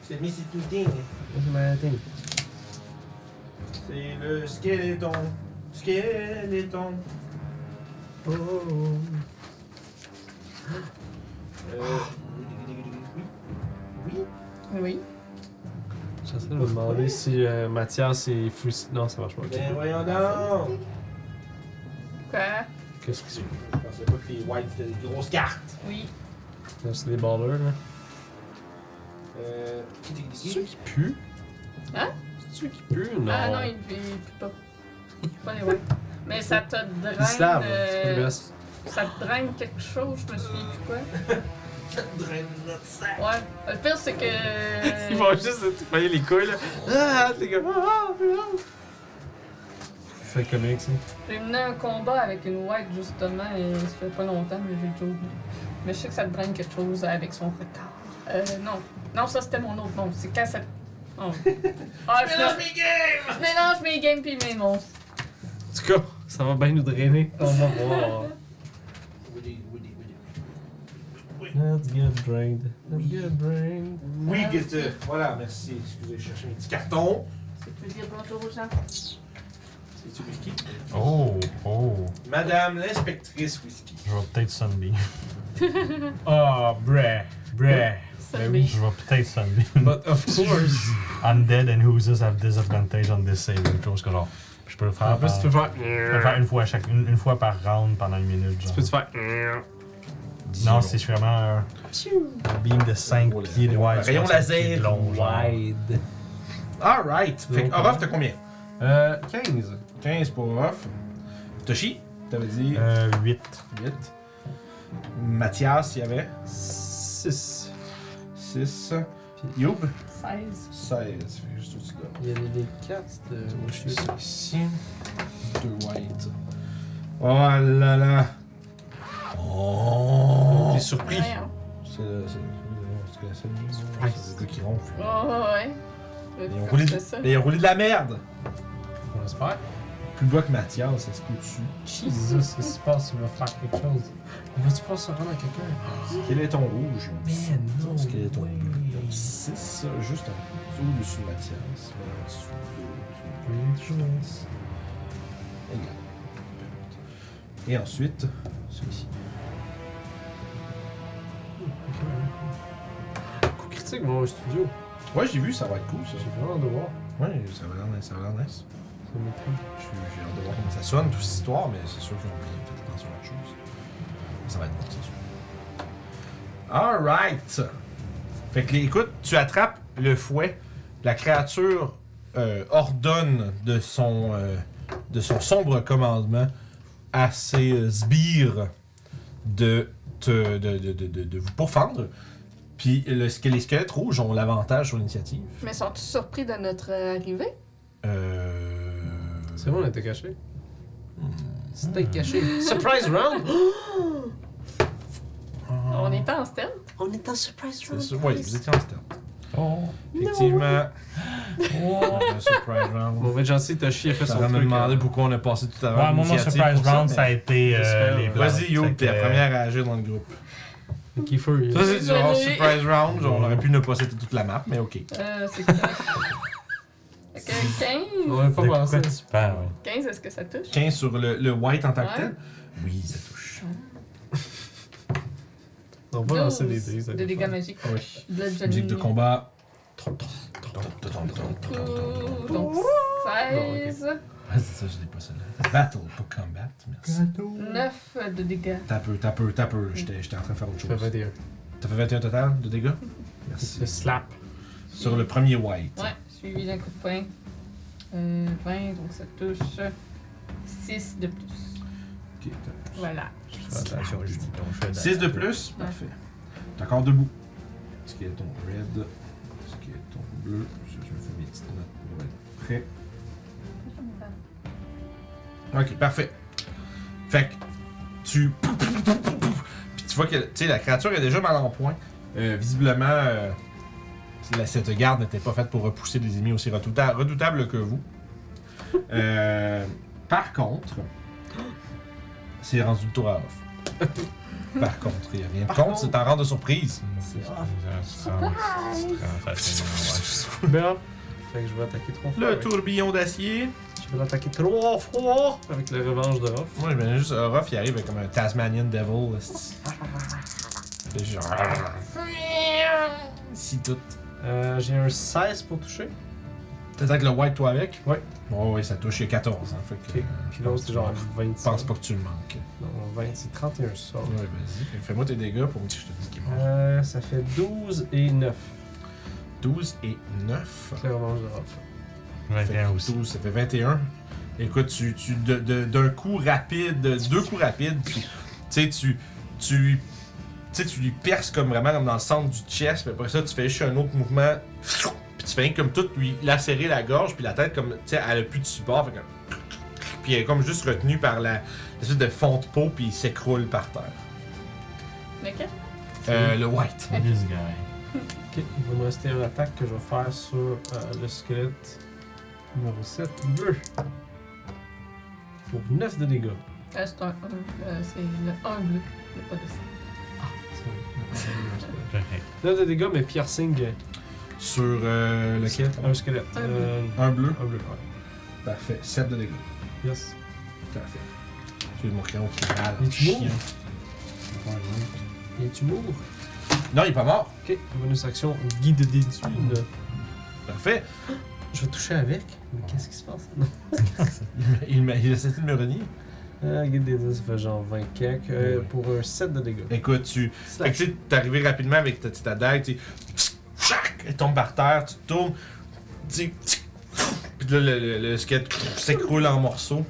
C'est mis c'est tout dingue. Off the meeting. C'est le squeletton. Squeletton. Oh. Euh, oui. Oui. Oui. J'essaie de me demander si euh, Mathias est fouillé. Non, ça marche pas. ok. Ben voyons donc. Quoi? Qu'est-ce que c'est Je pensais pas que les whites étaient des grosses cartes. Oui. Là, C'est des ballers, là. Euh, C'est ceux qui puent Hein? C'est ceux qui puent Non. Ah non, il ne pue pas. Pas les ouais. Mais ça te draine. Ils se lavent, c'est pas le euh, best. ça te draine quelque chose, je me souviens plus quoi. draine notre sang. Ouais. Le pire, c'est que. Ils vont juste se touffer les couilles, là. Ah, les gars. Ah, ah, C'est comique, ça. J'ai mené un combat avec une white justement, et ça fait pas longtemps, mais j'ai toujours oublié. Mais je sais que ça te draine quelque chose avec son regard. Euh, non. Non, ça c'était mon autre nom. C'est quand ça. Oh. Ah, je mélange mes games! Je mélange mes games pis mes monstres. En tout cas, ça va bien nous drainer. On va voir. Oui, oui, oui, oui. Let's get drained. Let's get drained. Oui, Guetta. Voilà, merci. Excusez, je cherchais un petit carton. Tu peux dire bonjour aux gens. C'est-tu whisky? Oh, oh. Madame l'inspectrice whisky. Je vais peut-être zombie. Ah, bruh, bruh. Ben oui, je vais peut-être zombie. But of course. Undead and who's have disadvantage on this saving throw. que genre, je peux le faire, En plus, par- tu peux je peux le faire faire. une fois à chaque, une, une fois par round pendant une minute. Genre. Tu peux te faire. Non, c'est vraiment un beam de 5 Oh, le pieds de rayon- wide. rayon 60 pieds laser. de long, genre. Wide. Alright. Fait que Orof, t'as combien Euh, 15. 15 pour Orof. Toshi, t'avais dit Euh, 8. 8. Mathias, il y avait 6. 6. Youb, 16. 16. Fait que juste au-dessus de là. Il y avait des 4 de. Moi, je suis Juste ici. Deux white. Oh là là. Oh. T'es surpris. Ouais, hein. C'est le. C'est c'est- c'est- c'est- c'est- c'est- c'est le gars qui ronfle. Oh, ouais. Ils ont roulé, C'est ça. de- ils ont roulé de la merde. On espère. Plus bas que Mathias, ça se peut dessus. Jesus, qu'est-ce qui se passe? Il va faire quelque chose. Il va-tu pouvoir se rendre à quelqu'un? Quel est ton rouge? Man, non. Parce qu'il est ton way. bleu. 6, juste un peu au-dessus de Mathias. mais en dessous, au-dessus. Rangers. Égal. Et ensuite, celui-ci. Coup critique, mon studio. Ouais, j'ai vu, ça va être cool ça. J'ai vraiment de voir. Ouais, ça va l'air nice. Ça va l'air nice. Ça m'étonne. Je- J'ai hâte de voir comment ça sonne, toute cette histoire, mais c'est sûr qu'ils ont oublié de faire attention à autre chose. Ça va être bon, c'est sûr. Alright! Fait que, écoute, tu attrapes le fouet. La créature euh, ordonne de son, euh, de son sombre commandement à ses euh, sbires de, te- de, de, de- de- de vous pourfendre. Puis le, squ- les squelettes rouges ont l'avantage sur l'initiative. Mais sont-ils surpris de notre euh, arrivée? Euh... C'est bon, on était caché. Hmm. C'était caché. Surprise round! On était en stealth. On est en surprise C'est sûr. Oui, vous étiez en stealth. Oh. Effectivement. Ah, Un surprise Bon, round. ben, gentil, Toshi a fait son Ça me truc. demander hein. pourquoi on a passé tout à Ouais, l'heure. moi, mon l'initiative surprise pour ça, round, mais- ça a été J'espère. euh, les blancs. Vas-y, Ça a Yo, été, t'es la euh, première à agir dans le groupe. Kiefer, il- Ça, c'est du genre Désolé. surprise round. genre, On aurait pu ne pas citer toute la map, mais ok. Euh, c'est correct. Fait que 15. On avait pas De quoi pensé. tu parles? 15, est-ce que ça touche? 15 sur le, le white en tant que Ouais. tel. Oui, ça touche. On va lancer des dés. ça de va dégâts faire. magiques. Oui. De la gelée. Musique de combat. Ouh, Donc 16, Ah, c'est ça, je l'ai pas celle-là. Battle, pas combat. Merci. 9 de dégâts. T'as peu, t'as peu, t'as peu. J'étais j'étais en train de faire autre Ça fait chose. des T'as fait 21 total de dégâts? Merci. C'est slap. Sur le premier white. Ouais, suivi d'un coup de poing. Euh, 20, donc ça touche 6 de plus. Ok, t'as- Voilà. Attention, je dis ton chef 6 de plus, parfait. T'es encore debout. Skeleton red, skeleton bleu. Ça, je me fais mes petites notes pour être prêt. Ok, parfait. Fait que tu. Puis tu vois que tu sais, la créature est déjà mal en point. Euh, visiblement, euh, la- cette garde n'était pas faite pour repousser des ennemis aussi redouta- redoutables que vous. Euh, par contre, c'est rendu le tour à off. Par contre, il n'y a rien de contre, c'est un Ah. rang de surprise. Oh, C'est ça. Surprise! Facilement, ouais. Merde. Fait que je vais attaquer trois fois. Le avec- tourbillon d'acier. Je vais l'attaquer trois fois avec la revanche de Ruff. Moi, j'imagine juste Orof, il arrive avec comme un Tasmanian Devil. là, c'est- C'est genre. Si tout. Euh, J'ai un 16 pour toucher. T'attaques le white, toi, avec Ouais. Bon, oui, ça touche. Il y a 14. Hein, fait que, euh, Ok. Puis l'autre, c'est genre Je 26. pense pas que tu le manques. Non, 20, c'est 31 ça. Ouais, vas-y. Fait- Fais-moi tes dégâts pour que je te dise qu'il mange. Euh, ça fait 12 et 9. 12 et 9. Avec la revanche de Ruff. Fait que 21 aussi. 12, ça fait 21. Écoute, tu, tu, de- de- d'un coup rapide, deux coups rapides, puis, tu sais, tu, tu, tu sais, tu lui perces comme vraiment comme dans le centre du chest, puis après ça, tu fais juste un autre mouvement, puis tu fais rien que comme tout lui lacérer la gorge, puis la tête, comme, tu sais, elle a plus de support, fait comme- puis elle est comme juste retenue par la espèce de fond de peau, puis il s'écroule par terre. Lequel? Euh, le white. This guy. Ok, il va me rester une attaque que je vais faire sur euh, le squelette numéro 7. Bleu. Pour 9 de dégâts. Ah, c'est un un, euh, c'est le 1 bleu. Il n'y a pas de ça. C'est- Correct. 9 de dégâts, mais piercing euh, Sur euh, lequel un squelette. Un Euh, Un bleu. un bleu, ouais. Parfait. 7 de dégâts. Yes. Parfait. J'ai mon crayon qui râle. Il est Chien. mort. Et tu mours. Non, il est pas mort. Ok, bonus action, guide des dunes. Parfait. Je vais toucher avec, mais qu'est-ce qui se passe? Non. Il m'a- Il, m'a- il a cessé de me renier. Euh, guide des dunes, ça fait genre 20 quelques. euh, Ouais. Pour un 7 de dégâts. Écoute, tu. Fait que tu sais, t'es arrivé rapidement avec ta, ta dague, tu Chac! Elle tombe par terre, tu te tournes. Tu sais, Puis là, le, le, le skate s'écroule en morceaux.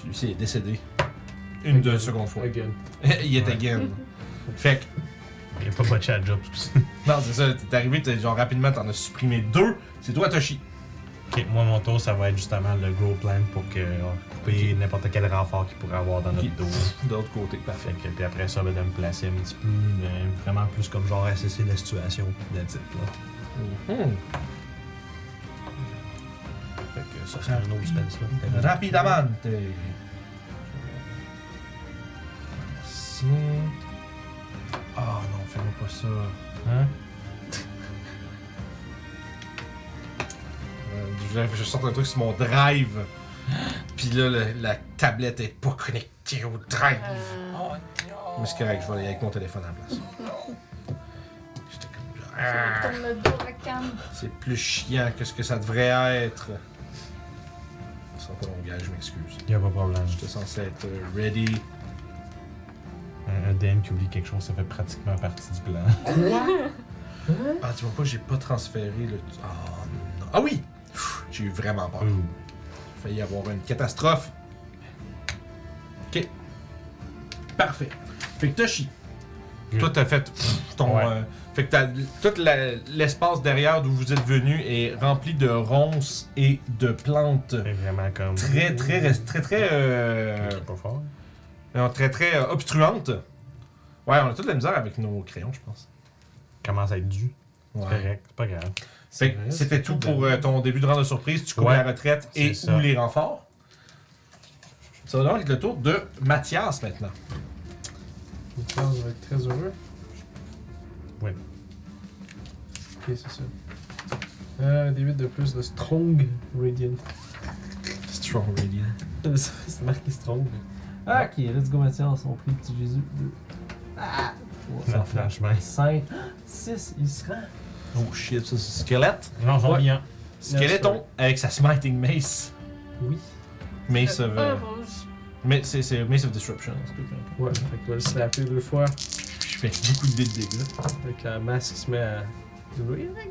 Celui-ci est décédé. Une de seconde fois. Again. il est again. Fait que Il n'y a pas botché à job. Non, c'est ça, t'es arrivé, t'es- genre rapidement, t'en as supprimé deux. C'est toi, Toshi. Ok, moi, mon tour, ça va être justement le gros plan pour que euh, couper n'importe quel renfort qu'il pourrait avoir dans notre Ok. dos. De l'autre côté, parfait. Fait que, puis après ça, ben, de me placer un petit peu, ben, vraiment plus comme genre assesser la situation, puis that's it, là. Fait que ça, c'est un autre spell, ça. Rapidamente. Merci. Ah non, fais-moi pas ça. Hein? Euh, je voulais- je sorte un truc sur mon drive. Puis là, le- la tablette est pas connectée au drive. Oh, Euh, Mais c'est correct, je vais aller avec mon téléphone à la place. J'étais comme genre, ça ah, tourne le dos à Cam. C'est plus chiant que ce que ça devrait être. Ça sera pas long, gars, je m'excuse. Y'a pas de problème. J'étais censé être ready. Un, un DM qui oublie quelque chose, ça fait pratiquement partie du plan. Ah, tu vois pas, j'ai pas transféré le. Ah, non. Ah oui! Pff, J'ai eu vraiment peur. Ouh. failli avoir une catastrophe. Ok. Parfait. Fait que Toshi, Good. toi t'as fait pff, ton. Mm. Ouais. euh, fait que t'as- tout la- l'espace derrière d'où vous êtes venu est rempli de ronces et de plantes. C'est vraiment comme. Très, très, rest- très, très. euh, C'est pas fort. non, très, très euh, obstruantes. Ouais, on a toute la misère avec nos crayons, je pense. Commence à être dû. C'est Ouais. Correct, c'est pas grave. Fait que c'était tout pour euh, ton début de rang de surprise. Tu coupes Ouais, la retraite et c'est ça. ou les renforts. Ça va donc être le tour de Mathias maintenant. Nicolas va être très heureux. Ouais. Ok, c'est ça. Euh, des 8 de plus de Strong Radiant. Strong Radiant. c'est marqué Strong. Ah, ok, let's go Mathias, on prie petit Jésus. Deux. Ça Ah! flash, ben. 5, 6, il se rend. Oh shit, ça c'est squelette. Non, j'en Ouais. viens. Skeleton avec sa Smiting Mace. Oui. Mace of. Un euh, rouge. mais c'est c'est Mace of Disruption. en tout cas. Ouais, fait qu'il va le slapper deux fois. Je fais beaucoup de dés de dégâts. Fait que la masse qui se met à. brûler, I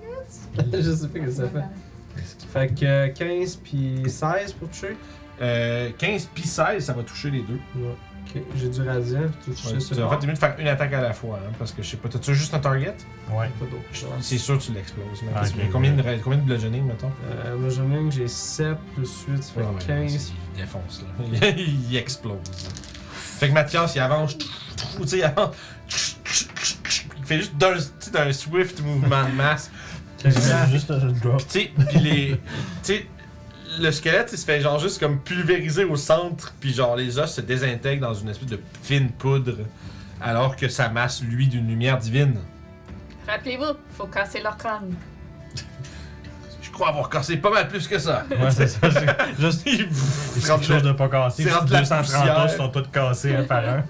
guess. Je sais pas ce que ça fait. Fait que euh, 15 puis 16 pour toucher. Euh, 15 puis 16, ça va toucher les deux. Ouais. Ok, j'ai du radiant. Tu touches Ouais, sur tu vas faire t'es mieux de faire une attaque à la fois, hein, parce que je sais pas. T'as-tu juste un target Ouais. Pas d'autre. C'est sûr que tu l'exploses. mais Ah, ok. mais combien, de, ra- combien de bludgeoning, mettons Euh, moi, j'en ai une que j'ai 7 plus 8, ça fait Ouais, ouais, 15. Il défonce, là. il explose. Fait que Mathias, il avance. Tu sais, il avance. Il fait juste d'un, tu sais, d'un swift mouvement de masse. Ah, juste le drop. Puis, tu sais, puis les. Tu sais, le squelette, il se fait genre juste comme pulvériser au centre, puis genre les os se désintègrent dans une espèce de fine poudre, alors que sa masse, lui, d'une lumière divine. Rappelez-vous, faut casser leur crâne. crois avoir cassé pas mal plus que ça. Ouais, c'est ça. c'est- Juste, il c'est quelque chose de pas cassé. C'est puis rendu la 230 os poussière. sont tous cassés un par un.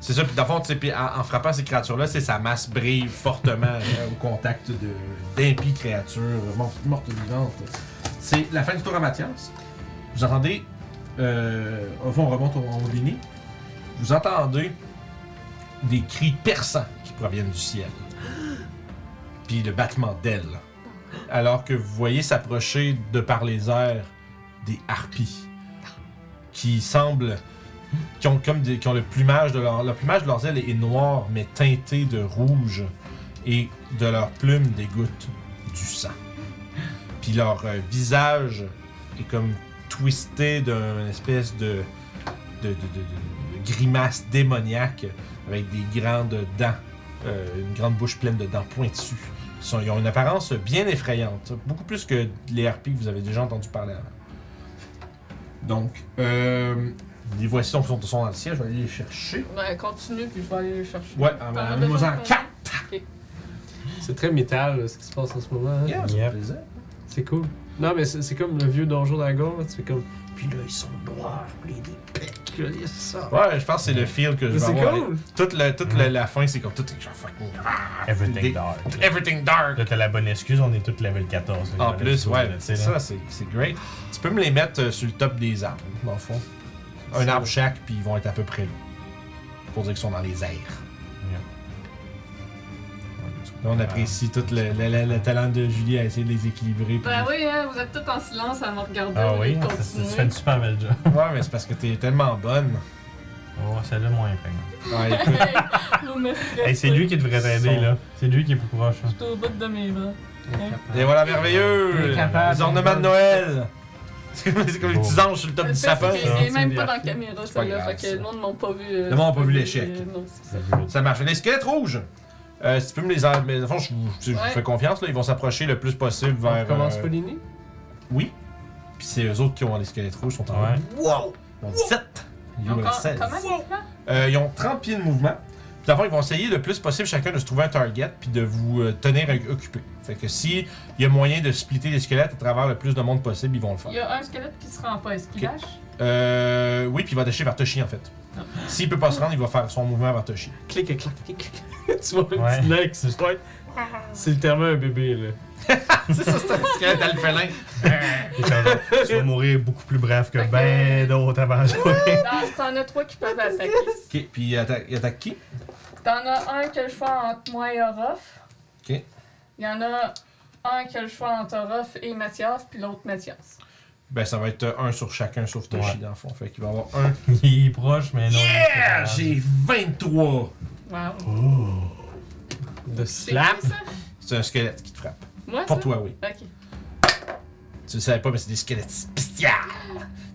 C'est ça, puis dans le fond, tu sais, puis en, en frappant ces créatures-là, c'est sa masse brille fortement hein, au contact de- d'impies créatures mortes, mortes ou vivantes. C'est la fin du tour à Mathias. Vous entendez, euh, au fond, on remonte au, au Bini. Vous entendez des cris perçants qui proviennent du ciel. Puis le battement d'ailes. Alors que vous voyez s'approcher de par les airs des harpies qui semblent qui ont comme des- qui ont le plumage de leur le plumage de leurs ailes est noir mais teinté de rouge et de leurs plumes des gouttes du sang. Puis leur euh, visage est comme twisté d'une espèce de de, de- de- de- de grimace démoniaque avec des grandes dents, euh, une grande bouche pleine de dents pointues. Ils, sont- ils ont une apparence bien effrayante, beaucoup plus que les harpies que vous avez déjà entendu parler avant. Donc, euh, les voici donc sont, sont dans le ciel, je vais aller les chercher. Ben, continue, puis je vais aller le chercher. Ouais, T'en as amenez-moi besoin, en toi? 4! C'est très métal là, ce qui se passe en ce moment. hein. Yeah, ça Yep. me plaisait. C'est cool. Non, mais c'est c'est comme le vieux donjon d'Agor, là, tu fais comme. Puis là, ils sont noirs, puis des pecs, là, il y a ça. Ouais, je pense que c'est le feel que je Mais vais c'est avoir. cool! Toute, la, toute la, la fin, c'est comme tout est genre fucking. ah, Everything des- dark. Everything dark! Là, t'as la bonne excuse, on est tous level 14. là, En là, plus, là, ouais, tu sais, là. ça, c'est c'est great. Tu peux me les mettre euh, sur le top des arbres, dans le fond. Un arbre chaque, puis ils vont être à peu près là. Pour dire qu'ils sont dans les airs. Là, on apprécie tout le, le- le- le talent de Julie à essayer de les équilibrer. puis- Ben oui, hein, vous êtes tous en silence à me regarder. Ah on oui, va ça, ça, tu continuer. fais une super belle job. Ouais, mais c'est parce que t'es tellement bonne. Oh, celle-là, moins peine. Ouais, écoute, Vous me stressez. Hey, c'est lui qui devrait t'aider, Son- là. C'est lui qui est plus proche. hein. J'étais au bout de mes bras. les voilà merveilleux! Il est capable. Les ornements de Noël! C'est comme, c'est comme les Oh. petits anges sur le top Le du fait, c'est sapin. que là. Il est même C'est pas bien. dans la caméra, pas celui-là. grave, Fait que ça. le monde m'a pas vu. euh, Le monde a pas vu l'échec. euh, non, c'est ça. Ça marche. Les squelettes rouges! Euh, si tu peux me les. en- Mais, dans le fond, je vous, je vous Ouais. fais confiance, là. Ils vont s'approcher le plus possible vers. On commence euh, pas l'inné? Oui. Puis c'est eux autres qui ont les squelettes rouges, sont en Ouais. Wow! Ils ont 17! Ils ont Encore- 16. Comment c'est ça? Euh, ils ont 30 pieds de mouvement. Puis d'abord, ils vont essayer le plus possible chacun de se trouver un target puis de vous euh, tenir occupé. Fait que si il y a moyen de splitter les squelettes à travers le plus de monde possible, ils vont le Il faire. y a un squelette qui se rend pas. Est-ce qu'il Ok. lâche? Euh, oui, puis il va déchirer vers Toshi en fait. S'il peut pas se rendre, il va faire son mouvement vers Toshi. Clic et clac, clic, clic. tu vois un Ouais. petit nez qui se pointe. C'est littéralement un bébé, là. c'est ça, c'est un squelette alphelin. Et ça va- tu vas mourir beaucoup plus brave que Fait que- ben d'autres avant toi. Non, t'en as trois qui peuvent attaquer. ok, puis il atta- il attaque qui T'en as un que je fais entre moi et Orof. Ok. Il y en a un que je fais entre Orof et Mathias, puis l'autre Mathias. Ben, ça va être euh, un sur chacun sauf Toshi Ouais. dans le fond. Fait qu'il va y avoir un. Il est proche, mais non. il est pas Yeah capable. J'ai 23 Wow. De C'est slap. qui, ça? C'est un squelette qui te frappe. Moi, Pour ça? toi, oui. Ok. Tu le savais pas, mais c'est des squelettes spéciales.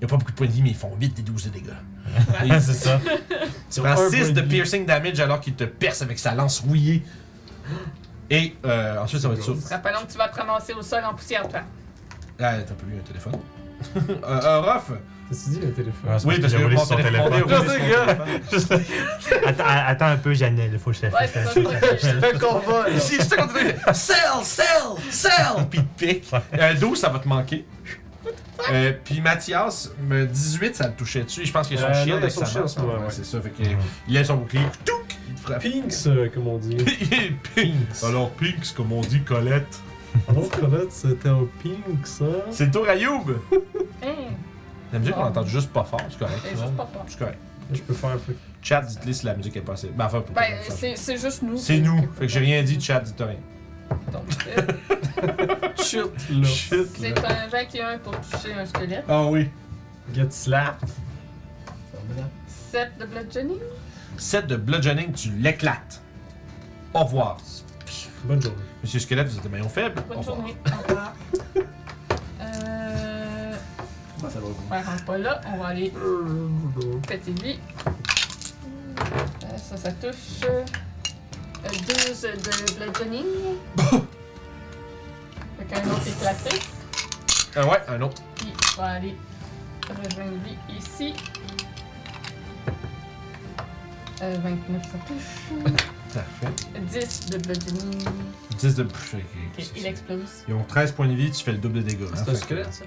Il a pas beaucoup de points de vie, mais ils font 8 des 12 de dégâts. Et c'est ça. tu prends un 6 point de de vie. piercing damage alors qu'il te perce avec sa lance rouillée. Et euh, ensuite, ça va être sûr. Rappelons que tu vas te ramasser au sol en poussière, toi. Ah, t'as pas eu un téléphone. euh, euh, Ruff, T'as-tu dit le téléphone? Ah, c'est Oui, parce qu'il que a roulé mon sur son téléphone. téléphone. Mon Je sais, téléphone. attends, attends un peu, Janelle, il faut que je te Ouais, fasse c'est ça. Hein? ça. Un combat, là. Si je te continue, sell, sell, sell, puis il te pique. Euh, 12, ça va te manquer. Euh, puis Mathias, me 18, ça le touchait dessus. Je pense qu'il est son Euh, non, shield il a avec son sa shield en lance. ce moment, Ouais, ouais. C'est ça, fait qu'il lève son bouclier, touc, il te frappe. Pink, ça, comme on dit. Pinks. Alors, Pinks, comme on dit, Colette. Alors, Colette, c'était un pink, ça. C'est le tour à Youb. Hum, La musique, on l'entend juste pas fort, c'est correct. c'est juste pas fort. C'est correct. Je peux faire un peu. Chat, dites-les si la musique est passée. Ben, enfin, pour Ben, c'est c'est juste nous. c'est nous. Fait que j'ai rien dit, chat, dites rien. Donc, euh, Chut, là. Shit, C'est un 21 pour toucher un squelette. Ah oui. Get slap. 7 de bludgeoning. 7 de bludgeoning, tu l'éclates. Au revoir. Bonne journée. Monsieur Squelette, vous êtes des maillons faibles. Au Bonne revoir. journée. Au revoir. Euh. Ouais, rentre pas là. On va aller péter lui. Euh, Ça, ça touche. Euh, 12 de bludgeoning. Fait qu'un autre éclaté. Ah ouais, un autre. Puis on va aller rejoindre lui ici. Euh, 29, ça touche. Tout à fait. 10 de bludgeoning. 10 de boucher. Ok, Il explose. Ils ont 13 points de vie, tu fais le double de dégâts. hein, C'est fait un que- squelette, ça?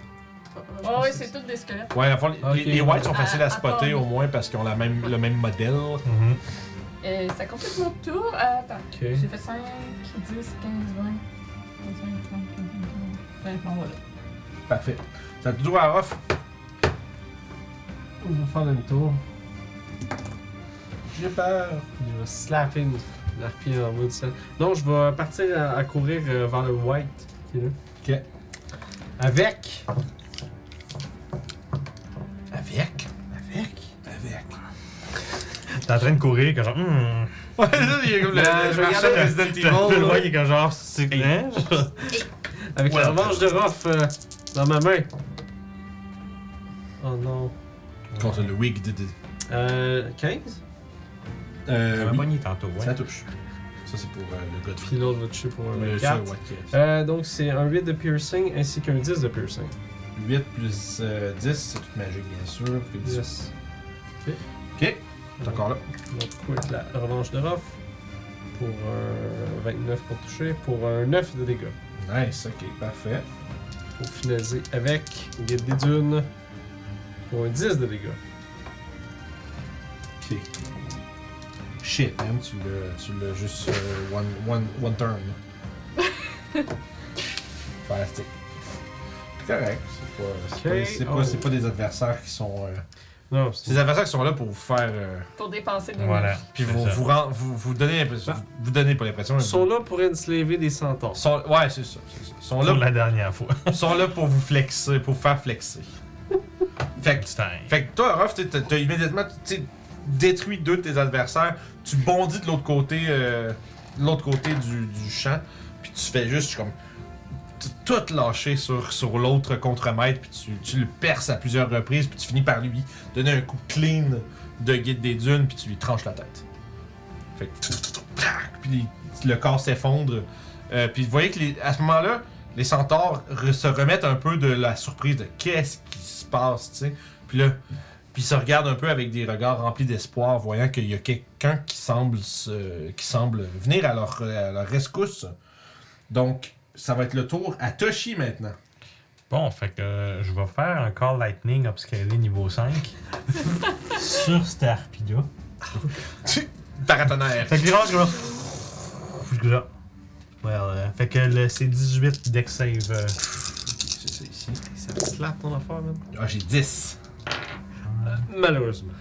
Oh, oui, c'est tous des squelettes. Ouais, à fond, les- Ok. les, les whites sont À- faciles à à spotter part- au moins parce qu'ils ont la même, le même modèle. Mhm. Euh, ça complète mon tour. Euh, attends. Ok. J'ai fait 5, 10, 15, 20. 25, 30, 40, 50. voilà. Parfait. Ça te doit à off. On va faire le même tour. J'ai peur. Je vais slapper une harpie en bas du sol. Non, je vais partir à, à courir euh, vers le white qui est là. Ok. Avec. Avec. Avec. Avec. T'es en train de courir, que genre. Hmm. Ouais, là, il est comme le, Ouais, le je marchand de regarde- Resident T'as le Evil. roi qui est comme genre. C'est hein? Euh, Avec la revanche de Ruff euh, dans ma main. Oh non. Contre le wig de. de- Euh. 15 Euh, J'avais oui. pogné tantôt, ouais. Ça touche. Ça, c'est pour euh, le Godfrey. Puis l'autre va toucher pour un Le 24. ça, ouais, qui est- Euh, donc c'est un 8 de piercing ainsi qu'un 10 de piercing. 8 plus euh, 10, c'est toute magique, bien sûr. Puis 10. Yes. Ok, t'es encore là. Donc du coup, avec la revanche de Ruff pour un 29 pour toucher, pour un 9 de dégâts. Nice, ok, parfait. Pour finaliser avec Guide des Dunes pour un 10 de dégâts. Ok. Shit, man, tu l'as, tu l'as juste euh, one, one, one turn. Fantastique. C'est Correct. C'est pas, c'est Ok, pas, c'est pas, oh. c'est pas des adversaires qui sont. euh, Non, c'est des adversaires qui sont là pour vous faire. euh, Pour dépenser des Voilà. puis C'est vous, ça. vous, rend- vous, vous donnez l'impression. Vous, vous donnez pas l'impression. mais Ils sont vous- là pour enslaver des centaures. sont- ouais, c'est ça. c'est ça. Ils sont Pour là, la dernière fois. ils sont là pour vous flexer, pour vous faire flexer. Fait que Putain. Fait que toi, Ruff, t'es- t'as t'as immédiatement tu sais, détruit deux de tes adversaires, tu bondis de l'autre côté, euh, de l'autre côté du, du champ, puis tu fais juste comme t- tout lâcher sur, sur l'autre contremaître, puis tu, tu le perces à plusieurs reprises, puis tu finis par lui donner un coup clean de guide des dunes, puis tu lui tranches la tête. Fait que, tac, puis le corps s'effondre. Euh, puis vous voyez que les- à ce moment-là, les centaures re- se remettent un peu de la surprise de qu'est-ce qui se passe, tu sais. Puis là, puis ils se regardent un peu avec des regards remplis d'espoir, voyant qu'il y a quelqu'un qui semble se- qui semble venir à leur, euh, à leur rescousse. Donc, ça va être le tour à Toshi maintenant. Bon, fait que euh, je vais faire un Call Lightning upscalé niveau 5 sur cette harpie-là. Paratonnerre. Fait que les ranges, genre. Puis que là. Well, euh, fait que le- c'est 18 deck save. euh, C'est ça ici. Ça te slap ton affaire, man. Ah, j'ai 10. Malheureusement.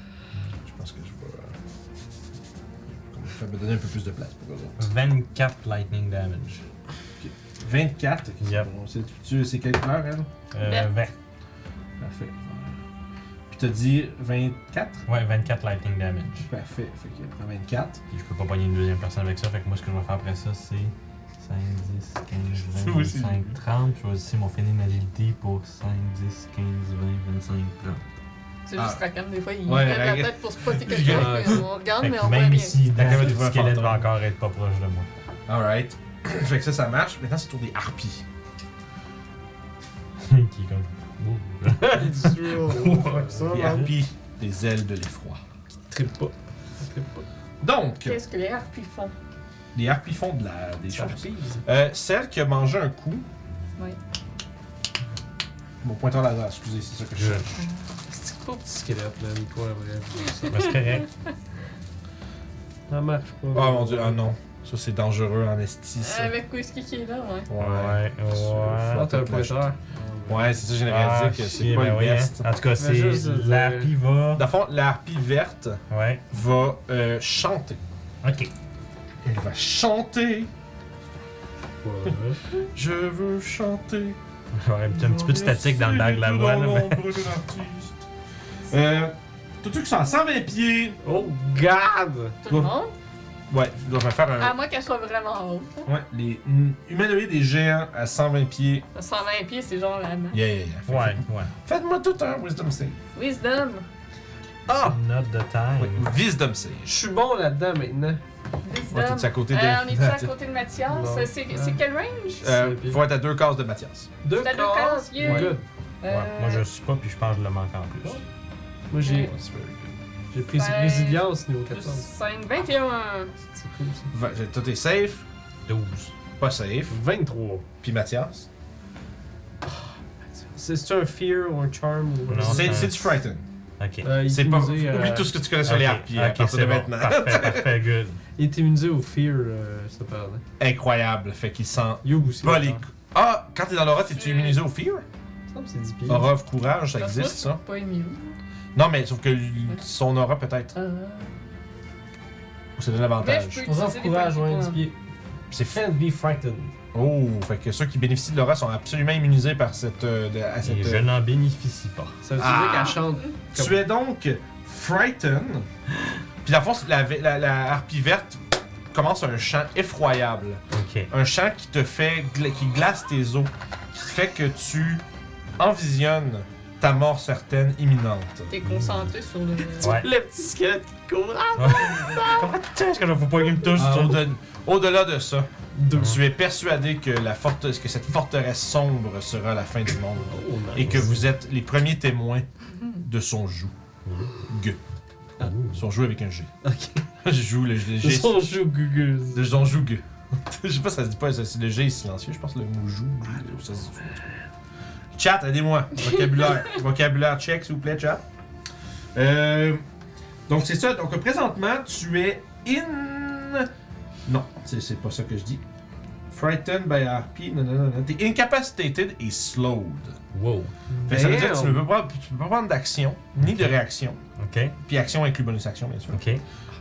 Je pense que je vais. euh, Je vais me donner un peu plus de place pour eux autres. 24 lightning damage. 24. Yep. Bon, c'est- tu- C'est quelle couleur, elle Euh, 20. Parfait. Puis t'as dit 24 Ouais, 24 lightning damage. Parfait. Fait qu'il prend 24. Puis je peux pas pogner une deuxième personne avec ça. Fait que moi, ce que je vais faire après ça, c'est 5, 10, 15, 20, Oui, c'est 25, 30. Je vais utiliser mon feigné agilité pour 5, 10, 15, 20, 25, 30. C'est Ah. juste Rakam, des fois, il Ouais, lève Rakan- la tête pour spotter Ouais. quelqu'un. puis On regarde, Fait Ah, mais que on voit même rien. ici, D'accord, le Ah, tu vas squelette faire va encore être pas proche de moi. Alright. fait que ça, ça marche. Maintenant, c'est le tour des harpies. Qui est comme. Ouh. Les Ah. harpies, des ailes de l'effroi. Trippe pas. Trippe pas. Donc, Qu'est-ce que les harpies font? les harpies font de la, des Ça choses. pise. Euh, celle qui a mangé un coup. Oui. Mon pointeur laser, excusez, c'est ça que je Je- cherche. C'est pas petit squelette, là, Nico, la vraie. Mais c'est correct. Ça marche pas. Oh mon dieu, ah non. Ça, c'est dangereux en esti, ça. Avec Whisky qui est là, ouais. Ouais. Ouais, Faut Ah, ouais. t'as un peut-être l'acheter. pointeur. Ouais, c'est ça, j'ai Ah, réalisé que c'est chier, pas ben le oui, hein. best. En tout cas, c'est. juste, euh, L'harpie va. Dans le fond, la harpie verte Ouais. va euh, chanter. Ok. Elle va chanter. Ouais. Je veux chanter. J'aurais un petit- un petit peu de statique dans le bag là-bas, là, mais. Euh, tout ceux qui sont à 120 pieds. Oh god! Tout le monde. Ouais, je dois faire un. À moins qu'elle soit vraiment haute. Ouais, les hum, humanoïdes et géants à 120 pieds. 120 pieds, c'est genre la main. Yeah, yeah, yeah. Fait- Ouais, ouais. Faites-moi tout un wisdom save. Wisdom. Ah! Note de Ouais, time. wisdom save. Je suis bon là-dedans maintenant. Ouais, Wisdom. t'es à côté de. Euh, on est-tu à côté de Mathias? Non. C'est- C'est c'est quel range? Euh, faut être à deux cases de Mathias. Deux T'as deux cases. cases, yeah. Good. Ouais, Euh, Moi, je suis pas, puis je pense que je le manque en plus. Moi j'ai Ouais, c'est very good. J'ai pris Ben, résilience niveau Plus 14. 5, 21. C'est cool ça. Va- Toi, est safe, 12. pas safe. 23. Puis Mathias. C'est- C'est un fear ou un charm ou Non, C'est ça- c'est du frighten. Ok. Euh, C'est pas. immunisé, euh, Oublie tout ce que tu connais sur les Ok, harpies hein, ok, à partir de c'est bon. maintenant. Parfait, parfait, good. Il est immunisé au fear, euh, ça parlait. Incroyable. Fait qu'il sent You aussi. pas d'ailleurs. les. cou- Ah, quand t'es dans l'aura, t'es-tu Tu- immunisé au fear? Il me semble que C'est 10 pieds. Aura of courage, ça Parce que moi, existe ça? je suis Pas ému. Non, mais sauf que l- son aura peut-être. Euh, Ça donne Mais je l'avantage. peux Pour ça, utiliser les courage, ouais, points de du points. pied. C'est fait. Can't be frightened. Oh, fait que ceux qui bénéficient de l'aura sont absolument immunisés par cette. euh, de- à Et cette je euh, n'en bénéficie pas. Ça veut Ah. dire qu'elle chante. Tu es donc frightened. Puis dans le fond, la, la, la harpie verte commence un chant effroyable. Ok. Un chant qui te fait. gla- qui glace tes os. Qui fait que tu envisionnes ta mort certaine imminente. T'es concentré sur le. Ouais. Le petit squelette qui court. Ah, Putain, est-ce que je faut pas qu'il me touche? Ah, ça? au-de- Au-delà de ça, tu es persuadé que, la forte- que cette forteresse sombre sera la fin du monde et que vous êtes les premiers témoins de son joug. Gue. Ah, Son joug avec un G. Je joue le G. Ils sont joues gugueuses. De son joug. gue. je sais pas, ça se dit pas, ça- c'est le G est silencieux, je pense le mot joug. Ah, gue, ça se dit. Chat, aidez-moi. Vocabulaire. Vocabulaire check, s'il vous plaît, chat. Euh, donc c'est ça. Donc présentement, tu es in. Non, c'est c'est pas ça que je dis. Frightened by RP, non, non, non, non. T'es incapacitated et slowed. Wow. Fait que ça veut dire que tu ne Damn. peux pas, tu peux pas prendre d'action, ni de réaction. Ok, Puis action inclut bonus action, bien sûr. ok,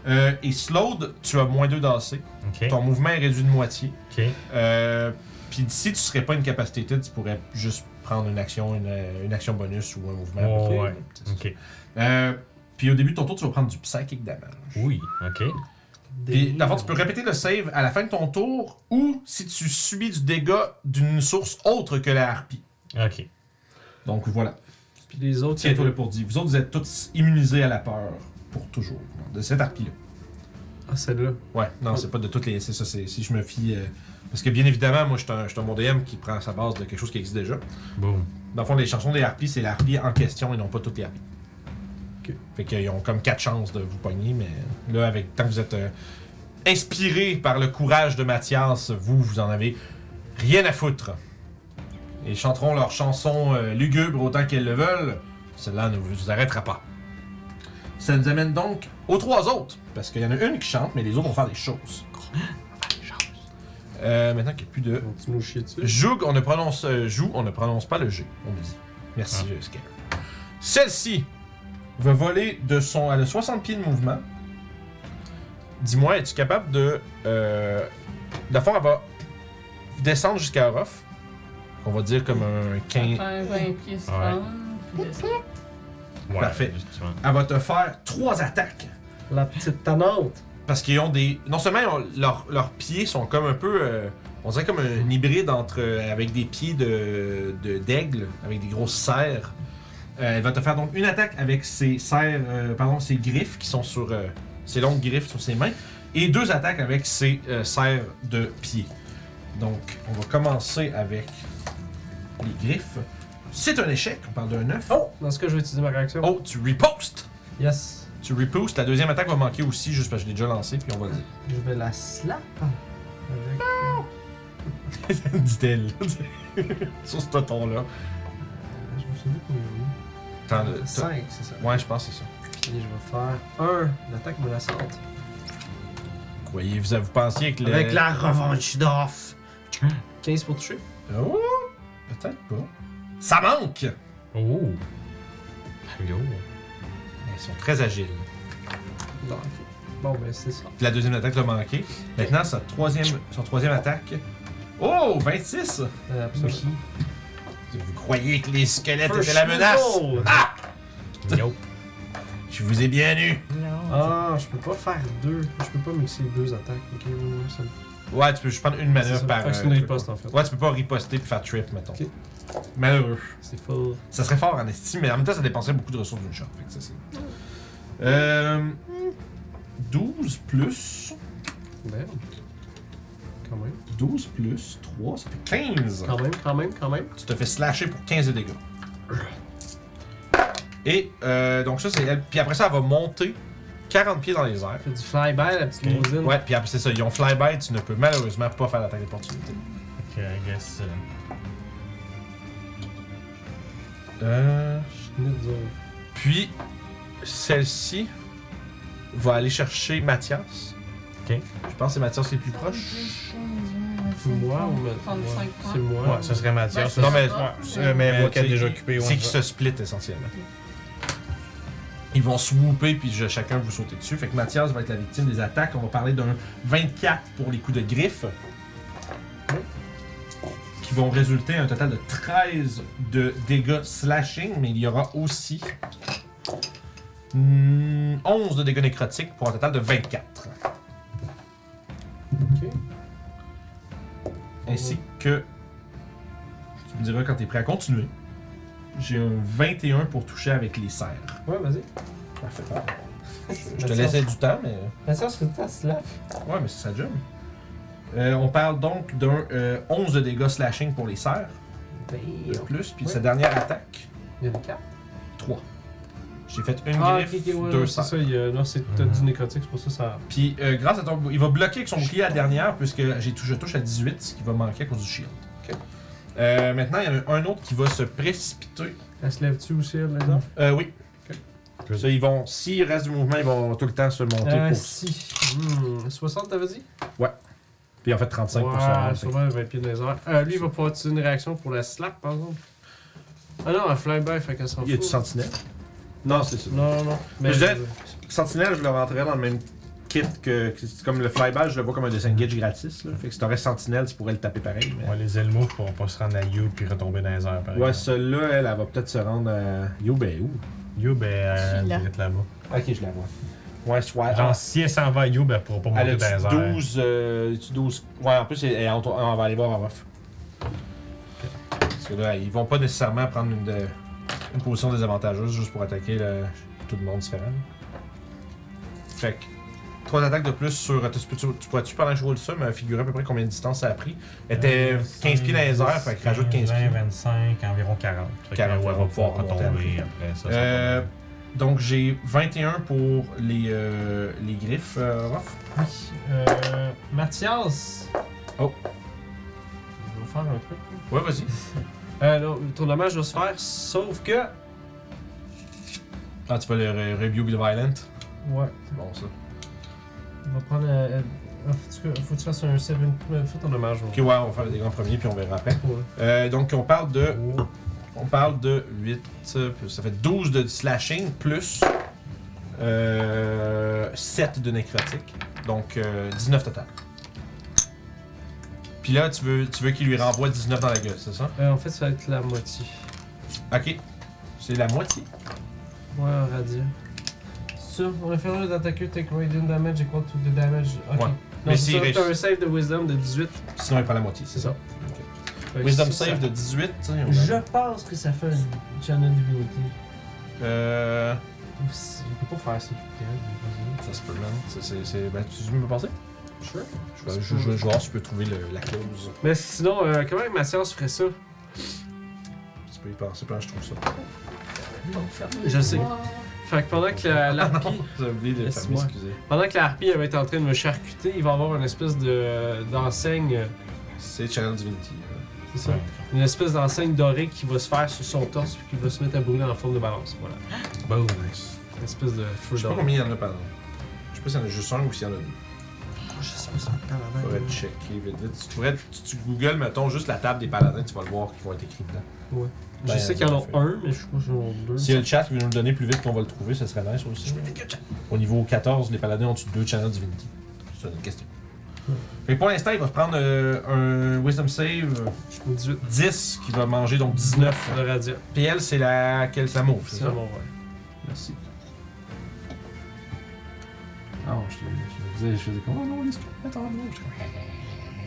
Euh, et slowed, tu as moins 2 d'AC. ok, Ton mouvement est réduit de moitié. ok. Euh, puis si tu serais pas une capacité, tu pourrais juste prendre une action, une, euh, une action bonus ou un mouvement. à peu près. Ouais, Ok. Euh, puis au début de ton tour, tu vas prendre du psychic damage. Oui, ok. Puis d'abord, tu peux répéter le save à la fin de ton tour ou si tu subis du dégât d'une source autre que la harpie. Ok. Donc voilà. Puis les autres. Tiens-toi le pour dire. Vous autres, vous êtes tous immunisés à la peur pour toujours de cette harpie-là. Ah, celle-là. Ouais, non, c'est pas de toutes les. C'est ça, c'est si je me fie. euh, parce que bien évidemment, moi, je suis un, je suis un bon DM qui prend sa base de quelque chose qui existe déjà. Boom. Dans le fond, les chansons des harpies, c'est l'harpie en question et non pas toutes les harpies. Ok. Fait qu'ils ont comme quatre chances de vous pogner, mais là, avec tant que vous êtes euh, inspiré par le courage de Mathias, vous, vous en avez rien à foutre. Ils chanteront leurs chansons euh, lugubres autant qu'ils le veulent. Celle-là ne vous arrêtera pas. Ça nous amène donc aux trois autres, parce qu'il y en a une qui chante, mais les autres vont faire des choses. Euh, maintenant qu'il n'y a plus de Ils vont-tu nous chier dessus? Joug, on ne prononce euh, joug, on ne prononce pas le G, on me dit. Merci, euh, Scare. Celle-ci va voler de son. Elle a 60 pieds de mouvement. Dis-moi, es-tu capable de. Euh, D'abord, elle va descendre jusqu'à Orof. On va dire comme un 15. Un 20 pieds se Ouais. prendre. Ouais, Parfait. justement. Elle va te faire trois attaques. La petite tanante. Parce qu'ils ont des. Non seulement ils ont- leurs, leurs pieds sont comme un peu. euh, on dirait comme un hybride entre. euh, avec des pieds de, de- d'aigle, avec des grosses serres. Euh, elle va te faire donc une attaque avec ses serres. euh, pardon, ses griffes qui sont sur. euh, ses longues griffes sur ses mains. Et deux attaques avec ses euh, serres de pieds. Donc, on va commencer avec les griffes. C'est un échec, on parle d'un 9. Oh! Dans ce cas, je vais utiliser ma réaction. Oh, tu ripostes! Yes. Tu ripostes. La deuxième attaque va manquer aussi, juste parce que je l'ai déjà lancée, puis on va le dire. Je vais la slap. Avec... dit-elle. Sur ce ton-là. Je me souviens combien. T'en Euh, as- t'as- 5, c'est ça. Ouais, je pense que c'est ça. Puis je vais faire 1 d'attaque menaçante. Croyez-vous, à- vous pensiez que le... Euh, Avec la revanche d'off. 15 pour toucher. Oh! Peut-être pas. Ça manque! Oh. Yo. Elles sont très agiles. Non, ok. Bon, ben, c'est ça. Puis la deuxième attaque l'a manqué. Maintenant, sa troisième, son troisième attaque. Oh! 26! Euh, Oui. Eh, Vous croyez que les squelettes First étaient la menace? roll. Ah! Yo. Je vous ai bien eu! Ah, je peux pas faire deux. Je peux pas mixer deux attaques. Ok, ouais, ouais, ça me- Ouais, tu peux juste prendre une C'est manœuvre ça. par. Fait que c'est euh, une truc. riposte en fait. Ouais, tu peux pas riposter puis faire trip, mettons. Ok. Malheureux. C'est full. Ça serait fort en estime, mais en même temps, ça dépenserait beaucoup de ressources d'une shot. Fait que ça, c'est- Euh, 12 plus. Merde. Ben, Quand même. 12 plus 3, ça fait 15. Quand même, quand même, quand même. Tu te fais slasher pour 15 de dégâts. Et euh, donc ça, c'est elle. Puis après ça, elle va monter 40 pieds dans les airs. Fait du flyby, la petite Ok. limousine. Ouais, puis après c'est ça, ils ont flyby, tu ne peux malheureusement pas faire l'attaque d'opportunité. Ok, I guess. euh, Euh, Chenille d'or. Puis, celle-ci va aller chercher Mathias. Ok. Je pense que c'est Mathias qui est le plus proche. C'est moi ou ma- 35 points. C'est moi. Ouais, ça serait Ben, Mathias. c'est Non, mais- ça. Euh, mais moi qui est tu sais, déjà occupé. C'est qui se split essentiellement. Ils vont swooper, puis je- chacun vous sauter dessus. Fait que Mathias va être la victime des attaques. On va parler d'un 24 pour les coups de griffe. Qui vont résulter un total de 13 de dégâts slashing, mais il y aura aussi hmm, 11 de dégâts nécrotiques pour un total de 24. Ainsi que. Tu me diras quand t'es prêt à continuer. J'ai un 21 pour toucher avec les serres. Ouais, vas-y. Parfait. Je te laissais du temps, mais. Mathias, que t'as cela? Ouais, mais c'est sa job. Euh, on parle donc d'un euh, 11 de dégâts slashing pour les serres, de plus, puis Ouais. sa dernière attaque, Il y a une carte. 3. J'ai fait une Ah, griffe, ok, ok, ouais, deux c'est serres. ça. il y a- Non, c'est t'as du nécrotique, c'est pour ça que ça. Puis euh, grâce à ton. Il va bloquer avec son bouclier la dernière, puisque j'ai tou- je touche à 18, ce qui va manquer à cause du shield. Euh, maintenant, il y en a un autre qui va se précipiter Elle se lève-tu aussi, elle, les autres? Euh, oui. Ok. Ça, ils vont, s'il reste du mouvement, ils vont tout le temps se monter Ah, pour. si. Hmm, 60, t'avais dit? Puis en fait 35 ouais, pour ça. fait que- sûrement 20 pieds dans les airs. Euh, lui, il va pouvoir utiliser une réaction pour la slap, par exemple. Ah non, un flyby, fait qu'elle s'en Y a du fout. sentinelle Non, c'est ça. Non, non. Mais je dirais- Sentinelle, je le rentrerais dans le même kit que. que c'est comme le flyby, je le vois comme un disengage gratis. Là. Fait que si t'aurais Sentinelle, tu pourrais le taper pareil. mais- Ouais, les Elmo pourront pas se rendre à You puis retomber dans les airs. par Ouais, exemple. celle-là, elle, elle va peut-être se rendre à. Yo, ben où You, ben, euh, Celui-là. direct là-bas. Ok, je la vois. Ouais, soit. Genre, si elle s'en va à You, ben, elle pourra pas monter ah. elle dans les a airs. 12, euh, tu 12. Ouais, en plus, elle- elle- on, on va aller voir en off. Parce que là, ils vont pas nécessairement prendre une, de- une position désavantageuse juste pour attaquer le- tout le monde différent. Fait que. 3 attaques de plus sur. Tu, peux- tu, tu pourrais-tu, pendant que je roule ça, me figurer à peu près combien de distance ça a pris Elle Euh, était 15 pieds dans les airs, fait que rajoute 15 pieds. 20, 25, environ 40. Fait que, 40, ouais, elle va pouvoir on va monter retomber après ça. ça Euh, va. donc j'ai 21 pour les, euh, les griffes, euh, Raph. Oui. Euh, Mathias. Oh. Je vais faire un truc. Ouais, vas-y. Euh, non, le tournement, je vais se faire, sauf que. Ah, tu peux le re- rebuke de Violent. Ouais. C'est bon ça. On va prendre. Euh, euh, faut que- faut que tu fasses un 7 Faut ton hommage. Ok, ouais, on va faire des grands premiers puis on verra après. Ouais. Euh, donc, on parle de. On parle de 8. euh, plus- Ça fait 12 de slashing plus euh, 7 de nécrotique. Donc, euh, 19 total. Puis là, tu veux, tu veux qu'il lui renvoie 19 dans la gueule, c'est ça? Euh, en fait, ça va être la moitié. Ok. C'est la moitié. Ouais, en radian. Ça, on a fait un d'attaquer, take away d'une damage equal to the damage. Ok. Ouais. Non, Mais Mais s'il c'est ça, t'as réussit. un save de wisdom de 18. Sinon, il prend la moitié, c'est ça? Fait que Wisdom Euh, ça, save de 18. tu sais, on ça- a- Je pense que ça fait un channel divinity. Euh. Ouf, si- Je peux pas faire ça. Ça se peut, man. C'est- c'est- c'est- Ben, tu veux me passer? Sure. Je vais je- je vais voir si je peux trouver le- la clause. Mais sinon, euh, comment Mathias ferait ça Tu peux y penser pendant que je trouve ça. Je sais. Fait que pendant que la, l'harpie, J'ai oublié de Laisse-moi. fermer, excusez. pendant que la harpie elle va être en train de me charcuter, il va avoir une espèce de d'enseigne, euh, C'est Channel Divinity. euh. c'est ça, une espèce d'enseigne dorée qui va se faire sur son torse puis qui va se mettre à brûler en forme de balance. Voilà, Boom. une espèce de Je feu sais pas doré. combien il y en a, pardon. Je sais pas s'il y en a juste un ou s'il y en a deux. Je sais pas si on parle avant. Faudrait checker vite vite. Tu, pourrais, tu, tu googles, mettons, juste la table des paladins, tu vas le voir qui vont être écrits dedans. Je sais qu'il y en a un, mais je sais pas si on a deux. Si le chat veut nous le donner plus vite qu'on va le trouver, ça serait nice aussi. Au niveau 14, les paladins ont deux Channel Divinity. C'est une question. Fait que pour l'instant, il va prendre euh, un Wisdom Save euh, 18 10 qui va manger, donc 19. de radian. Puis elle, c'est la. Quelle ça mauve, c'est C'est ça? bon, ouais. Merci. Non, je te je te disais, je faisais comment oh non, les scouts, attends, non, je suis comme,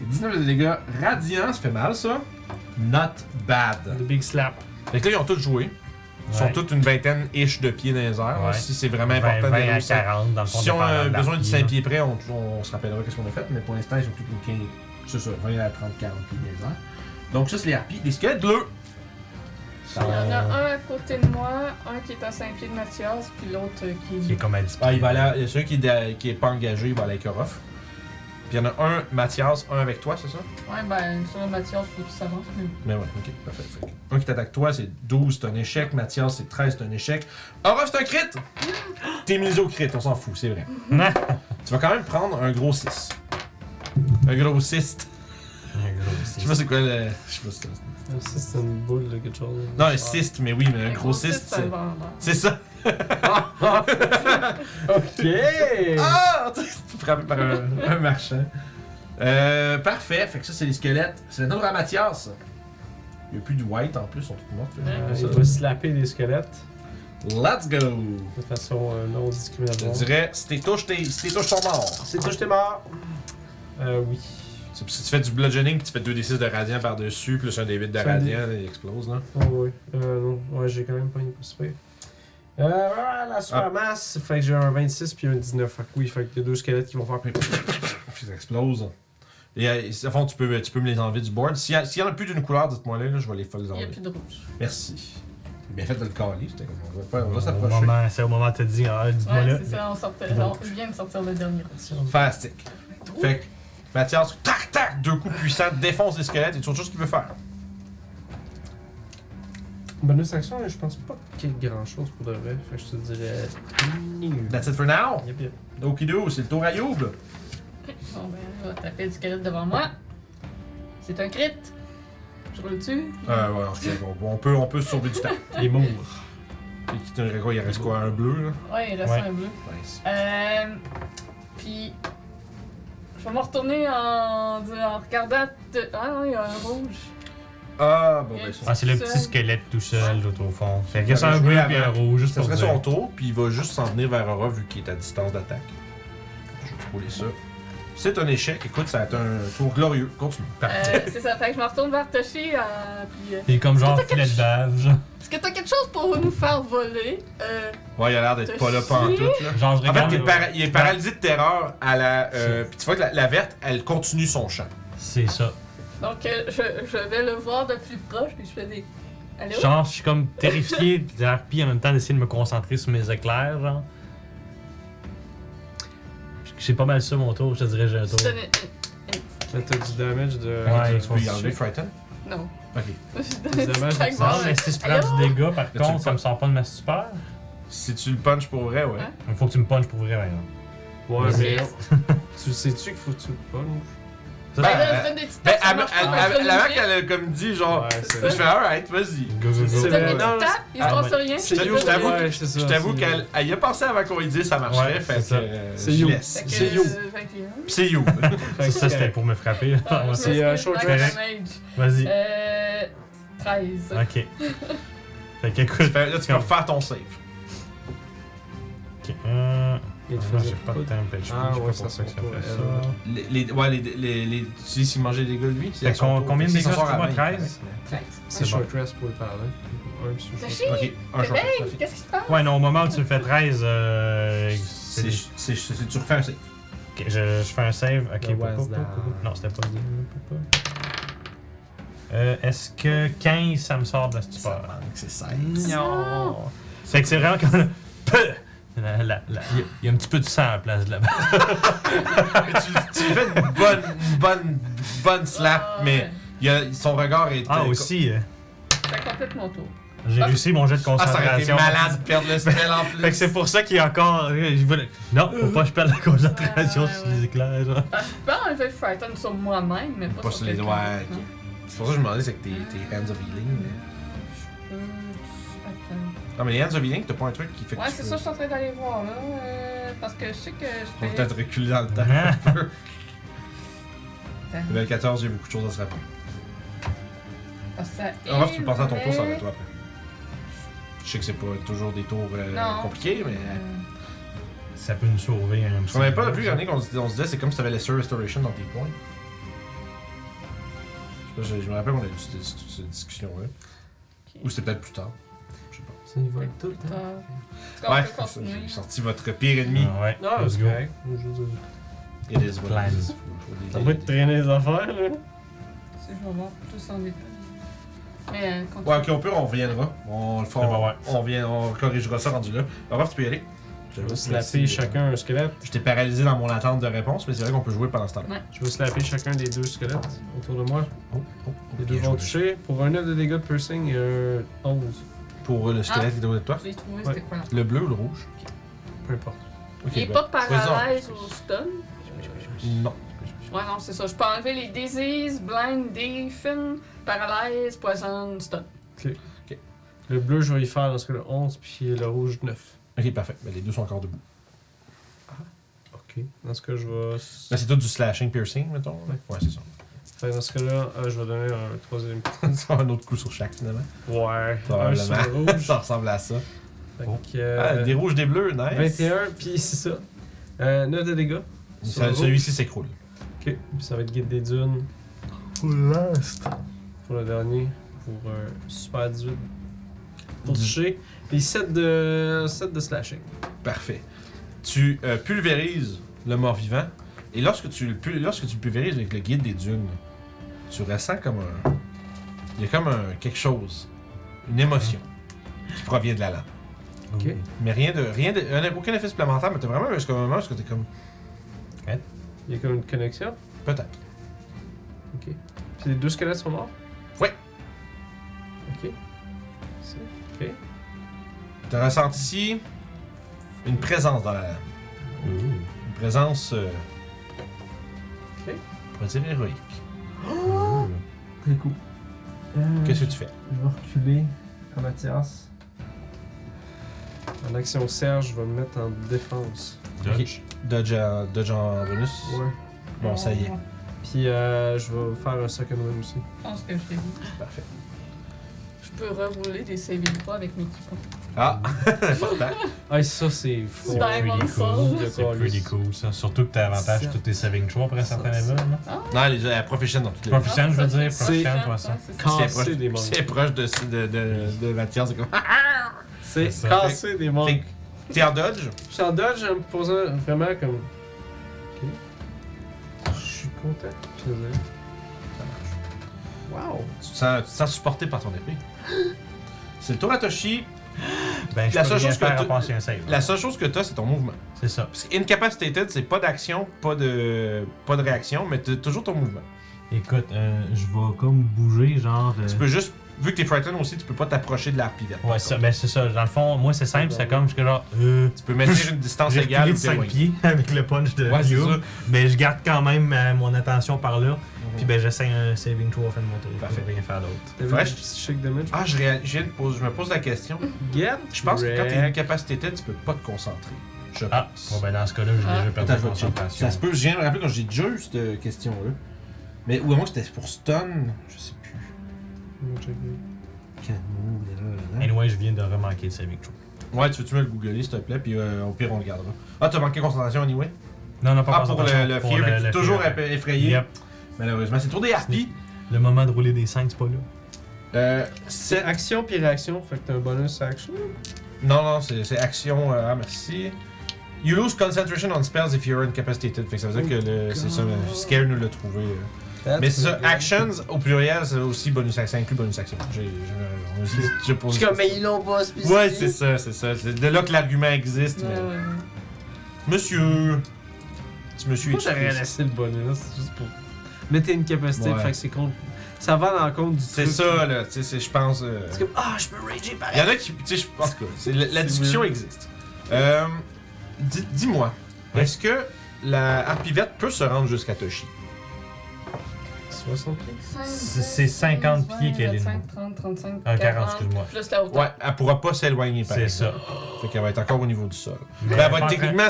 Et 19 de dégâts radiants, ça fait mal ça. Not bad. The big slap. Fait que là, ils ont tous joué. Ils sont Ouais. toutes une vingtaine ish de pieds dans les airs. Ouais. Si c'est vraiment 20, important 20 de à réussir. 40 dans le fond. Si on a dépendant de besoin de l'harpie, 5 là. pieds près, on, on se rappellera qu'est-ce qu'on a fait. Mais pour l'instant, ils sont tous une quinzaine. C'est ça, 20 à 30, 40 pieds dans les airs. Donc ça, c'est les harpies. Les squelettes bleus Il y en a un à côté de moi, un qui est à 5 pieds de Mathias, puis l'autre euh, Qui qui est est. comme à 10 Ah, il va aller, à- il y a celui qui est, de- qui est pas engagé, il va aller avec Orof. Puis il y en a un, Mathias, un avec toi, c'est ça? Ouais, ben, sur le Mathias, faut qu'il s'avance. mais- Mais Ben ouais, ok, parfait. Fait que Un qui t'attaque toi, c'est 12, c'est un échec. Mathias, c'est 13, c'est un échec. Orof, c'est un crit! T'es mis au crit, on s'en fout, c'est vrai. tu vas quand même prendre un gros 6. Un gros 6. Un gros Je six. sais pas c'est quoi le. Je sais pas c'est quoi. Même si c'est une boule de quelque chose. Non, un 6, mais oui, mais un Le gros 6, cyste, ça c'est. va en l'air. C'est ça! Ah. Ok! Ah! Tu te frappes par un, un marchand. Euh, parfait, fait que ça, c'est les squelettes. C'est le tour à Mathias. Il n'y a plus de white en plus, ils sont toutes mortes. fait que- Euh, il va slapper des squelettes Let's go! de façon euh, non Je discriminatoire. dirais, si t'es touche, t'es, si t'es touche, sont morts. C'est toi, j'étais mort. Euh, oui. Si si tu fais du bludgeoning, puis tu fais 2d6 de radiant par-dessus, plus un d8 de Ça dit. radiant, il explose, là. Oh, oui. Euh, non. Ouais, j'ai quand même pas une possibilité. Euh, ah, la surmasse, fait que j'ai un 26 puis un 19. Fait que oui, fait que les deux squelettes qui vont faire. Puis ça explose. Et euh, à fond, tu peux, tu peux me les enlever du board. S'il y, a- s'il y en a plus d'une couleur, dites-moi là, là, je vais les faire les Il n'y a enlever. plus de rouge. Merci. Bien fait de le caler, c'était comme on va, pas- on va Au s'approcher. moment- C'est au moment où tu dis, ah, dis-moi Ouais, là. c'est ça, on sortait. non, je viens de sortir le dernier. Fantastique. Fait que, Mathias, tac, tac, deux coups puissants, défonce les squelettes et tu vois tout ce qu'il veut faire. Bonus action, je pense pas qu'il y ait grand chose pour de vrai. Fait que je te dirais. nul. Ben. That's it for now. Yep, yep. Okido, c'est le tour à Youb. Bon, ben, je vais taper du squelette devant moi. C'est un crit. Je roule dessus. Euh, ouais, ok, bon, on peut, on peut se sauver du temps. Il est mort. Et qui te quoi, il reste quoi, un bleu, là? Ouais, il reste Ouais. un bleu. Nice. Euh, puis, je vais me retourner en, en regardant. de- Ah non, il y a un rouge. Ah, bon, ben, ça. Ah, c'est le Seul. petit squelette tout seul, tout au fond. Fait que Ça c'est un aurait bleu joué puis un avant. rouge, juste Ça pour serait dire. son tour, puis il va juste s'en venir vers Aura vu qu'il est à distance d'attaque. Je vais rouler ça. C'est un échec, écoute, ça a été un tour glorieux. Continue. Euh, c'est ça, fait que je me retourne vers Toshi. euh, puis, euh, Il est comme genre Est-ce que t'as filet de bave, genre. Est-ce que t'as quelque chose pour nous faire voler? Euh, Ouais, il a l'air d'être Toshi? pas là pantoute, là. Genre, je En fait, regarde. il est, là. para- il est paralysé de terreur à la. euh, puis tu vois que la, la verte, elle continue son chant. C'est ça. donc, euh, je, je vais le voir de plus proche, puis je fais des. Allô? Genre, je suis comme terrifié de la harpie en même temps d'essayer de me concentrer sur mes éclairs, genre. Puis C'est pas mal ça mon tour, je te dirais j'ai un tour. Je te donnais- Mais t'as du damage de. Ouais, tu peux y enlever Frighten. Non. Ok. Je donnais Des dommages cinq d'absence. Non, balles. mais si je prends du dégât par tu contre, le ça me sort pas de ma super. Si tu le punches pour vrai, ouais. Hein? Il faut que tu me punches pour vrai, hein. par Ouais, exemple. mais. Yes. tu sais-tu qu'il faut que tu le punches? Ça, Ben c'est- là, je donne des petites Ben, tapes, ça elle, marche pas, elle- je elle- fais la une mec, jet. elle a comme dit, genre. Ouais, c'est Je ça. fais, alright, vas-y. Go, go, go. C'est Je donne des Non, petites tapes, il se ah, passe rien. C'est Je you, je t'avoue- ouais, c'est ça, Je t'avoue c'est qu'elle elle y a pensé avant qu'on lui dise ça marcherait, Ouais, fait c'est que. ça. euh, C'est je you. laisse. Fait que, C'est you. euh, 21. Puis C'est you. Fait que Ça, c'était correct. pour me frapper. Ah, je C'est, euh, m'excuse, short Black rest. Damage. Vas-y. Euh. 13. Ok. Fait que Tu écoute. fais- là, tu peux refaire ton save. Ok, euh, Il te non, faisait j'ai pas de pas- temps, ben, je je sais Ah, pas ouais, pourquoi ça ça se fait retrouve, ça. Les, les- ouais, les, les, les, tu sais s'il mangeait des gars, lui c'est Fait à son qu'on- tour. combien de S'il dégâts, s'en sort à excuse-moi, 20, 13? C'est C'est bon. short rest pour le parler. Un Ben, petit short Toshi, Ok, un short rest, ça fait. qu'est-ce qui se passe? Ouais, non, au moment où tu fais 13, euh, c'est C'est- c'est- c'est- Tu refais un save. Ok, je, je fais un save. Ok, Le pou- pou- Wazda. pou- pou- pou- Non, c'était pas. Euh, Est-ce que 15, ça me sort de la Ça stupeur? manque, c'est 16. Non. Fait que c'est vraiment comme. le Peu! La- la- la- Il y a- il y a un petit peu de sang à la place de la bas tu, tu fais une bonne, une bonne, bonne slap, Ah, mais il y a- son regard est. Ah, aussi, euh, Ça complète mon tour. j'ai réussi mon jet de Ah, ça aurait été concentration. malade de perdre le spell en plus. Fait que c'est pour ça qu'il est encore. je voulais- Non, faut pas que je perde la concentration Ouais, ouais, sur les ouais. éclairs. genre. Ben, je peux enlever le Frighten sur moi-même, mais pas, Pas sur les quelqu'un Hein? doigts, d'autre, ok. C'est pour ça que je me demandais, c'est que tes, tes hands of healing. mais- non. Euh, Non, mais les hands of healing, t'as pas un truc qui fait attends. que. Ouais, tu c'est peux- ça, je suis en train d'aller voir, là. euh, parce que je sais que je On fais. va peut-être reculer dans le temps. Hein? Level 14, j'ai beaucoup de choses à se rappeler. Parce que Ah, ça En bref, Ah, tu peux passer à ton tour, ça va émet- être toi après. Je sais que c'est pas toujours des tours euh, Non. compliqués, mais. Euh, Ça peut nous sauver un Parce qu'on avait pas la plus l'année qu'on se on se disait, c'est comme si t'avais Lesser Restoration dans tes points. Je, sais pas, je, je me rappelle, on a eu cette, cette- cette discussion-là. Ou c'était peut-être plus tard. Je sais pas. Ça y va tout. Putain. Est-ce qu'on Ouais, peut continuer? j'ai sorti votre pire ennemi. Ah ouais, Non, let's c'est go. correct. Je veux dire, It is what Plan. it is. Faut- T'as faut pas des- de traîner les affaires, là. Si je vais voir plus en détail. Mais euh, continue. Ouais, ok, on peut, on reviendra. On le fera, Ah bah ouais. on, vient, on corrigera ça rendu là. Alors, tu peux y aller. Je vais Merci, slapper chacun un squelette. J'étais paralysé dans mon attente de réponse, mais c'est vrai qu'on peut jouer pendant ce temps-là. Je vais slapper chacun des deux squelettes autour de moi. Oh, oh, Les bien deux vont joué. toucher pour un 9 de dégâts de piercing et un 11. Pour euh, le Ah. squelette qui est au de toi. J'ai trouvé Ouais. c'était quoi là. Le bleu ou le rouge Peu importe. Ok, Il est bah, pas paralysé au stun. Non. Ouais, non, c'est ça. Je peux enlever les disease, blind, deafen, paralyse, poison, stun. Le bleu, je vais y faire dans ce cas-là 11, puis le rouge 9. Ok, parfait. Ben, les deux sont encore debout. Ok. Dans ce cas, je vais. Ben, c'est tout du slashing piercing, mettons. Ouais. Ouais, c'est ça. Fait que dans ce cas-là, euh, je vais donner un troisième. ça va un autre coup sur chaque, finalement. Ouais. Un sur le Probablement. rouge. ça ressemble à ça. Fait Oh. que, euh, Ah, des rouges, des bleus, nice. 21, puis c'est ça. Euh, 9 de dégâts. sur Ça- le Celui-ci s'écroule. Ok. Puis ça va être guide des dunes pour le dernier. Pour euh, super 18. Pour Dix- toucher. Puis 7 de, 7 de slashing. Parfait. Tu euh, pulvérises le mort-vivant, et lorsque tu, le pul- lorsque tu le pulvérises avec le guide des dunes, tu ressens comme un. Il y a comme un, quelque chose, une émotion qui provient de la lame. Ok. Mais rien de. Rien de un- aucun effet supplémentaire, mais t'as vraiment un moment où t'es comme. Il y a comme une connexion. Peut-être. Puis les deux squelettes sont morts. Ouais. Ok. C'est- T'as ressenti une présence dans la lame. Une présence. euh, Ok. On pourrait dire héroïque. Très cool. Euh, Qu'est-ce que tu fais? Je vais reculer à Mathias. En action Serge, je vais me mettre en défense. Dodge. Dodge en, dodge en bonus. Ouais. Bon, ça y est. Puis euh, je vais faire un second win aussi. Je pense que j'ai vu. Parfait. Je peux rerouler des saving throws avec mes petits Ah! Important. Ah, ça c'est fou. C'est Oh, Ouais. vraiment fort. cool. C'est pretty cool ça. Surtout que t'as avantage sur tous tes saving throws après un certain level. là. non, les, la profession dans toutes les Proficient, je veux dire, proficient, toi, ça. Ah, C'est Casser proche, des mondes. c'est proche de, de, de, de Mathias, c'est comme. ah, C'est C'est ça. cassé des morts. Fait que T'es en dodge? Je suis en dodge en me posant vraiment comme. Ok. Je suis content. Je suis désolé. Wow. Tu te sens, tu te sens supporté par ton épée. C'est le tour à Toshi. Ben, je La peux seule rien chose que faire à tu- part si un save. La seule chose que t'as, c'est ton mouvement. C'est ça. Parce que incapacitated, c'est pas d'action, pas de, pas de réaction, mais t'as toujours ton mouvement. Écoute, euh, je vais comme bouger, genre. euh, Tu peux juste, vu que t'es frightened aussi, tu peux pas t'approcher de la pivette. Ouais, ça, ben c'est ça. Dans le fond, moi, c'est simple, c'est comme, je suis genre. Euh, Tu peux maintenir une distance j'ai égale ou reculé de 5 t'éloigner. pieds avec le punch de Ouais, c'est Ryu, ça. mais je garde quand même euh, mon attention par là. Mhm. Puis ben, j'essaie un saving throw à fin de mon tour. Parfait. Je peux rien faire d'autre. T'as vu Faudrait le que je- psychic damage? Ah, je, réal- je viens de pose- je me pose la question. Get Je pense que quand t'es wrecked. incapacitated, tu peux pas te concentrer. Je Ah, pense. bon, ben, dans ce cas-là, j'ai Ah. déjà perdu Attends, ma je vais checker. concentration. Ça se peut, je viens de me rappeler quand j'ai déjà eu cette euh, question-là. Mais ou à moins que c'était pour stun, je sais plus. Canon, là, là, là. Anyway, je viens de remanquer le saving throw. Ouais, tu veux-tu me le googler, s'il te plaît, puis euh, au pire, on le gardera. Ah, t'as manqué concentration, anyway? Non, non, pas Ah, par pour concentration, le, le pour fear, le- fait que le t'es toujours fear. ép- effrayé. Yep. Malheureusement, c'est le tour des harpies. Le moment de rouler des 5, c'est pas là. Euh, C'est c'est... action puis réaction, fait que t'as un bonus action. Non, non, c'est, c'est action. euh, ah, merci. You lose concentration on spells if you're incapacitated. Fait que ça veut Oh dire que le, c'est ça, le scare nous l'a trouvé. euh. Mais c'est ça, actions au pluriel, c'est aussi bonus action, ça inclut bonus action. J'ai, j'ai, j'ai, j'ai posé suis comme, mais ils l'ont pas spécifié. Ouais, c'est ça, c'est ça. C'est de là que l'argument existe. mais- Euh. Monsieur. Petit monsieur. Moi, j'aurais excuse. laissé le bonus, juste pour. Mettez une capacité, Ouais. fait que c'est contre. Ça va dans le compte du C'est truc. ça, là. Tu sais, c'est- je pense. euh, C'est comme, ah, je peux rager pareil. Il y en a qui. Tu sais, je- en tout cas, c'est- la, la C'est discussion weird. existe. Euh, di- dis-moi, Ouais. est-ce que la harpivette peut se rendre jusqu'à Toshi 60 pieds. C'est- c'est 50 pieds qu'elle est 5, 30, longue. 35, Ah, 40, 40, excuse-moi. Plus la hauteur. Ouais, elle pourra pas s'éloigner par C'est exemple. ça. Fait qu'elle va être encore au niveau du sol. Ben, Mais elle elle est va pas être en train- techniquement,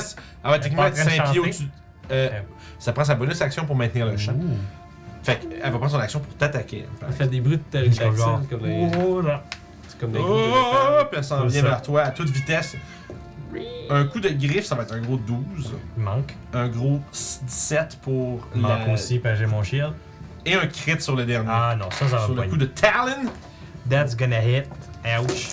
elle va être elle est techniquement pas en train de 5 pieds chanter. au-dessus. euh, Elle- ça prend sa bonus action pour maintenir le champ. Ouh. Fait qu'elle va prendre son action pour t'attaquer. par Elle exemple. fait des bruits de Comme genre, pterodactyl, comme des. Oh là. C'est comme des Oh, groupes de oh, oh, métal. puis elle s'en C'est vient ça. vers toi à toute vitesse. Un coup de griffe, ça va être un gros 12. Il manque. Un gros 17 pour Il la- manque aussi, parce que j'ai mon shield. Et un crit sur le dernier. Ah non, ça, ça va sur pas. ben. le coup de Talon. That's gonna hit. Ouch.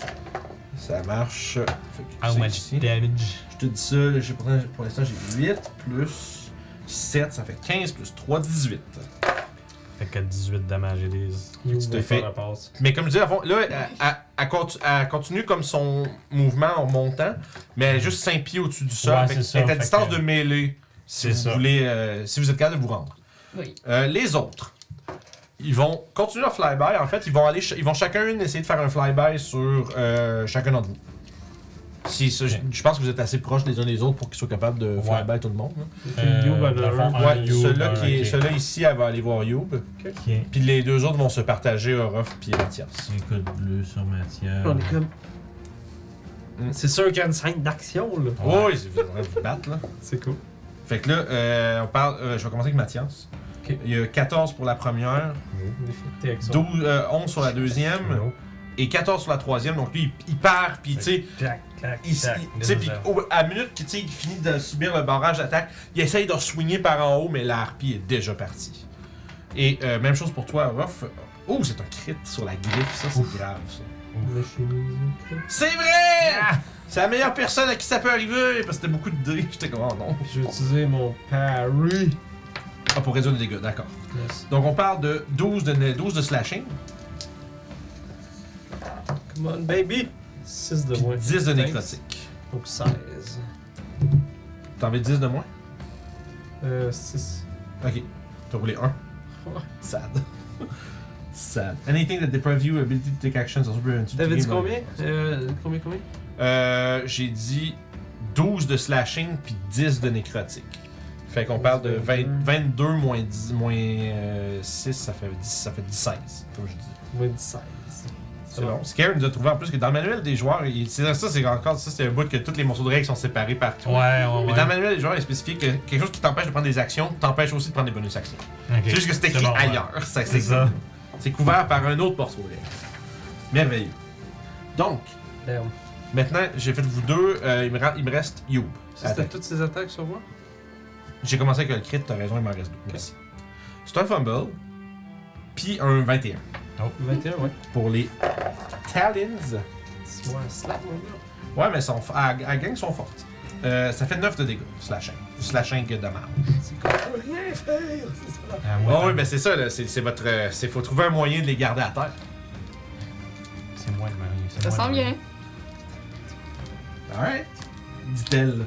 Ça marche. Fait que Ah, How c'est much ici. damage? Je te dis ça, j'ai- pour l'instant- pour l'instant j'ai 8 plus 7, ça fait 15 plus 3, 18. Fait que jusqu'à 18 damage et des. Il oh, te ouvre fais- faire la ben, passe. Mais comme je disais avant, là, elle, elle- elle contu- elle continue comme son mouvement en montant, mais elle est juste 5 pieds au-dessus du sol. Ouais, fait c'est que ça, elle est à fait distance que- de mêlée si C'est vous, ça. voulez, euh, si vous êtes capable de vous rendre. Oui. Euh, les autres, ils vont continuer leur flyby. En fait, ils vont aller, ch- ils vont chacun essayer de faire un flyby sur euh, chacun d'entre vous. Si, ça, je, je pense que vous êtes assez proches les uns des autres pour qu'ils soient capables de flyby tout le monde. là. Euh, Youb, elle a dans le un. fond, Ouais, Youb, celui-là un- qui est- ok. celui-là ici, elle va aller voir Youb. Ok. Puis les deux autres vont se partager Orof puis Mathias. Un code bleu sur Mathias. On est comme. Mm. C'est sûr qu'il y a une scène d'action, là. Oui, vous devrez vous battre, là. C'est cool. Fait que là, euh, on parle, euh, je vais commencer avec Mathias. Ok. Il y a 14 pour la première, Des fois, t'es avec ça. 12, euh, 11 sur la deuxième Non. et 14 sur la troisième. Donc lui, il, il part, puis tu sais, Clac, clac, il, clac, il- tu sais, puis au- à la minute qu'il tu sais, il finit de subir le barrage d'attaque, il essaye de swinguer par en haut, mais la harpie est déjà partie. Et euh, même chose pour toi, Ruff. Oh, c'est un crit sur la griffe, ça c'est grave. ça. Le chemise. C'est vrai! C'est la meilleure personne à qui ça peut arriver! Parce que c'était beaucoup de dés, j'étais comme oh non. J'ai utilisé mon parry. Ah, pour réduire les dégâts, d'accord. Yes. Donc on parle de 12 de, 12 de slashing, Come on, baby. 6 de puis moins. 10 de Thanks. nécrotique. Donc 16. T'en veux 10 de moins? Euh, 6. Ok. T'as roulé 1. Ouais. Sad. Sad. Anything that deprives you ability to take actions also prevents you to T'avais dit gain combien knowledge. euh, Combien, combien Euh, j'ai dit 12 de slashing puis 10 de nécrotique. Fait qu'on parle de 20 22 moins, 10, moins euh, 6, ça fait 10, ça fait 16, comme je dis. Moins 16. C'est bon. Scare nous a trouvé en plus que dans le manuel des joueurs, il- c'est ça, c'est encore ça, c'est un bout que tous les morceaux de règles sont séparés par Ouais, ouais, Mais ouais. dans le manuel des joueurs, il spécifie que quelque chose qui t'empêche de prendre des actions t'empêche aussi de prendre des bonus actions. Ok. C'est juste que c'est écrit bon, ouais. ailleurs. Ça, C'est ça. C'est couvert par un autre morceau de règles. Merveilleux. Donc, Damn. maintenant, j'ai fait vous deux, euh, il, me ra- il me reste Youb. Ça, C'était toutes ces attaques sur moi J'ai commencé avec le crit, t'as raison, il m'en reste deux. Merci. C'est un fumble, puis un 21 Oh. 21, ouais. pour les Talons. C'est moi, un slap, mon gars. Ouais, mais son, à, à gang sont fortes. Euh, ça fait 9 de dégâts, slashing. Slashing de mal. Ah, Ouais, moi, ouais, ben c'est ça, là. C'est c'est votre. euh, C'est faut trouver un moyen de les garder à terre. C'est moi le mari. Ça sent bien. Alright. Dit-elle.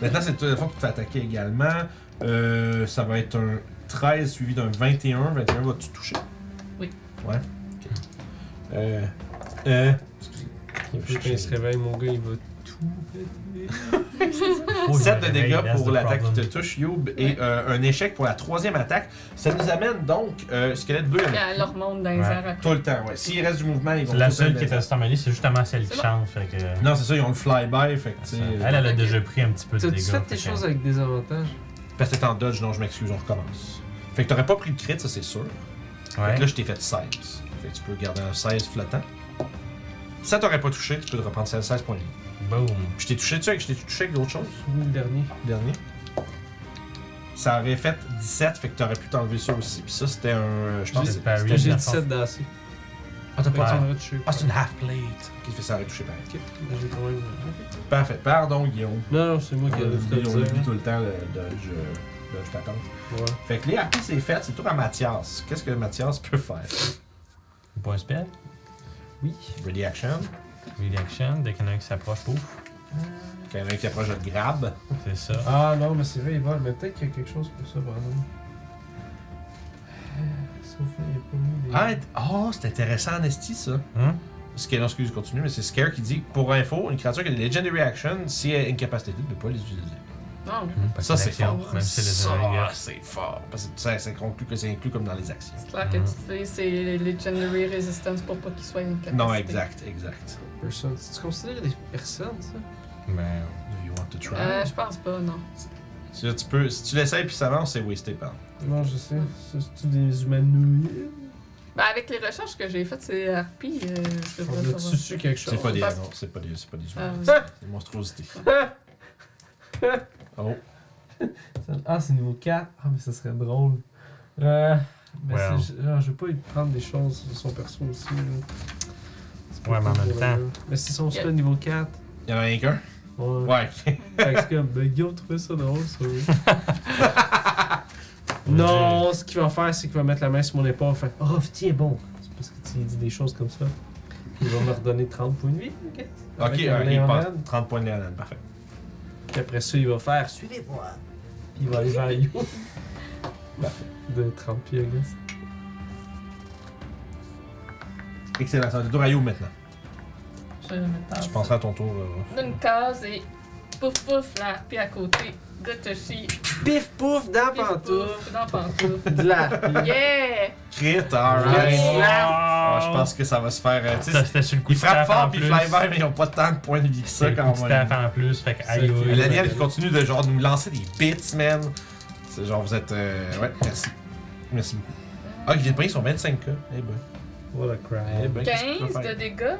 Maintenant, c'est la fois que tu t'es attaqué également. Euh, ça va être un 13 suivi d'un 21. 21 va tu toucher. Oui. Ouais. Ok. Euh. Euh. Il faut qu'il se réveille, mon gars, il va tout péter. 7 de dégâts pour l'attaque qui te touche, Youb, et euh, un échec pour la troisième attaque. Ça nous amène donc euh, squelette bleu. Puis elle leur monte dans les Ouais. airs après. Tout le temps, ouais. S'il reste du mouvement, ils vont La tout seule le qui est temps- à Stormany, c'est justement celle qui C'est bon. change. Fait que. Non, c'est ça, ils ont le flyby, fait que tu ça- sais. Elle, euh, elle a Ok. déjà pris un petit peu de dégâts. T'as-tu fait tes que- choses avec des avantages Parce que t'es en dodge, non, je m'excuse, on recommence. Fait que t'aurais pas pris le crit, ça c'est sûr. Fait Ouais. que là, je t'ai fait 16. Fait que tu peux garder un 16 flottant. Ça t'aurait pas touché, tu peux te reprendre 16, 16 points de vie. Boom. Puis je t'ai touché dessus, avec- je t'ai touché avec d'autres choses, Ou le dernier le dernier. Ça aurait fait 17, fait que t'aurais pu t'enlever ça aussi. Puis ça, c'était un. euh, Je pense J'ai que dit parry. J'ai la 17 d'assez. Ah, t'as Fait que pas tu dit- en as tué. Ah, c'est une half plate. Qui fait que ça aurait touché pareil. Ok, j'ai quand même. ok. Parfait. Pardon, Guillaume. Non, non, c'est moi qui ai dû te le Euh, Ils ont oublie dire. tout le temps le dodge, euh, dodge patent. Ouais. Fait que les RP c'est fait, c'est tout à Mathias. Qu'est-ce que Mathias peut faire? Pas un spell. Oui. Ready action. Read action. Dès qu'il y en a un qui s'approche, pouf. Quand il y en a un qui approche, je te grab. C'est ça. Ah non, mais c'est vrai, il vole, mais peut-être qu'il y a quelque chose pour ça, par exemple. Euh, Sauf qu'il n'y a pas mis des. Ah, et- oh, c'est intéressant en esti ça. Hein? Hum? Ce qui est, non, excuse, continue, mais c'est Scare qui dit pour info, une créature qui a des Legendary Action, si elle est incapacité, ne peut pas les utiliser. Non, Hum, parce Ça, que c'est l'action, fort. Même si c'est le dégâts. ça, c'est fort. Parce que ça, ça conclut que c'est inclus comme dans les actions. c'est clair que tu fais, c'est les Legendary Resistance pour pas qu'ils soient incapacités. Non, exact, exact. Personne. Tu te considères des personnes, ça Mais. Do you want to try? Euh, je pense pas, non. Si tu peux, si tu l'essayes puis ça avance, c'est wasté par. Non, je sais. C'est-tu des humanoïdes Ben, avec les recherches que j'ai faites, c'est RP. euh, je On devrais a-tu savoir. su quelque chose C'est pas des, parce- non, c'est pas des, c'est pas des Ah, humains. oui. C'est des monstrosités. Oh. Ça- Ah, c'est niveau 4. Ah, mais ça serait drôle. Euh, mais Well. c'est- ah, je vais pas lui prendre des choses sur son perso aussi. là. C'est pas Ouais, mais en cool, même là. temps. Mais si son Yeah. spell niveau 4. Il y en a rien qu'un? Ouais. Ouais. Fait que c'est comme, ben Guillaume trouvait ça drôle, ça. oui. Non, ce qu'il va faire, c'est qu'il va mettre la main sur mon épaule et faire Oh, tiens, bon. C'est parce que tu lui dis des choses comme ça. Puis il va me redonner 30 points de vie. Ok, Ok, Avec un euh, ok, il passe Ironman. 30 points de Léonard, parfait. Puis après ça, il va faire Suivez-moi. Puis il va aller vers You. Bah, De 30 pieds, I guess. Excellent, ça va être le tour à You maintenant. Je vais mettre Tu en- penseras à ton tour. euh, D'une case et pouf pouf la puis à côté de Toshi. Pif pouf dans Pif, pantouf. pouf, Dans pantouf. De la. Yeah! Crit, Yes. alright. Ah, je je pense que ça va se faire. euh, tu sais, Ça, c'était sur le coup ils de frappent staff en fort puis ils plus. fly by, mais ils ont pas tant de points de vie que ça C'est le coup quand de même. staff en plus, fait que Ça, aïe c'est- aïe. Daniel qui continue de genre nous lancer des bits, man. C'est genre vous êtes. euh, Ouais, merci. Merci beaucoup. Ah, il vient de payer son 25k. Eh ben. What a crap. Eh ben, qu'est-ce que tu peux 15 de faire? dégâts.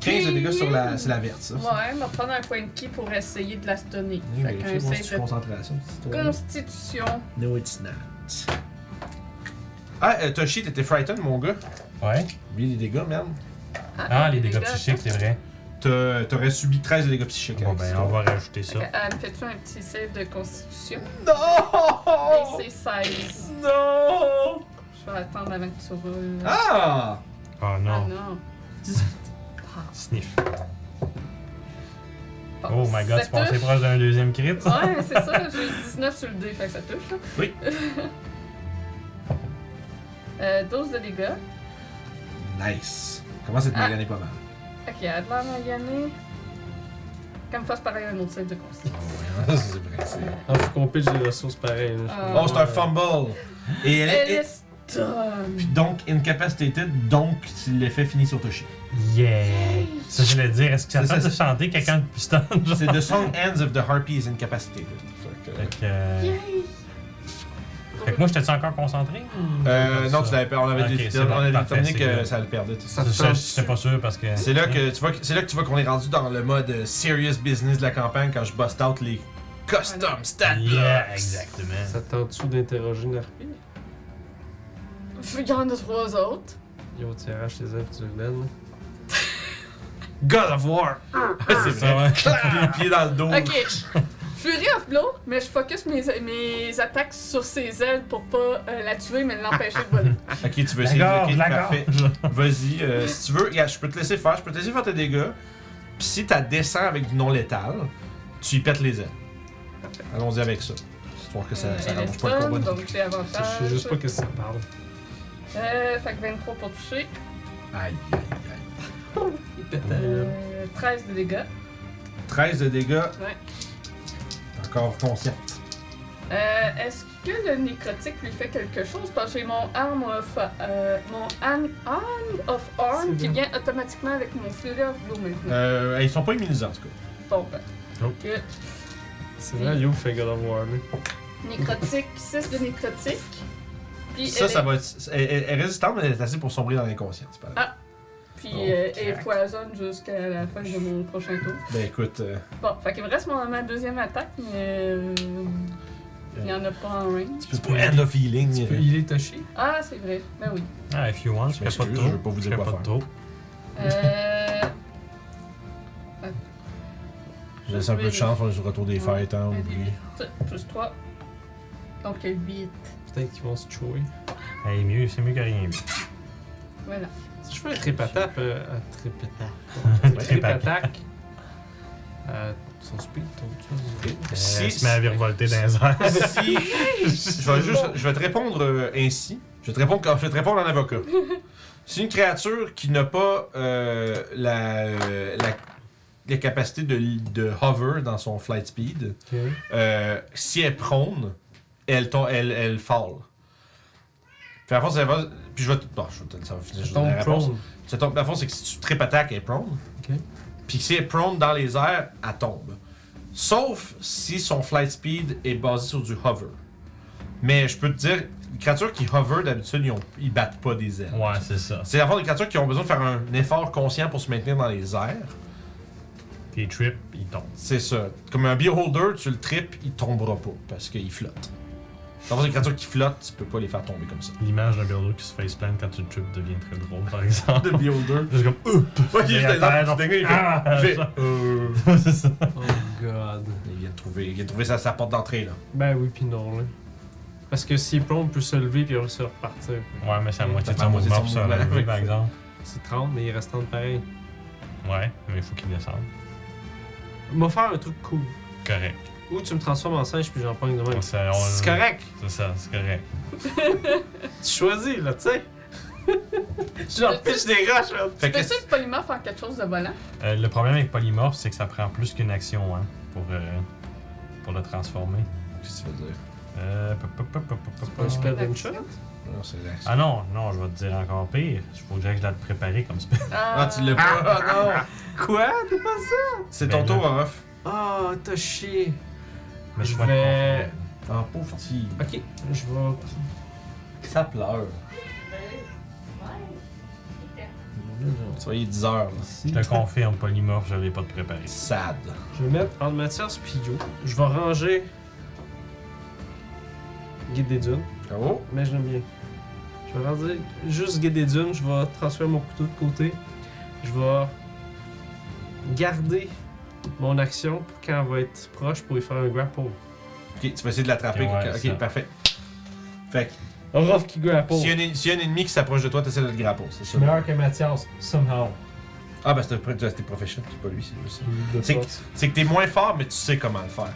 15 de dégâts sur la, c'est la verte, ça. Ouais, m'a prendre un point de ki pour essayer de la stunner. Oui, Fait vérifier, qu'un voir si tu save concentration. de constitution. No, it's not. Ah, euh, Toshi, t'étais frightened, mon gars. Ouais. Lui, les dégâts, man. Ah, les dégâts psychiques, c'est vrai. T'as- T'aurais subi 13 de dégâts psychiques. Bon, avec ben, ça. on va rajouter ça. Fait que, Elle me fait-tu un petit save de constitution? Non! Et c'est 16. Non! Je vais attendre avant que tu roules. Ah! Oh Ah non. non. Sniff. Bon, Oh my god, ça tu pensais touche. Ah. proche d'un deuxième crit. Ouais, c'est ça, j'ai 19 sur le dé, fait que ça touche. là. Oui. euh, 12 de dégâts. Nice. Comment cette Ah. Mégane est pas mal. Ok, elle a de l'air maganée. Comme fasse pareil un autre save de constitution. hein, Oh, ouais, c'est vrai. c'est- Ah, faut qu'on pitche des ressources pareilles. là. Ah. Oh, c'est un fumble. Et elle est, Elle est stun. puis donc incapacitated, donc l'effet finit sur Toshi. Yeah! Ça, je voulais dire, est-ce que ça C'est te ça, de chanter quelqu'un de plus tard, genre? C'est The Song Ends of the Harpy is incapacitated. Fait que- Fait que, euh, Yay! fait que moi, j'étais-tu encore concentré? Euh, non, tu l'avais perdu. On avait, Ok, déterminé- c'est bon, on avait parfait, déterminé c'est que good. ça le perdait. tout ça. Ça te Je change. j'étais pas sûr parce que. C'est là que tu vois, que- c'est là que tu vois qu'on est rendu dans le mode euh, serious business de la campagne quand je bust out les custom stat blocks. Yeah, exactement. Ça te tente-tu d'interroger Narpi Il y en a trois autres. Yo, tu arraches les œufs du Ren. God of War! c'est Ça, vrai. ouais. Les pieds dans le dos. Ok. Fury of Blow, mais je focus mes, mes attaques sur ses ailes pour pas euh, la tuer mais l'empêcher de voler. Ok, tu veux La essayer gorge, ok, la parfait. gorge. Vas-y, euh, si tu veux, regarde, je peux te laisser faire, je peux te laisser faire tes dégâts. Puis si t'as descend avec du non létal, tu y pètes les ailes. Allons-y avec ça. Histoire que ça, ça Elle est rallonge pas le stun, combat. donc j'ai Je avantage. sais juste pas qu'est-ce que ça parle. Euh, fait que 23 pour toucher. Aïe, aïe, aïe. Euh, 13 de dégâts. 13 de dégâts. Ouais. Encore consciente. Euh, Est-ce que le nécrotique lui fait quelque chose? Parce que j'ai mon arm of, euh, mon hand, hand of arm qui vient automatiquement avec mon Fury of Blow maintenant. Euh, ils sont pas immunisés en tout cas. Bon, ben. Oh. Nope. Good. C'est vrai, Yo fait God of War, là. Nécrotique, 6 de nécrotique. Puis Ça, elle ça est, va être. Elle, elle- elle est résistante, mais elle est assez pour sombrer dans l'inconscient. c'est pas grave. Ah. Oh, Puis euh, elle est poisonne jusqu'à la fin de mon prochain tour. Ben écoute, euh, Bon, fait qu'il me reste mon, ma deuxième attaque, mais. euh, il n'y en a pas en range. tu peux pas end of healing. Tu euh. peux healer Toshi? Ah, c'est vrai. Ben oui. Ah, if you want, je fais pas de m'excuse, trop. je vais pas vous dire fais quoi pas de faire. trop. Euh. Je laisse un peu de chance sur le retour des fêtes, hein, oublié. Plus 3. Donc 8. Peut-être qu'ils vont se chouer. Hey, mieux, c'est mieux que rien. Euh, Voilà. Si je fais un tripatap, euh, un tripatap. Un Ouais. tripattaque. Euh, son speed, ton tour. Si- Si. se met à virevolter dans les airs. si je vais juste je vais te répondre euh, ainsi je vais te répondre comme je vais te répondre en avocat si une créature qui n'a pas euh, la, la la capacité de, de hover dans son flight speed euh, si elle prône elle tombe elle elle fall puis à fond ça va puis je vais te- bon, je vais te- ça va finir je vais te donner Ton la réponse prone. ça tombe, dans le fond, c'est que si tu trip attaque, elle est prone. Ok. Puis si elle est prone dans les airs, elle tombe. Sauf si son flight speed est basé sur du hover. Mais je peux te dire, les créatures qui hover, d'habitude, ils, ont- ils battent pas des ailes. Ouais, c'est ça. C'est avant des créatures qui ont besoin de faire un effort conscient pour se maintenir dans les airs. Tes trips, ils tombent. C'est ça. Comme un beholder, tu le tripes, il tombera pas parce qu'il flotte. Dans le fond, les créatures qui flottent, tu peux pas les faire tomber comme ça. L'image d'un builder qui se faceplant quand tu le trip devient très drôle, par exemple. Le beholder. Juste comme oup! Ok, je à terre, t'ai non. dingue, il fait- Ah! il fait, ça. euh, C'est ça. Oh god. Il vient de trouver, il vient de trouver sa, sa porte d'entrée là. Ben oui, pis non, là. Parce que s'il plombe, il peut se lever puis se repartir. Ouais, mais c'est à moitié de la son moitié de mouvement son pour se mouvement, relever, avec par ça. exemple. C'est 30, mais il reste 30 pareil. Ouais, mais il faut qu'il descende. M'a faire un truc cool. Correct. Ou tu me transformes en singe puis j'en pogne de même. On se- on- C'est correct. C'est ça, c'est correct. Tu choisis, là, tu sais. J'en piche des roches, merde. Fait que Fais-tu le polymorphe en quelque chose de volant? Euh, le problème avec Polymorph, c'est que ça prend plus qu'une action hein, pour, euh, pour le transformer. Qu'est-ce que tu veux dire? Euh, pop, pop, pop, pop, pop, pop. Pas un spell Une d'une shot. action? Non, c'est l'action. Ah non, non, je vais te dire encore pire. Il faut que je la te préparer comme spell. Ah, tu l'as pas. Ah Quoi? T'es pas ça? non! C'est Ben ton là. tour off. Ah, t'as chié. Mais Je je vais te vais- confirmer. En pauvre petit. Ok, je vais. Ça pleure. Soyez 10 heures, là. Je te confirme, Polymorph, je l'ai pas de préparer. Sad. Je vais mettre en matière Spio. Je vais ranger. Guide des dunes. Oh! Mais je l'aime bien. Je vais ranger juste Guide des dunes. Je vais transférer mon couteau de côté. Je vais garder mon action pour quand elle va être proche pour y faire un grapple. Ok, tu vas essayer de l'attraper. Ok, ouais, ok, ça. parfait. Fait que, Rof qui grapple. s'il y, a un en- s'il y a un ennemi qui s'approche de toi, t'essaies de le grapple, c'est Je ça? suis meilleur que Mathias, somehow. Ah, ben c'est un pro- t'es professionnel, c'est pas lui, c'est juste ça. De C'est- force. C'est que t'es moins fort, mais tu sais comment le faire.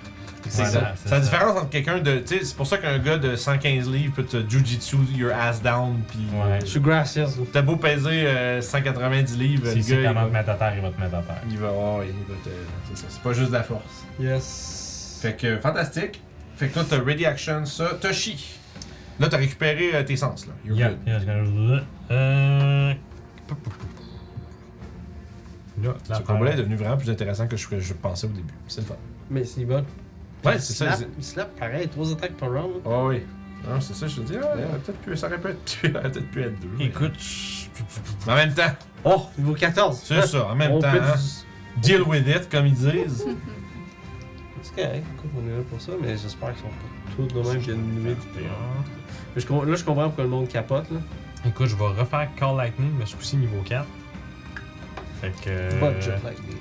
C'est Voilà, ça. c'est C'est la ça. différence entre quelqu'un de. tu sais, C'est pour ça qu'un gars de 115 livres peut te jujitsu your ass down, pis. Ouais. Je suis gracious. T'as beau peser euh, 190 livres, Si le c'est gars. comment te il va- mettre à terre, il va te mettre à terre. Il va. oh, il va te. C'est ça, c'est pas juste de la force. Yes. Fait que, fantastique. Fait que toi, t'as ready action, ça. Toshi. Là, t'as récupéré euh, tes sens, là. You're Yeah, good. yeah, c'est quand même- Euh. Là, la Ce combat-là est devenu vraiment plus intéressant que ce que je pensais au début. C'est le fun. Mais c'est bon. Ouais, c'est ça. c'est- Il slap pareil, 3 attaques par round. Ah oui. Non, c'est ça, je te dis, ah, elle aurait peut-être pu, ça aurait pu être, elle aurait peut-être pu être deux. mais- Écoute, je- Mais en même temps, Oh, niveau 14. c'est ça, en même On temps, peut hein, du- deal with it, comme ils disent. C'est correct, écoute, on est là pour ça, mais j'espère qu'ils sont pas tous de même qu'il y a une nuit. Mais je com- là, je comprends pourquoi le monde capote, là. écoute, je vais refaire Call Lightning, mais ce coup-ci niveau 4. Fait que. Pas de jet lightning.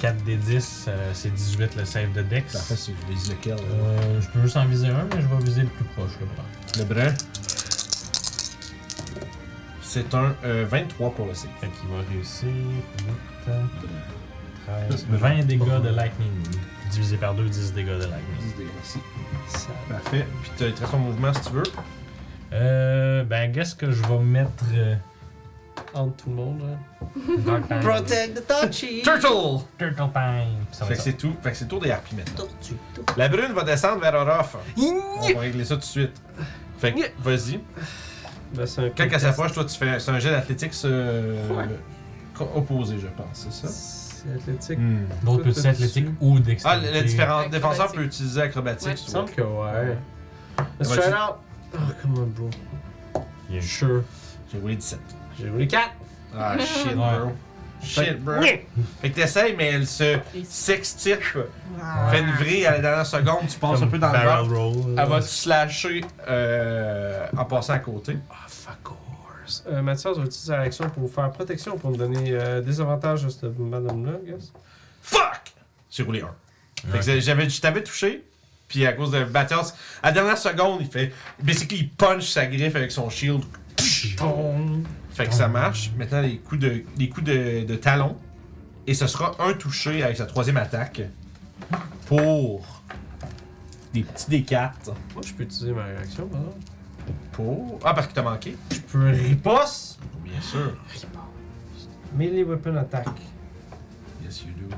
4 des 10, euh, c'est 18 le save de Dex. Parfait, c'est je vise lequel, hein. là. Euh, je peux juste en viser un, mais je vais viser le plus proche, je crois. Le brun. C'est un euh, 23 pour le save. Fait qu'il va réussir. 8, 13, 20 dégâts de Lightning. Divisé par 2, 10 dégâts de Lightning. 10 dégâts ici. Ça Eh, Parfait. Puis t'as très ton mouvement si tu veux. Euh. Ben, qu'est-ce que je vais mettre. euh, hante tout le monde, hein. là. Dark Pine. the touchy! Turtle! Turtle Pine. Ça Fait va que être c'est tout. Fait que c'est tour des harpies maintenant. La brune va descendre vers Orof. On va régler ça tout de suite. Fait que, vas-y. Ben, c'est un Quand elle contest. s'approche, toi, tu fais. C'est un jet d'athlétique euh, co- opposé, je pense, c'est ça? C'est athlétique. Hmm. ça. D'autres petits athlétiques ou Ah, dextérité. le, le différent- Acrobatique. défenseur peut utiliser acrobatique. Ouais. Il me sur- semble que ouais. Let's Ouais, try it tu- out! Oh, come on, bro. Il y a- Sure. J'ai roulé 17. J'ai roulé 4! Ah, shit, bro. Ouais. Shit, bro. Fait que t'essayes, mais elle se sextipe, fait une vrille à la dernière seconde, tu passes un peu dans le barrel rock. roll. Elle va te slasher euh, en passant à côté. Ah, fuck course. Euh, Mathias va utiliser sa action pour faire protection pour me donner euh, des avantages à cette madame-là, I guess. Fuck! J'ai roulé 1. Fait que c'est- j'avais, je t'avais touché, puis à cause de Batias, à la dernière seconde, il fait. Basically, il punch sa griffe avec son shield. Tong. Fait que ça marche. Maintenant, les coups de, les coups de, de talon. Et ce sera un touché avec sa troisième attaque pour des petits D4. Moi, je peux utiliser ma réaction, par exemple. Pour. Ah, parce que t'as manqué. Je peux riposte! Bien sûr. Melee weapon attack. Yes, you do.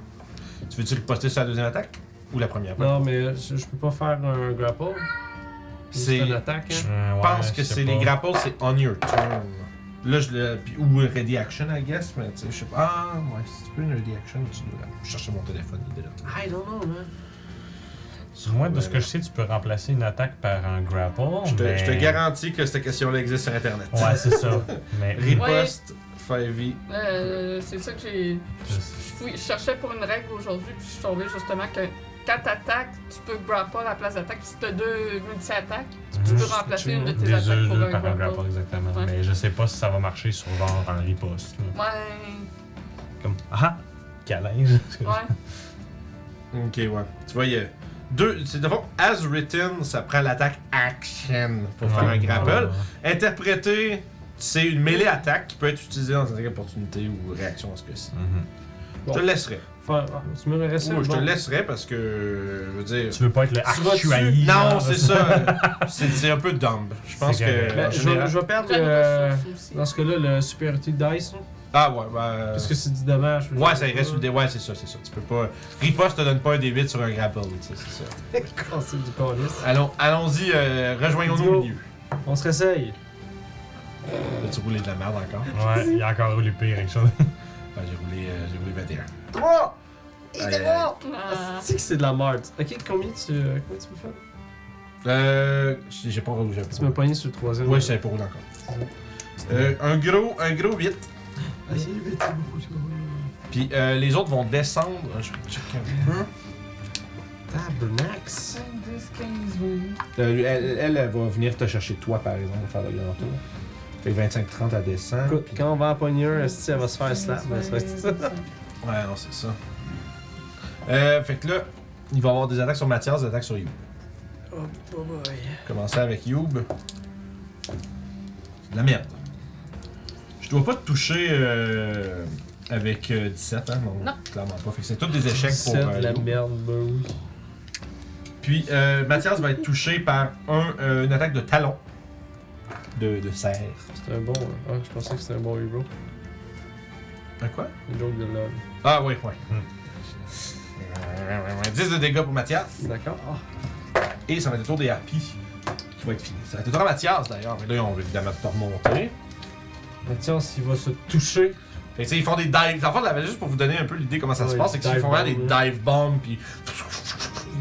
Tu veux-tu riposter sur la deuxième attaque Ou la première Non, mais euh, je, je peux pas faire un grapple. C'est C'est- une attaque. hein. Euh, ouais, Je pense que je sais c'est pas. les grapples, c'est on your turn. Là, je le. puis- Ou ready action, I guess, mais tu sais, je sais pas. Ah, ouais, si tu peux une ready action, tu dois. Je cherchais mon téléphone, il est là. Ah, I don't know, man. Moi, de ce que je sais, tu peux remplacer une attaque par un grapple. Je te, mais- je te garantis que cette question-là existe sur Internet. ben. Ouais, c'est ça. Mais. Riposte, 5e. Euh, c'est ça que j'ai. Oui, je cherchais pour une règle aujourd'hui, puis je suis tombé justement que quand t'attaques, tu peux grapple à la place d'attaque. Puis Si t'as deux multi-attaques, tu peux remplacer une de tes Des attaques œufs pour là, un par un grapple. grapple, exactement. Ouais. Mais je sais pas si ça va marcher sur genre un riposte. là. Ouais, Comme. Ah! ah, Câlin! ouais. Ok, ouais. Tu vois, il y a deux. C'est de fond, as written, ça prend l'attaque action pour faire un grapple. Ah. Interpréter, c'est une mêlée attaque qui peut être utilisée dans une attaque opportunité ou réaction à ce que c'est. Mm-hmm. Je te Bon. laisserai. Faire- ah, tu me restes Ou le je te bon. laisserai parce que. euh, Je veux dire. Tu veux pas être le Tu vas dessus? actuaï. Non, c'est ça. C'est c'est un peu dumb. Je pense C'est que. correct. en Ben, je, vais, euh, général- je vais perdre Plein de euh, ressources aussi. dans ce cas-là le superiority dice. là, Ah ouais, bah. Parce que c'est du dommage. je veux Ouais, dire. ça reste sur des. Ouais, c'est ça, c'est ça. Tu peux pas. Riposte te donne pas un D8 sur un grapple, tu sais, c'est ça. Ah, c'est du calice. Allons- Allons-y, euh, rejoignons-nous au Idiot. milieu. On se réessaye. As-tu roulé de la merde encore? Ouais, il y a encore eu le pire, quelque chose. Ah, j'ai roulé, euh, j'ai roulé 21. Il Aïe, était aïe, mort! Ah, Ah, c'est que c'est de la merde. Ok, combien tu, euh, combien tu me fais Euh. J'ai j'ai pas roulé, j'ai Tu m'as pas pogné sur le troisième. roulé. Ouais, je savais pas roulé encore. Euh, un gros, un gros 8. Ah, c'est vite, c'est beaucoup, c'est beaucoup. Puis euh, les autres vont descendre. Je vais checker un peu. Tabernax. 5, 10, 15, 20. Euh, elle, elle, elle va venir te chercher toi, par exemple, faire le grand tour. Fait que 25-30, elle descend. Écoute, puis- quand on va en pogner un, si elle va se faire slap, ben, ça va être ça. Ouais, non, c'est ça. Euh, fait que là, il va y avoir des attaques sur Mathias, des attaques sur Youb. Oh boy. Commencer avec Youb. C'est de la merde. Je dois pas te toucher euh, avec euh, 17, hein? Non, Non. clairement pas. Fait que c'est tous des échecs pour. C'est euh, de la Youb. merde, ben oui. Puis euh, Mathias va être touché par un, euh, une attaque de talon. De, de serre. C'est un bon. hein. Ah, je pensais que c'était un bon hero. Un quoi Une joke de love. Ah, oui, oui. 10 de dégâts pour Mathias. D'accord. Ah, Et ça va être le tour des Harpies qui va être fini. Ça va être le tour à Mathias d'ailleurs, mais là on veut évidemment tout remonter. Mathias, il va se toucher. Fait que, tu sais, ils font des dives. En fait, là, juste pour vous donner un peu l'idée comment ça se Ouais, passe, c'est qu'ils dive font vraiment des bomb, hein. dive bombs, puis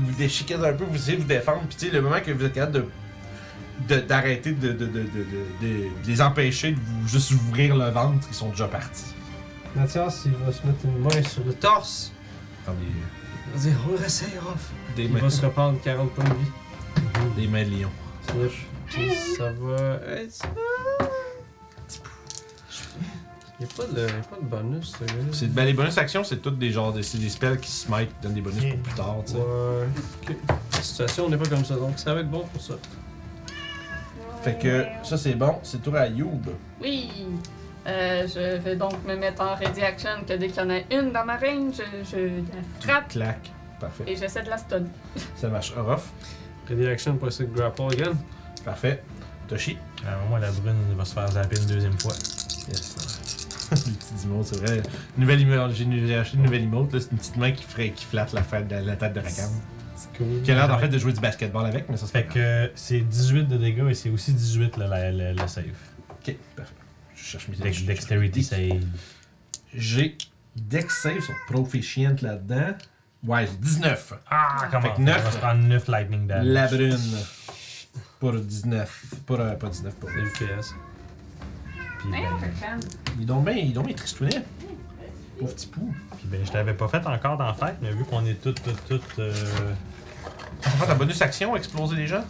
vous déchiquez un peu, vous essayez de vous défendre, puis tu sais, le moment que vous êtes capable de de- d'arrêter de, de, de, de, de- de- de les empêcher de vous juste ouvrir le ventre, ils sont déjà partis. Mathias, il va se mettre une main sur le torse. Dans des, Il va dire, on réessaye, off. des, Il mains, va se reprendre 40 points de vie. des mains de lion. Ça va, je- puis Ça va être. Il n'y a, pas de- y a pas de bonus, ce gars-là. C'est- Ben, les bonus actions, c'est toutes des genres de, c'est des spells qui se mettent, qui donnent des bonus pour plus tard, tu sais. Ouais. Ok. La situation n'est pas comme ça, donc ça va être bon pour ça. Fait que ça c'est bon, c'est tour à Youb. Oui! Euh, je vais donc me mettre en ready action que dès qu'il y en a une dans ma range, je, je la frappe Clac. Parfait. et j'essaie de la stun. Ça marche. Orof. Ready action pour essayer de grapple again. Parfait. Toshi. À un moment, Euh, la brune va se faire zapper une deuxième fois. Yes. Les petites emotes, c'est vrai. Nouvelle emote. J'ai j'ai acheté une nouvelle emote. là. C'est une petite main qui, ferait, qui flatte la, fa- la tête de Rakan. C'est cool. Qui a l'air en fait de jouer du basketball avec, mais ça se Fait fait que euh, c'est 18 de dégâts et c'est aussi 18 le, le, le- le save. Ok, parfait. Je cherche mes Dex- Dexterity save. J'ai Dex Save sur Proficient là-dedans. Ouais, j'ai 19. Ah, comment Fait que neuf. On va se prendre 9 lightning damage. La brune. Pour 19. Pour, euh, pas 19, pour. C'est UPS. Puis ben, Ils ont bien, ils ont bien tristounés. Pauvre petit pou. puis ben, je l'avais pas fait encore dans la fête, mais vu qu'on est toutes, toutes, toutes. euh, Ça fait ta bonus action, exploser les gens.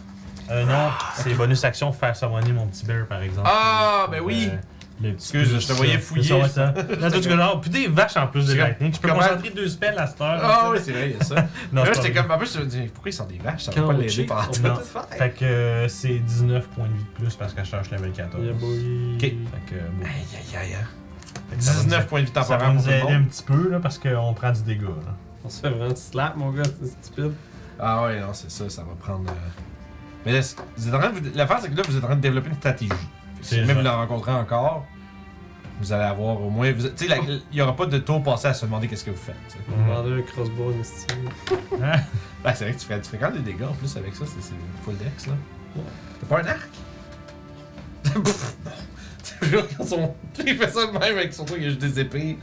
Euh, non, c'est bonus action faire savonner mon petit bear par exemple. Ah, Donc, ben oui. euh, le petit Excuse, plus, je te voyais ça. fouiller. C'est Ça, ouais, ça. Là, tout ce que genre, putain, des vaches en plus de C'est comme- lightning. Je peux comment- concentrer deux spells à cette heure. Ah oui, c'est vrai, il y a ça. non, là, c'est j'étais pas comme. En plus, je me dis, pourquoi ils sont des vaches Ça va Quand pas on l'aider check, par on tout. Oh, Non. peut tout faire. vrai. Fait que euh, c'est 19 points de vie de plus parce que je cherche level 14. Yeah, boy. Ok. Fait que, bon. Aïe, aïe, aïe, aïe. Fait que ça va 19 points de vie nous- Ça temporaire va pour nous tout le aider un monde. petit peu là, parce qu'on prend du dégât. Là. On se fait vraiment slap, mon gars, c'est stupide. Ah ouais, non, c'est ça, ça va prendre. euh, Mais là, c'est- vous êtes en train de. vous- L'affaire, c'est que là, vous êtes en train de développer une stratégie. Si C'est jamais ça. vous la rencontrez encore, vous allez avoir au moins. vous- Tu sais, la- il n'y aura pas de tour passé à se demander qu'est-ce que vous faites. tu sais. On va demander un crossbow en estime. Ah, c'est vrai que tu fais, tu fais quand même des dégâts en plus avec ça, c'est c'est full dex là. T'as pas un arc? Pff, non. Tu vois, quand son... il fait ça de même avec son truc, il y a juste des épées.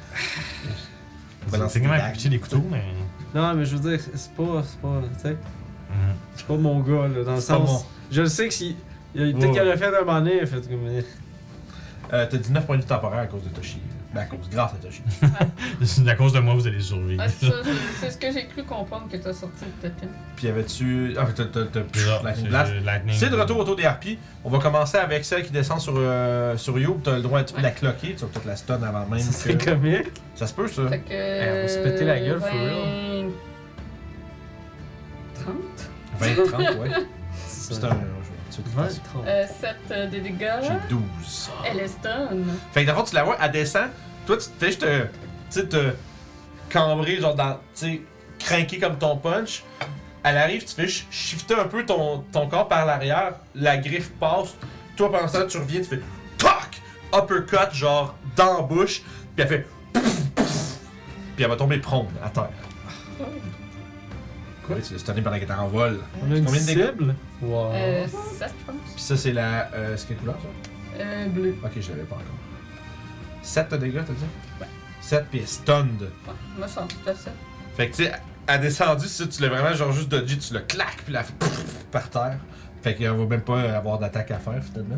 C'est- lancer c'est des quand même dagues. pitcher des couteaux, mais. Non, mais je veux dire, c'est pas. C'est pas. Tu sais, c'est pas mon gars, là, dans le Mm-hmm. C'est pas sens. Je le sais que si. Il y a Ouais. peut-être qu'il aurait fait un moment donné, il a fait comme. eh. Euh, T'as 19 points de vie temporaire à cause de Toshi. Ben, à cause, grâce à Toshi. C'est à cause de moi, vous allez survivre. Ah, c'est ça, j'ai- c'est ce que j'ai cru comprendre que t'as sorti de totem. Puis y avait-tu. Ah, t'as. t'as- t'as- C'est ça, Lightning c'est- Blast. Lightning. C'est de retour autour des harpies. On va commencer avec celle qui descend sur, euh, sur Youb. T'as le droit de la cloquer. Tu vas peut-être la stun avant même Ça serait que. comique. Ça se peut ça. Eh, Fait que. on va se péter la gueule, for real. 20, 20, 30, ouais. C'est un. je vais tout de suite. 30. Euh, 7 de dégâts. J'ai 12. Elle est stun. Fait que d'abord, tu la vois, elle descend. Toi, tu te fais juste te, tu sais, te cambrer, genre, dans, tu sais, craquer comme ton punch. Elle arrive, tu fais juste shifter un peu ton, ton corps par l'arrière. La griffe passe. Toi, pendant ça, tu reviens, tu fais TOC! Uppercut, genre, dans la bouche. Puis elle fait pouf, pouf. Puis elle va tomber prone à terre. Ah. Quoi? Tu l'as stunné pendant qu'elle était en vol. On a une Combien de dégâts? cible? Ah. Wow. Euh, 7, je pense. Puis ça, c'est la. Euh, c'est quelle couleur ça? Euh, bleu. Ok, je l'avais pas encore. 7 de dégâts, t'as dit? Ouais. 7 puis elle est stunned. Ouais, moi, je sens tout à ça. Fait que tu sais, elle a descendu, si tu l'as vraiment genre juste dodgé, tu le claques puis la fait pouf, par terre. Fait qu'elle va même pas avoir d'attaque à faire finalement.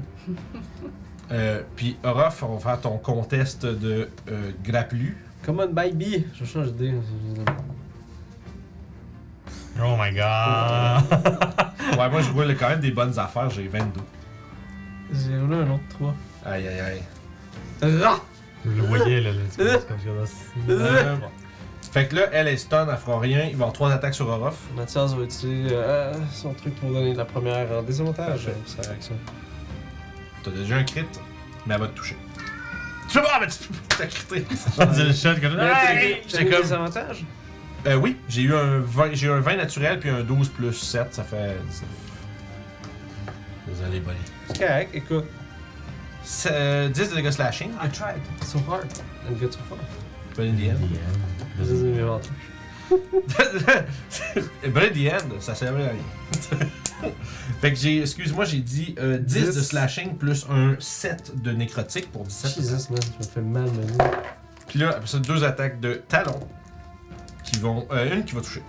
euh, puis Orof, on va faire ton contest de euh, grapplu. Come on, baby! Je change de dé. Je- Oh my god! Ouais, moi je roule quand même des bonnes affaires, j'ai 22. J'ai roulé un autre 3. Aïe aïe aïe. Rah! Je le voyais là. là tu vois, c'est comme ça. Euh, bon. Fait que là, elle est stun, elle fera rien. Il va y avoir 3 attaques sur Orof. Mathias va utiliser euh, son truc pour donner de la première en désavantage. Parfait. C'est avec ça. T'as déjà un crit, mais elle va te toucher. Tu vois, mais tu peux pas crité. On dit le shot comme ça. Hey! J'ai J'ai comme- comme désavantage. Euh, oui, j'ai eu un 20, j'ai eu un 20 naturel puis un 12 plus 7, ça fait 19. Désolé, buddy. C'est correct, écoute. C'est, euh, 10 de dégâts slashing. I tried so hard. I'm good so far. Buddy the end. hein. Vas-y, mes ventes. buddy the end, ça servait à rien. fait que j'ai, excuse-moi, j'ai dit euh, 10, Dix. de slashing plus un 7 de nécrotique pour 17. Jesus, man, je me fais mal, man. Puis là, après ça, deux attaques de talon. Qui vont. euh, une qui va toucher.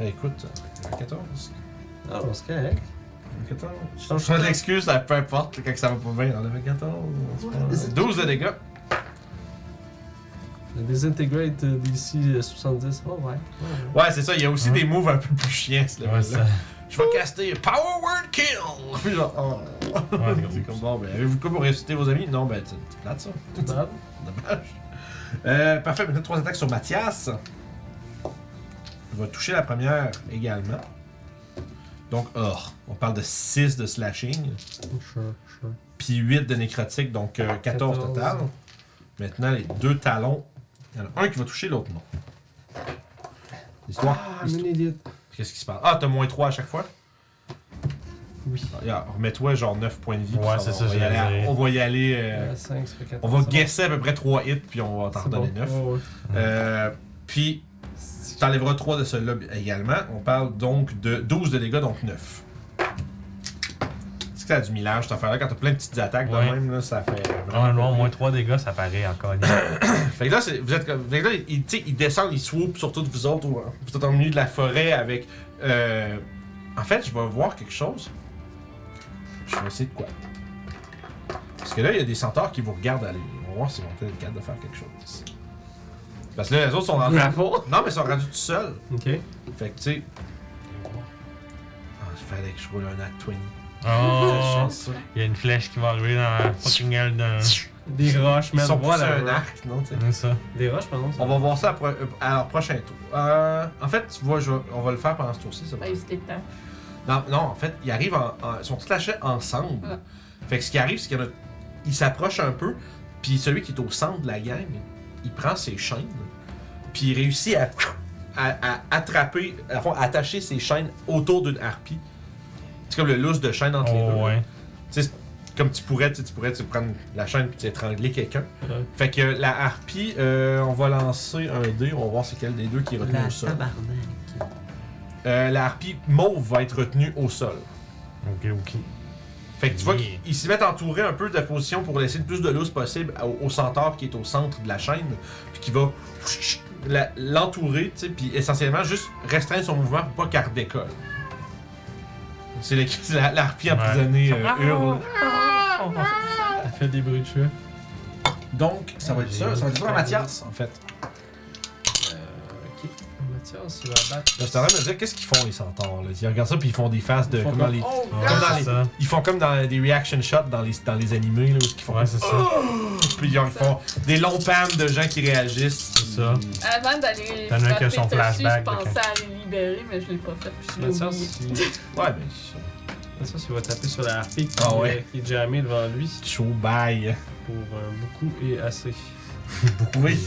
Eh, Écoute, un 14. Ah, bon, c'est correct. un 14. Change Je l'excuse, ça peu importe, quand ça va pas bien, on avait 14. on se prend- 12 de dégâts. Le Disintegrate euh, d'ici euh, 70. Oh, ouais. Ouais, c'est ça, il y a aussi Ouais. des moves un peu plus chiens, ce Ouais, level-là. ça. Je vais caster Power Word Kill! Puis genre, oh. Ouais, C'est comme bon, ben, avez-vous quoi pour ressusciter vos amis? Non, ben, c'est c'est plate ça. Tout bad. Dommage. Euh, parfait, maintenant trois attaques sur Mathias. Il va toucher la première également. Donc, or, on parle de 6 de slashing, Sure, sure. puis 8 de nécrotique, donc euh, 14, 14. total. Maintenant, les deux talons. Il y en a un qui va toucher, l'autre non. L'histoire. Ah, I'm an idiot. Qu'est-ce qui se passe? Ah, t'as moins 3 à chaque fois? Oui. Ah, regarde, Remets-toi genre 9 points de vie. puis Ouais, va- c'est ça, on va y j'allais aller- dire. On va y aller. euh, Euh, 5, ça fait 14. on va guesser à peu près 3 hits, puis on va t'en redonner 9. Euh, puis, t'enlèveras 3 de celui-là également. On parle donc de 12 de dégâts, donc 9. Est-ce que ça a du millage, cette affaire-là? Quand t'as plein de petites attaques Ouais. de même, là, ça fait. Non, non, moins 3 dégâts, ça paraît encore. Fait que là, c'est- vous êtes comme. Fait que là, ils, tu sais, ils descendent, ils swoopent sur toutes vous autres. ou- Vous êtes en milieu de la forêt avec. euh, En fait, je vais voir quelque chose. Je vais essayer de quoi. Parce que là, il y a des centaures qui vous regardent aller. On va voir si on est capable de faire quelque chose. Parce que là, les autres sont rendus. Bravo! Non, mais ils sont rendus tout seuls. Ok. Fait que, tu sais. Ah, il fallait que je roule un at 20. Oh! Chance, ça. Il y a une flèche qui va arriver dans la fucking gueule d'un. Des roches, Ils man. sont poussés Voilà. à un arc, non, tu sais. C'est ça. Des roches, pardon. ça. On va voir ça après, euh, à leur prochain tour. Euh, en fait, tu vois, je vais- on va le faire pendant ce tour-ci. ça va. Ben, il se détend. Non, non, en fait, ils arrivent en, en- ils sont tous lâchés ensemble. Ah. Fait que ce qui arrive, c'est qu'il y en a- ils s'approchent un peu, puis celui qui est au centre de la gang, il prend ses chaînes, puis il réussit à, à- à attraper, à fond, à attacher ses chaînes autour d'une harpie. C'est comme le lousse de chaîne entre les deux. Oh, ouais. Tu sais, c'est comme tu pourrais, tu sais, tu pourrais tu prendre la chaîne puis étrangler quelqu'un. Ouais. Fait que la harpie, euh, on va lancer un dé, on va voir c'est quel des deux qui est retenu au Ah, sol. bah. Euh, la harpie mauve va être retenue au sol. Ok, ok. Fait que tu vois Yeah. qu'ils s'y mettent entourés un peu de la position pour laisser le plus de loose possible au, au centaure qui est au centre de la chaîne, puis qui va la- l'entourer, tu sais, puis essentiellement juste restreindre son mouvement pour pas qu'elle redécolle. C'est le- c'est la, la harpie Ouais. emprisonnée euh, hurle. Ah! Ça fait des bruits de chat. Donc, ça va être ça, ça va être ça à Mathias, en fait. Ma Mathias, il va battre. Je suis en train de me dire, qu'est-ce qu'ils font, les centaures? Là? Ils regardent ça, puis ils font des faces de. Ils font comme dans comme- les- Oh, Ouais, Comme dans c'est les- ça. Ils font comme dans des reaction shots dans les, dans les animés, là, où ils font, Ouais, c'est ça. puis ils font des longs pans de gens qui réagissent. Mm. C'est ça. Avant d'aller T'en as un qui a son taper dessus, je flashback de pensais à les libérer, mais je l'ai pas fait. puis je l'ai oublié. Mathias, il... Ouais, ben, c'est Mathias, il va taper sur la harpie qui, Ah ouais. qui est jammée devant lui chaud bye. pour euh, beaucoup et assez. Oui.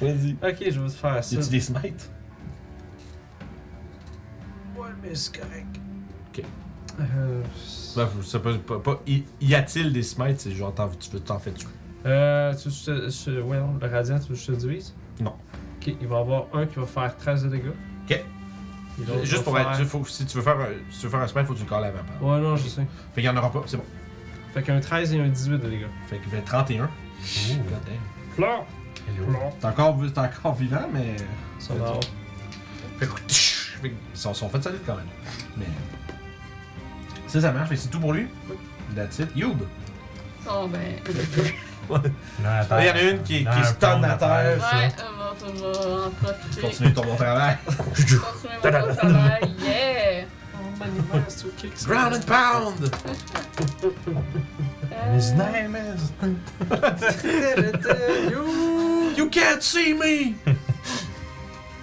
Vas-y. Ok, je vais te faire ça. Y tu des smites? Ouais, mais c'est correct. Ok. Euh, Ben, je sais pas, pas, pas- y, y a-t-il des smites? C'est genre, t'en, tu veux, t'en fais tu. Euh, tu veux que je te- je- ouais, non, le radiant, tu veux que je te le divise? Non. Ok, il va y avoir un qui va faire 13 de dégâts. Ok. Et l'autre Juste va pour faire- être. Faut, si tu veux faire, un- si tu veux faire un smite, faut que tu le colles avant. pardon. Ouais, non, je sais. Fait qu'il y en aura pas, c'est bon. Fait qu'un 13 et un 18 de dégâts. Fait qu'il fait 31. God damn. Fleur! Hello. Fleur! T'es encore, t'es encore vivant, mais. Ça va. Fait que- fait que- Ils sont, sont faits solides quand même. Mais. Ça, ça marche. Fait que c'est tout pour lui. That's it. Youb. Bon, ben. Non, attends. Là, Ah, il y en a une qui- Non, qui un se tonne pont à terre. Ouais, euh, on va, on va en profiter. Continue ton bon travail. Continuez votre travail. Yeah! Ground and pound! Euh, You can't see me!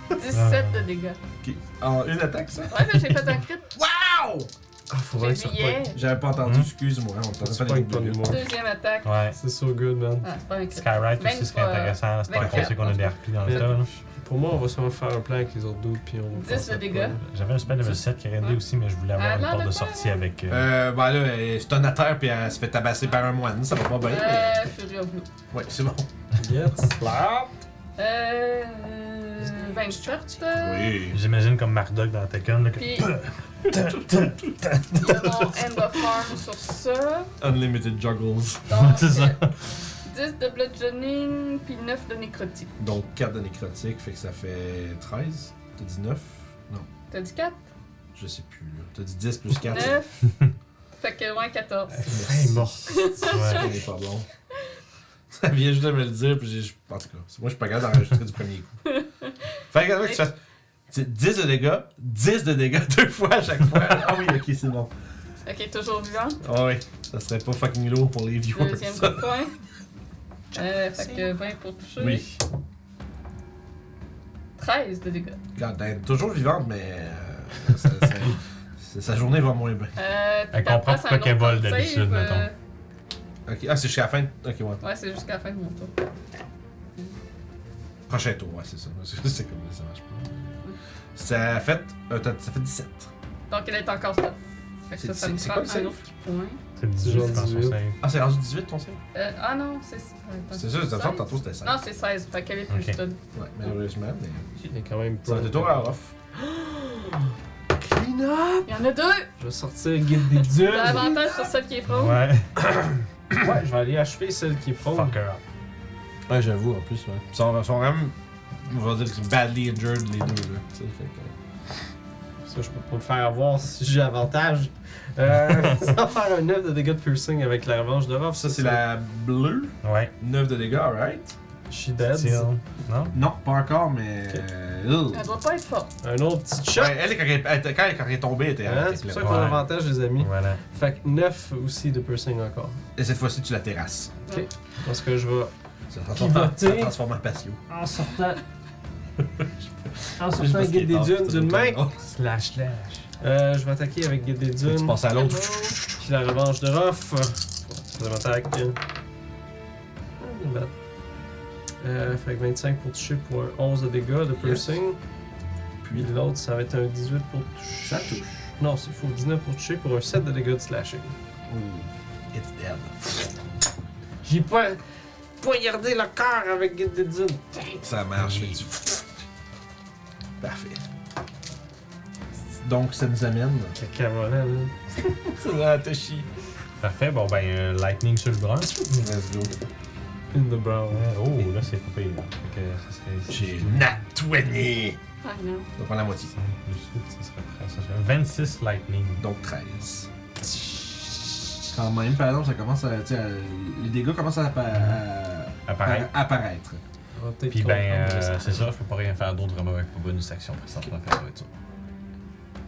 17 Euh, de dégâts. Ok. En une attaque, ça? Ouais, mais j'ai fait un crit. Wow! Ah, faudrait J'ai que ça dit repogne. yeah. J'avais pas entendu, Hmm. excuse-moi. On t'en C'est a pas pas une bonne les humeur. Deuxième attaque. Ouais. C'est so good, man. Ah, c'est pas un crit. Skyrite aussi Même serait pas- euh, intéressant. C'est même pas qu'on pas. sait qu'on a des harpies dans le Mais- tas. là. Pour moi, on va sûrement faire un plan avec les autres deux, puis on va. 10 faire ça de dégâts. J'avais un spell level 7 qui rendait aussi, mais je voulais avoir Ah, une non, porte de non, sortie non. avec. euh, Euh, ben là, elle se tonne à terre puis elle se fait tabasser par un moine. Ça va pas bien, mais. Euh, Fury of Blue. Ouais, c'est bon. Euh. euh, 24. Oui. J'imagine comme Marduk dans Tekken. là, que- Puis. Il y a mon End of Farm sur ça. Unlimited juggles. Donc, C'est ça. euh, 10 de bludgeoning, puis 9 de nécrotique. Donc 4 de nécrotique, fait que ça fait 13. T'as dit 9? Non, T'as dit 4? je sais plus. là. T'as dit 10 plus 4. 9. fait que, ouais, 14. Fin morte. Ouais. C'est pas bon. Ça vient juste de me le dire, puis j'ai. je- En tout cas, c'est- moi je suis pas capable d'enregistrer du premier coup. Fait que, que tu fasses. tu sais, 10 de dégâts, 10 de dégâts deux fois à chaque fois. Ah oui, ok, c'est bon. Ok, toujours vivant. Ah oui, ça serait pas fucking lourd pour les viewers. Deuxième coup ça. de poing. Euh, fait que 20 pour toucher. Oui. 13 de dégâts. God damn, toujours vivante, mais. euh, ça- ça- ça- sa journée va moins bien. Euh, puis Elle comprend après, c'est pourquoi un qu'elle autre vole save, d'habitude, euh, Ok, Ah, c'est jusqu'à la fin. Ok, ouais. Ouais, c'est jusqu'à la fin de mon tour. Prochain tour, ouais, c'est ça. C'est comme ça, ça marche pas. Ça a fait, euh, t'as- ça fait 17. Donc, elle est encore stop. Fait que C'est- ça, ça c'est- me c'est prend quoi le save? un autre point. C'est 18, je pense, Genre son 18. save. Ah, c'est rendu 18 ton save? Euh, ah non, c'est. attends, C'est ça, c'est seize? ça, tantôt c'était 16. Non, c'est 16. Fait qu'elle est plus Ok. stun. Ouais, malheureusement, mais. euh, Il y a quand même Ça va plein de tour à off. Clean up! Il y en a deux! hein. Je vais sortir Guide des dieux. T'as avantage sur celle qui est prone. Ouais. Ouais, je vais aller achever celle qui est Oh. prone. Fuck her up. Ouais, Ah, j'avoue, en plus, ouais. Ils sont, sont même, on va dire, que c'est badly injured les deux, là. Tu sais, fait que. Ça, je peux pas me faire avoir si j'ai avantage. Euh, ça va faire un 9 de dégâts de piercing avec la revanche de Ruff. Ça, c'est la bleue. Ouais. 9 de dégâts, alright? Je suis dead. Still. Non? Non, pas encore, mais. euh, Ugh. Elle doit pas être forte. Un autre petit Ouais, shot. elle, quand elle, était- quand elle, quand elle est tombée, elle était. Hein, elle c'est était pour ça pleine. qu'on a Ouais. avantage, les amis. Voilà. Fait que 9 aussi de piercing encore. Et cette fois-ci, tu la terrasses. Parce que je vais. Ça transforme, ça Pivoter. transforme en patio. En sortant. en Juste parce sortant qu'il Guide est des tard, dunes c'est d'une tout le main. temps. Slash, slash. Euh, je vais attaquer avec Guide des Tu dunes. passes à l'autre. Puis la revanche de Ruff. Deuxième attaque. Euh, Ah, Euh, fait que 25 pour toucher pour un 11 de dégâts de piercing. Puis Puis l'autre, ça va être un 18 pour toucher. ça touche. Non, c'est faux. 19 pour toucher pour un 7 de dégâts de slashing. Ouh. It's dead. J'ai pas poignardé le corps avec Guide des Dunes. Ça marche. fait que tu- Parfait. Donc, ça nous amène. Cacamolan, là. Ça va te chier. Parfait, bon ben, euh, lightning sur le bras. Let's go. In the brow. Ouais, Oh, là, c'est pas pire. là. Fait que ça serait. J'ai nat 20. Ah non. On va prendre la moitié. Cinq plus huit, ça serait presque- ça serait 26 lightning. Donc 13. Quand même, par exemple, ça commence à, tu sais, à- les dégâts commencent à, appa- à- Apparaître. à apparaître. va peut-être Puis ben, comprendre euh, ça. c'est ça, je peux pas rien faire d'autre vraiment avec mon bonus action présentement. Fait que ça va être ça.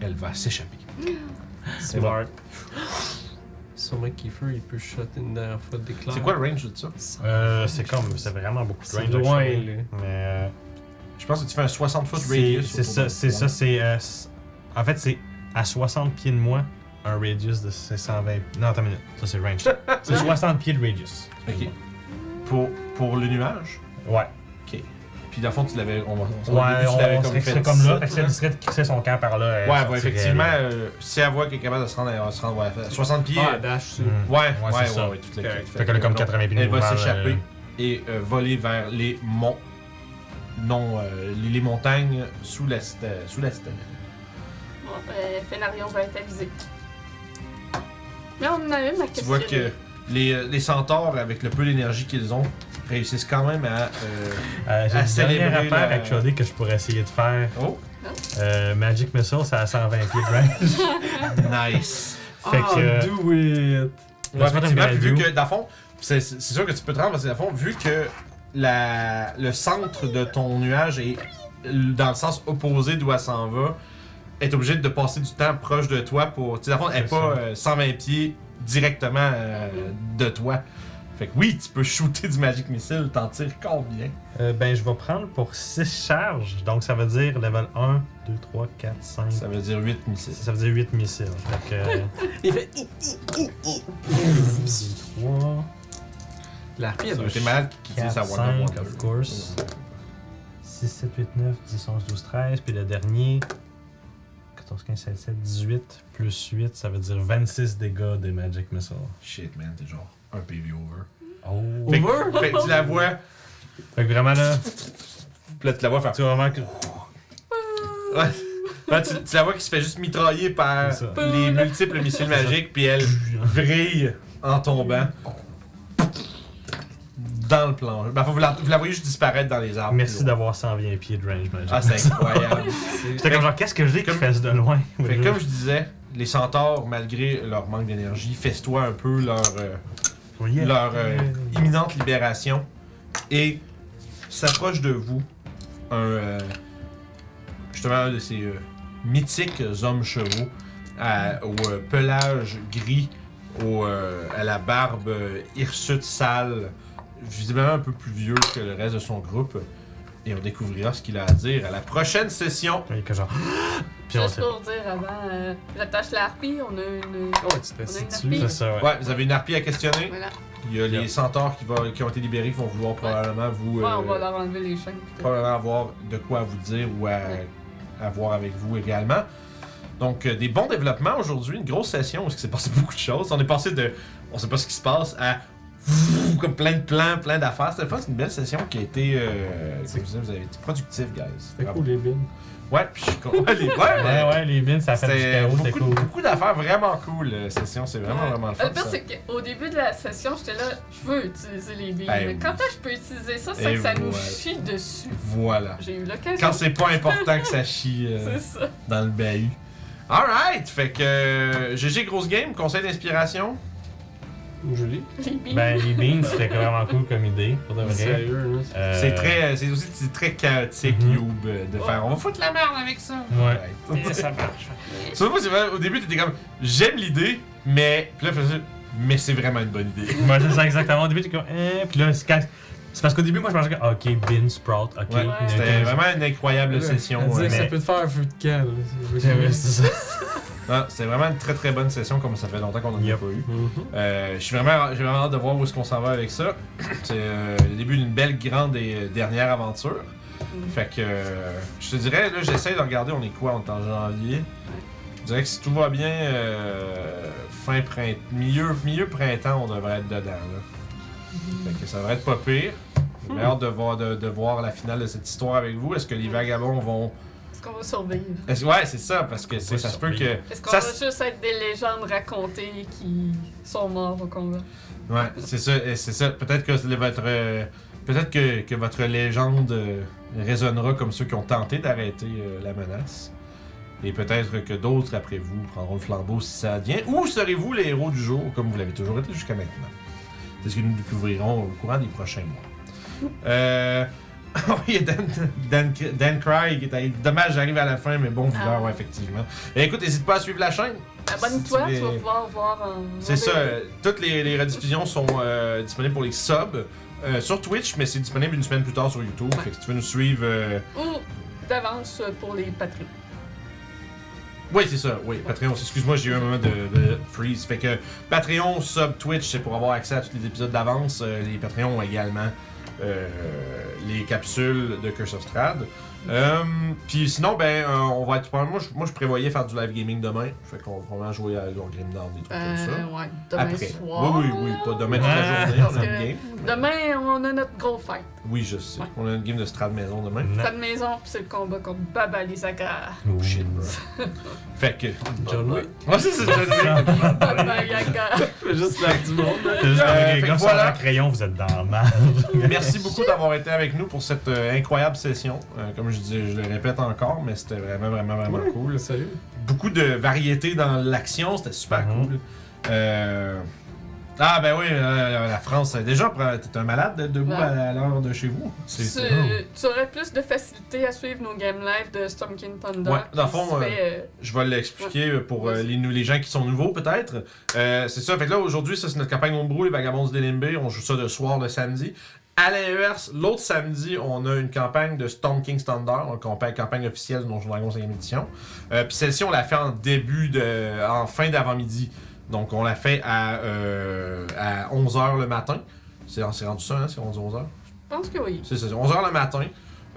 Elle va s'échapper. Smart. Sûrement Kiefer, il peut shotter une dernière fois de déclare. C'est quoi le range de ça? Euh, c'est comme, c'est vraiment beaucoup de C'est range. loin, actually. là. Mais euh, Je pense que tu fais un 60 foot c'est radius. c'est ça, c'est ça, c'est. euh, c'est- en fait, c'est à 60 pieds de moi, un radius de c'est 120. Non, attends une minute, ça c'est range. c'est 60 pieds de radius. Ok. Pour, pour le nuage. Ouais. Puis dans le fond, tu l'avais. On, va- on, au début, Ouais, tu on, l'avais on serait fait comme, comme là. Fait que ça, si elle serait de crisser son camp par là. elle Ouais, bah sortirait, effectivement, là. euh, si elle voit qu'elle est capable de se rendre à, se rendre, ouais, à 60 pieds. euh, Ah, dash, c'est. Mm. Ouais, ouais, c'est ouais, ouais, ça. toute la Correct. Fait qu'elle a comme 80 pieds de Elle va mouvement, s'échapper euh, et euh, voler vers les monts. Non, euh, les, les montagnes sous la, cita- sous la citadelle. Bon, euh, Fenarion va être avisé. Là, on en a une à Tu vois que les, euh, les centaures, avec le peu d'énergie qu'ils ont, réussissent quand même à. euh, Euh, à J'ai une dernière célébrer affaire la- actually que je pourrais essayer de faire. Oh, Euh, Magic Missile, c'est à 120 pieds de range. nice! Fait Oh, Ah, que. euh, do it! Ouais, Laisse-moi effectivement, terminer puis la vu duo. que, dans le fond, c'est c'est sûr que tu peux te rendre, parce que, dans le fond, vu que la, le centre de ton nuage est dans le sens opposé d'où elle s'en va, elle est obligée de passer du temps proche de toi pour. Tu sais, dans le fond, elle n'est C'est pas ça. euh, 120 pieds directement euh, de toi. Fait que oui, tu peux shooter du Magic Missile, t'en tires combien Euh, ben, je vais prendre pour 6 charges. Donc, ça veut dire level 1, 2, 3, 4, 5. Ça Ça, veut dire 8 missiles. ça veut dire 8 missiles. Fait que. euh, Il fait. 3, La Ça pire aurait de été malade qui tire 4, sa 5, Wonder Wonder. of course. 6, 7, 8, 9, 10, 11, 12, 13. Puis le dernier, 14, 15, 17, 18, plus 8, ça veut dire 26 dégâts des Magic Missile. Shit, man, t'es genre un PV over. Oh! Fait Fait, que, fait que tu la vois, fait que vraiment là, puis là, tu la vois faire. tu vois vraiment que. Ouais. Ouais, tu, tu la vois qui se fait juste mitrailler par C'est ça. les multiples missiles magiques, puis elle vrille en tombant dans le plan. Ben, vous, la, vous la voyez juste disparaître dans les arbres. Merci Puis, d'avoir 120 pieds de range, Magic. Ah, c'est incroyable. J'étais comme genre, qu'est-ce que j'ai qui Comme- fasse de loin? Fait que comme je disais, les centaures, malgré leur manque d'énergie, festoient un peu leur, euh, Yeah. leur euh, imminente libération et s'approche de vous un euh, justement un de ces euh, mythiques hommes chevaux au euh, pelage gris, au, euh, à la barbe euh, hirsute sale, visiblement un peu plus vieux que le reste de son groupe. Et on découvrira ce qu'il a à dire à la prochaine session. Fait que genre. Puis on Juste sait. pour dire avant, euh, j'attache la harpie, on a une. Ah Oh, tu t'es assis On a une dessus. harpie. C'est ça, ouais. Ouais, vous avez une harpie à questionner. Voilà. Il y a les centaures qui, vont- qui ont été libérés qui vont vouloir probablement vous. Ouais, on euh, Ah, va leur enlever les chaînes. peut-être. probablement avoir de quoi à vous dire ou à, Ouais. à voir avec vous également. Donc, euh, des bons développements aujourd'hui, une grosse session où il s'est passé beaucoup de choses. On est passé de on sait pas ce qui se passe à comme plein de plans, plein d'affaires. C'était le fun, c'est une belle session qui a été, euh, comme je disais, vous avez été productif, guys. C'est Bravo. cool, les bines. Ouais, puis je suis con- ouais, les- ouais, Ouais, ouais. ouais, les mines, ça fait du C'était chaos, c'était beaucoup, cool. beaucoup d'affaires vraiment cool, la session. C'est vraiment, Ouais. Euh, vraiment le fun. Le pire, ça. c'est qu'au début de la session, j'étais là, je veux utiliser les billes. Ben mais oui. quand est-ce que je peux utiliser ça, c'est Et que ça nous voilà. chie dessus. Voilà. J'ai eu Quand l'occasion. c'est pas important que ça chie. euh, C'est ça. dans le bahut. Alright! Fait que euh, GG Grosse Game, conseil d'inspiration. Joli. Les billes. Ben, les beans, c'était vraiment cool comme idée, pour de vrai. Sérieux, là. Euh, C'est très. C'est aussi c'est très chaotique, Mhm. Youb, euh, de faire. On va foutre la merde avec ça! Ouais. Alright. ça marche. Sauf que c'est vrai, au début, t'étais comme. J'aime l'idée, mais. Puis là, fais ça, mais c'est vraiment une bonne idée. Moi, c'est ça exactement. Au début, t'es comme, eh, puis là, c'est quand- c'est parce qu'au début, moi, je pensais que, ok, bean, sprout, ok. Ouais, il y en a C'était quinze. vraiment une incroyable session. On ouais. dirait que ça mais- peut te faire un feu de camp, là. Ouais, c'est ça. Non, C'était ah, vraiment une très très bonne session, comme ça fait longtemps qu'on n'en a Yep. pas eu. Mhm. Euh, j'ai vraiment, j'ai vraiment hâte de voir où est-ce qu'on s'en va avec ça. C'est euh, le début d'une belle, grande et euh, dernière aventure. Mm. Fait que euh, je te dirais, là, j'essaie de regarder, on est quoi, on est en janvier. Je dirais que si tout va bien, euh, fin printemps, milieu, milieu printemps, on devrait être dedans. Là. Mm-hmm. Fait que ça devrait être pas pire. J'ai bien hâte de voir, de, de voir la finale de cette histoire avec vous. Est-ce que les vagabonds vont. Est-ce qu'on va survivre? est-ce- Ouais, c'est ça, parce que c'est- ça se peut que. Est-ce qu'on Ça, va c'est- juste être des légendes racontées qui sont morts au combat? Ouais, c'est ça, euh, c'est ça. Peut-être que le- votre euh, peut-être que, que votre légende euh, résonnera comme ceux qui ont tenté d'arrêter euh, la menace. Et peut-être que d'autres après vous prendront le flambeau si ça advient. Ou serez-vous les héros du jour comme vous l'avez toujours été jusqu'à maintenant. C'est ce que nous découvrirons au courant des prochains mois. Euh, oui, Dan, Dan, Dan Cry qui est allé- Dommage, j'arrive à la fin, mais bon, viveur, ouais, effectivement. Et écoute, n'hésite pas à suivre la chaîne. Abonne-toi, C'est- tu vas pouvoir voir. euh, C'est ça. voir des- euh, toutes les, les rediffusions sont euh, disponibles pour les subs euh, sur Twitch, mais c'est disponible une semaine plus tard sur YouTube. Fait que si tu veux nous suivre. euh, Ou d'avance pour les patrons. Oui, c'est ça. Oui, Patreon. Excuse-moi, j'ai eu un moment de, de freeze. Fait que Patreon, sub Twitch, c'est pour avoir accès à tous les épisodes d'avance. Euh, les Patreons ont également euh, les capsules de Curse of Strad. Euh, Puis sinon, ben, euh, on va être. Moi je, moi, je prévoyais faire du live gaming demain. Fait qu'on va probablement jouer à Lord Grimdark, des trucs comme ça. ouais, Euh, demain Après. soir. Oui, oui, oui. Pas demain toute Ah, la journée, parce on a une que- game. Demain, on a notre gros fight. Oui, je sais. Ouais. On a une game de Strad maison demain. Non. Pas de maison, puis c'est le combat contre Baba les Yaga. Oh shit, bro. fait que. John Wick. Ouais, c'est ça, John Wick. Baba Yaga. Fais juste la du monde. C'est juste Euh, avec fait les que gars, voilà. sans un crayon, vous êtes dans le mal. Merci beaucoup d'avoir été avec nous pour cette euh, incroyable session. Euh, comme je dis, je le répète encore, mais c'était vraiment, vraiment, vraiment cool. Sérieux? Beaucoup de variété dans l'action, c'était super Mhm. cool. Euh, Ah ben oui, euh, la France, euh, déjà, pre- t'es un malade d'être debout Ouais. à, à l'heure de chez vous. Tu, C'est tu aurais plus de facilité à suivre nos game live de Storm King Thunder. Ouais, dans le qui fond, se euh, fait, euh, Je vais l'expliquer euh, pour euh, Vas-y. les, les gens qui sont nouveaux, peut-être. Euh, c'est ça. Fait que là, aujourd'hui, ça, c'est notre campagne Homebrew, les Vagabonds du DLMB. On joue ça le soir, le samedi. À l'inverse, l'autre samedi, on a une campagne de Storm King Standard, donc campagne, campagne officielle de Donjon Dragon 5e édition. Euh, Puis celle-ci, on l'a fait en début de. en fin d'avant-midi. Donc on l'a fait à, euh, à 11h le matin. C'est c'est rendu ça, hein? C'est rendu 11h? je pense que oui. C'est ça, 11h le matin.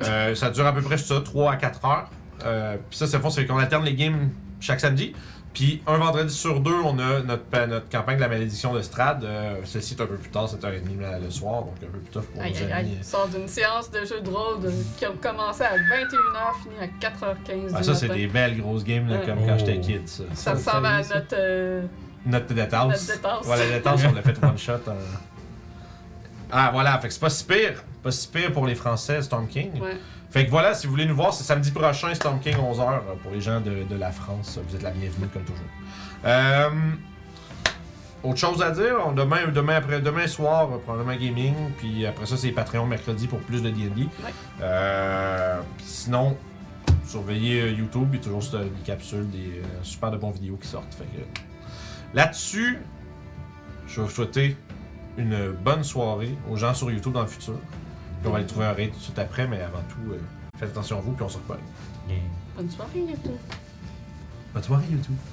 Euh, ça dure à peu près ça, 3 à 4 heures. Euh, puis ça, c'est le fond, c'est qu'on alterne les games chaque samedi. Puis un vendredi sur deux, on a notre, pa- notre campagne de la malédiction de Strad. Euh, Celle-ci est un peu plus tard, 7h30 la- le soir, donc un peu plus tard pour Aïe, nos aïe, amis. aïe. Sort d'une séance de jeux de rôle de- qui a commencé à 21h, fini à 4h15 Ah, du ça, c'est matin. des belles grosses games, là, Ouais. comme quand Oh. j'étais kid, ça. Ça ressemble à ça. notre. euh, Notre détasse. Notre détasse. Voilà, détasse, on l'a fait one shot. en- Ah, voilà, fait que c'est pas si pire. Pas si pire pour les Français, Storm King. ouais. Fait que voilà, si vous voulez nous voir, c'est samedi prochain, Storm King 11h pour les gens de, de la France. Vous êtes la bienvenue comme toujours. Euh, autre chose à dire, on- demain, demain, après, demain soir, euh, probablement gaming, puis après ça, c'est Patreon mercredi pour plus de DD. Ouais. Euh, puis sinon, surveillez euh, YouTube, il y a toujours cette- des capsules, des euh, super de bons vidéos qui sortent. Fait que, euh, Là-dessus, je vais vous souhaiter une bonne soirée aux gens sur YouTube dans le futur. Puis on va aller trouver un raid tout de suite après, mais avant tout, euh, faites attention à vous, puis on se reparle. Yeah. Bonne soirée, YouTube. Bonne soirée YouTube.